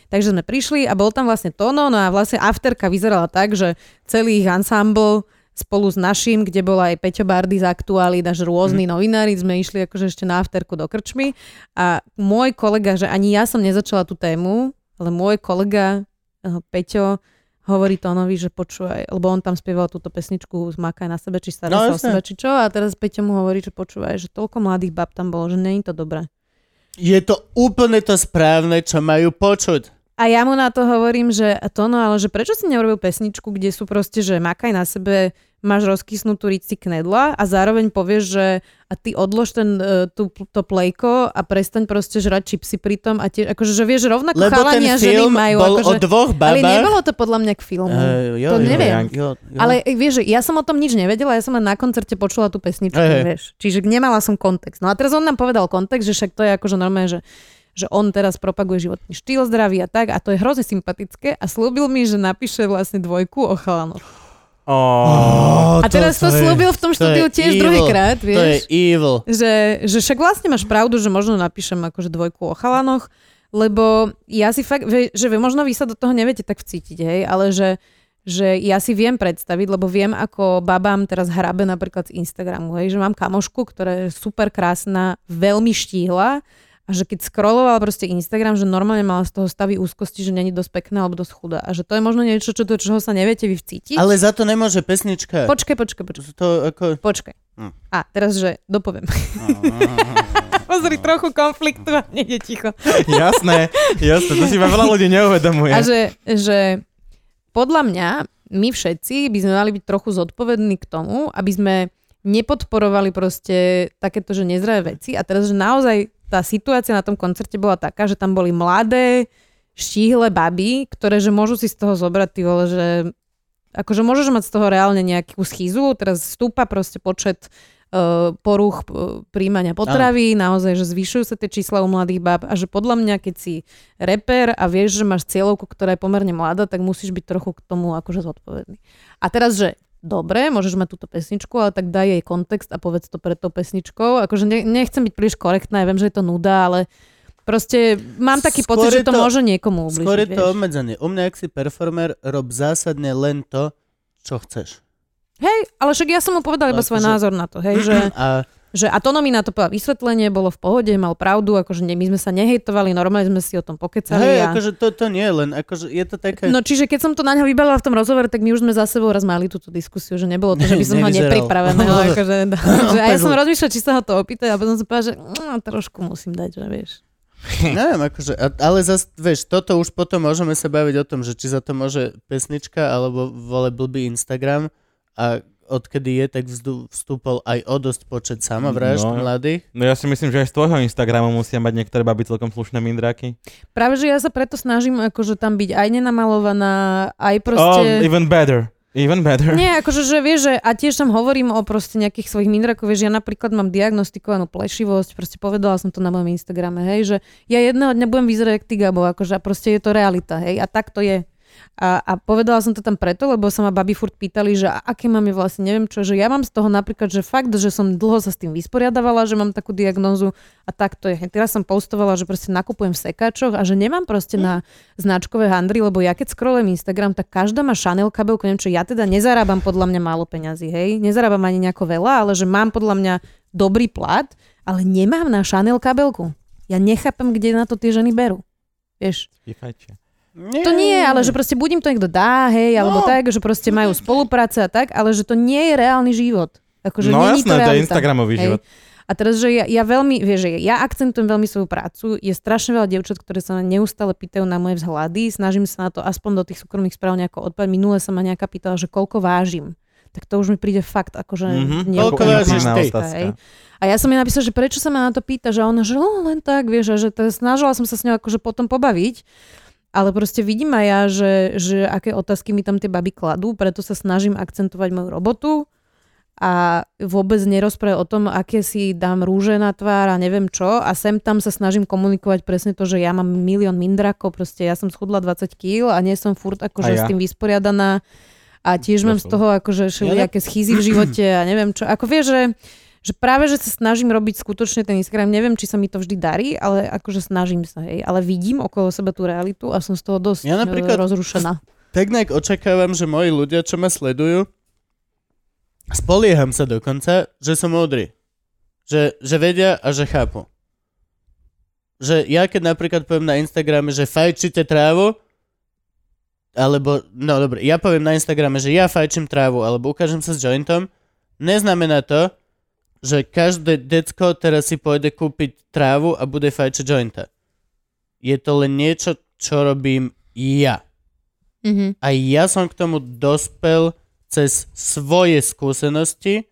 S3: Takže sme prišli a bol tam vlastne Tono, no a vlastne afterka vyzerala tak, že celý ich ensemble spolu s našim, kde bola aj Peťo Bardy z Aktuálit, až rôzni mm. novinári, sme išli akože ešte na afterku do krčmy a môj kolega, že ani ja som nezačala tú tému, ale môj kolega eh, Peťo hovorí Tónovi, že počúvaj, lebo on tam spieval túto pesničku Zmakaj na sebe, či stará
S2: No,
S3: no, sa o
S2: jasné.
S3: sebe, či čo a teraz Peťo mu hovorí, že počúvaj, že toľko mladých bab tam bolo, že není to dobré.
S2: Je to úplne to správne, čo majú počuť.
S3: A ja mu na to hovorím, že to no, ale že prečo si neurobil pesničku, kde sú proste, že makaj na sebe, máš rozkysnutú rici knedla a zároveň povieš, že a ty odlož ten, e, tú, to plejko a prestaň proste žrať čipsy pritom a tiež, akože, že vieš, rovnako
S2: Lebo ten
S3: chalani a ženy
S2: film
S3: majú,
S2: bol
S3: akože,
S2: o dvoch
S3: ale
S2: babách.
S3: nebolo to podľa mňa k filmu.
S2: Eh, jo,
S3: To
S2: jo,
S3: neviem.
S2: Jo, jo.
S3: Ale e, vieš, že ja som o tom nič nevedela, ja som len na koncerte počula tú pesničku,
S2: Hej, hej.
S3: vieš. Čiže nemala som kontext. No a teraz on nám povedal kontext, že však to je akože normálne, že že on teraz propaguje životný štýl zdravý a tak a to je hrozne sympatické a slúbil mi, že napíše vlastne dvojku o chalanoch.
S1: Oh.
S2: Ó,
S3: A teraz to,
S2: je-
S3: slúbil v tom
S2: to
S3: štúdiu
S2: je
S3: tiež
S2: evil.
S3: druhýkrát, vieš
S2: To je evil.
S3: že, že však vlastne máš pravdu, že možno napíšem akože dvojku o chalanoch, lebo ja si fakt, vie- že vy, možno vy sa do toho neviete tak vcítiť, hej, ale že, že ja si viem predstaviť, lebo viem, ako babám teraz hrabe napríklad z Instagramu, hej, že mám kamošku, ktorá je super krásna, veľmi štíhla a že keď scrollovala proste Instagram, že normálne mala z toho stavy úzkosti, že není dosť pekná alebo dosť chudá a že to je možno niečo, čo, do čoho sa neviete vy vcítiť.
S2: Ale za to nemôže pesnička.
S3: Počkaj, počkaj, počkaj.
S2: To ako...
S3: Počkaj.
S2: Hm.
S3: A teraz, že dopoviem. Pozri, trochu konfliktu a nejde ticho.
S1: Jasné, jasné, to si iba veľa ľudí neuvedomuje.
S3: A že, že podľa mňa my všetci by sme mali byť trochu zodpovední k tomu, aby sme nepodporovali proste takéto, že nezdravé veci. A teraz, že naozaj tá situácia na tom koncerte bola taká, že tam boli mladé, štíhle baby, ktoré že môžu si z toho zobrať, ty vole, že akože môžeš mať z toho reálne nejakú schizu, teraz stúpa proste počet eh, poruch eh, príjmania potravy, naozaj, že zvyšujú sa tie čísla u mladých bab a že podľa mňa, keď si reper a vieš, že máš cieľovku, ktorá je pomerne mladá, tak musíš byť trochu k tomu akože zodpovedný. A teraz, že dobre, môžeš mať túto pesničku, ale tak daj jej kontext a povedz to pred tou pesničkou. Akože ne, nechcem byť príliš korektná, ja viem, že je to nuda, ale proste mám taký
S2: Skôr
S3: pocit,
S2: je
S3: že to,
S2: to-
S3: môže niekomu ubližiť.
S2: Skôr je to
S3: vieš.
S2: obmedzenie. U mňa, ak si performer, rob zásadne len to, čo chceš.
S3: Hej, ale však ja som mu povedal
S2: Ale
S3: iba svoj
S2: akože-
S3: názor na to, hej, že,
S2: A
S3: že a Tono mi na to povedal vysvetlenie, bolo v pohode, mal pravdu, akože ne, my sme sa nehejtovali, normálne sme si o tom pokecali.
S2: hej,
S3: a...
S2: akože to, to nie, len akože je to také...
S3: No čiže keď som to na ňo vybala v tom rozhovore, tak my už sme za sebou raz mali túto diskusiu, že nebolo to, že by som ho
S2: Nevyzeral.
S3: nepripraveného. akože, že, a ja
S2: Pezl.
S3: som rozmýšľala, či sa ho to opýtať a potom som povedala, že mm, trošku musím dať, že vieš.
S2: Neviem, akože, a- ale zas, vieš, toto už potom môžeme sa baviť o tom, že či za to môže pesnička, alebo vole blbý Instagram a odkedy je, tak vzdu, vstúpol aj o dosť počet samovrážd
S1: No.
S2: no. mladých.
S1: No ja si myslím, že aj z tvojho Instagramu musia mať niektoré baby celkom slušné mindráky.
S3: Práve, že ja sa preto snažím akože tam byť aj nenamalovaná, aj
S1: Proste...
S3: proste...
S1: Oh, even better. Even better.
S3: Nie, akože, že vieš, že, a tiež tam hovorím o proste nejakých svojich mindrakov, vieš, ja napríklad mám diagnostikovanú plešivosť, proste povedala som to na mojom Instagrame, hej, že ja jedného dňa budem vyzerať jak ty, Gabo, akože, a proste je to realita, hej, a tak to je. A, a povedala som to tam preto, lebo sa ma babi furt pýtali, že a aké mám je vlastne, neviem čo, že ja mám z toho napríklad, že fakt, že som dlho sa s tým vysporiadavala, že mám takú diagnózu a tak to je. Teraz som postovala, že proste nakupujem v sekáčoch a že nemám proste na značkové handry, lebo ja keď scrollujem Instagram, tak každá má Chanel kabelku, neviem čo, ja teda nezarábam podľa mňa málo peňazí, hej, nezarábam ani nejako veľa, ale že mám podľa mňa dobrý plat, ale nemám na Chanel kabelku. Ja nechápem, kde na to tie ženy berú. Vieš,
S1: Fífajčia.
S2: Nie.
S3: to nie, ale že proste budím to niekto dá, hej, alebo
S2: No.
S3: tak, že proste majú spolupráce a tak, ale že to nie je reálny život. Akože
S1: no
S3: není
S1: jasné, to je
S3: realita,
S1: Instagramový
S3: hej.
S1: život.
S3: A teraz, že ja, ja veľmi, vieš, že ja akcentujem veľmi svoju prácu, je strašne veľa dievčat, ktoré sa ma neustále pýtajú na moje vzhľady, snažím sa na to aspoň do tých súkromných správ nejako odpať. Minule sa ma nejaká pýtala, že koľko vážim. Tak to už mi príde fakt, akože...
S1: Mhm,
S3: nie-
S2: Koľko
S3: úplne
S2: vážiš
S3: fajn
S2: ty?
S1: otázka.
S3: hej. A ja som jej napísala, že prečo sa ma na to pýta, že a ona, že no, len tak, vieš, a že to, snažila som sa s ňou akože potom pobaviť, ale proste vidím aj ja, že, že aké otázky mi tam tie baby kladú, preto sa snažím akcentovať moju robotu a vôbec nerozprávať o tom, aké si dám rúže na tvár a neviem čo a sem tam sa snažím komunikovať presne to, že ja mám milión mindrakov, proste ja som schudla 20 kg a nie som furt
S1: A
S3: akože
S1: ja. No
S3: s tým vysporiadaná a tiež mám z
S1: som.
S3: toho akože všelijaké schýzy v živote a neviem čo. Ako vieš, že, že práve, že sa snažím robiť skutočne ten Instagram, neviem, či sa mi to vždy darí, ale akože snažím sa, hej. Ale vidím okolo seba tú realitu a som z toho dosť
S2: Ja
S3: ja
S2: napríklad-
S3: rozrušená.
S2: Tak nejak očakávam, že moji ľudia, čo ma sledujú, spolieham sa dokonca, že som múdry. Že, že vedia a že chápu. Že ja keď napríklad poviem na Instagrame, že fajčíte trávu, alebo, no dobre, ja poviem na Instagrame, že ja fajčím trávu, alebo ukážem sa s jointom, neznamená to, že každé decko teraz si pôjde kúpiť trávu a bude fajčiť jointa. Je to len niečo, čo robím ja
S3: Mhm.
S2: a ja som k tomu dospel cez svoje skúsenosti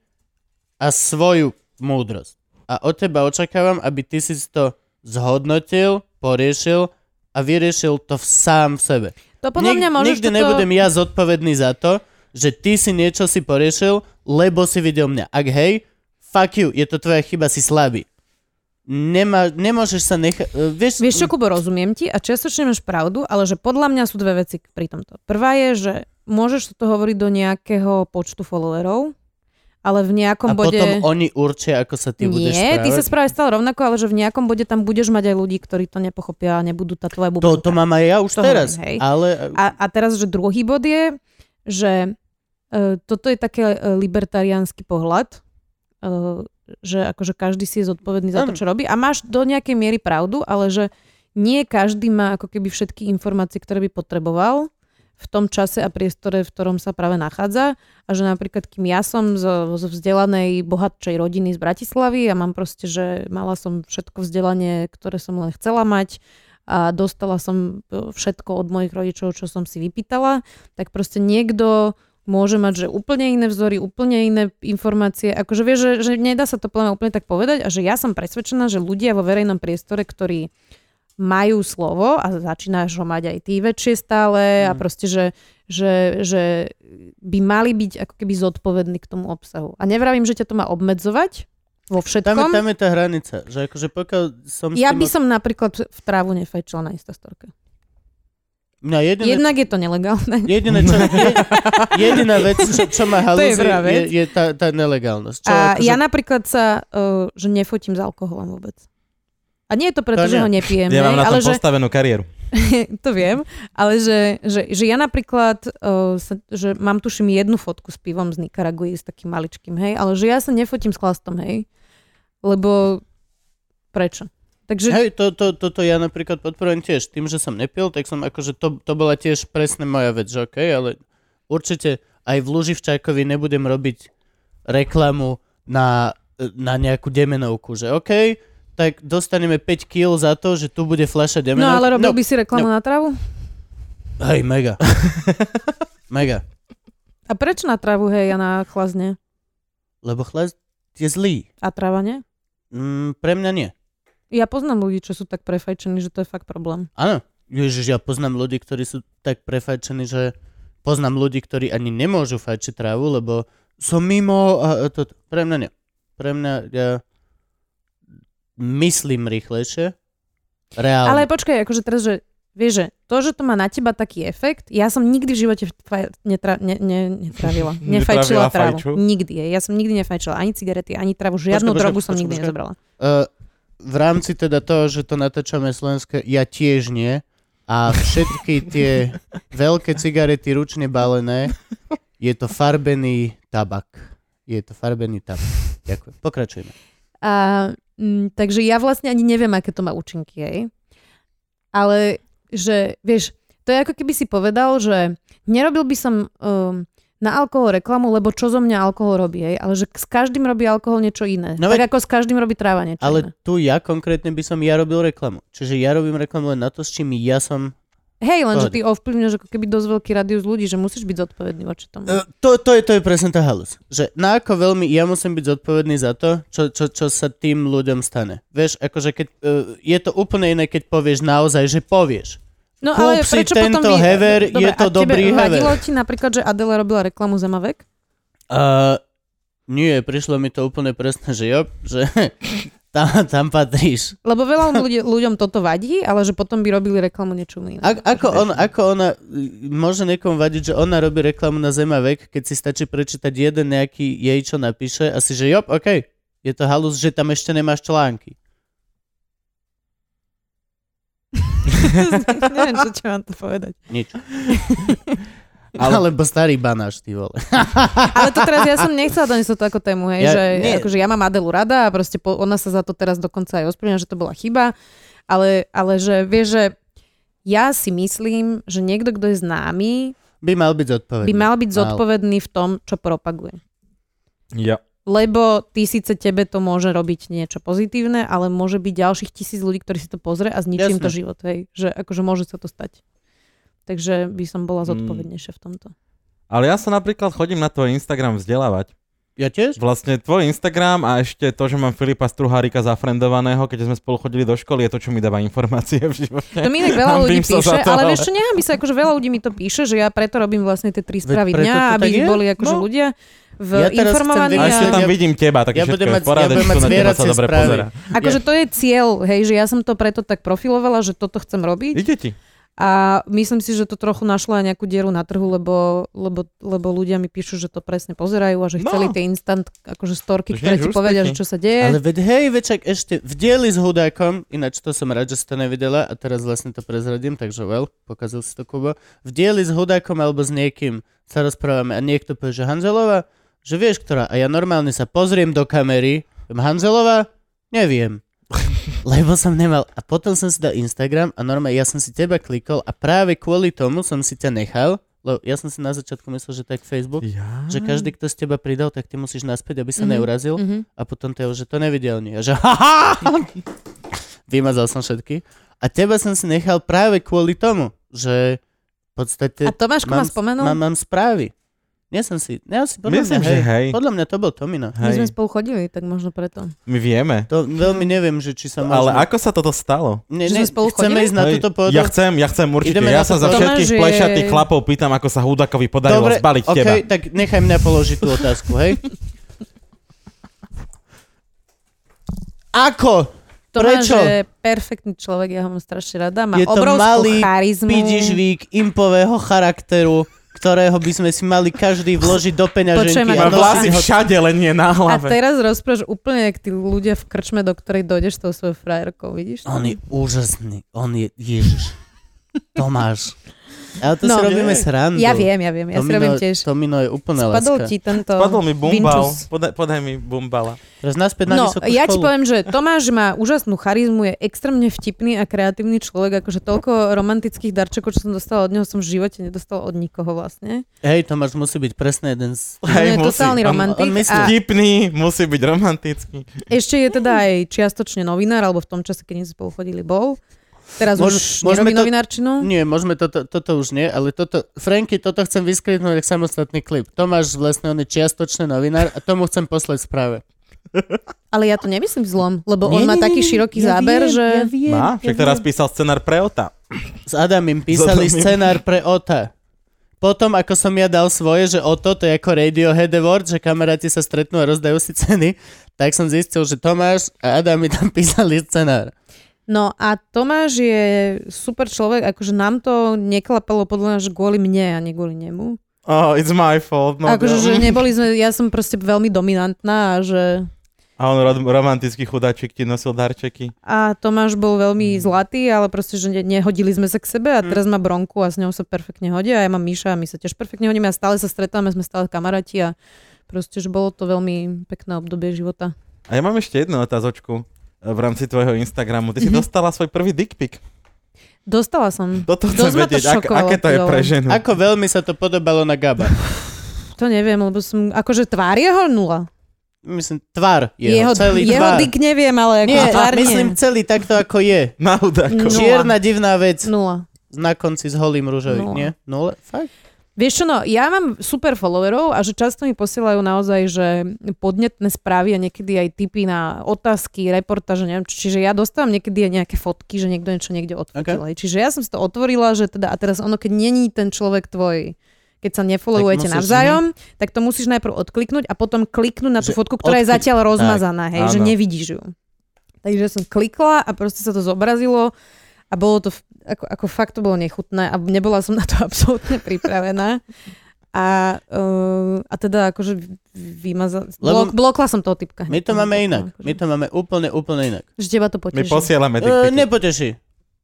S2: a svoju múdrosť. A od teba očakávam, aby ty si to zhodnotil, poriešil a vyriešil to v sám v sebe.
S3: To podľa mňa môžeš
S2: nikdy
S3: túto-
S2: nebudem ja zodpovedný za to, že ty si niečo si poriešil, lebo si videl mňa. Ak hej, fuck you, je to tvoja chyba, si slabý. Nemá, nemôžeš sa nechať... Vieš,
S3: Vieš čo, Kubo, rozumiem ti a čiastočne máš pravdu, ale že podľa mňa sú dve veci pri tomto. Prvá je, že môžeš to hovoriť do nejakého počtu followerov, ale v
S2: a
S3: nejakom bode...
S2: potom oni určia, ako sa ty budeš
S3: Nie, ty sa
S2: správať.
S3: správaj stále rovnako, ale že v nejakom bode tam budeš mať aj ľudí, ktorí to nepochopia a nebudú tá tvoja
S2: To,
S3: bublinka.
S2: to mám aj ja už
S3: To
S2: teraz,
S3: hovorím, hej.
S2: ale...
S3: A, a teraz, že druhý bod je, že e, toto je také e, libertariánsky pohľad, e, že akože každý si je zodpovedný za to,
S2: Áno.
S3: čo robí a máš do nejakej miery pravdu, ale že nie každý má ako keby všetky informácie, ktoré by potreboval v tom čase a priestore, v ktorom sa práve nachádza a že napríklad kým ja som zo, zo vzdelanej bohatšej rodiny z Bratislavy a mám proste, že mala som všetko vzdelanie, ktoré som len chcela mať a dostala som e, všetko od mojich rodičov, čo som si vypýtala, tak proste niekto môže mať, že úplne iné vzory, úplne iné informácie. Akože vieš, že, že nedá sa to podľa mňa úplne tak povedať a že ja som presvedčená, že ľudia vo verejnom priestore, ktorí majú slovo a začínaš ho mať aj ty väčšie stále
S2: Mm.
S3: a proste, že, že, že by mali byť ako keby zodpovední k tomu obsahu. A nevravím, že ťa to má obmedzovať
S2: Tam
S3: vo
S2: je,
S3: všetkom.
S2: tam je tá hranica, že akože pokiaľ som... s
S3: ja
S2: tým
S3: by
S2: ok-
S3: som napríklad v trávu nefajčila na Instastorke.
S2: No, jediné,
S3: Jednak je to nelegálne.
S2: jediné, čo, je, jediná vec, čo, čo má halúzi,
S3: To je pravá
S2: je, je,
S3: vec.
S2: tá, tá nelegálnosť. Čo
S3: A
S2: akože,
S3: ja napríklad sa, uh, že nefotím s alkoholom vôbec. A nie je to preto,
S2: To
S3: že
S2: nie.
S3: ho nepijem,
S1: Ja
S3: hej,
S1: mám na
S3: ale
S1: tom
S3: že,
S1: postavenú kariéru.
S3: to viem, ale že, že, že ja napríklad, uh, sa, že mám tuším jednu fotku s pivom z Nikaraguji, s takým maličkým, hej, ale že ja sa nefotím s klastom, hej, lebo prečo? Takže,
S2: Hej, to, to, toto ja napríklad podporujem tiež. Tým, že som nepil, tak som akože, to, to bola tiež presne moja vec, že okej, ale určite aj v Luživčákovi nebudem robiť reklamu na, na nejakú demenovku, že okej, tak dostaneme 5 kg za to, že tu bude fľaša
S3: no
S2: demenovky.
S3: ale robil by si reklamu na trávu?
S2: Hej, mega. mega.
S3: A prečo na trávu, hej, ja na chlazne?
S2: Lebo chlast je zlý.
S3: A tráva nie?
S2: Mm, pre mňa nie.
S3: Ja poznám ľudí, čo sú tak prefajčení, že to je fakt problém.
S2: Áno. Ježiš, ja poznám ľudí, ktorí sú tak prefajčení, že poznám ľudí, ktorí ani nemôžu fajčiť trávu, lebo som mimo a a to, pre mňa nie. Pre mňa ja myslím rýchlejšie.
S3: Ale
S2: Reálne. Ale...
S3: počkaj, akože teraz, že Vieš, že to, že to má na teba taký efekt, ja som nikdy v živote fa- netra- ne- ne- netravila,
S1: Netravila
S3: nefajčila
S1: fajču?
S3: trávu. Nikdy. Ja som nikdy nefajčila ani cigarety, ani trávu, žiadnu
S1: Počkaj,
S3: drogu
S1: počkaj,
S3: som
S1: počkaj,
S3: nikdy
S1: počkaj.
S3: nezobrala.
S2: Uh, v rámci teda toho, že to natáčame slovenské, ja tiež nie. A všetky tie veľké cigarety ručne balené, je to farbený tabak. Je to farbený tabak. Ďakujem. Pokračujeme.
S3: A, mm, takže ja vlastne ani neviem, aké to má účinky, hej. Ale že, vieš, to je ako keby si povedal, že nerobil by som um, na alkohol reklamu, lebo čo zo mňa alkohol robí, hej. Ale že s každým robí alkohol niečo iné.
S2: No
S3: No,
S2: veď-
S3: tak ako s každým robí tráva niečo iné.
S2: Ale tu ja konkrétne by som ja robil reklamu. Čiže ja robím reklamu len na to, s čím ja som...
S3: Hej, lenže
S2: Pohode.
S3: ty ovplyvňuješ ako keby dosť veľký radius ľudí, že musíš byť zodpovedný voči tomu.
S2: E, To, to, je, to je presne tá halus. Že na ako veľmi ja musím byť zodpovedný za to, čo, čo, čo sa tým ľuďom stane. Vieš, akože keď, uh, je to úplne iné, keď povieš naozaj, že povieš.
S3: No
S2: Kúp
S3: ale
S2: si
S3: prečo
S2: tento
S3: potom vy...
S2: hever, je to
S3: a tebe
S2: dobrý hever.
S3: vadilo ti napríklad, že Adela robila reklamu Zemavek?
S2: Uh, nie, prišlo mi to úplne presne, že jo, že tam, tam patríš.
S3: Lebo veľa ľudí, ľuďom toto vadí, ale že potom by robili reklamu niečo iné.
S2: A, ako, on, ako ona, môže niekomu vadiť, že ona robí reklamu na Zemavek, keď si stačí prečítať jeden nejaký jej, čo napíše a si, že jo, OK, je to halus, že tam ešte nemáš články.
S3: Neviem, čo ti mám to povedať.
S2: Nič.
S1: Ale-
S2: Ale... Alebo starý banáš, ty vole.
S3: Ale to teraz ja som nechcela doniesť to ako tému, hej,
S2: Ja-
S3: ja, že
S2: nie.
S3: akože ja mám Adelu rada a proste po, ona sa za to teraz dokonca aj ospravedlňuje, že to bola chyba, ale, ale že vieš, že ja si myslím, že niekto, kto je známy,
S2: By mal byť zodpovedný.
S3: by mal byť zodpovedný v tom, čo propaguje.
S1: Ja.
S3: Lebo ty síce tebe to môže robiť niečo pozitívne, ale môže byť ďalších tisíc ľudí, ktorí si to pozrie a zničí im
S2: Jasné.
S3: to život. Hej. Že akože môže sa to stať. Takže by
S2: Mm.
S3: som bola zodpovednejšia v tomto.
S1: Ale ja sa napríklad chodím na tvoj Instagram vzdelávať.
S2: Ja tiež?
S1: Vlastne tvoj Instagram a ešte to, že mám Filipa Struhárika zafrendovaného, keď sme spolu chodili do školy, je to, čo mi dáva informácie v živote.
S3: To mi inak veľa ľudí
S1: Hambím sa za
S3: píše,
S1: to, ale-
S3: ale vieš čo, nehambí sa, akože veľa ľudí mi to píše, že ja preto robím vlastne tie tri
S2: Veď
S3: správy
S2: preto to
S3: dňa, aby
S2: tak je?
S3: boli akože
S2: No.
S3: ľudia v
S2: Ja teraz chcem
S1: A
S3: informovaní.
S2: vedieť,
S1: ešte
S2: ja-
S1: tam
S2: ja-
S1: vidím teba, takže
S2: ja
S1: všetko
S2: budem
S1: je v
S2: mať- ja
S1: poráde,
S2: budem
S1: všetko
S2: mať
S1: na teba sa
S2: zvieracie
S1: dobre
S2: správy.
S1: pozera.
S3: Akože to je cieľ, hej, že ja som to preto tak profilovala, že toto chcem robiť.
S1: Ide ti.
S3: A myslím si, že to trochu našlo aj nejakú dieru na trhu, lebo, lebo, lebo ľudia mi píšu, že to presne pozerajú a že
S1: No.
S3: chceli tie instant akože storky,
S1: To
S3: ktoré
S1: tiež
S3: ti povedia,
S1: úspechy.
S3: že čo sa deje. Ale...
S2: Ale veď hej, večak ešte v dieli s Hudákom, ináč to som rád, že si to nevidela a teraz vlastne to prezradím, takže well, pokazil si to Kubo. V dieli s Hudákom alebo s niekým sa rozprávame a niekto povie, že Hanzelová, že vieš ktorá? A ja normálne sa pozriem do kamery, poviem, Hanzelová, neviem. Lebo som nemal. A potom som si dal Instagram a normálne ja som si teba klikol a práve kvôli tomu som si ťa nechal, lebo ja som si na začiatku myslel, že tak Facebook,
S1: Ja?
S2: že každý, kto z teba pridal, tak ty musíš naspäť, aby sa
S3: Mhm,
S2: neurazil.
S3: Mhm.
S2: A potom to, že to nevidel nie. A že haha! Vymazal som všetky. A teba som si nechal práve kvôli tomu, že v podstate
S3: A Tomáško ma
S2: mám,
S3: spomenul,
S2: mám, mám správy. Nie som si, ja si podľa
S1: Myslím,
S2: mňa,
S1: že
S2: hej,
S1: hej.
S2: Podľa mňa to bol Tomino.
S3: my
S1: Hej,
S3: sme spolu chodili, tak možno preto.
S1: my vieme.
S2: To veľmi neviem, že či sa
S1: Ale
S2: možno...
S1: ako sa toto stalo?
S2: Ne,
S3: Že
S2: ne,
S3: sme spolu
S2: chceme
S3: chodili?
S2: ísť na
S1: Hej,
S2: túto pôdu?
S1: Ja chcem, ja chcem určite.
S2: Ideme
S1: Ja
S2: na to
S1: sa za
S2: pôdu.
S1: všetkých
S3: Tomáš,
S1: plešatých
S3: jej.
S1: chlapov pýtam, ako sa Hudakovi podarilo zbaliť
S2: OK,
S1: teba.
S2: tak nechaj mňa položiť tú otázku, hej? Ako?
S3: Tomáš
S2: Prečo?
S3: je perfektný človek, ja ho mám strašne rada. Má
S2: Je to
S3: obrovskú
S2: malý
S3: charizmu.
S2: pidižvík impového charakteru, ktorého by sme si mali každý vložiť do peňaženky.
S3: Počujem,
S2: a
S1: Má
S3: ako-
S2: nosiť
S1: vlasy
S2: ho-
S1: všade, len nie na
S3: A
S1: hlave.
S3: teraz rozprávaš úplne, jak tí ľudia v krčme, do ktorej dojdeš s tou svojou frajerkou, vidíš? to?
S2: On je úžasný. On je... Ježiš. Tomáš. Ale to
S3: No.
S2: si robíme srandu.
S3: Ja viem, ja viem, ja si
S2: Tomino-
S3: robím tiež.
S2: Tomino je úplná
S3: Spadol
S2: láska.
S3: ti tento
S1: Padol mi bumbal.
S3: vinčus.
S1: Podaj, podaj mi bumbala.
S2: Teraz naspäť na
S3: No,
S2: vysokú
S3: ja ti
S2: školu.
S3: poviem, že Tomáš má úžasnú charizmu, je extrémne vtipný a kreatívny človek, akože toľko romantických darčekov, čo som dostala od neho, som v živote nedostala od nikoho vlastne.
S2: Hej, Tomáš musí byť presne jeden z...
S3: On No, je
S1: musí.
S3: totálny
S1: On-
S3: romantik
S2: on myslí.
S3: a
S1: Vtipný, musí byť romantický.
S3: ešte je teda aj čiastočne novinár, alebo v tom čase, keď nie sme spolu chodili, bol. Teraz
S2: Môž-
S3: už
S2: môžeme
S3: nerobí
S2: to-
S3: novinárčinu.
S2: Nie, môžeme toto, toto už nie, ale toto, Franky, toto chcem vyskrytnúť ako samostatný klip. Tomáš vlastne on je čiastočný novinár a tomu chcem poslať správe.
S3: Ale ja to nemyslím v zlom, lebo
S2: Nie,
S3: on má
S2: nie,
S3: taký
S2: nie, nie,
S3: široký
S2: ja
S3: záber,
S2: viem,
S3: že...
S2: Ja viem,
S1: Má? Však
S2: ja
S1: teraz písal scenár pre Ota.
S2: S Adamim písali
S1: S Adamim.
S2: scenár pre Ota. Potom, ako som ja dal svoje, že Oto, to je ako Radiohead Award, že kamaráti sa stretnú a rozdajú si ceny, tak som zistil, že Tomáš a Adam mi tam písali scenár.
S3: No a Tomáš je super človek, akože nám to neklapalo podľa mňa, že kvôli mne a nie kvôli nemu.
S1: Oh, it's my fault. No,
S3: akože,
S1: no.
S3: že neboli sme, ja som proste veľmi dominantná a že...
S1: A on ro- romantický chudáčik ti nosil darčeky.
S3: A Tomáš bol
S1: Mm.
S3: veľmi zlatý, ale proste, že ne- nehodili sme sa k sebe a teraz má Bronku a s ňou sa perfektne hodia a ja mám Míša a my sa tiež perfektne hodíme a stále sa stretávame, sme stále kamaráti a proste, že bolo to veľmi pekné obdobie života.
S1: A ja mám ešte jednu otázočku e, v rámci tvojho Instagramu.
S3: Mhm.
S1: Ty si dostala svoj prvý dick pic.
S3: Dostala som.
S1: Toto
S3: Dosť
S1: chcem
S3: ma to
S1: vedieť, ak,
S3: šokovalo,
S1: aké to je
S3: ty
S1: pre
S3: vole.
S1: ženu.
S2: Ako veľmi sa to podobalo na Gaba?
S3: To neviem, lebo som, akože tvár jeho nula.
S2: Myslím, tvar jeho, jeho celý
S3: jeho
S2: tvar.
S3: dick neviem, ale ako
S2: Nie,
S3: tvár nie.
S2: myslím celý takto ako je.
S1: Na hudáku.
S3: Nula.
S2: Čierna divná vec
S3: Nula.
S2: na konci s holým rúžovým,
S3: Nula.
S2: nie? Nula? Fakt?
S3: Vieš čo, no, ja mám super followerov a že často mi posielajú naozaj, že podnetné správy a niekedy aj tipy na otázky, reportáže, neviem, čo, čiže ja dostávam niekedy aj nejaké fotky, že niekto niečo niekde odfotil. Okay. Čiže ja som si to otvorila, že teda a teraz ono, keď není ten človek tvoj, keď sa nefollowujete
S2: musíš-
S3: navzájom, tak to musíš najprv odkliknúť a potom kliknúť na
S2: mhm.
S3: tú
S2: Že
S3: fotku, ktorá je
S2: odklik-
S3: zatiaľ rozmazaná, hej, že
S1: áno.
S3: nevidíš ju. Takže som klikla a proste sa to zobrazilo a bolo to, f- ako, ako fakt to bolo nechutné a nebola som na to absolútne pripravená. A, uh, a teda akože vymazala,
S2: Lebo-
S3: blok, blokla som toho typka.
S2: My to
S3: hneď.
S2: máme
S3: Blokla, akože.
S2: inak. My to máme úplne, úplne inak.
S3: No, Že Eh, teba to
S1: My
S3: poteší.
S1: posielame dick
S2: E,
S1: pic.
S2: nepoteší.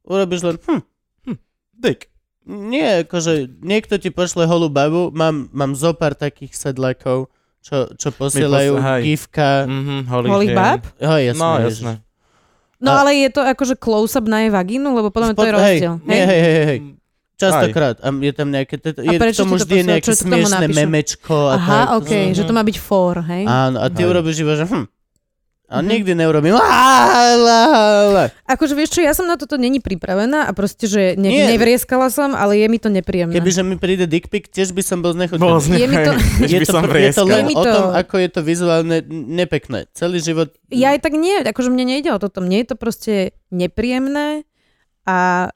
S2: Urobíš len, hm,
S1: Dick.
S2: Nie, akože niekto ti pošle holú babu, mám, mám zo pár takých sedlakov, čo, čo
S1: Mi
S2: posielajú
S1: pos- hej.
S2: gifka.
S1: Mhm, holých
S3: Holých
S1: žien.
S3: báb?
S2: Hoj, jasné,
S1: No,
S2: ježiš.
S1: jasné.
S3: No
S2: A-
S3: ale je to akože close-up na jej vagínu, lebo podľa mňa to je
S2: Spod-
S3: rozdiel.
S2: Hej, nie, hej, hej, hej, hej. Častokrát. A je tam nejaké, to, je k
S3: prečo ti
S2: tomu
S3: to
S2: vždy je
S3: posiela?
S2: nejaké
S3: Čo ti k tomu
S2: smiešné
S3: napíšu?
S2: memečko. A
S3: Aha,
S2: tak. Hm.
S3: ok, že to má byť for, hej?
S2: Áno, a ty
S1: Hej.
S2: urobíš iba, že hm. A
S3: Mhm.
S2: nikdy neurobím. Á, lá, lá.
S3: Akože vieš čo, ja som na toto není pripravená a proste, že ne,
S2: Nie.
S3: nevrieskala som, ale je mi to nepríjemné.
S2: Kebyže mi príde dickpic, tiež by som
S1: Bol
S2: bol znechutený.
S3: Je mi to-
S1: znechaný, No, by
S2: Je to,
S1: som
S2: je to
S1: vrieskal.
S2: len
S3: Je mi
S2: o
S3: to-
S2: tom, ako je to vizuálne nepekné. Celý život
S3: Ja aj tak nie, akože mne nejde o toto. Mne je to proste nepríjemné a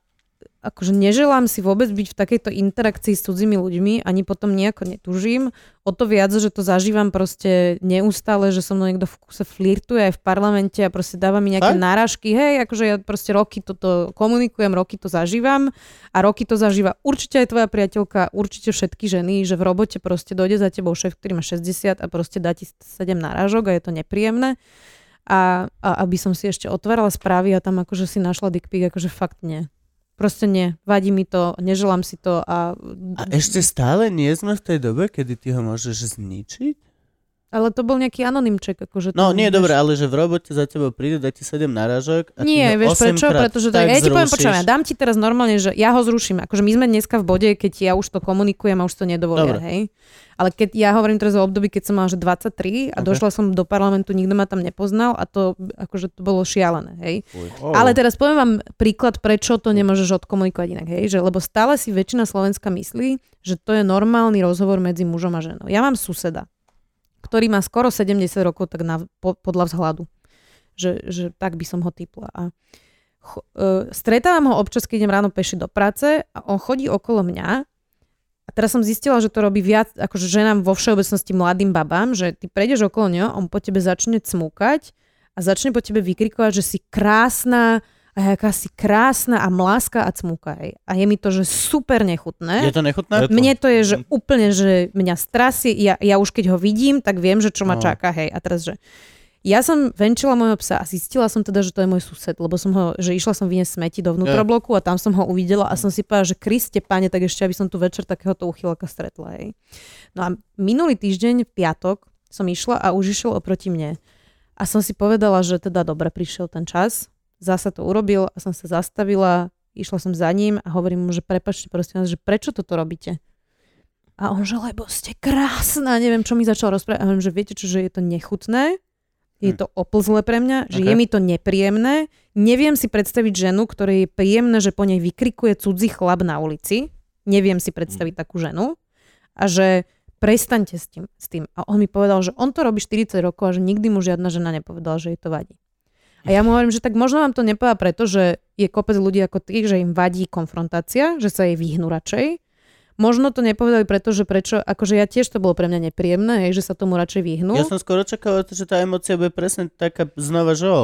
S3: akože neželám si vôbec byť v takejto interakcii s cudzími ľuďmi, ani potom nejako netužím. O to viac, že to zažívam proste neustále, že so mnou niekto v kuse flirtuje aj v parlamente a proste dáva mi
S2: Fakt?
S3: nejaké náražky. Hej, akože ja proste roky toto komunikujem, roky to zažívam a roky to zažíva určite aj tvoja priateľka, určite všetky ženy, že v robote proste dojde za tebou šéf, ktorý má 60 a proste dá ti 7 náražok a je to nepríjemné a, a aby som si ešte otvárala správy a tam akože si našla dick pic, akože fakt nie. Proste nie, vadí mi to, neželám si to a...
S2: A ešte stále nie sme v tej dobe, kedy ty ho môžeš zničiť?
S3: Ale to bol nejaký anonymček, akože...
S2: No
S3: to-
S2: nie,
S3: vieš-
S2: dobre, ale že v robote za tebou príde, dá ti 7 náražok a ty
S3: Nie,
S2: ho
S3: vieš
S2: osem
S3: prečo?
S2: krát
S3: Pretože to,
S2: tak
S3: ja ti poviem,
S2: zrušíš.
S3: počúvaj, ja dám ti teraz normálne, že ja ho zruším. Akože my sme dneska v bode, keď ja už to komunikujem a už to nedovolia,
S2: Dobre.
S3: hej? Ale keď ja hovorím teraz o období, keď som mala že 23
S2: Ok.
S3: a došla som do parlamentu, nikto ma tam nepoznal a to akože to bolo šialené, hej?
S1: Oh.
S3: Ale teraz poviem vám príklad, prečo to nemôžeš odkomunikovať inak, hej? Že, lebo stále si väčšina Slovenska myslí, že to je normálny rozhovor medzi mužom a ženou. Ja mám suseda, ktorý má skoro 70 rokov tak na, po, podľa vzhľadu. Že, že tak by som ho typla. A cho, e, stretávam ho občas, keď idem ráno peši do práce a on chodí okolo mňa a teraz som zistila, že to robí viac, akože ženám vo všeobecnosti mladým babám, že ty prejdeš okolo neho, on po tebe začne cmúkať a začne po tebe vykrikovať, že si krásna a jaká si krásna a mláska a cmúka jej. A je mi to, že super
S2: Je
S3: nechutné.
S2: to nechutné?
S1: Je to- Mhm.
S3: Mne to je, že úplne, že mňa strasie, ja, ja už keď ho vidím, tak viem, že čo ma
S2: No.
S3: čaká, hej. A teraz, že ja som venčila môjho psa a zistila som teda, že to je môj sused, lebo som ho, že išla som vyniesť smeti do vnútrobloku a tam som ho uvidela
S1: Mhm.
S3: a som si povedala, že Kriste, pane, tak ešte, aby som tu večer takéhoto uchylaka stretla, hej. No a minulý týždeň, v piatok, som išla a už išiel oproti mne. A som si povedala, že teda dobre, prišiel ten čas, zasa to urobil a som sa zastavila, išla som za ním a hovorím mu, že prepačte, prosím vás, že prečo toto robíte? A on, že lebo ste krásna, neviem, čo mi začal rozprávať. A hovorím, že viete čo, že je to nechutné, je to oplzle pre mňa, že
S1: Ok.
S3: je mi to nepríjemné. Neviem si predstaviť ženu, ktorej je príjemné, že po nej vykrikuje cudzí chlap na ulici. Neviem si predstaviť takú ženu. A že prestaňte s tým, s tým. A on mi povedal, že on to robí 40 rokov a že nikdy mu žiadna žena nepovedala, že jej to vadí. A ja mu hovorím, že tak možno vám to nepovedá preto, že je kopec ľudí ako tých, že im vadí konfrontácia, že sa jej vyhnú radšej. Možno to nepovedali preto, že prečo, akože ja tiež to bolo pre mňa nepríjemné, hej, že sa tomu radšej vyhnú.
S2: Ja som skoro čakal, že tá emocia bude presne taká znova, že o...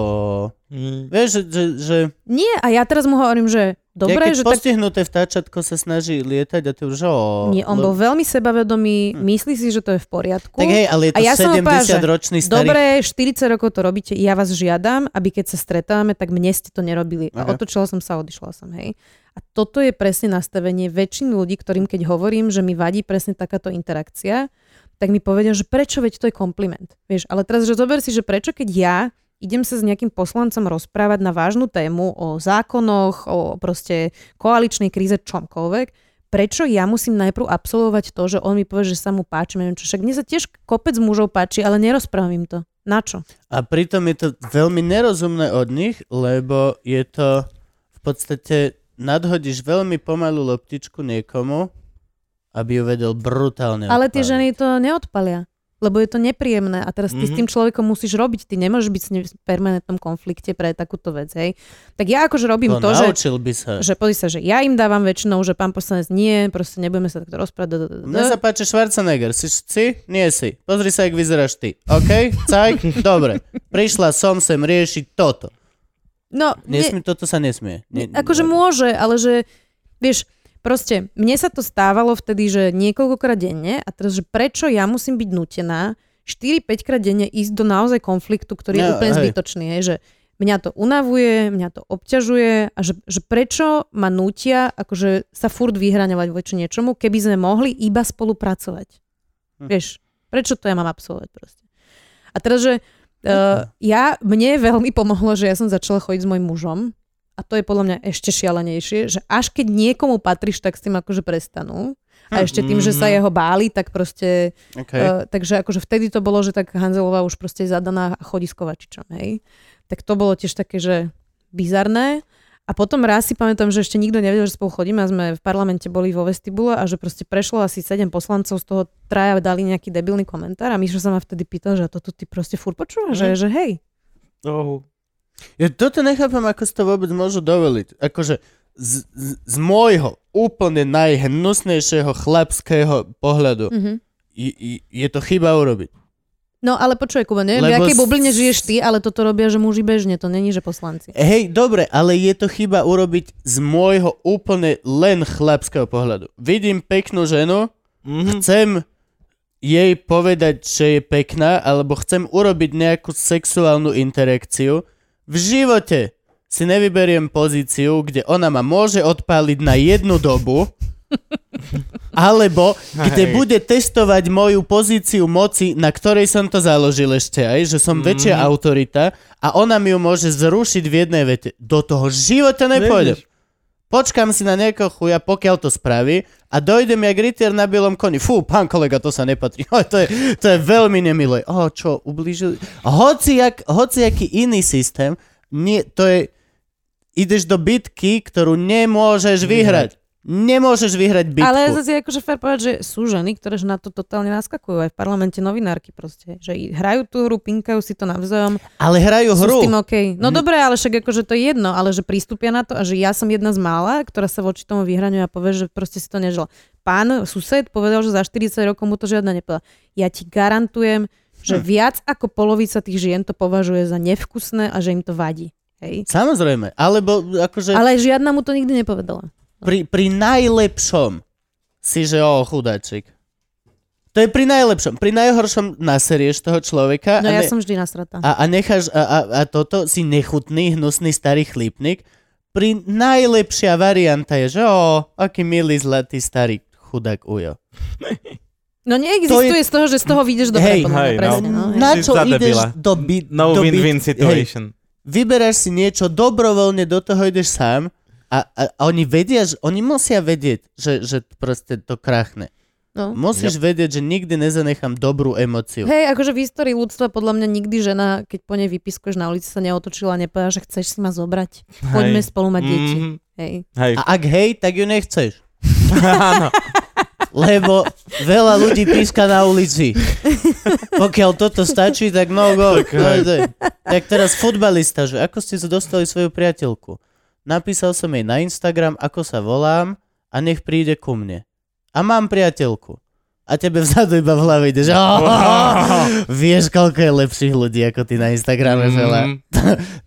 S1: Mm.
S2: Vieš, že, že, že
S3: Nie, a ja teraz mu hovorím, že dobre,
S2: Dobre,
S3: že
S2: že
S3: tak...
S2: postihnuté vtáčatko sa snaží lietať a ty už že o...
S3: Nie, on
S2: lebo-
S3: bol veľmi sebavedomý, myslí si, že to je v poriadku.
S2: No. Hm. Tak hej, ale je
S3: A
S2: to
S3: ja som mu povedala, že
S2: 70-ročný starý...
S3: Dobre, 40 rokov to robíte, ja vás žiadam, aby keď sa stretávame, tak mne ste to nerobili. A
S2: Aha.
S3: otočila som sa, odišla som, hej. A toto je presne nastavenie väčšiny ľudí, ktorým keď hovorím, že mi vadí presne takáto interakcia, tak mi povedia, že prečo, veď to je kompliment. Vieš, ale teraz, že zober si, že prečo, keď ja idem sa s nejakým poslancom rozprávať na vážnu tému o zákonoch, o proste koaličnej kríze, čomkoľvek, prečo ja musím najprv absolvovať to, že on mi povie, že sa mu páči, neviem čo. Však mne sa tiež kopec mužov páči, ale nerozprávam im to. Na čo?
S2: A pritom je to veľmi nerozumné od nich, lebo je to v podstate nadhodíš veľmi pomalú loptičku niekomu, aby ju vedel brutálne
S3: Ale tie
S2: odpáliť.
S3: ženy to neodpalia, lebo je to nepríjemné a teraz ty mm-hmm. s
S1: Mhm.
S3: tým človekom musíš robiť, ty nemôžeš byť s ním v permanentnom konflikte pre takúto vec, hej. Tak ja akože robím
S2: to,
S3: to, že,
S2: naučil by sa.
S3: že pozri sa, že ja im dávam väčšinou, že pán poslanec nie, proste nebudeme sa takto rozprávať. da, da, da, da.
S2: Mne sa páči Schwarzenegger. Si, si? Nie si. Pozri sa, jak vyzeráš ty. OK? Cajk? Dobre. Prišla som sem riešiť toto.
S3: No, nie-
S2: Nesmie, toto sa nesmie. Ne,
S3: Akože môže, ale že, vieš, proste, mne sa to stávalo vtedy, že niekoľkokrát denne a teraz, že prečo ja musím byť nutená 4-5 krát denne ísť do naozaj konfliktu, ktorý je
S2: No,
S3: úplne
S2: hej.
S3: zbytočný, hej, že mňa to unavuje, mňa to obťažuje a že, že prečo ma nutia akože sa furt vyhraňovať voči niečomu, keby sme mohli iba spolupracovať.
S2: Hm.
S3: Vieš, prečo to ja mám absolvovať proste. A teraz, že Uh, ja, mne veľmi pomohlo, že ja som začala chodiť s mojim mužom a to je podľa mňa ešte šialenejšie, že až keď niekomu patríš, tak s tým akože prestanú. A ešte tým, že sa jeho báli, tak proste...
S2: Okay.
S3: Uh, takže akože vtedy to bolo, že tak Hanzelová už proste je zadaná a chodí s Kovačičom, hej. Tak to bolo tiež také, že bizarné. A potom raz si pamätám, že ešte nikto nevedel, že spolu chodíme a sme v parlamente boli vo vestibule a že proste prešlo asi 7 poslancov, z toho traja dali nejaký debilný komentár a Mišo sa ma vtedy pýtal, že a toto ty proste furt
S2: Mhm.
S3: počúvaš, že, že hej,
S1: Oh.
S2: Ja toto nechápem, ako si to vôbec môžu dovoliť. Akože z, z, z môjho úplne najhnusnejšieho chlapského pohľadu
S3: Mhm.
S2: je, je- je to chyba urobiť.
S3: No ale počuj, Kuba, neviem, v
S2: Lebo
S3: akej
S2: s-
S3: bubline žiješ ty, ale toto robia, že muži bežne, to není, že poslanci.
S2: Hej, dobre, ale je to chyba urobiť z môjho úplne len chlapského pohľadu. Vidím peknú ženu,
S1: Mm-hmm.
S2: chcem jej povedať, že je pekná, alebo chcem urobiť nejakú sexuálnu interakciu, v živote si nevyberiem pozíciu, kde ona ma môže odpáliť na jednu dobu, alebo kde
S1: Hej.
S2: bude testovať moju pozíciu moci, na ktorej som to založil ešte aj, že som
S1: Mhm.
S2: väčšia autorita a ona mi ju môže zrušiť v jednej vete. Do toho života nepôjdem. Počkam si na nejakého chuja, pokiaľ to spraví a dojdem jak rytier na bielom koni. Fú, pán kolega, to sa nepatrí. O, to, je, to je veľmi nemilé. O, čo, ublížili? Hoci, jak, hoci aký iný systém, nie, to je... Ideš do bitky, ktorú nemôžeš vyhrať. Nemôžeš vyhrať bitku.
S3: Ale zase je akože fér povedať, že sú ženy, ktoré že na to totálne naskakujú, aj v parlamente novinárky proste, že i- hrajú tú hru, pinkajú si to navzájom,
S2: Ale hrajú
S3: sú
S2: hru. Mhm.
S3: s tým OK. No dobre, ale však akože to je jedno, ale že prístupia na to a že ja som jedna z mála, ktorá sa voči tomu vyhraňuje a povie, že proste si to nežila. Pán sused povedal, že za 40 rokov mu to žiadna nepovedala. Ja ti
S2: Hm.
S3: garantujem, že viac ako polovica tých žien to považuje za nevkusné a že im to vadí. Hej.
S2: Samozrejme. Alebo akože
S3: Ale žiadna mu to nikdy nepovedala.
S2: pri, pri najlepšom si, že o, chudáčik. To je pri najlepšom. Pri najhoršom naserieš toho človeka.
S3: No
S2: a
S3: ja
S2: ne-
S3: som vždy nasratá.
S2: A, a necháš, a, a, a toto si nechutný, hnusný starý chlípnik. Pri najlepšia varianta je, že o, aký milý, zlatý, starý chudák ujo.
S3: No neexistuje z toho, že z toho vyjdeš dobre.
S2: Hej,
S3: podľa mňa,
S1: hej, no.
S3: presne, no. hej.
S2: Na
S1: Si
S2: čo
S1: za debila.
S2: ideš do byt?
S1: No
S2: do byt-
S1: win-win
S2: Hej,
S1: situation.
S2: vyberáš si niečo, dobrovoľne do toho ideš sám a, a, a oni vedia, že, oni musia vedieť, že, že proste to krachne.
S3: No.
S2: Musíš vedieť, že nikdy nezanechám dobrú emociu.
S3: Hej, akože v histórii ľudstva podľa mňa nikdy žena, keď po nej vypiskuješ na ulici, sa neotočila a nepovedala, že chceš si ma zobrať. Poďme
S1: Hej.
S3: spolu mať deti.
S1: Mhm.
S3: Hej.
S1: Hej.
S2: A ak hej, tak ju nechceš.
S1: Áno.
S2: Lebo veľa ľudí píska na ulici. Pokiaľ toto stačí, tak no go.
S1: Tak hej.
S2: To je- Tak teraz futbalista, že ako ste dostali svoju priateľku? Napísal som jej na Instagram, ako sa volám a nech príde ku mne. A a mám priateľku. A tebe vzadu iba v hlave ide, že vieš, koľko je lepších ľudí ako ty na Instagrame veľa.
S1: Mm.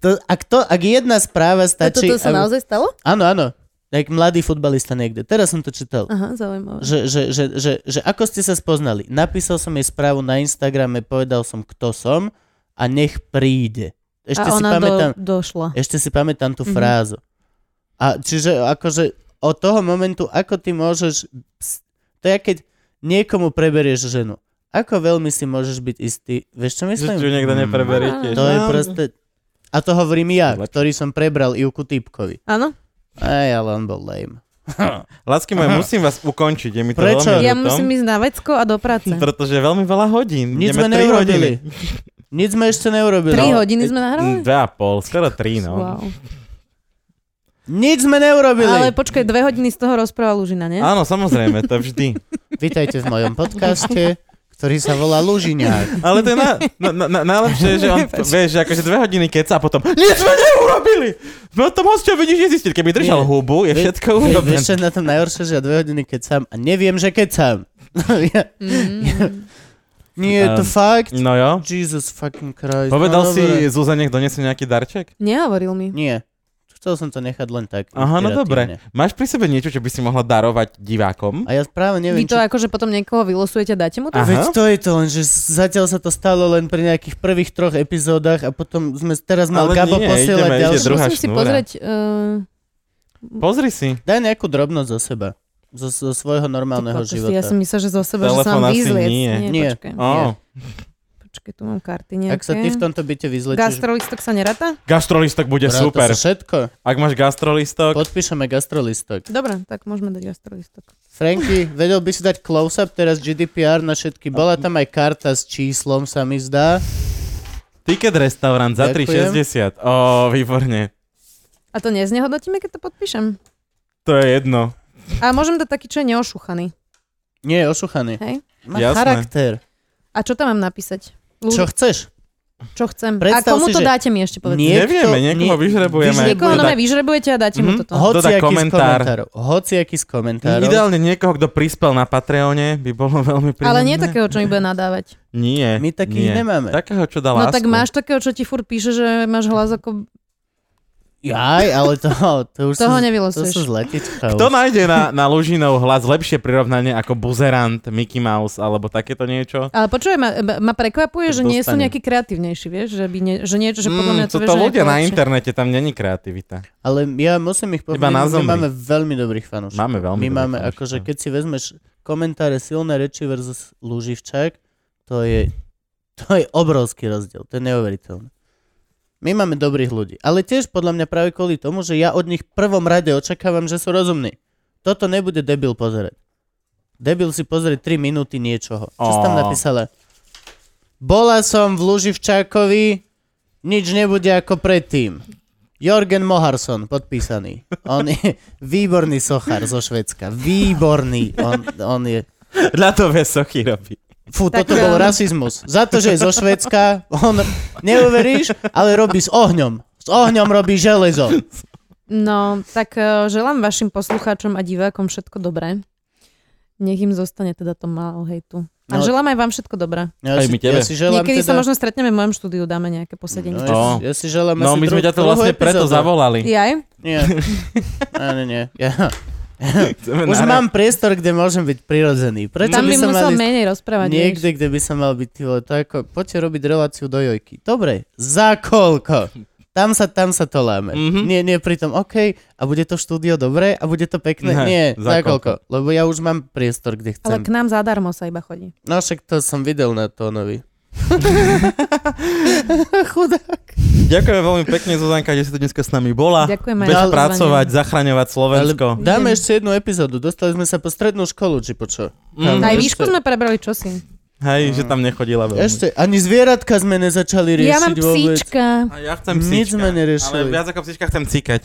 S2: To, ak, to, ak jedna správa
S3: A
S2: stačí...
S3: toto sa
S2: aby-
S3: naozaj stalo?
S2: Áno, áno. Jak mladý futbalista niekde. Teraz som to čítal.
S3: Aha, zaujímavé.
S2: Že, že, že, že, že ako ste sa spoznali? Napísal som jej správu na Instagrame, povedal som, kto som a nech príde. Ešte
S3: a
S2: si
S3: ona
S2: pamätám...
S3: do, došla.
S2: Ešte si pamätám tú
S3: Mhm.
S2: frázu. A čiže akože od toho momentu, ako ty môžeš... ps- To je, keď niekomu preberieš ženu. Ako veľmi si môžeš byť istý? Vieš, čo
S1: Že
S2: myslím?
S1: ti ju niekto
S2: Mm.
S1: nepreberie
S3: Mm.
S1: tiež.
S2: To je
S1: No.
S2: proste... A to hovorím ja,
S1: Zlepšie.
S2: ktorý som prebral Ivku Typkovi.
S3: Áno?
S2: Ej, ale on bol lame.
S1: Lásky moje, musím vás ukončiť, je mi to
S2: Prečo?
S1: veľmi
S3: Ja
S1: ľúto,
S3: musím ísť na vecko a do práce.
S1: Pretože je veľmi veľa hodín.
S2: Nič
S1: Ideme
S2: sme
S1: tri hodiny.
S2: neurobili. Nič sme ešte neurobili.
S3: Tri
S2: No.
S3: hodiny sme nahrali?
S1: Dve a pol, skoro tri, no.
S3: Wow.
S2: Nič sme neurobili.
S3: Ale počkaj, dve hodiny z toho rozpráva Lužina, nie?
S1: Áno, samozrejme, to vždy.
S2: Vítajte v mojom podcaste, ktorý sa volá Lužiňák.
S1: Ale to je na, na, na, na, najlepšie, že on, vieš, že akože dve hodiny keca a potom nič sme neurobili! No to moc čo vidíš nezistil. Keby držal
S2: Nie.
S1: hubu, je
S2: Vie-
S1: všetko
S2: Hej,
S1: urobené.
S2: Vieš, čo je na tom najhoršie, že ja dve hodiny kecam a neviem, že kecam. ja,
S3: Mm.
S2: nie, je to
S1: Um,
S2: fakt.
S1: No jo.
S2: Jesus fucking Christ.
S1: Povedal
S2: no,
S1: si
S2: dobre.
S1: Zuzane, nech donesie nejaký darček?
S3: Nehovoril mi.
S2: Nie. Chcel som to nechať len tak.
S1: Aha, no
S2: inšpiratívne.
S1: dobre. Máš pri sebe niečo, čo by si mohla darovať divákom?
S2: A ja práve neviem,
S3: Vy to
S2: či...
S3: akože potom niekoho vylosujete a dáte mu to?
S1: Aha.
S2: Veď to je to len, že zatiaľ sa to stalo len pri nejakých prvých troch epizódach a potom sme teraz mal
S1: Ale
S2: Gabo
S1: nie,
S2: posielať
S1: ideme,
S2: ďalšie.
S1: ide druhá
S3: Musím si
S1: šnúra.
S3: pozrieť... Uh,
S1: Pozri si.
S2: Daj nejakú drobnosť zo seba. Zo, zo svojho normálneho života.
S3: ja som myslela, že zo seba, že
S1: Telefón
S3: som
S1: asi
S3: výzliec.
S1: nie.
S2: Nie.
S3: Počkaj,
S1: Ó,
S3: počkaj, tu mám karty nejaké.
S2: Ak sa ty v tomto byte vyzlečíš...
S3: Gastrolistok sa nerata?
S1: gastrolistok bude
S2: Ráta
S1: super.
S2: sa všetko.
S1: Ak máš gastrolistok,
S2: Podpíšeme gastrolistok.
S3: Dobre, tak môžeme dať gastrolistok.
S2: Franky, vedel by si dať close-up teraz GDPR na všetky. Bola tam aj karta s číslom, sa mi zdá.
S1: ticket restaurant za
S2: Ďakujem.
S1: 3,60. Ó, výborne.
S3: A to neznehodnotíme, keď to podpíšem?
S1: To je jedno.
S3: A môžem dať taký, čo je neošuchaný.
S2: Nie, ošuchaný.
S3: Hej?
S2: Má
S1: Jasné.
S2: charakter.
S3: A čo tam mám napísať? Lu-
S2: Čo chceš?
S3: čo chcem? A
S2: Predstav si,
S3: komu to
S2: že
S3: dáte mi ešte povedať?
S2: Nie- Niekto-
S1: Nevieme, niekoho
S2: nie-
S1: vyžrebujeme.
S2: vyžrebuje-
S3: Niekoho
S1: Dodať-
S3: nové vyžrebujete a dáte
S1: Mhm.
S3: mu toto.
S1: Ho-
S2: Hociaký z
S1: komentár.
S2: komentárov. Hociaký z komentárov.
S1: Ideálne niekoho, kto prispel na Patreone, by bolo veľmi príjemné.
S3: Ale nie
S2: Mhm.
S3: takého, čo mi bude nadávať.
S1: Nie,
S2: My takých
S1: nie.
S2: nemáme.
S1: Takého, čo dá
S3: No
S1: lásku.
S3: tak máš takého, čo ti furt píše, že máš hlas ako...
S2: Jaj, ale to, to už
S3: Toho
S2: sú, to
S3: nevylosuješ.
S2: sú z letičkou.
S1: Kto nájde na, na Lužinov hlas lepšie prirovnanie ako buzerant, Mickey Mouse alebo takéto niečo?
S3: Ale počuj, ma, ma prekvapuje,
S1: Tak
S3: že nie sú
S1: dostane.
S3: nejakí kreatívnejší, vieš? Že, by nie, že niečo, že podľa mňa
S1: Mm,
S3: to,
S1: to,
S3: vieš, že
S1: ľudia
S3: nejako
S1: na
S3: lepšie.
S1: internete, tam není kreativita.
S2: Ale ja musím ich povedať,
S1: Iba na
S2: my
S1: zombie.
S2: máme veľmi dobrých fanúšikov.
S1: Máme veľmi
S2: My
S1: dobré
S2: máme,
S1: fanúšikov.
S2: akože keď si vezmeš komentáre silné reči versus Luživčák, to je, to je obrovský rozdiel, to je neuveriteľné. My máme dobrých ľudí, ale tiež podľa mňa práve kvôli tomu, že ja od nich v prvom rade očakávam, že sú rozumní. Toto nebude debil pozerať. Debil si pozrie 3 minúty niečoho. Čo si tam
S1: Ó.
S2: napísala? Bola som v Luživčákovi, nič nebude ako predtým. Jorgen Moharson, podpísaný. On je výborný sochár zo Švedska. Výborný. On, on je...
S1: Ľadové sochy robí.
S2: Fú,
S3: Tak
S2: toto bol
S3: áno.
S2: rasizmus. Za to, že je zo Švedska, on, neuveríš, ale robí s ohňom. S ohňom robí železo.
S3: No, tak eh, želám vašim poslucháčom a divákom všetko dobré. Nech im zostane teda to málo hejtu.
S2: No.
S3: A želám aj vám všetko dobré.
S2: Ja
S1: Aj
S2: si,
S1: my tebe.
S2: Ja si želám
S3: Niekedy
S2: teda...
S3: sa možno stretneme v mojom štúdiu, dáme nejaké
S2: No,
S3: posedenie. No,
S2: ja,
S1: Ó.
S2: si, ja si želám
S1: No
S2: asi
S1: my sme
S2: dru-
S1: ťa to
S2: druhú
S1: vlastne preto
S2: epizódu.
S1: zavolali.
S3: Jaj?
S2: Nie. Áno, nie. Ja.
S1: Chceme
S2: Už
S1: nahrať-
S2: mám priestor, kde môžem byť prirodzený. Prečo
S3: Tam
S2: by
S3: by
S2: som
S3: musel
S2: mal ísť
S3: menej rozprávať.
S2: niekde, kde by som mal byť, ty vole, to ako, poďte robiť reláciu do jojky. Dobre, za koľko? Tam sa, tam sa to láme.
S1: Mhm.
S2: Mm-hmm. Nie, nie, pritom, OK, a bude to štúdio dobre a bude to pekné?
S1: Ne,
S2: Ne, nie,
S1: za
S2: za koľko? Lebo ja už mám priestor, kde
S3: Ale
S2: chcem.
S3: k nám zadarmo sa iba chodí.
S2: No však to som videl na tónovi. Chudák.
S1: Ďakujeme veľmi pekne, Zuzanka, že si tu dneska s nami bola.
S3: Ďakujeme aj
S1: Bež
S3: za pozvanie.
S1: pracovať, zachraňovať Slovensko.
S2: Ale dáme ešte jednu epizódu. Dostali sme sa po strednú školu, či počo?
S1: Mm.
S2: ešte-
S3: Aj výšku sme prebrali čosi.
S1: Hej, že tam nechodila veľmi.
S2: Ešte, ani zvieratka sme nezačali riešiť
S3: Ja mám
S2: vôbec.
S3: psíčka.
S1: A ja chcem psíčka.
S2: Nič sme
S1: Ale
S2: neriešili.
S1: viac ako psíčka chcem cíkať.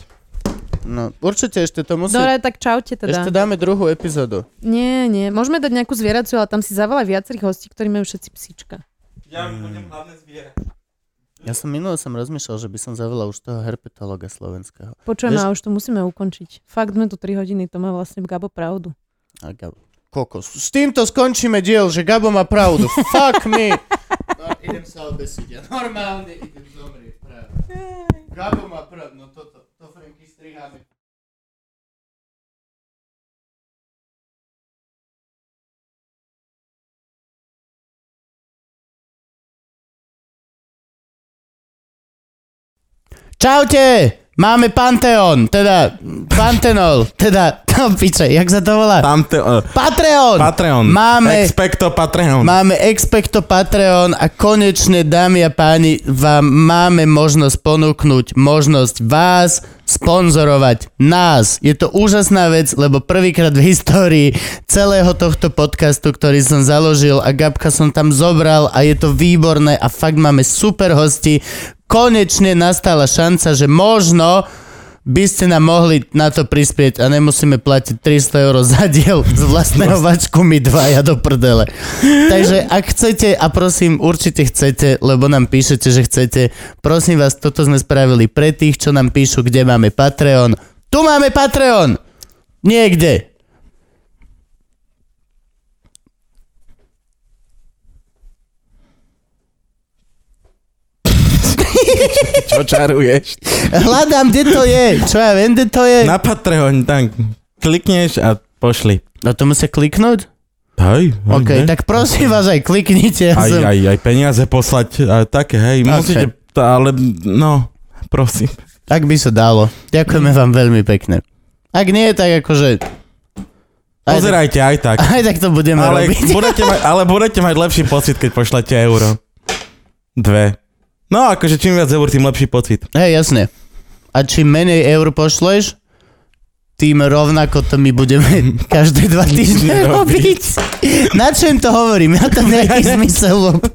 S2: No, určite ešte to musí...
S3: Dobre, tak čaute teda.
S2: Ešte dáme druhú epizódu.
S3: Nie, nie. Môžeme dať nejakú zvieraciu, ale tam si zavolaj viacerých hostí, ktorí majú všetci psíčka.
S1: Ja budem hlavné zviera.
S2: Mm. Ja som minule som rozmýšľal, že by som zavolal už toho herpetologa slovenského.
S3: Počujem,
S2: Vieš-
S3: a už to musíme ukončiť. Fakt sme tu 3 hodiny, to má vlastne Gabo pravdu.
S2: A Gabo. kokos. S týmto skončíme diel, že Gabo má pravdu. Fuck me. No, idem sa obesiť. Ja normálne idem zomrieť. Práve. Gabo má pravdu. No toto, to Franky striháme. Čaute! Máme Panteon, teda Pantenol, teda, no piče, jak sa to volá?
S1: Tam te, uh,
S2: Patreon!
S1: Patreon.
S2: Máme-
S1: Expecto Patreon.
S2: Máme Expecto Patreon a konečne, dámy a páni, vám máme možnosť ponúknuť možnosť vás sponzorovať nás. Je to úžasná vec, lebo prvýkrát v histórii celého tohto podcastu, ktorý som založil a Gabka som tam zobral a je to výborné a fakt máme super hosti. Konečne nastala šanca, že možno by ste nám mohli na to prispieť a nemusíme platiť 300 eur za diel z vlastného vačku my dvaja do prdele. Takže ak chcete, a prosím, určite chcete, lebo nám píšete, že chcete, prosím vás, toto sme spravili pre tých, čo nám píšu, kde máme Patreon. Tu máme Patreon! Niekde.
S1: Čo čaruješ?
S2: Hľadám, kde to je. Čo ja viem, kde to je.
S1: Na Patreon, tak klikneš a pošli.
S2: No to musia kliknúť?
S1: Hej, hej,
S2: OK,
S1: hej.
S2: tak prosím vás aj kliknite. Ja
S1: aj,
S2: som...
S1: aj, aj peniaze poslať, a také, hej,
S2: Okay.
S1: musíte, tá, ale no, prosím.
S2: Ak by sa dalo. Ďakujeme vám veľmi pekne. Ak nie, tak akože... Aj,
S1: Pozerajte aj tak.
S2: Aj tak to budeme
S1: Ale
S2: robiť.
S1: budete, mať, ale budete mať lepší pocit, keď pošlete euro. Dve. No, akože čím viac eur, tým lepší pocit.
S2: Hej, jasne. A čím menej eur pošleš, tým rovnako to my budeme každé dva týždne
S1: Robiť.
S2: robiť. Na čo im to hovorím? Ja to nejaký zmysel. vôbec.